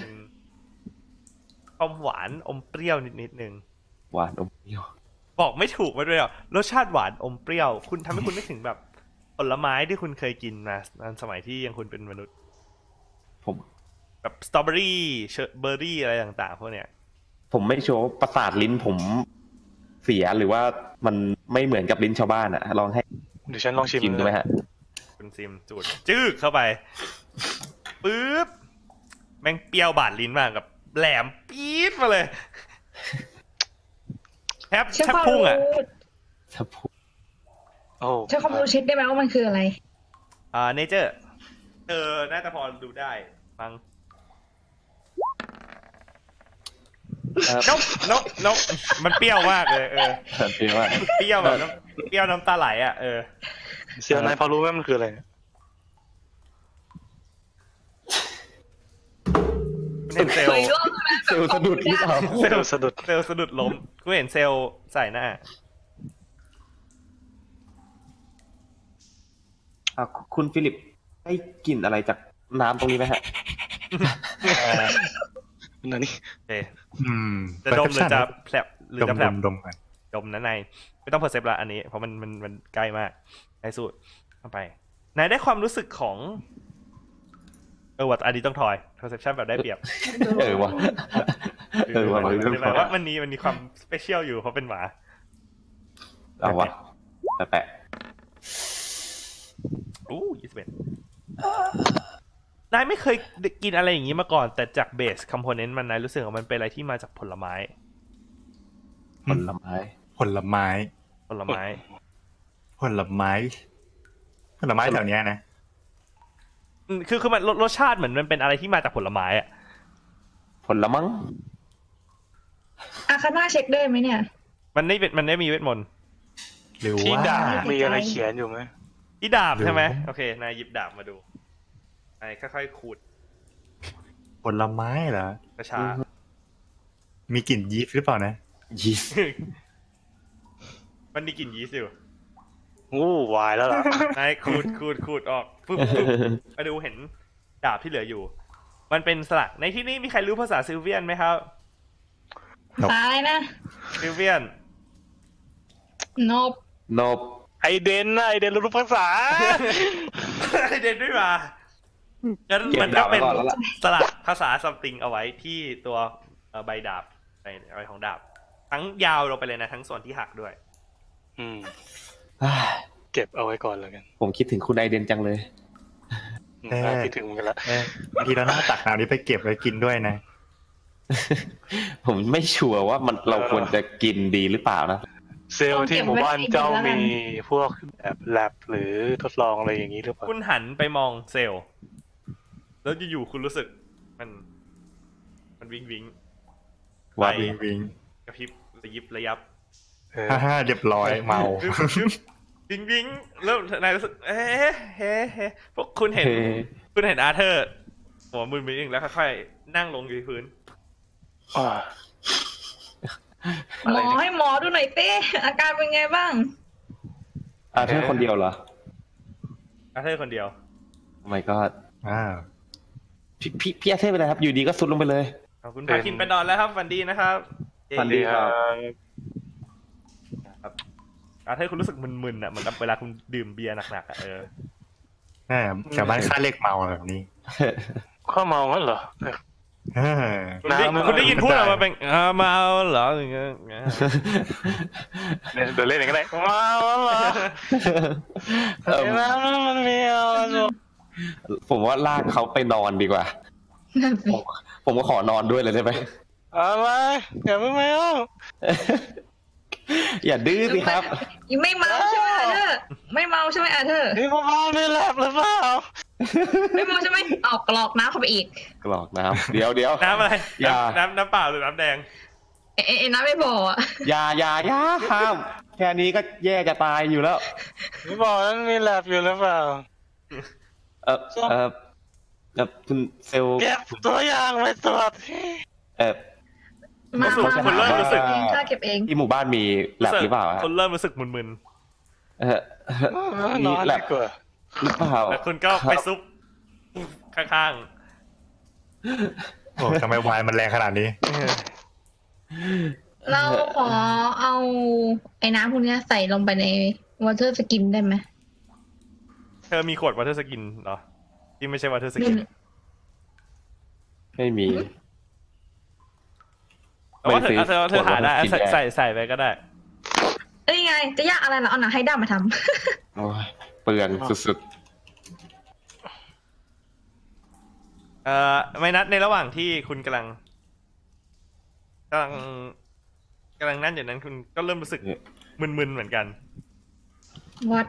Speaker 1: ความหวานอมเปรี้ยวนิดนิดๆนึง
Speaker 2: หวานอมเปรี้ยว
Speaker 1: บอกไม่ถูกไม่เลยอ่ะรสชาติหวานอมเปรี้ยว คุณทำให้คุณนึกถึงแบบผลไม้ที่คุณเคยกินมาตอนสมัยที่ยังคุณเป็นมนุษย์
Speaker 2: ผม
Speaker 1: แบบสตรอเบอรี่เชอร์เบอรี่อะไรต่างๆพวกเนี้ย
Speaker 2: ผมไม่โชว์ว่าประสาทลิ้นผมเสียหรือว่ามันไม่เหมือนกับลิ้นชาวบ้านอะลองให้
Speaker 3: เดี๋ยวฉันลองชิม
Speaker 2: กินดูไหมฮะ
Speaker 1: คุณซิมจูดจึ๊กเข้าไปปึ๊บแม่งเปรี้ยวบาดลิ้นมากกับแหลมปี๊ดมาเลยแทบ
Speaker 5: ใช้
Speaker 1: แทบ
Speaker 5: ความ
Speaker 1: พุ่ง
Speaker 5: รู้
Speaker 1: อ่ะ
Speaker 2: ถ้าผม
Speaker 3: โอ้
Speaker 5: ใช้ความรู้เช็คได้ไหมว่ามันคืออะไร
Speaker 1: อ่าเนเจอร์เออน่าจะพอดูได้ฟัง
Speaker 2: เอ่อน
Speaker 1: กนกนกมันเปรี้ยวมากเลยเออ
Speaker 2: เปรี้ยวอะ
Speaker 1: เปรี้ยวแบบน้ำเปรี้ยวน้ำตาไหลอ่ะเออ
Speaker 3: เสียวนายพอรู้ไหมมันคืออะไรเนี่ย
Speaker 1: คุณเห็นเซลล์
Speaker 2: เซลล์สะ ดุดหรือเปล่า
Speaker 3: เดี๋ยวสะดุด
Speaker 1: เซลล์สะดุดล้มคุณเห็นเซลล์ใส่หน้า
Speaker 2: อ่ะคุณฟิลิปได้กลิ่นอะไรจากน้ำตรงนี้ไหมฮะ
Speaker 3: นั่นนี่
Speaker 1: โอเค
Speaker 4: อืม
Speaker 1: จะดมหรือจะแผลบหรือ
Speaker 4: ดม
Speaker 1: จะแผ
Speaker 4: ด
Speaker 1: ลบ
Speaker 4: มดมกัน
Speaker 1: ดมนะนายไม่ต้องเพอร์เซปละอันนี้ เพราะมันมันมันใกล้มากนายสูดเข้าไปนายได้ความรู้สึกของเออวัดอันนี้ต้องถอย perception แบบได้เปรียบ
Speaker 2: เออวะเออวะ
Speaker 1: หมายถึง
Speaker 2: เอ
Speaker 1: ว่าว
Speaker 2: อะ
Speaker 1: มันมีมันมีความ s p e เ i a l อยู่เพราะเป็นหมา
Speaker 2: เอาวะแปะ
Speaker 1: อู้ยี่สิบเอ็ดนายไม่เคยกินอะไรอย่างนี้มาก่อน แต่จากเบสคอมโพเนนต์มันนายรู้สึกว่ามันเป็นอะไรที่มาจากผลไม้
Speaker 2: ผลไม้
Speaker 4: ผลไม้
Speaker 1: ผลไม้
Speaker 4: ผลไม้ ผลไม้แถวเนี้ยนะ
Speaker 1: อืมคือคือมันรสรสชาติเหมือนมันเป็นอะไรที่มาจากผลไม้อะ
Speaker 2: ผลมัง
Speaker 5: อาคาน่าเช็คได้ไหมเนี่ย
Speaker 1: มันไม่เป็นมันไม่มีเวทมนต์
Speaker 4: หรือ
Speaker 3: ที่
Speaker 4: ว่า
Speaker 3: ดาบมีอะไรเขียนอยู่ไหม
Speaker 1: อีดาบ
Speaker 4: หรือ
Speaker 1: ใช่ไหมโอเคนายหยิบดาบมาดูนายค่อยๆขูด
Speaker 4: ผลไม้เหรอ
Speaker 1: กระชา
Speaker 4: มีกลิ่นยีสต์หรือเปล่านะ
Speaker 2: ยีส
Speaker 1: มันมีกลิ่นยีสต์อยู่
Speaker 3: งูวายแล้วล่ะ
Speaker 1: นายขู ดขูดขูดออกปุ๊บปุ๊บมาดูเห็นดาบที่เหลืออยู่ มันเป็นสลักในที่นี้มีใครรู้ภาษาซิลเวียนไหมครับ
Speaker 4: ครับ
Speaker 5: ตายนะ
Speaker 1: ซิลเวียน
Speaker 5: นบ
Speaker 2: นบ
Speaker 3: ไอเดนน่ะไอเดนรู้ภาษา
Speaker 1: เด่นด้วยมางั้น
Speaker 2: เก็
Speaker 1: มั
Speaker 2: บ
Speaker 1: น
Speaker 2: ดา
Speaker 1: ต้อบ งเป็น
Speaker 2: ไว้ก่อนแล้วล่ะ
Speaker 1: สลักภาษาซัมติงเอาไว้ที่ตัวเอ่อใบดาบในใบของดาบ ทั้งยาวลงไปเลยนะ ทั้งส่วนที่หักด้วย
Speaker 3: อืม
Speaker 2: อ่า
Speaker 3: เก็บเอาไว้ก่อนแล้วกัน
Speaker 2: ผมคิดถึงคุณไอเดนจังเลย
Speaker 3: อืม
Speaker 4: เออ
Speaker 3: น่าคิดถึงเหมือนกันละ
Speaker 4: บางทีเราหน้าตักเอานี้ไปเก็บไว้กินด้วยนะ
Speaker 2: ผมไม่ชัวร์ว่ามันเราควรจะกินดีหรือเปล่านะ
Speaker 3: เซลล์ที่หมู่บ้านเจ้ามีพวกแบบแลบหรือทดลองอะไรอย่างนี้หรือเปล่า
Speaker 1: คุณหันไปมองเซลล์ แล้วอยู่ๆคุณรู้สึก มัน มันวิงวิง
Speaker 2: วัด
Speaker 1: ไป
Speaker 4: วิงวิง
Speaker 1: กระพริบระยิบระยับ
Speaker 4: ฮ่าฮ่าเรียบร้อยเมา
Speaker 1: วิงวิงแล้วนายรู้สึก เอ๊ะเฮ้เฮ้พวกคุณเห็น
Speaker 2: เฮ้
Speaker 1: คุณเห็นอาร์เธอร์ หัวมึนไปนิดนึงแล้วค่อยๆนั่งลงอยู่ที่พื้น
Speaker 5: หมอให้หมอดูหน่อยเต้อาการเป็นไงบ้าง
Speaker 2: อาเธอร์คนเดียวเหรอ
Speaker 1: อาร์เธอร์คนเดียว
Speaker 2: ไม่ก็
Speaker 4: อ่า
Speaker 2: พี่พี่อาเธอร์เป็นไรครับ อยู่ดีก็สุดลงไปเลย
Speaker 1: ขอบคุณ
Speaker 3: เป็น
Speaker 1: พาคินไปนอนแล้วครับฝันดีนะครับ
Speaker 2: ฝันดี ครับ
Speaker 1: อาร์เธอร์คุณรู้สึกมึนๆอ่ะเหมือนกับเวลาคุณดื่มเบียร์หนักๆอ่ะเออ
Speaker 4: อ่าแถวบ้านค่าเรียกเมาอะไรแบบนี้
Speaker 3: ข้าเมางั้นเหรอ
Speaker 4: อ่า
Speaker 1: คุณได้
Speaker 3: น้ำมัน
Speaker 1: คุณได้ยินพูดออกมาเป็นอ่าเมาเหรออย่างเงี้ยอย่างเงี้ย
Speaker 3: เดี๋ยวเดี๋ยวเล่นอย่างนี้ก็ได้เมางั้นเหรอ
Speaker 2: เอิ่ม
Speaker 3: เมาแล้วมันมีอะไร
Speaker 2: ผมว่าลากเขาไปนอนดีกว่า
Speaker 5: นั่นสิ
Speaker 2: ผมก็ขอนอนด้วยเลยได้ไหม
Speaker 3: เอาไหมอย่าไม่งมาเอา
Speaker 2: อย่าดื้อสิครับ
Speaker 5: ยังไม่เมาใช่ไหมอาเธอร์ไม่เมาใช่ไหมอาเธอร์
Speaker 3: นี่พวกบ้านไม่แลบหรือเปล่า
Speaker 5: ไม่เมาใช่ไหมออกกรอกน้ำเข้าไปอีก
Speaker 2: กรอกน้ำเดี๋ยวเดี๋ยว
Speaker 1: น้ำอะไร
Speaker 2: อย่า
Speaker 1: น้ำน้ำเปล่าหรือน้ำแดง
Speaker 5: เอ๊ะเอ๊ะเอ๊ะน้ำไม่พออะ
Speaker 2: อย่าอย่าอย่าห้าม แค่นี้ก็แย่จะตายอยู่แล้ว
Speaker 3: นี่บอกนั้นมีแลบอยู่หรือเปล่า
Speaker 2: เออเออเออคุณเซลล์
Speaker 3: เก็บตัวอย่างไปตรวจ
Speaker 2: เออ
Speaker 5: มา
Speaker 1: ผม
Speaker 5: มา
Speaker 1: ผมเริ่มรู้สึก
Speaker 5: เองค่าเก็บเอง
Speaker 2: ที่หมู่บ้านมีแลบหรือเปล่าฮะ
Speaker 1: คนเริ่มรู้สึกมึน
Speaker 2: เอ อ
Speaker 3: น
Speaker 2: มี
Speaker 3: อน
Speaker 2: แล
Speaker 3: ดี
Speaker 2: บ
Speaker 3: กว่า
Speaker 2: หรือเปล่า
Speaker 1: ๆแล้วคุณก็ไปซุปข้าง
Speaker 4: โอ้ทำไมวายมันแรงขนาดนี้
Speaker 5: เราขอเอาไอ้น้ำพวกเนี้ยใส่ลงไปในวอเตอร์สกินได้ไหม
Speaker 1: ๆ เธอมีขวดวอเตอร์สกินเหรอที่ไม่ใช่วอเตอร์สกิน
Speaker 2: ไม่มี
Speaker 1: แต่ว่าเธอ
Speaker 2: ไม่ซื้อ
Speaker 1: เธอเธอ
Speaker 2: ขวด
Speaker 1: หาได้
Speaker 2: water
Speaker 1: ใส่
Speaker 2: skin
Speaker 1: ใส่ใส่ไปก็ได้
Speaker 5: เอ้ยยังไง จะยากอะไรเราเอาหนังให้ด้ามมาท
Speaker 2: โอ้ยเปลืองสุด
Speaker 1: เอ่อไม่นัดในระหว่างที่คุณกำลังกำลังกำลังนั่นอย่างนั้นคุณก็เริ่มรู้สึกมึนๆเหมือนกัน
Speaker 5: ำวัด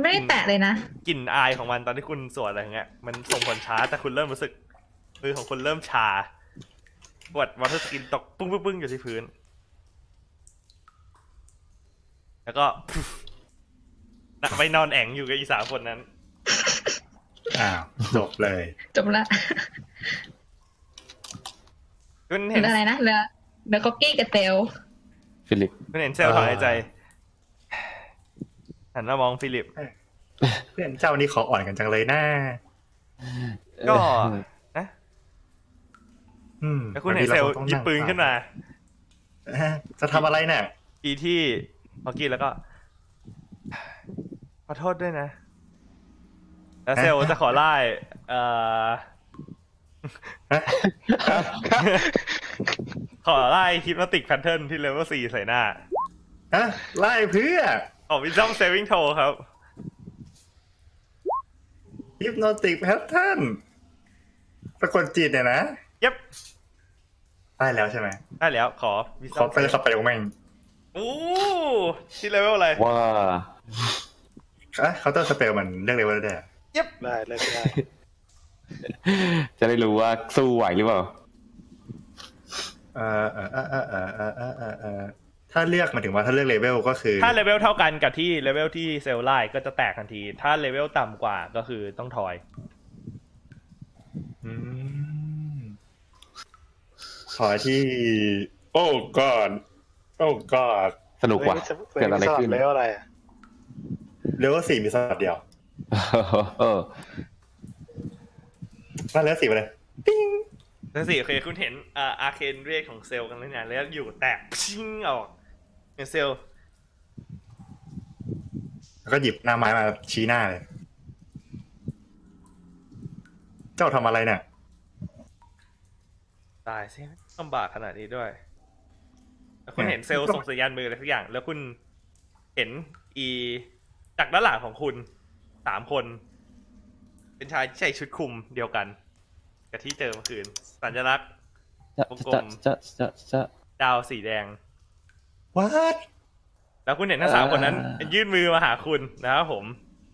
Speaker 5: ไม่ได้แตะเลยนะ
Speaker 1: กลิ่นอายของมันตอนที่คุณสวดอะไรอย่างเงี้ยมันส่งผลช้าแต่คุณเริ่มรู้สึกมือของคุณเริ่มชาปวดวอเตอร์สกินตกปึ้งปึ้งปึ้งอยู่ที่พื้น แล้วก็ นะไปนอนแองอยู่กับอีสามคนนั้น
Speaker 4: อ้าวจบเลย
Speaker 5: จบละ
Speaker 1: คุณ
Speaker 5: เห
Speaker 1: เห็น
Speaker 5: ลืออะไรนะเหลือเหลือก็กี้กับเตล
Speaker 2: ๆฟิลิป
Speaker 1: คุณเห็นเซลล์ถอนหายใจ หันมามองฟิลิป
Speaker 4: เพื่อนเจ้านี่ขออ่อนกันจังเลยนะ
Speaker 1: ก็
Speaker 4: อืม
Speaker 1: แล้วคุณเห็นเซลล์หยิบปืนขึ้นมา
Speaker 4: อ่าจะทำอะไรเนี่ย
Speaker 1: อีที่ฮอกกี้แล้วก็ ขอโทษด้วยนะ แล้วเซลล์จะขอไล่เอ่อ ขอไล่ฮิปโนติกแพทเทิร์นที่เลเวลสี่ใส่หน้า
Speaker 4: ฮะไล่เพื่อ
Speaker 1: ของวิซอมเซฟิงโทครับ
Speaker 4: ฮิปโนติกแพทเทิร์นสะกดจิตเนี่ยนะ
Speaker 1: เย็บ
Speaker 4: ได้แล้วใช่ไหม
Speaker 1: ได้แล้วขอวิ
Speaker 4: ข
Speaker 1: ซ
Speaker 4: อ
Speaker 1: อม
Speaker 4: ไปเลยสับไปของแม่ง
Speaker 1: โอ้ที่เลเวลอะไร
Speaker 2: ว่า
Speaker 4: อ่ะเคาน์เตอร์สเปลมันเรียกเลยว่าได้อะ
Speaker 3: ได้ได้ได้
Speaker 2: จะได้รู้ว่าสู้ไหวหรือเปล่า
Speaker 4: เอ่อเอ่อเอ่อเอ่อเอ่อเอ่อเอ่อเอ่อถ้าเลือกหมายถึงว่าถ้าเลือกเลเวลก็คือ
Speaker 1: ถ้าเลเวลเท่ากันกับที่เลเวลที่เซลล์ไล่ก็จะแตกทันที ถ้าเลเวลต่ำกว่าก็คือต้องถอย
Speaker 4: อืมขอที่ โอ้กอดโอ้กอด
Speaker 2: สนุกว่ะ เกิดอะไรขึ้น
Speaker 3: สลับแล้วอะไรอะ
Speaker 4: เลเวลสี่มีสลับเดียว
Speaker 2: เออ
Speaker 4: นั่นแล้วสิไปเลย
Speaker 1: นั่นสิโอเคคุณเห็นเอ่ออาเคนเรียกของเซลล์กันเลยนะแล้วอยู่แตกชิ่งออกเนี่ยเซลล์
Speaker 4: แล้วก็หยิบหน้าไม้มาชี้หน้าเลย เจ้าทำอะไรเนี่ย
Speaker 1: ตายสิลำบากขนาดนี้ด้วยแล้วคุณเห็นเซลล์ส่งสัญญาณมืออะไรทุกอย่าง แล้วคุณเห็นอีจากด้านหลังของคุณสามคน เป็นชายที่ใส่ชุดคลุมเดียวกัน กับที่เจอเมื่อคืน สัญลักษณ์วงกลม
Speaker 2: จะจะจะ
Speaker 1: ดาวสีแดง
Speaker 4: what
Speaker 1: แล้วคุณเห็นทั้งสามคนนั้น ยื่นมือมาหาคุณนะครับผม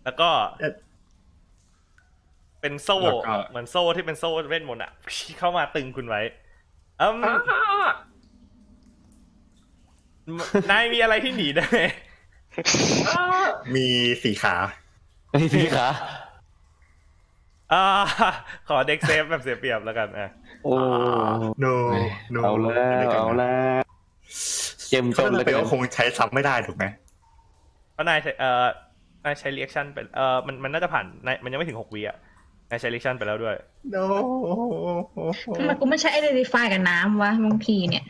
Speaker 1: แล้วก็ เป็นโซ่
Speaker 4: แล้วก็
Speaker 1: เหมือนโซ่ที่เป็นโซ่เวทมนต์อ่ะ เข้ามาตึงคุณไว้อืมนายมีอะไรที่หนีได้
Speaker 4: มีสี่ขา
Speaker 2: พี่ขา
Speaker 1: อ่าขอเด็กเซฟแบบเสียเปรียบแล้วกันอ่ะ
Speaker 2: โอ้
Speaker 4: no no
Speaker 2: เอาแล้วเอาแล้วเกมจ
Speaker 4: เขา
Speaker 2: ม
Speaker 4: เล
Speaker 2: เลย ย
Speaker 4: ไปว่าคงใช้ซ้ำไม่ได้ถูกไหม
Speaker 1: เพราะนายใช้เอ่อนายใช้เรียกชั่นไปเอ่อมันมันน่าจะผ่านนายมันยังไม่ถึงหกวิอ่ะนายใช้เรียกชั่นไปแล้วด้วย
Speaker 4: no
Speaker 5: ทำไมกูไม่ใช่ identify กับน้ำวะบางทีเนี่ย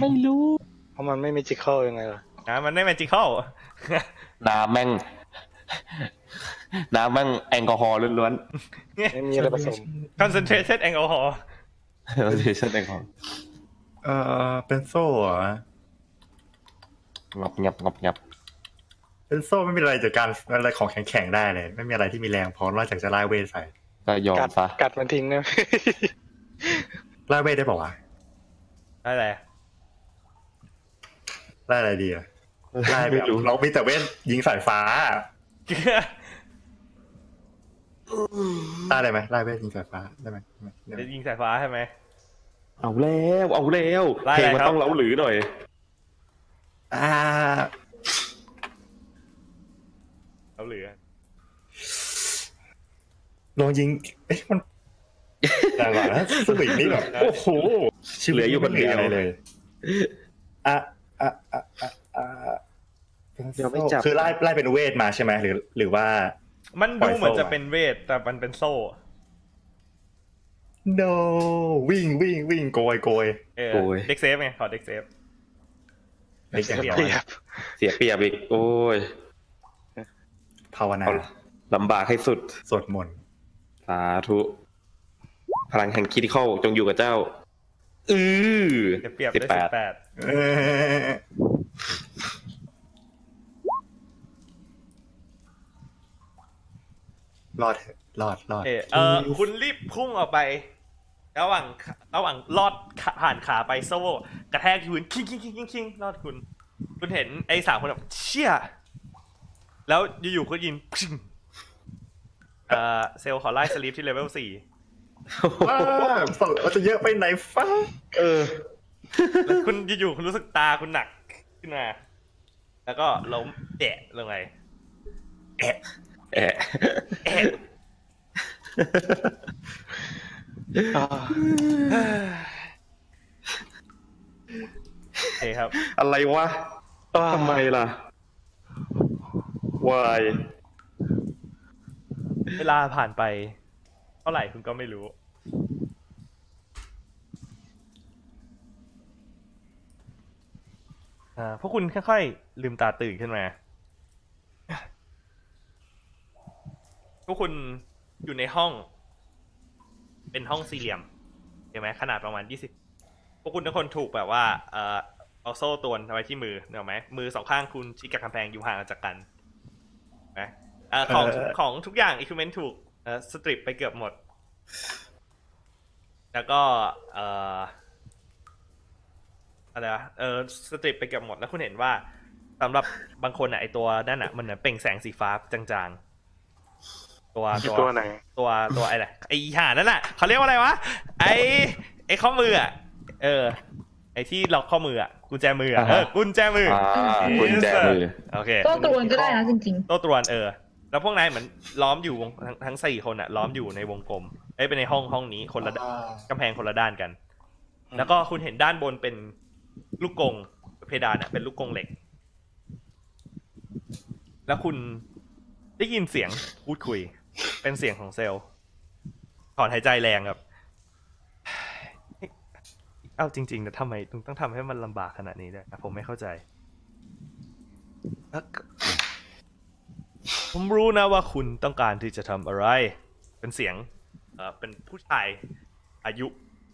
Speaker 2: ไม่รู้
Speaker 3: เพราะมันไม่มีจิคอลยังไงล่ะ
Speaker 1: นะมันไม่แมจิคอล
Speaker 2: น้ำแม่ง น้ำแม่งแอลกอฮอล์ล้วน
Speaker 3: ไม่มีอะไรผสม
Speaker 1: คอนเซนเทรเซตแอลกอฮอล์
Speaker 2: ๆ เราจะใช้แอลกอฮอล์
Speaker 4: เออเป็นโซ่เหรอ
Speaker 2: งับงับงับงับ
Speaker 4: เป็นโซ่ไม่มีอะไรจากการอะไรของแข็งๆได้เลย ไม่มีอะไรที่มีแรงพอนอกจากจะไล่เวทใส่
Speaker 2: ก็ยอม
Speaker 3: กัด
Speaker 2: ซะ
Speaker 3: กัดมันทิ้งนะ
Speaker 4: ไล่เวทได้เปล่าวะ
Speaker 1: อะไร
Speaker 4: ไล่อะไรดีอะไล่แบบเรามีแต่เวทยิงสายฟ้า ไล่ได้ไหมไล่เวทยิงสายฟ้าได้ไหมได้ไหม
Speaker 1: จะยิงสายฟ้าใช่ไหม
Speaker 2: เอาแล้วเอาแล้ว
Speaker 1: ได้
Speaker 2: เพลง
Speaker 1: เลย
Speaker 2: มัน
Speaker 1: ครับ
Speaker 2: ต้องเล้าหรือหน่อย
Speaker 4: อ่า
Speaker 1: เราเหลือ
Speaker 4: ลองยิงเอ๊ะมันแต่ว่าสวิงนี่แบบโอ้โห
Speaker 2: เหลืออยู่คนเดียว
Speaker 4: ไม่หลืออะไรเลยอ่ะอ่ะอ่ะอ่ะอ่ะ
Speaker 2: เดี๋ยวไม่จับ
Speaker 4: คือไล่ไล่เป็นเวทมาใช่ไหมหรือ หรือว่า
Speaker 1: มันดูเหมือนจะเป็นเวท แต่มันเป็นโซ่
Speaker 4: no วิ่งวิ่งวิ่งโกยโกย
Speaker 1: เออ
Speaker 2: โอ้ย
Speaker 1: เด็กเซฟไงขอเด็กเซฟ
Speaker 4: เด็กเสียเปรียบ
Speaker 3: เรียบ
Speaker 2: เสียเปรียบอีกโอ้ย
Speaker 4: ภาวนา
Speaker 2: เอาลำบากให้สุด
Speaker 4: สวดมนต์
Speaker 2: สาธุ พลังแห่งคิดเข้าจงอยู่กับเจ้า อือ
Speaker 1: เสียเปรียบ
Speaker 2: สิ
Speaker 1: ได้
Speaker 2: บแป
Speaker 1: สิ
Speaker 2: ด
Speaker 1: บแปด
Speaker 4: เอ่อรอดเถอะรอดรอด
Speaker 1: เออเออคุณรีบพุ่งออกไป ระหว่างระหว่างลอดขาผ่านขาไปโซ่ กระแทกที่พื้นคิงคิงคิงคิงคิงลอดคุณ คุณเห็นไอ้สามคนแบบเชี่ย แล้วอยู่ๆก็ยินพิงเอ่อเซลล์ขอไล่สลีปที่เลเวลสี่
Speaker 4: ว้าวสลดจะเยอะไปไหนฟ้า
Speaker 2: เออ
Speaker 1: แล้วคุณอยู่ๆคุณรู้สึกตาคุณหนักขึ้นมา แล้วก็ล้มแดะลงไป
Speaker 2: แอะ
Speaker 1: แอะ โอเคครับ
Speaker 2: อะไรวะทำไมล่ะวาย
Speaker 1: เวลาผ่านไป เท่าไหร่คุณก็ไม่รู้ อ่าพวกคุณค่อยๆลืมตาตื่นขึ้นมา พวกคุณอยู่ในห้อง เป็นห้องสี่เหลี่ยมเห็นไหมขนาดประมาณยี่สิบพวกคุณทุกคนถูกแบบว่า เอ่อเอาโซ่ตัวนเอาไว้ที่มือเห็นไหมมือสองข้างคุณชิดกับกำแพงอยู่ห่างจากกันเห็นไหมเอ่อของของทุกอย่างอิควิเมนถูกเอ่อสตริปไปเกือบหมด แล้วก็ เอ่ออะไรวะเออสตริปไปเกือบหมดแล้วคุณเห็นว่าสำหรับบางคนอ่ะไอตัวนั่นอ่ะมันเหมือนเปล่งแสงสีฟ้าจางๆ ตัว
Speaker 3: มีตัวไหน
Speaker 1: ตัวตัวไอ้น่ะไอ้ห่านั่นน่ะเขาเรียกว่าอะไรวะไอ้ไอ้ข้อมืออ่ะเออ ไอ้ที่ล็อกข้อมืออ่ะกุญแจมืออ่ะเออกุญแจมืออ
Speaker 2: อ ่ากุญแจมือ
Speaker 1: โอเค
Speaker 5: ก็กลวนก็ได้นะจริง
Speaker 1: โต้ตรวนเออ แล้วพวกนายเหมือนล้อมอยู่วงทั้งทั้งสี่คนอ่ะล้อมอยู่ในวงกลมไอ้ยเป็นในห้องห้องนี้คนละด้านกำแพงคนละด้านกัน แล้วก็คุณเห็นด้านบนเป็นลูกกงเพดานอ่ะเป็นลูกกงเหล็ก แล้วคุณได้ยินเสียงพูดคุย เป็นเสียงของเซลล์ถอนหายใจแรงครับ เอาจริงๆนะทำไมถึงต้องทำให้มันลำบากขนาดนี้ด้วยนะผมไม่เข้าใจแล้วก็ผมรู้นะว่าคุณต้องการที่จะทำอะไร เป็นเสียงเอ่อเป็นผู้ชายอายุ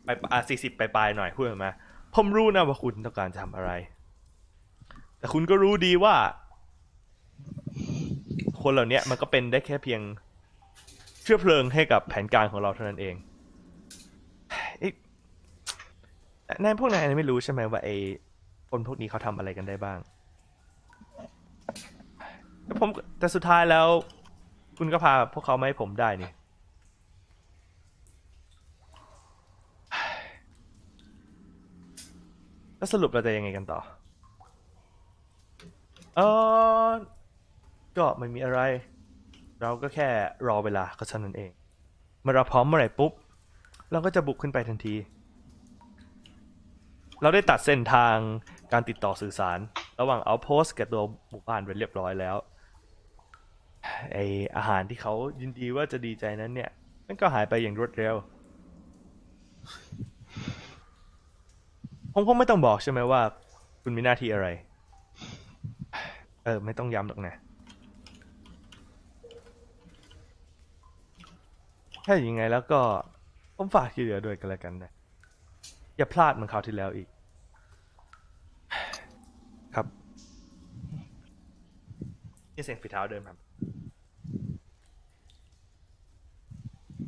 Speaker 1: ไปสี่สิบปลายๆหน่อยพูดออกมาผมรู้นะว่าคุณต้องการจะทำอะไร แต่คุณก็รู้ดีว่า คนเหล่าเนี้ยมันก็เป็นได้แค่เพียงเชื้อเพลิงให้กับแผนการของเราเท่านั้นเอง นายพวกนายไม่รู้ใช่ไหมว่าไอ้คนพวกนี้เขาทำอะไรกันได้บ้างแต่ผมแต่สุดท้ายแล้ว คุณก็พาพวกเขามาให้ผมได้นี่ แล้วสรุปเราจะยังไงกันต่อ เออก็ไม่มีอะไร เราก็แค่รอเวลาก็เท่านั้นเอง เมื่อเราพร้อมเมื่อไหร่ปุ๊บ เราก็จะบุกขึ้นไปทันที เราได้ตัดเส้นทางการติดต่อสื่อสาร ระหว่างเอาโพสกับตัวหมู่บ้านไปเรียบร้อยแล้วไออาหารที่เขายินดีว่าจะดีใจนั้นเนี่ย มันก็หายไปอย่างรวดเร็ว ผมคงไม่ต้องบอกใช่ไหมว่า คุณมีหน้าที่อะไร เออ ไม่ต้องย้ำหรอกนะ ถ้าอย่างไงแล้วก็ผมฝากที่เหลือด้วยกันแล้วกันนะ อย่าพลาดเหมือนคราวที่แล้วอีก ครับนี่เสียงฝีเท้าเดินครับ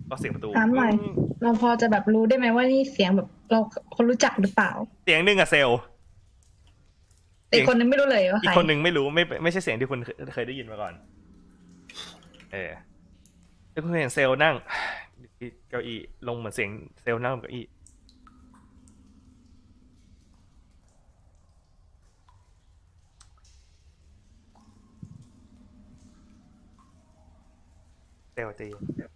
Speaker 1: ก็เสียงประตู
Speaker 5: ถามหน่อย
Speaker 1: อืม
Speaker 5: เราพอจะแบบรู้ได้ไหมว่านี่เสียงแบบเราคนรู้จักหรือเปล่า
Speaker 1: เสียงหนึ่งอะเซลล์
Speaker 5: แต่อีกคนนึงไม่รู้เลยว่า
Speaker 1: อี
Speaker 5: ใคร
Speaker 1: กคนหนึ่งไม่รู้ไม่ไม่ใช่เสียงที่คุณเคยเคยได้ยินมาก่อน เออแล้วคุณเห็นเซลล์นั่ง เก้าอี้ลงเหมือนเสียงเซลล์นั่งบนเก้าอี้เซลล์ใจเย็น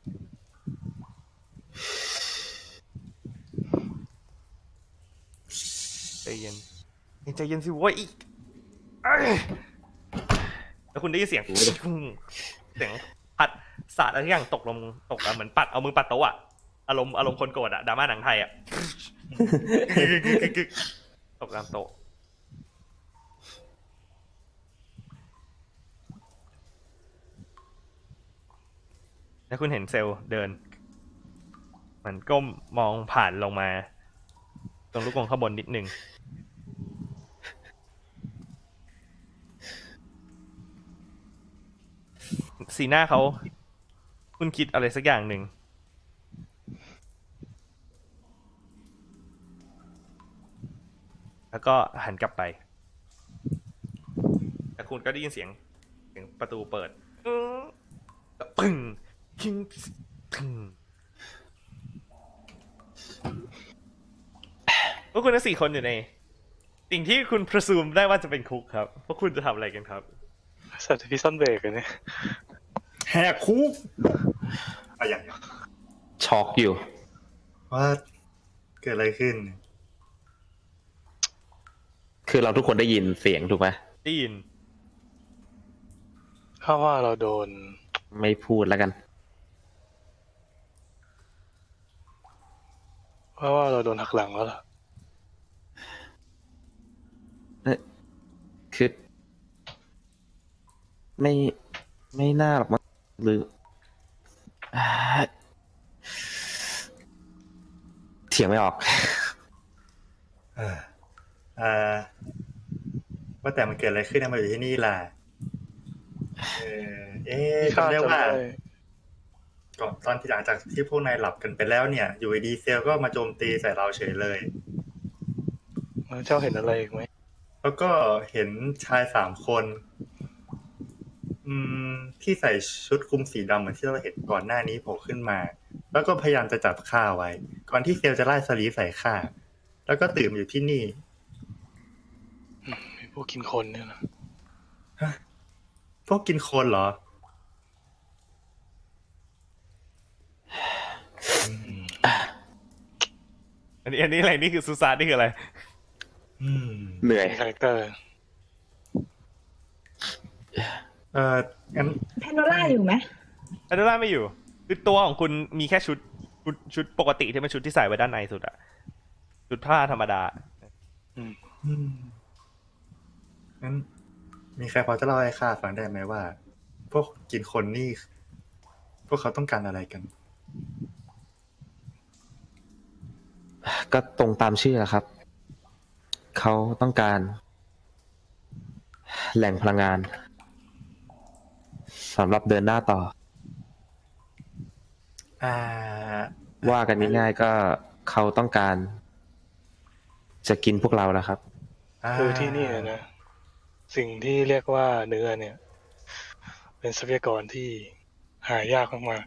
Speaker 1: ใจเย็นใจเย็นสิโว้ยอีก เอ้ยแล้วคุณได้ยินเสียง เสียงปัดสาดอะไรอย่างตกลงตกอะเหมือนปัดเอามือปัดโต๊ะอะอารมณ์อารมณ์คนโกรธอะดราม่าหนังไทยอะ ตกตามโต๊ะแล้วคุณเห็นเซลล์เดิน มันก้มมองผ่านลงมา ตรงลูกกรงข้างบนนิดนึง สีหน้าเขา คุณคิดอะไรสักอย่างหนึ่ง แล้วก็หันกลับไป แต่คุณก็ได้ยินเสียง เสียงประตูเปิดอื้อแล้วปึ้งคิงถึงพวกคุณทั้งสี่คนอยู่ใน สิ่งที่คุณ presume ได้ว่าจะเป็นคุกครับ พวกคุณจะทำอะไรกันครับ
Speaker 3: สัตว์พิซซ่อนเบรกอันเนี่ย
Speaker 4: แหกคุกอะไรอย่างเงี้ย
Speaker 2: ช็อกอยู่
Speaker 4: ว่าเกิดอะไรขึ้นเนี่ย
Speaker 2: คือเราทุกคนได้ยินเสียงถูกไหม
Speaker 1: ได้ยิน
Speaker 3: ถ้าว่าเราโดน
Speaker 2: ไม่พูดแล้วกัน
Speaker 3: เพราะว่าเราโดนหักหลังแล้วล่ะ
Speaker 2: คือ ไม่ไม่น่าหรอกมั้งหรืออ่าเถียงไม่ออก
Speaker 4: เอออ่าว่าแต่มันเกิดอะไรขึ้นนะมาอยู่ที่นี่ล่ะเออเอ๊ะจำได้ว่า ก่อนตอนที่หลังจากที่พวกนายหลับกันไปแล้วเนี่ย อยู่ดีๆเซลก็มาโจมตีใส่เราเฉยเลย
Speaker 3: แล้วเจ้าเห็นอะไรอีกไหม
Speaker 4: แล้วก็เห็นชายสามคน อืม ที่ใส่ชุดคลุมสีดำเหมือนที่เราเห็นก่อนหน้านี้โผล่ขึ้นมา แล้วก็พยายามจะจับข้าไว้ ก่อนที่เซลจะไล่สลีฟใส่ข้าแล้วก็ตื่นมาอยู่ที่นี่
Speaker 3: มีพวกกินคนเนี่ยนะ
Speaker 4: พวกกินคนเหรอ
Speaker 1: อันนี้อันนี้อะไรนี่คือซูซานนี่คืออะไร
Speaker 4: อืม
Speaker 2: เหนื่อย
Speaker 3: มีคาแรคเตอร์
Speaker 4: เอองั้น
Speaker 5: แพนโดล่าอยู่ไหม
Speaker 1: อันดอล่าไม่อยู่คือตัวของคุณมีแค่ชุดชุดชุดปกติที่เป็นชุดที่ใส่ไว้ด้านในสุดอะชุดผ้าธรรมดา
Speaker 4: อืมงั้น มีใครพอจะเล่าให้ข้าฟังได้ไหมว่า พวกกินคนนี่ พวกเขาต้องการอะไรกัน
Speaker 2: ก็ตรงตามชื่อแหละครับ เขาต้องการ แหล่งพลังงานสำหรับเดินหน้าต่อ
Speaker 4: อ่า
Speaker 2: ว่ากันง่ายๆก็เขาต้องการ จะกินพวกเรานะครับ
Speaker 3: คือที่นี่นะ สิ่งที่เรียกว่าเนื้อเนี่ย เป็นทรัพยากรที่หายากมาก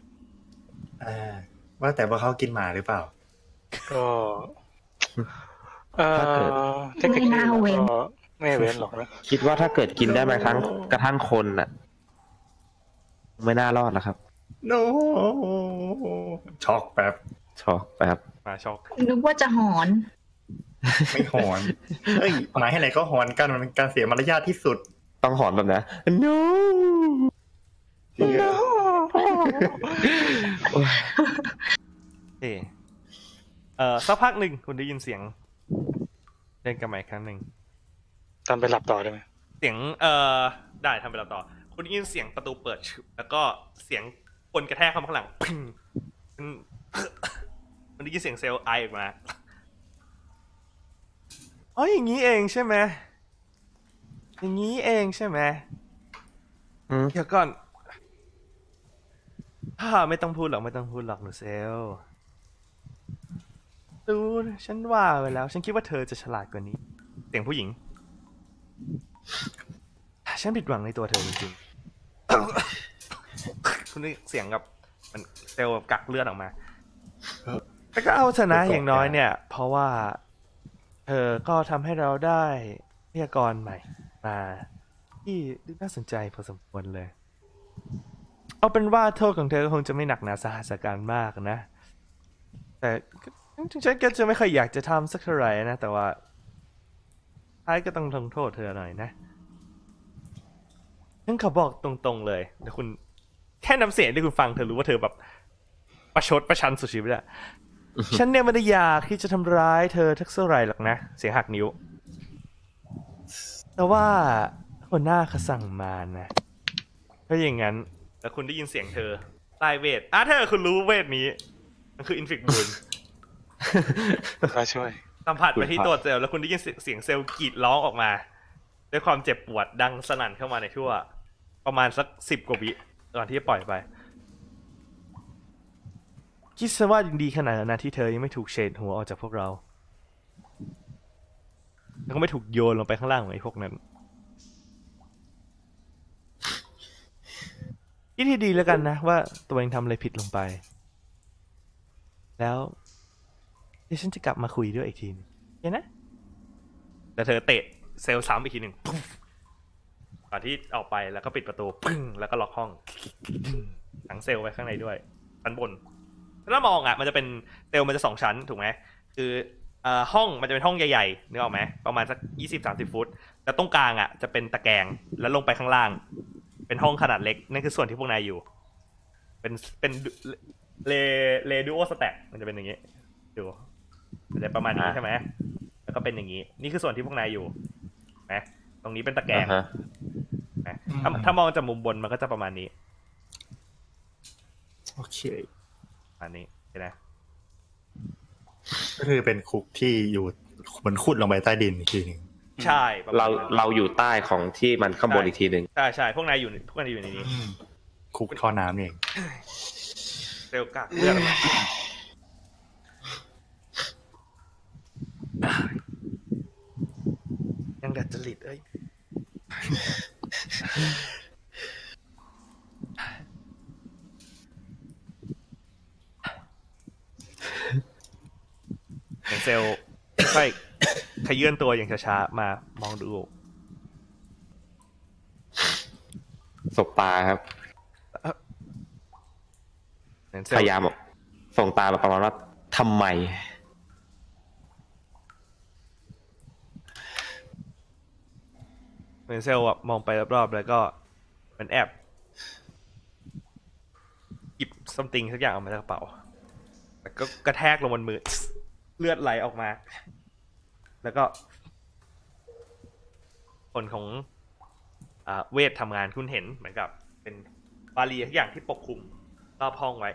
Speaker 4: อ่าว่าแต่ว่าเขากินหมาหรือเปล่า
Speaker 3: ๆก็เอ่
Speaker 2: ถ้าเกิด
Speaker 3: อถ้าเกิด
Speaker 5: ไม่น่าเว้น
Speaker 3: ก็ไม่เว้นหรอกนะ
Speaker 2: คิดว่าถ้าเกิดกินได้ไหมครั้งกระทั่งคนน่ะ ไม่น่ารอดนะครับ
Speaker 4: no ช็อกแป๊บ
Speaker 2: ช็อกไปครับ
Speaker 1: มาช็อก
Speaker 5: นึกว่าจะหอน
Speaker 4: ไม่หอนเอ้ยหมายให้ไหนก็หอนกันมันเป็นการเสียมารยาทที่สุด
Speaker 2: ต้องหอนแบบนะ no
Speaker 1: เอเออสักพักหนึ่งคุณได้ยินเสียงเล่นกันใหม่อีกครั้งหนึ่ง
Speaker 3: ตอนไปหลับต่อได้ไหม
Speaker 1: เสียงเอ่อได้ทำไปแล้วต่อ คุณได้ยินเสียงประตูเปิดชึบแล้วก็เสียงคนกระแทกเข้ามาข้างหลั งปึ้งมัน มันได้ยินเสียงเซลล์ไอออกมาอ๋ออย่างนี้เองใช่ไหมอย่างนี้เองใช่ไหม
Speaker 2: อืม
Speaker 1: เดี๋ยวก่อน ฮ่าไม่ต้องพูดหรอกไม่ต้องพูดหรอกหนูเซลล์ดูนะฉันว่าไปแล้ว ฉันคิดว่าเธอจะฉลาดกว่านี้ เสียงผู้หญิง ฉันผิดหวังในตัวเธอจริงๆ คุณได้เสียงกับมันเซลล์แบบกักเลือดออกมา แต่ก็เอาชนะอย่างน้อยเนี่ย เพราะว่า เธอก็ทำให้เราได้ทรัพยากรใหม่ มา ที่ดูน่าสนใจพอสมควรเลย เอาเป็นว่าโทษของเธอก็คงจะไม่หนักหนาสาหัสการมากนะ แต่ถึงฉันก็จะไม่ค่อยอยากจะทำสักเท่าไหร่นะ แต่ว่าท้ายก็ต้องลงโทษเธอหน่อยนะ นั่นเขาบอกตรงๆเลยแต่คุณ แค่น้ำเสียงที่คุณฟังเธอรู้ว่าเธอแบบ ประชดประชันสุดชีวิตอะ ฉันเนี่ยไม่ได้อยากที่จะทำร้ายเธอทักเท่าไหร่หรอกนะ เสียงหักนิ้ว แต่ว่าคนหน้าเขาสั่งมานะถ้าอย่างนั้นแล้วคุณได้ยินเสียงเธอใต้เวทอ่ะเธอคุณรู้เวทนี้ มันคืออินฟิกบูน
Speaker 3: ถ้าช่วย
Speaker 1: สัมผัสไปที่ตัวเซลล์แล้วคุณได้ยินเสียงเซลล์กรีดร้องออกมา ด้วยความเจ็บปวดดังสนั่นเข้ามาในทั่ว ประมาณสักสิบกว่าวิก่อนที่จะปล่อยไป คิดซะว่ายังดีขนาดนั้นนะที่เธอยังไม่ถูกเฉดหัวออกจากพวกเรา แล้วก็ไม่ถูกโยนลงไปข้างล่างเหมือนไอ้พวกนั้นคิดให้ดีแล้วกันนะ ว่าตัวเองทำอะไรผิดลงไป แล้ว เดี๋ยวฉันจะกลับมาคุยด้วยอีกทีหนึงเห็นนะ แต่เธอเตะเซลล์ซ้ำอีกทีหนึ่งปุ๊บก่อนที่ออกไปแล้วก็ปิดประตูปึ้งแล้วก็ล็อกห้อง ถังเซลล์ไว้ข้างในด้วยชั้นบน ถ้ามองอ่ะ มันจะเป็นเซลล์มันจะสองชั้นถูกไหมคือเอ่อห้องมันจะเป็นห้องใหญ่ๆนึกออกไหมประมาณสักยี่สิบสามสิบฟุต แล้วตรงกลางอ่ะจะเป็นตะแกรงแล้วลงไปข้างล่าง เป็นห้องขนาดเล็กนั่นคือส่วนที่พวกนายอยู่ เป็นเป็นเลเลดูโอสแต็กมันจะเป็นอย่างนี้ดู อะไรประมาณนี้
Speaker 2: อ่า
Speaker 1: ใช่ไหม แล้วก็เป็นอย่างนี้ นี่คือส่วนที่พวกนายอยู่นะตรงนี้เป็นตะแกร
Speaker 2: อ่าง ฮะ
Speaker 1: นะ
Speaker 4: อืม
Speaker 1: ถ้าถ้ามองจากมุมบนมันก็จะประมาณนี้
Speaker 4: โอเค
Speaker 1: ประมาณนี้เห็นไหม
Speaker 4: ก็คือเป็นคุกที่อยู่เหมือนขุดลงไปใต้ดินอีกทีหนึ่ง
Speaker 1: ใช่ประมาณ
Speaker 2: เรา
Speaker 1: นั้น
Speaker 2: เราอยู่ใต้ของที่มันข้างบนอีกทีหนึ่ง
Speaker 1: ใช่ใช่พวกนายอยู่ในพวกนายอยู่ในนี้
Speaker 4: คุกท่อน้ำเอง
Speaker 1: เซลล์กากเลือดออกมายังดัดจริตเอ้ย อย่างเซลล์ค่อยขยื่นตัวอย่างช้าๆ มามองดู
Speaker 2: สบตาครับ
Speaker 1: เหมือนเซลล์
Speaker 2: พยายามแบบส่งตาแบบประมาณว่าทำไม
Speaker 1: เหมือนเซลล์แบบมองไปรอบๆ แล้วก็เหมันแอบหยิบ something สักอย่างออกมาจากกระเป๋า แล้วก็กระแทกลงบนมือ เลือดไหลออกมา แล้วก็ ผลของอ่าเวททำงานคุณเห็นเหมือนกับ เป็นบาลีทุกอย่างที่ปกคลุมรอบห้องไว้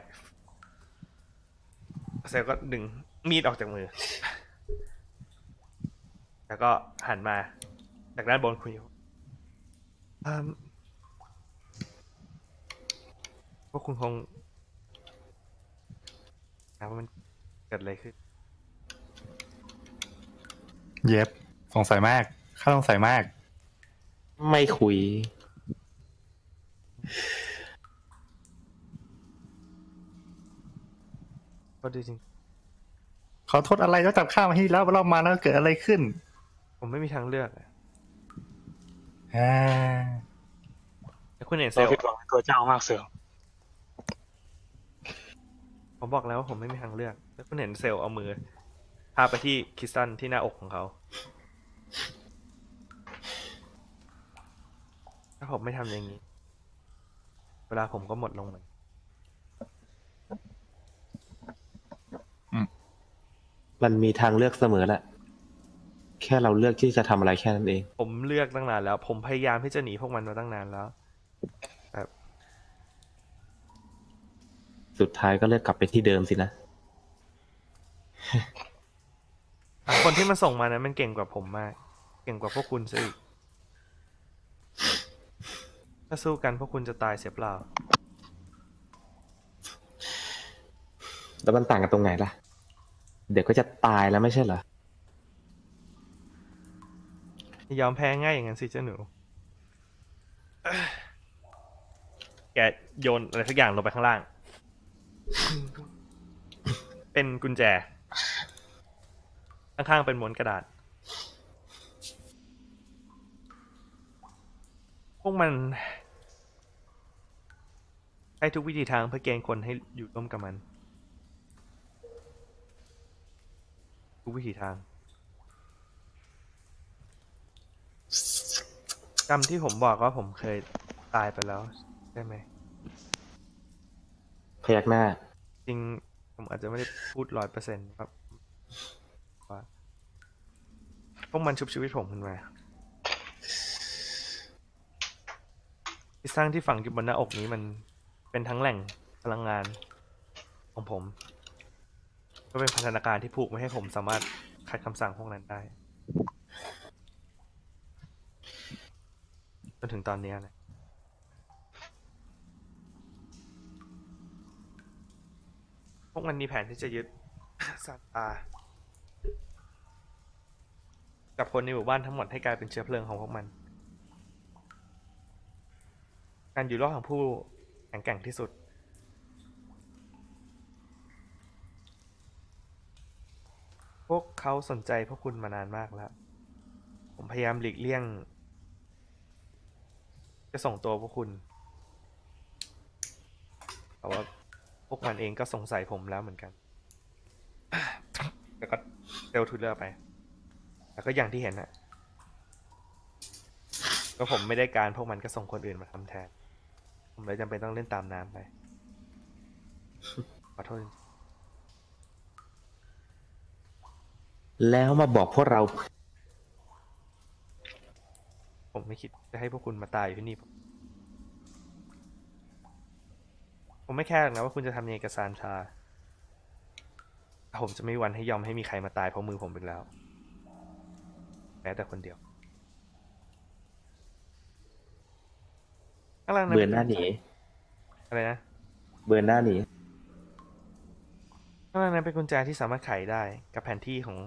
Speaker 1: เซลลก็ดึงมีดออกจากมือ แล้วก็หันมา จากด้านบนคุยอืมพวกคุณคงนะว่ามันเกิดอะไรขึ้น
Speaker 4: เย็บสงสัยมากข้าสงสัยมาก
Speaker 2: ไม่คุย
Speaker 1: ก็ดีจริง
Speaker 4: ขอโทษอะไรแล้วจับข้ามาที่แล้วรอบมาแล้วเกิดอะไรขึ้น
Speaker 1: ผมไม่มีทางเลือกอะ
Speaker 4: อ่า
Speaker 1: แต่คุณเห็นเซล
Speaker 3: เรา
Speaker 1: ล
Speaker 3: ผิดหวังในตัวเจ้ามากเสือ
Speaker 1: ผมบอกแล้วว่าผมไม่มีทางเลือกแล้วคุณเห็นเซลลเอามือพาไปที่คริสตันที่หน้าอกของเขาถ้าผมไม่ทำอย่างนี้ เวลาผมก็หมดลงเหมือน
Speaker 2: มันมีทางเลือกเสมอแหละ แค่เราเลือกที่จะทำอะไรแค่นั้นเอง
Speaker 1: ผมเลือกตั้งนานแล้ว ผมพยายามที่จะหนีพวกมันมาตั้งนานแล้ว
Speaker 2: สุดท้ายก็เลือกกลับไปที่เดิมสินะ
Speaker 1: คนที่มันส่งมานั้นมันเก่งกว่าผมมาก เก่งกว่าพวกคุณซะอีก ถ้าสู้กันพวกคุณจะตายเสียเปล่า
Speaker 2: แล้วมันต่างกันตรงไหนล่ะ เด็กก็จะตายแล้วไม่ใช่เหรอ
Speaker 1: ยอมแพ้ง่ายอย่างนั้นสิเจ้าหนูเอ้ยแกโยนอะไรสักอย่างลงไปข้างล่าง เป็นกุญแจ ข้างๆเป็นม้วนกระดาษ พวกมันใช้ทุกวิธีทางเพื่อเกณฑ์คนให้อยู่ร่วมกับมัน ทุกวิธีทาง จำที่ผมบอกว่าผมเคยตายไปแล้วใช่ไหม
Speaker 2: พยักหน้า
Speaker 1: จริงผมอาจจะไม่ได้พูดร้อยเปอร์เซ็นต์ครับว่าพวกมันชุบชีวิตผมขึ้นมาที่สร้างที่ฝังอยู่บนหน้าอกนี้มันเป็นทั้งแหล่งพลังงานของผม ก็เป็นพันธนาการที่ผูกไม่ให้ผมสามารถขัดคำสั่งพวกนั้นได้จนถึงตอนเนี้ยนะ พวกมันมีแผนที่จะยึด ซานตากับคนในหมู่บ้านทั้งหมดให้กลายเป็นเชื้อเพลิงของพวกมัน การอยู่รอดของผู้แข็งแกร่งที่สุด พวกเขาสนใจพวกคุณมานานมากแล้ว ผมพยายามหลีกเลี่ยง จะส่งตัวพวกคุณ แต่ว่า พวกมันเองก็สงสัยผมแล้วเหมือนกัน แล้วก็เซลทูเลอร์ไป แล้วก็อย่างที่เห็นอะก็ผมไม่ได้การพวกมันก็ส่งคนอื่นมาทำแทน ผมเลยจำเป็นต้องเล่นตามน้ำไป ขอโทษจริง
Speaker 2: แล้วมาบอกพวกเรา
Speaker 1: ๆผมไม่คิดจะให้พวกคุณมาตายอยู่ที่นี่ ผมผมไม่แคร์หรอกนะว่าคุณจะทำยังไงกับซานชาแต่ผมจะไม่มีวันให้ยอมให้มีใครมาตายเพราะมือผมอีกแล้ว แม้แต่คนเดียวข้างล่างะ
Speaker 2: เบือนหน้าหนี
Speaker 1: อะไรนะ
Speaker 2: เบือนหน้าหนี
Speaker 1: ข้างล่างนั้นเป็นกุญแจที่สามารถไขได้กับแผนที่ของ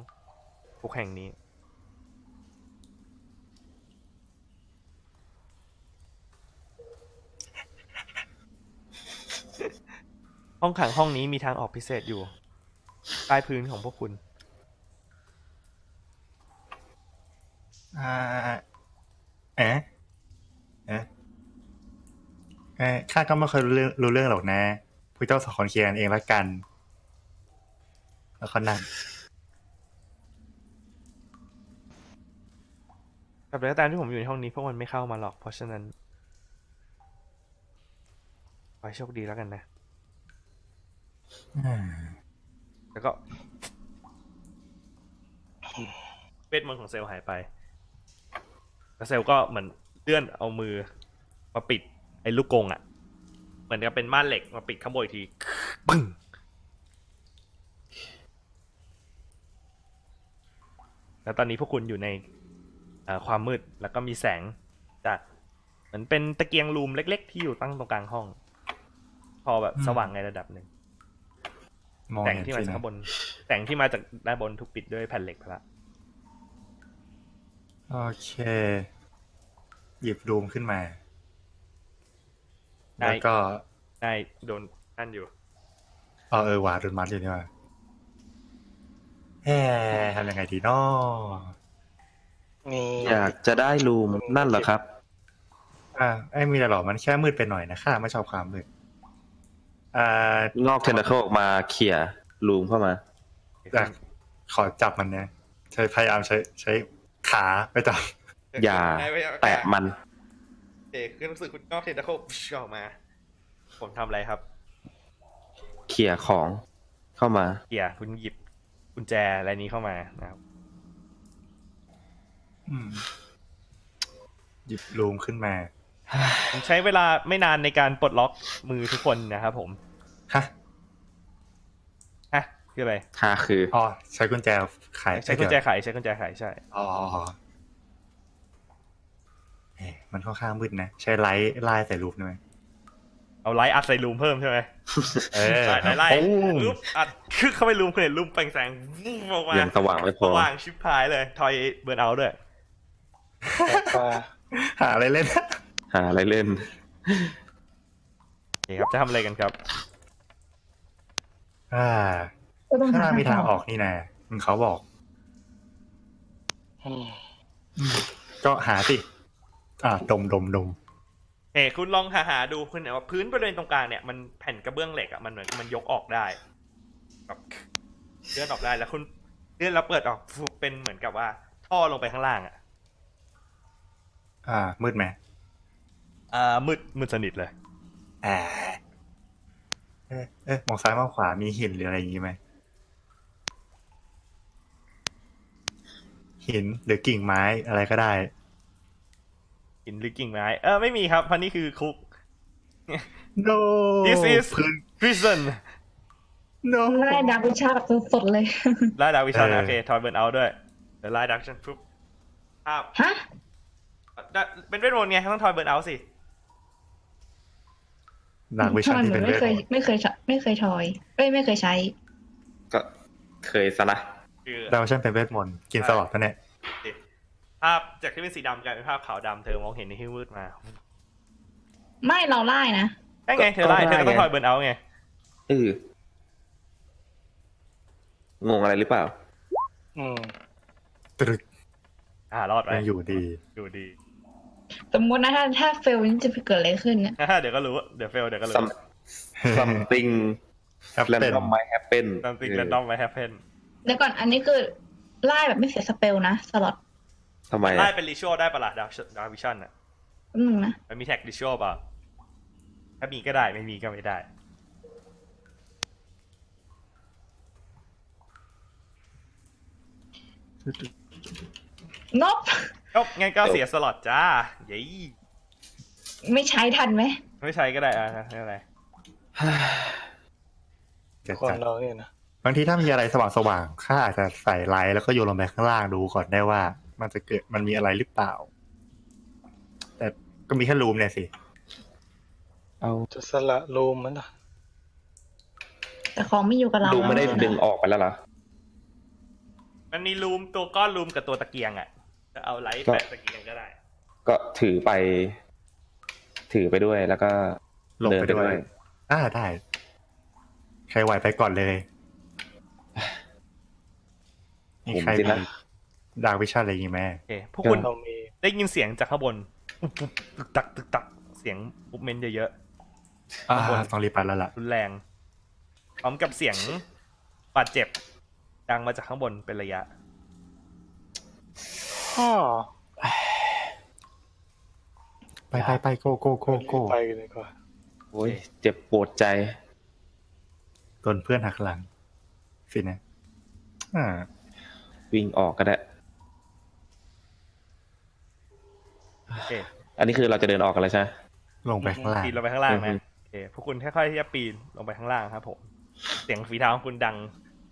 Speaker 1: ภูแห่งนี้ ห้องขังห้องนี้มีทางออกพิเศษอยู่ ใต้พื้นของพวกคุณ
Speaker 4: อ่าเอ๊ะเอ๊ะเอ๊ะข้าก็ไม่เคยรู้เรื่องรู้เรื่องหรอกนะพวกเจ้าสองคนเคลียร์กันเองละกัน แล้วก็ นั่ง
Speaker 1: กับแล้วตามที่ผมอยู่ในห้องนี้พวกมันไม่เข้ามาหรอก เพราะฉะนั้นขอให้โชคดีแล้วกันนะ แล้วก็เวทมนต์ของเซลล์หายไปแล้วเซลล์ก็เหมือนเลื่อนเอามือมาปิดไอ้ลูกกรงอะ่ะ เหมือนกับเป็นม่านเหล็กมาปิดข้างบนอีกทีปึ้งแล้วตอนนี้พวกคุณอยู่ในเอ่อความมืดแล้วก็มีแสงจากเหมือนเป็นตะเกียงรูมเล็ก ๆ ที่อยู่ตั้งตรงกลางห้อง พอแบบ
Speaker 4: อืม
Speaker 1: สว่างในระดับหนึ่ง
Speaker 4: มอง
Speaker 1: แต่ง
Speaker 4: เห็น
Speaker 1: ที่มา
Speaker 4: สิ
Speaker 1: จาก
Speaker 4: นะ
Speaker 1: ข้างบนแต่งที่มาจากด้านบนถูกปิดด้วยแผ่นเหล็กไปละ
Speaker 4: โอเค หยิบรูมขึ้นมา
Speaker 1: นาย
Speaker 4: แล้วก็
Speaker 1: นายโดนนั่นอยู่
Speaker 4: เออเออหวาดโดนมัดอยู่นี่ว่าแฮ่ทำยังไงดีเนาะ
Speaker 3: มี
Speaker 10: อยากจะได้รูมนั่นเหรอครับ
Speaker 4: อ่าไอ้ยมีอะไรหรอมันแค่มืดไปหน่อยนะข้าไม่ชอบความมืดอ่า
Speaker 10: งอกเทนเดอร์ออกมาเขี่ยรูมเข้ามา
Speaker 4: อยากขอจับมันเนี่ยใช้พยายามใช้ใช้ขาไปจับ
Speaker 10: อย่าแตะมัน
Speaker 1: เด็กขึ้นรู้สึกคุณนอกเทนตะโคบออกมา ผมทำอะไรครับ
Speaker 10: เขี่ยของเข้ามา
Speaker 1: เกียร์คุณหยิบกุญแจอะไรนี้เข้ามานะครับ
Speaker 4: อืมหยิบรูมขึ้นมา
Speaker 1: ผมใช้เวลาไม่นานในการปลดล็อกมือทุกคนนะครับผม
Speaker 4: ฮะ
Speaker 1: ฮะคืออะไร
Speaker 10: ค่าคือ
Speaker 4: อ๋อใช้กุญแจไข
Speaker 1: ใช้กุญแจไขใช้กุญแจไขใช่
Speaker 4: อ๋ออ๋ออ๋อเอ๊ะมันค่อนข้างมืดนะ ใช้ไลท์ไล่ใส่รูปได้ไหม
Speaker 1: เอาไลท์อัดใส่รูมเพิ่มใช่ไหม
Speaker 4: เออ
Speaker 1: ใช่ไลท์ไล่
Speaker 4: ปุ้ม
Speaker 1: รูปอัด คือเข้าไปรูมคุณเห็นรูมแปลงแสงวูบออกมา
Speaker 10: อย่างสว่างไม่พอ
Speaker 1: สว่างชิบหายเลย ทอยเบิร์นเอาท์ด้วย
Speaker 3: ว่า
Speaker 4: หาอะไรเล่น
Speaker 10: หาอะไรเล่น
Speaker 1: โอเคครับ จะทำอะไรกันครับ
Speaker 4: อ่า
Speaker 5: ก็ต้องหา
Speaker 4: ถ้ามีทางอ
Speaker 5: อ
Speaker 4: อกนี่นะมันเขาบอก
Speaker 3: อืม
Speaker 4: ก็หาสิ อ่า ดมดมดม
Speaker 1: เอ้คุณลองหาหาดูคุณเห็นว่าพื้นบริเวณตรงกลางเนี่ยมันแผ่นกระเบื้องเหล็กอ่ะมันเหมือนมันยกออกได้แบบเลื่อนออกได้แล้วคุณเลื่อนแล้วเปิดออกฟุบเป็นเหมือนกับว่า ท่อลงไปข้างล่างอ่ะ
Speaker 4: อ่า มืดไหม
Speaker 1: อ่ามืดมืดสนิทเลย
Speaker 4: อ่าเอ๊ะเอ๊ะมองซ้ายมองขวามีหินหรืออะไรอย่างงี้ไหมหินหรือกิ่งไม้อะไรก็ได้
Speaker 1: กินหรือกิ่งไม้เออไม่มีครับเพราะนี่คือคุก
Speaker 4: โน
Speaker 1: This is
Speaker 4: พื้น
Speaker 1: prison
Speaker 4: โน
Speaker 5: ไล่ดักวิชาแบบสดๆเลย
Speaker 1: ไล่ดาวิชา
Speaker 4: เออ
Speaker 1: โอเคทอยเบิร์นเอาท์ด้วยเดี๋ยวไล่ดักชันปุ๊บอ้าว
Speaker 5: ฮะ
Speaker 1: ได้เป็นเวทมนต์ไงต้องทอยเบิร์นเอาท์สิ
Speaker 4: หนังเวอร์ชันที่เป็น
Speaker 5: ไม่
Speaker 4: เวท
Speaker 5: เคย
Speaker 4: มนต์
Speaker 5: ไม่เคยใช้ไม่เคยทอยเอ้ยไม่เคยใช้
Speaker 2: ก็เคยซะละ
Speaker 1: คือ
Speaker 4: หนังเวอร์ชันเป็นเวทมนต์กินสลอดปะเนี่ย
Speaker 1: ภาพจากที่เป็นสีดำกลายเป็นภาพขาวดำเธอมองเห็นในที่มืดมา
Speaker 5: ไม่เราไล่นะ
Speaker 1: ได้ไงเธอไล่เธอก็ต้องทอยเบิร์นเอาท์ไง
Speaker 2: เออ
Speaker 10: งงอะไรหรือเปล่า
Speaker 3: อืม
Speaker 4: ตรึก
Speaker 1: อ่ารอดไป
Speaker 4: ยังอยู่ดี
Speaker 1: อยู่ดี
Speaker 5: สมมตินะถ้าถ้าเฟลนี่จะเกิดอะไรขึ้นเนี่ย
Speaker 1: เดี๋ยวก็รู้ เดี๋ยวเฟลเดี๋ยวก็รู้
Speaker 2: Some- something
Speaker 4: ครับ
Speaker 2: แรน
Speaker 4: เป็น
Speaker 2: ดอมไม่แฮปเป็น
Speaker 1: ตามติงแรนดอมไว้แฮปเพน
Speaker 5: เดี๋ยวก่อนอันนี้คือไล่แบบไม่เสียสเปลนะสล็อต
Speaker 2: ทำไม
Speaker 1: ไล่
Speaker 2: อะ
Speaker 1: เป็นริชัวได้ปะล่ะดาวดาววิชั่นอ่ะ
Speaker 5: แป๊บนึงนะ
Speaker 1: มันมีแท็กริชัวป่ะ ถ้ามีก็ได้ไม่มีก็ไม่ได้
Speaker 5: นบ
Speaker 1: ก็งั้นก็เสียสล็อตจ้าเย้ย
Speaker 5: ไม่ใช้ทันไหม
Speaker 1: ไม่ใช้ก็ได้อ่ะไม่เป็นไร
Speaker 4: เกิด
Speaker 3: คน
Speaker 4: จาก
Speaker 3: เราเนี่ยนะ
Speaker 4: บางทีถ้ามีอะไรสว่างๆข้าอาจจะใส่ไลท์แล้วก็โยนลงไปข้างล่างดูก่อนได้ว่า มันจะเกิดมันมีอะไรหรือเปล่า แต่ก็มีแค่รูมเนี่ยสิ
Speaker 3: จะสละรูมมันนะ
Speaker 5: แต่ของไม่อยู่กับเรา
Speaker 2: ดูไม่ได้
Speaker 5: แล้วนะ
Speaker 2: ดึงออกไปแล้วเหรอ
Speaker 1: มันมีรูมตัวก้อนรูมกับตัวตะเกียงอ่ะ จะเอาไลท์แปะตะเกียงก็ได้
Speaker 2: ก็ถือไป ถือไปด้วยแล้วก็
Speaker 4: ลงไป
Speaker 2: เน
Speaker 4: ด้วย อ่าได้ ใครไหวไปก่อนเลยมีใครมีดาววิชาอะไรอย่างงี้ไหม
Speaker 1: โอเค พวกคุณ
Speaker 3: เรามี
Speaker 1: ได้ยินเสียงจากข้างบนตึกตักตึกตักเสียงบุ๊เมนเยอะ
Speaker 4: อ่าต้องรีบไปแล้วล่ะ
Speaker 1: รุนแรงพร้อมกับเสียงบาดเจ็บ ดังมาจากข้างบนเป็นระยะ
Speaker 3: อ้อ
Speaker 4: ไปไปไปโกโกโกโก
Speaker 3: ไปกันดีกว่า
Speaker 2: โอ้ยเจ็บปวดใจ
Speaker 4: โดนเพื่อนหักหลัง สินะ อ่า
Speaker 2: วิ่งออกก็ได้
Speaker 1: โอเค
Speaker 2: อันนี้คือเราจะเดินออกกันแล้วใช่ไหม
Speaker 4: ลงไปข้างล่าง
Speaker 1: ปีนลงไปข้างล่าง
Speaker 2: อื
Speaker 1: นะ
Speaker 2: ม
Speaker 1: โอเคพวกคุณค่อยๆที่จะปีนลงไปข้างล่างครับผม เสียงฝีเท้าของคุณดัง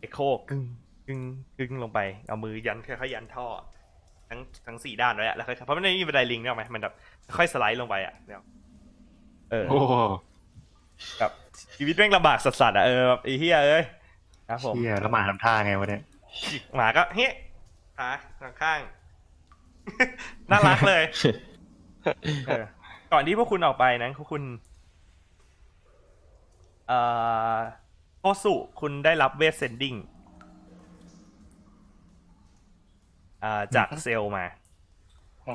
Speaker 1: เอโคกึ้งกึ้งกึ้งลงไป เอามือยันค่อยๆยันท่อ ทั้งทั้งสี่ด้านไว้อะแล้วค่อยๆเพราะมันไม่มีบันไดลิงเนี่ยหรอกไหมมันแบบค่อยๆสไลด์ลงไปอ่ะเนี่ยเออ
Speaker 4: โอ้โห
Speaker 1: แบบชีวิตแม่งลำบากสัสๆอ่ะเออแบบไอ้เหี้ยเอ้ยครับผม
Speaker 4: เชี่ยแล้วหมาทำท่าไงวะเนี่ย
Speaker 1: หมาก็เฮ้ยขาข้างข้าง น่ารักเลยเออก่อนที่พวกคุณออกไปนั้นพวกคุณเอ่อโอสุคุณได้รับเวสเซนดิ้งอ่าจากเซลล์มา
Speaker 3: อ๋อ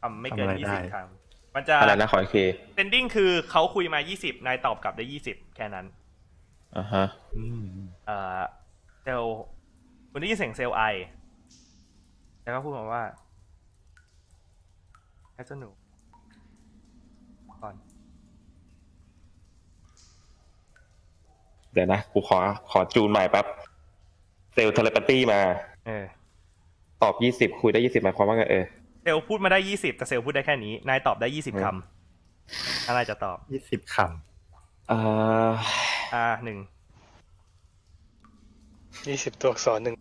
Speaker 1: ทำไม่เกิน
Speaker 4: ทำอะไร
Speaker 1: ยี่
Speaker 4: ได้
Speaker 1: สิบครั้งมันจะ
Speaker 10: อะไรนะขออีกที
Speaker 1: เซนดิ้งคือเขาคุยมายี่สิบนายตอบกลับได้ยี่สิบแค่นั้น
Speaker 10: อ่าฮะ
Speaker 1: เอ่อเซลล์คุณได้ยินเสียงเซลล์ไอ แล้วก็พูดมาว่าแค่เจ้าหนูก่อน
Speaker 2: เดี๋ยวนะกูขอขอจูนใหม่แป๊บเซลล์เทเลปาตี้มา
Speaker 1: เออ
Speaker 2: ตอบยี่สิบคุยได้ยี่สิบหมายความว่าไงเออ
Speaker 1: เซลล์พูดมาได้ยี่สิบแต่เซลล์พูดได้แค่นี้ นายตอบได้ยี่สิบ
Speaker 2: อืม
Speaker 1: คำอะไรจะตอบ
Speaker 4: ยี่สิบค
Speaker 2: เอ่อ
Speaker 1: อ่าหนึ่ง
Speaker 3: ยี่สิบตัวอักษรหนึ่ง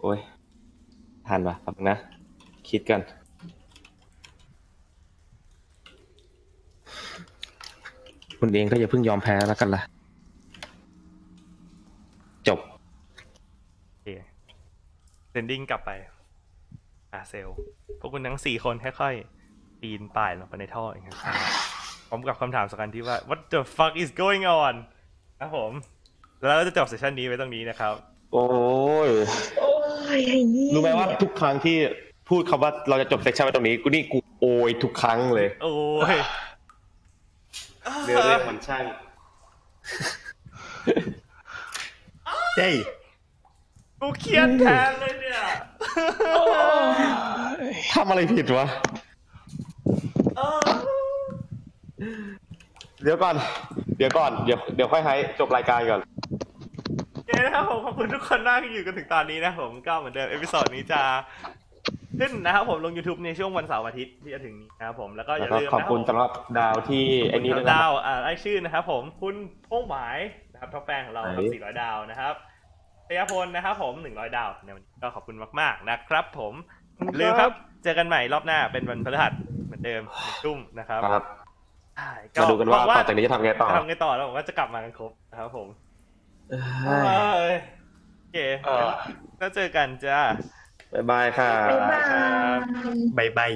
Speaker 2: โอ้ยทันปะแป๊บนึงนะ คิดกัน
Speaker 10: คุณเองก็อย่าเพิ่งยอมแพ้แล้วกันล่ะ จบ
Speaker 1: โอเคเซนดิ้งกลับไป อ่าเซลล์พวกคุณทั้งสี่คนค่อยๆปีนป่ายลงไปในท่ออย่างเงี้ยพร้อมกับคำถามสำคัญที่ว่า what the fuck is going on ครับผม แล้วเราจะจบเซสชันนี้ไว้ตรงนี้นะครับ
Speaker 2: โอ้ย
Speaker 5: โอ้ยไอ้นี่
Speaker 2: รู้ไหมว่าทุกครั้งที่พูดคำว่าเราจะจบเซสชันไว้ตรงนี้กูนี่กูโอยทุกครั้งเลย
Speaker 1: โอ้ย
Speaker 7: เรื่องเรื่องมันช่าง
Speaker 4: ำเฮ้ย
Speaker 1: กูเครียดแทนเลยเนี่ย
Speaker 2: ทำอะไรผิดวะ เดี๋ยวก่อน เดี๋ยวก่อน เดี๋ยวเดี๋ยวค่อยให้จบรายการก่อน
Speaker 1: โอเคนะครับผมขอบคุณทุกคนมากที่อยู่กันถึงตอนนี้นะครับผมก็เหมือนเดิม เอพิโซดนี้จะขึ้นนะครับผมลง YouTube ในช่วงวันเสาร์อาทิตย์ที่จะถึงนี้นะครับผมแล้วก็อ
Speaker 2: แล้ว
Speaker 1: ย่าลืม
Speaker 2: ก็ขอบ
Speaker 1: นะ
Speaker 2: คุณ
Speaker 1: ครับ
Speaker 2: สำหรับดาวที่ไอ้นี่
Speaker 1: คุณ
Speaker 2: นะครั
Speaker 1: ดา
Speaker 2: บ
Speaker 1: วอ่าไอชื่อนะครับผมคุณพงหมายนะครับท็อปแฟนของเราครับ
Speaker 2: ไหน
Speaker 1: 400 ดาวนะครับพยาพลนะครับผม 100 ดาวในวันนี้ก็ขอบคุณมากๆนะครับผมอย่าลืมครับเจอกันใหม่รอบหน้าเป็นวันพฤหัสเหมือนเดิมหนึ่งทุ่มนะครับ
Speaker 2: ครับ
Speaker 1: อ่
Speaker 2: มาดูกันว่า
Speaker 1: หง
Speaker 2: ต่อจากนี้จะทำไงต่อ
Speaker 1: จะทำไงต่อแล้วผมว่าจะกลับมากันครบนะครับผมเอ้ยโอเค
Speaker 3: เอ่อ
Speaker 1: แล้วเจอกันจ้า
Speaker 2: บ๊ายบายค่ะ
Speaker 5: บ๊ายบา
Speaker 4: บาย
Speaker 5: ย
Speaker 4: บาย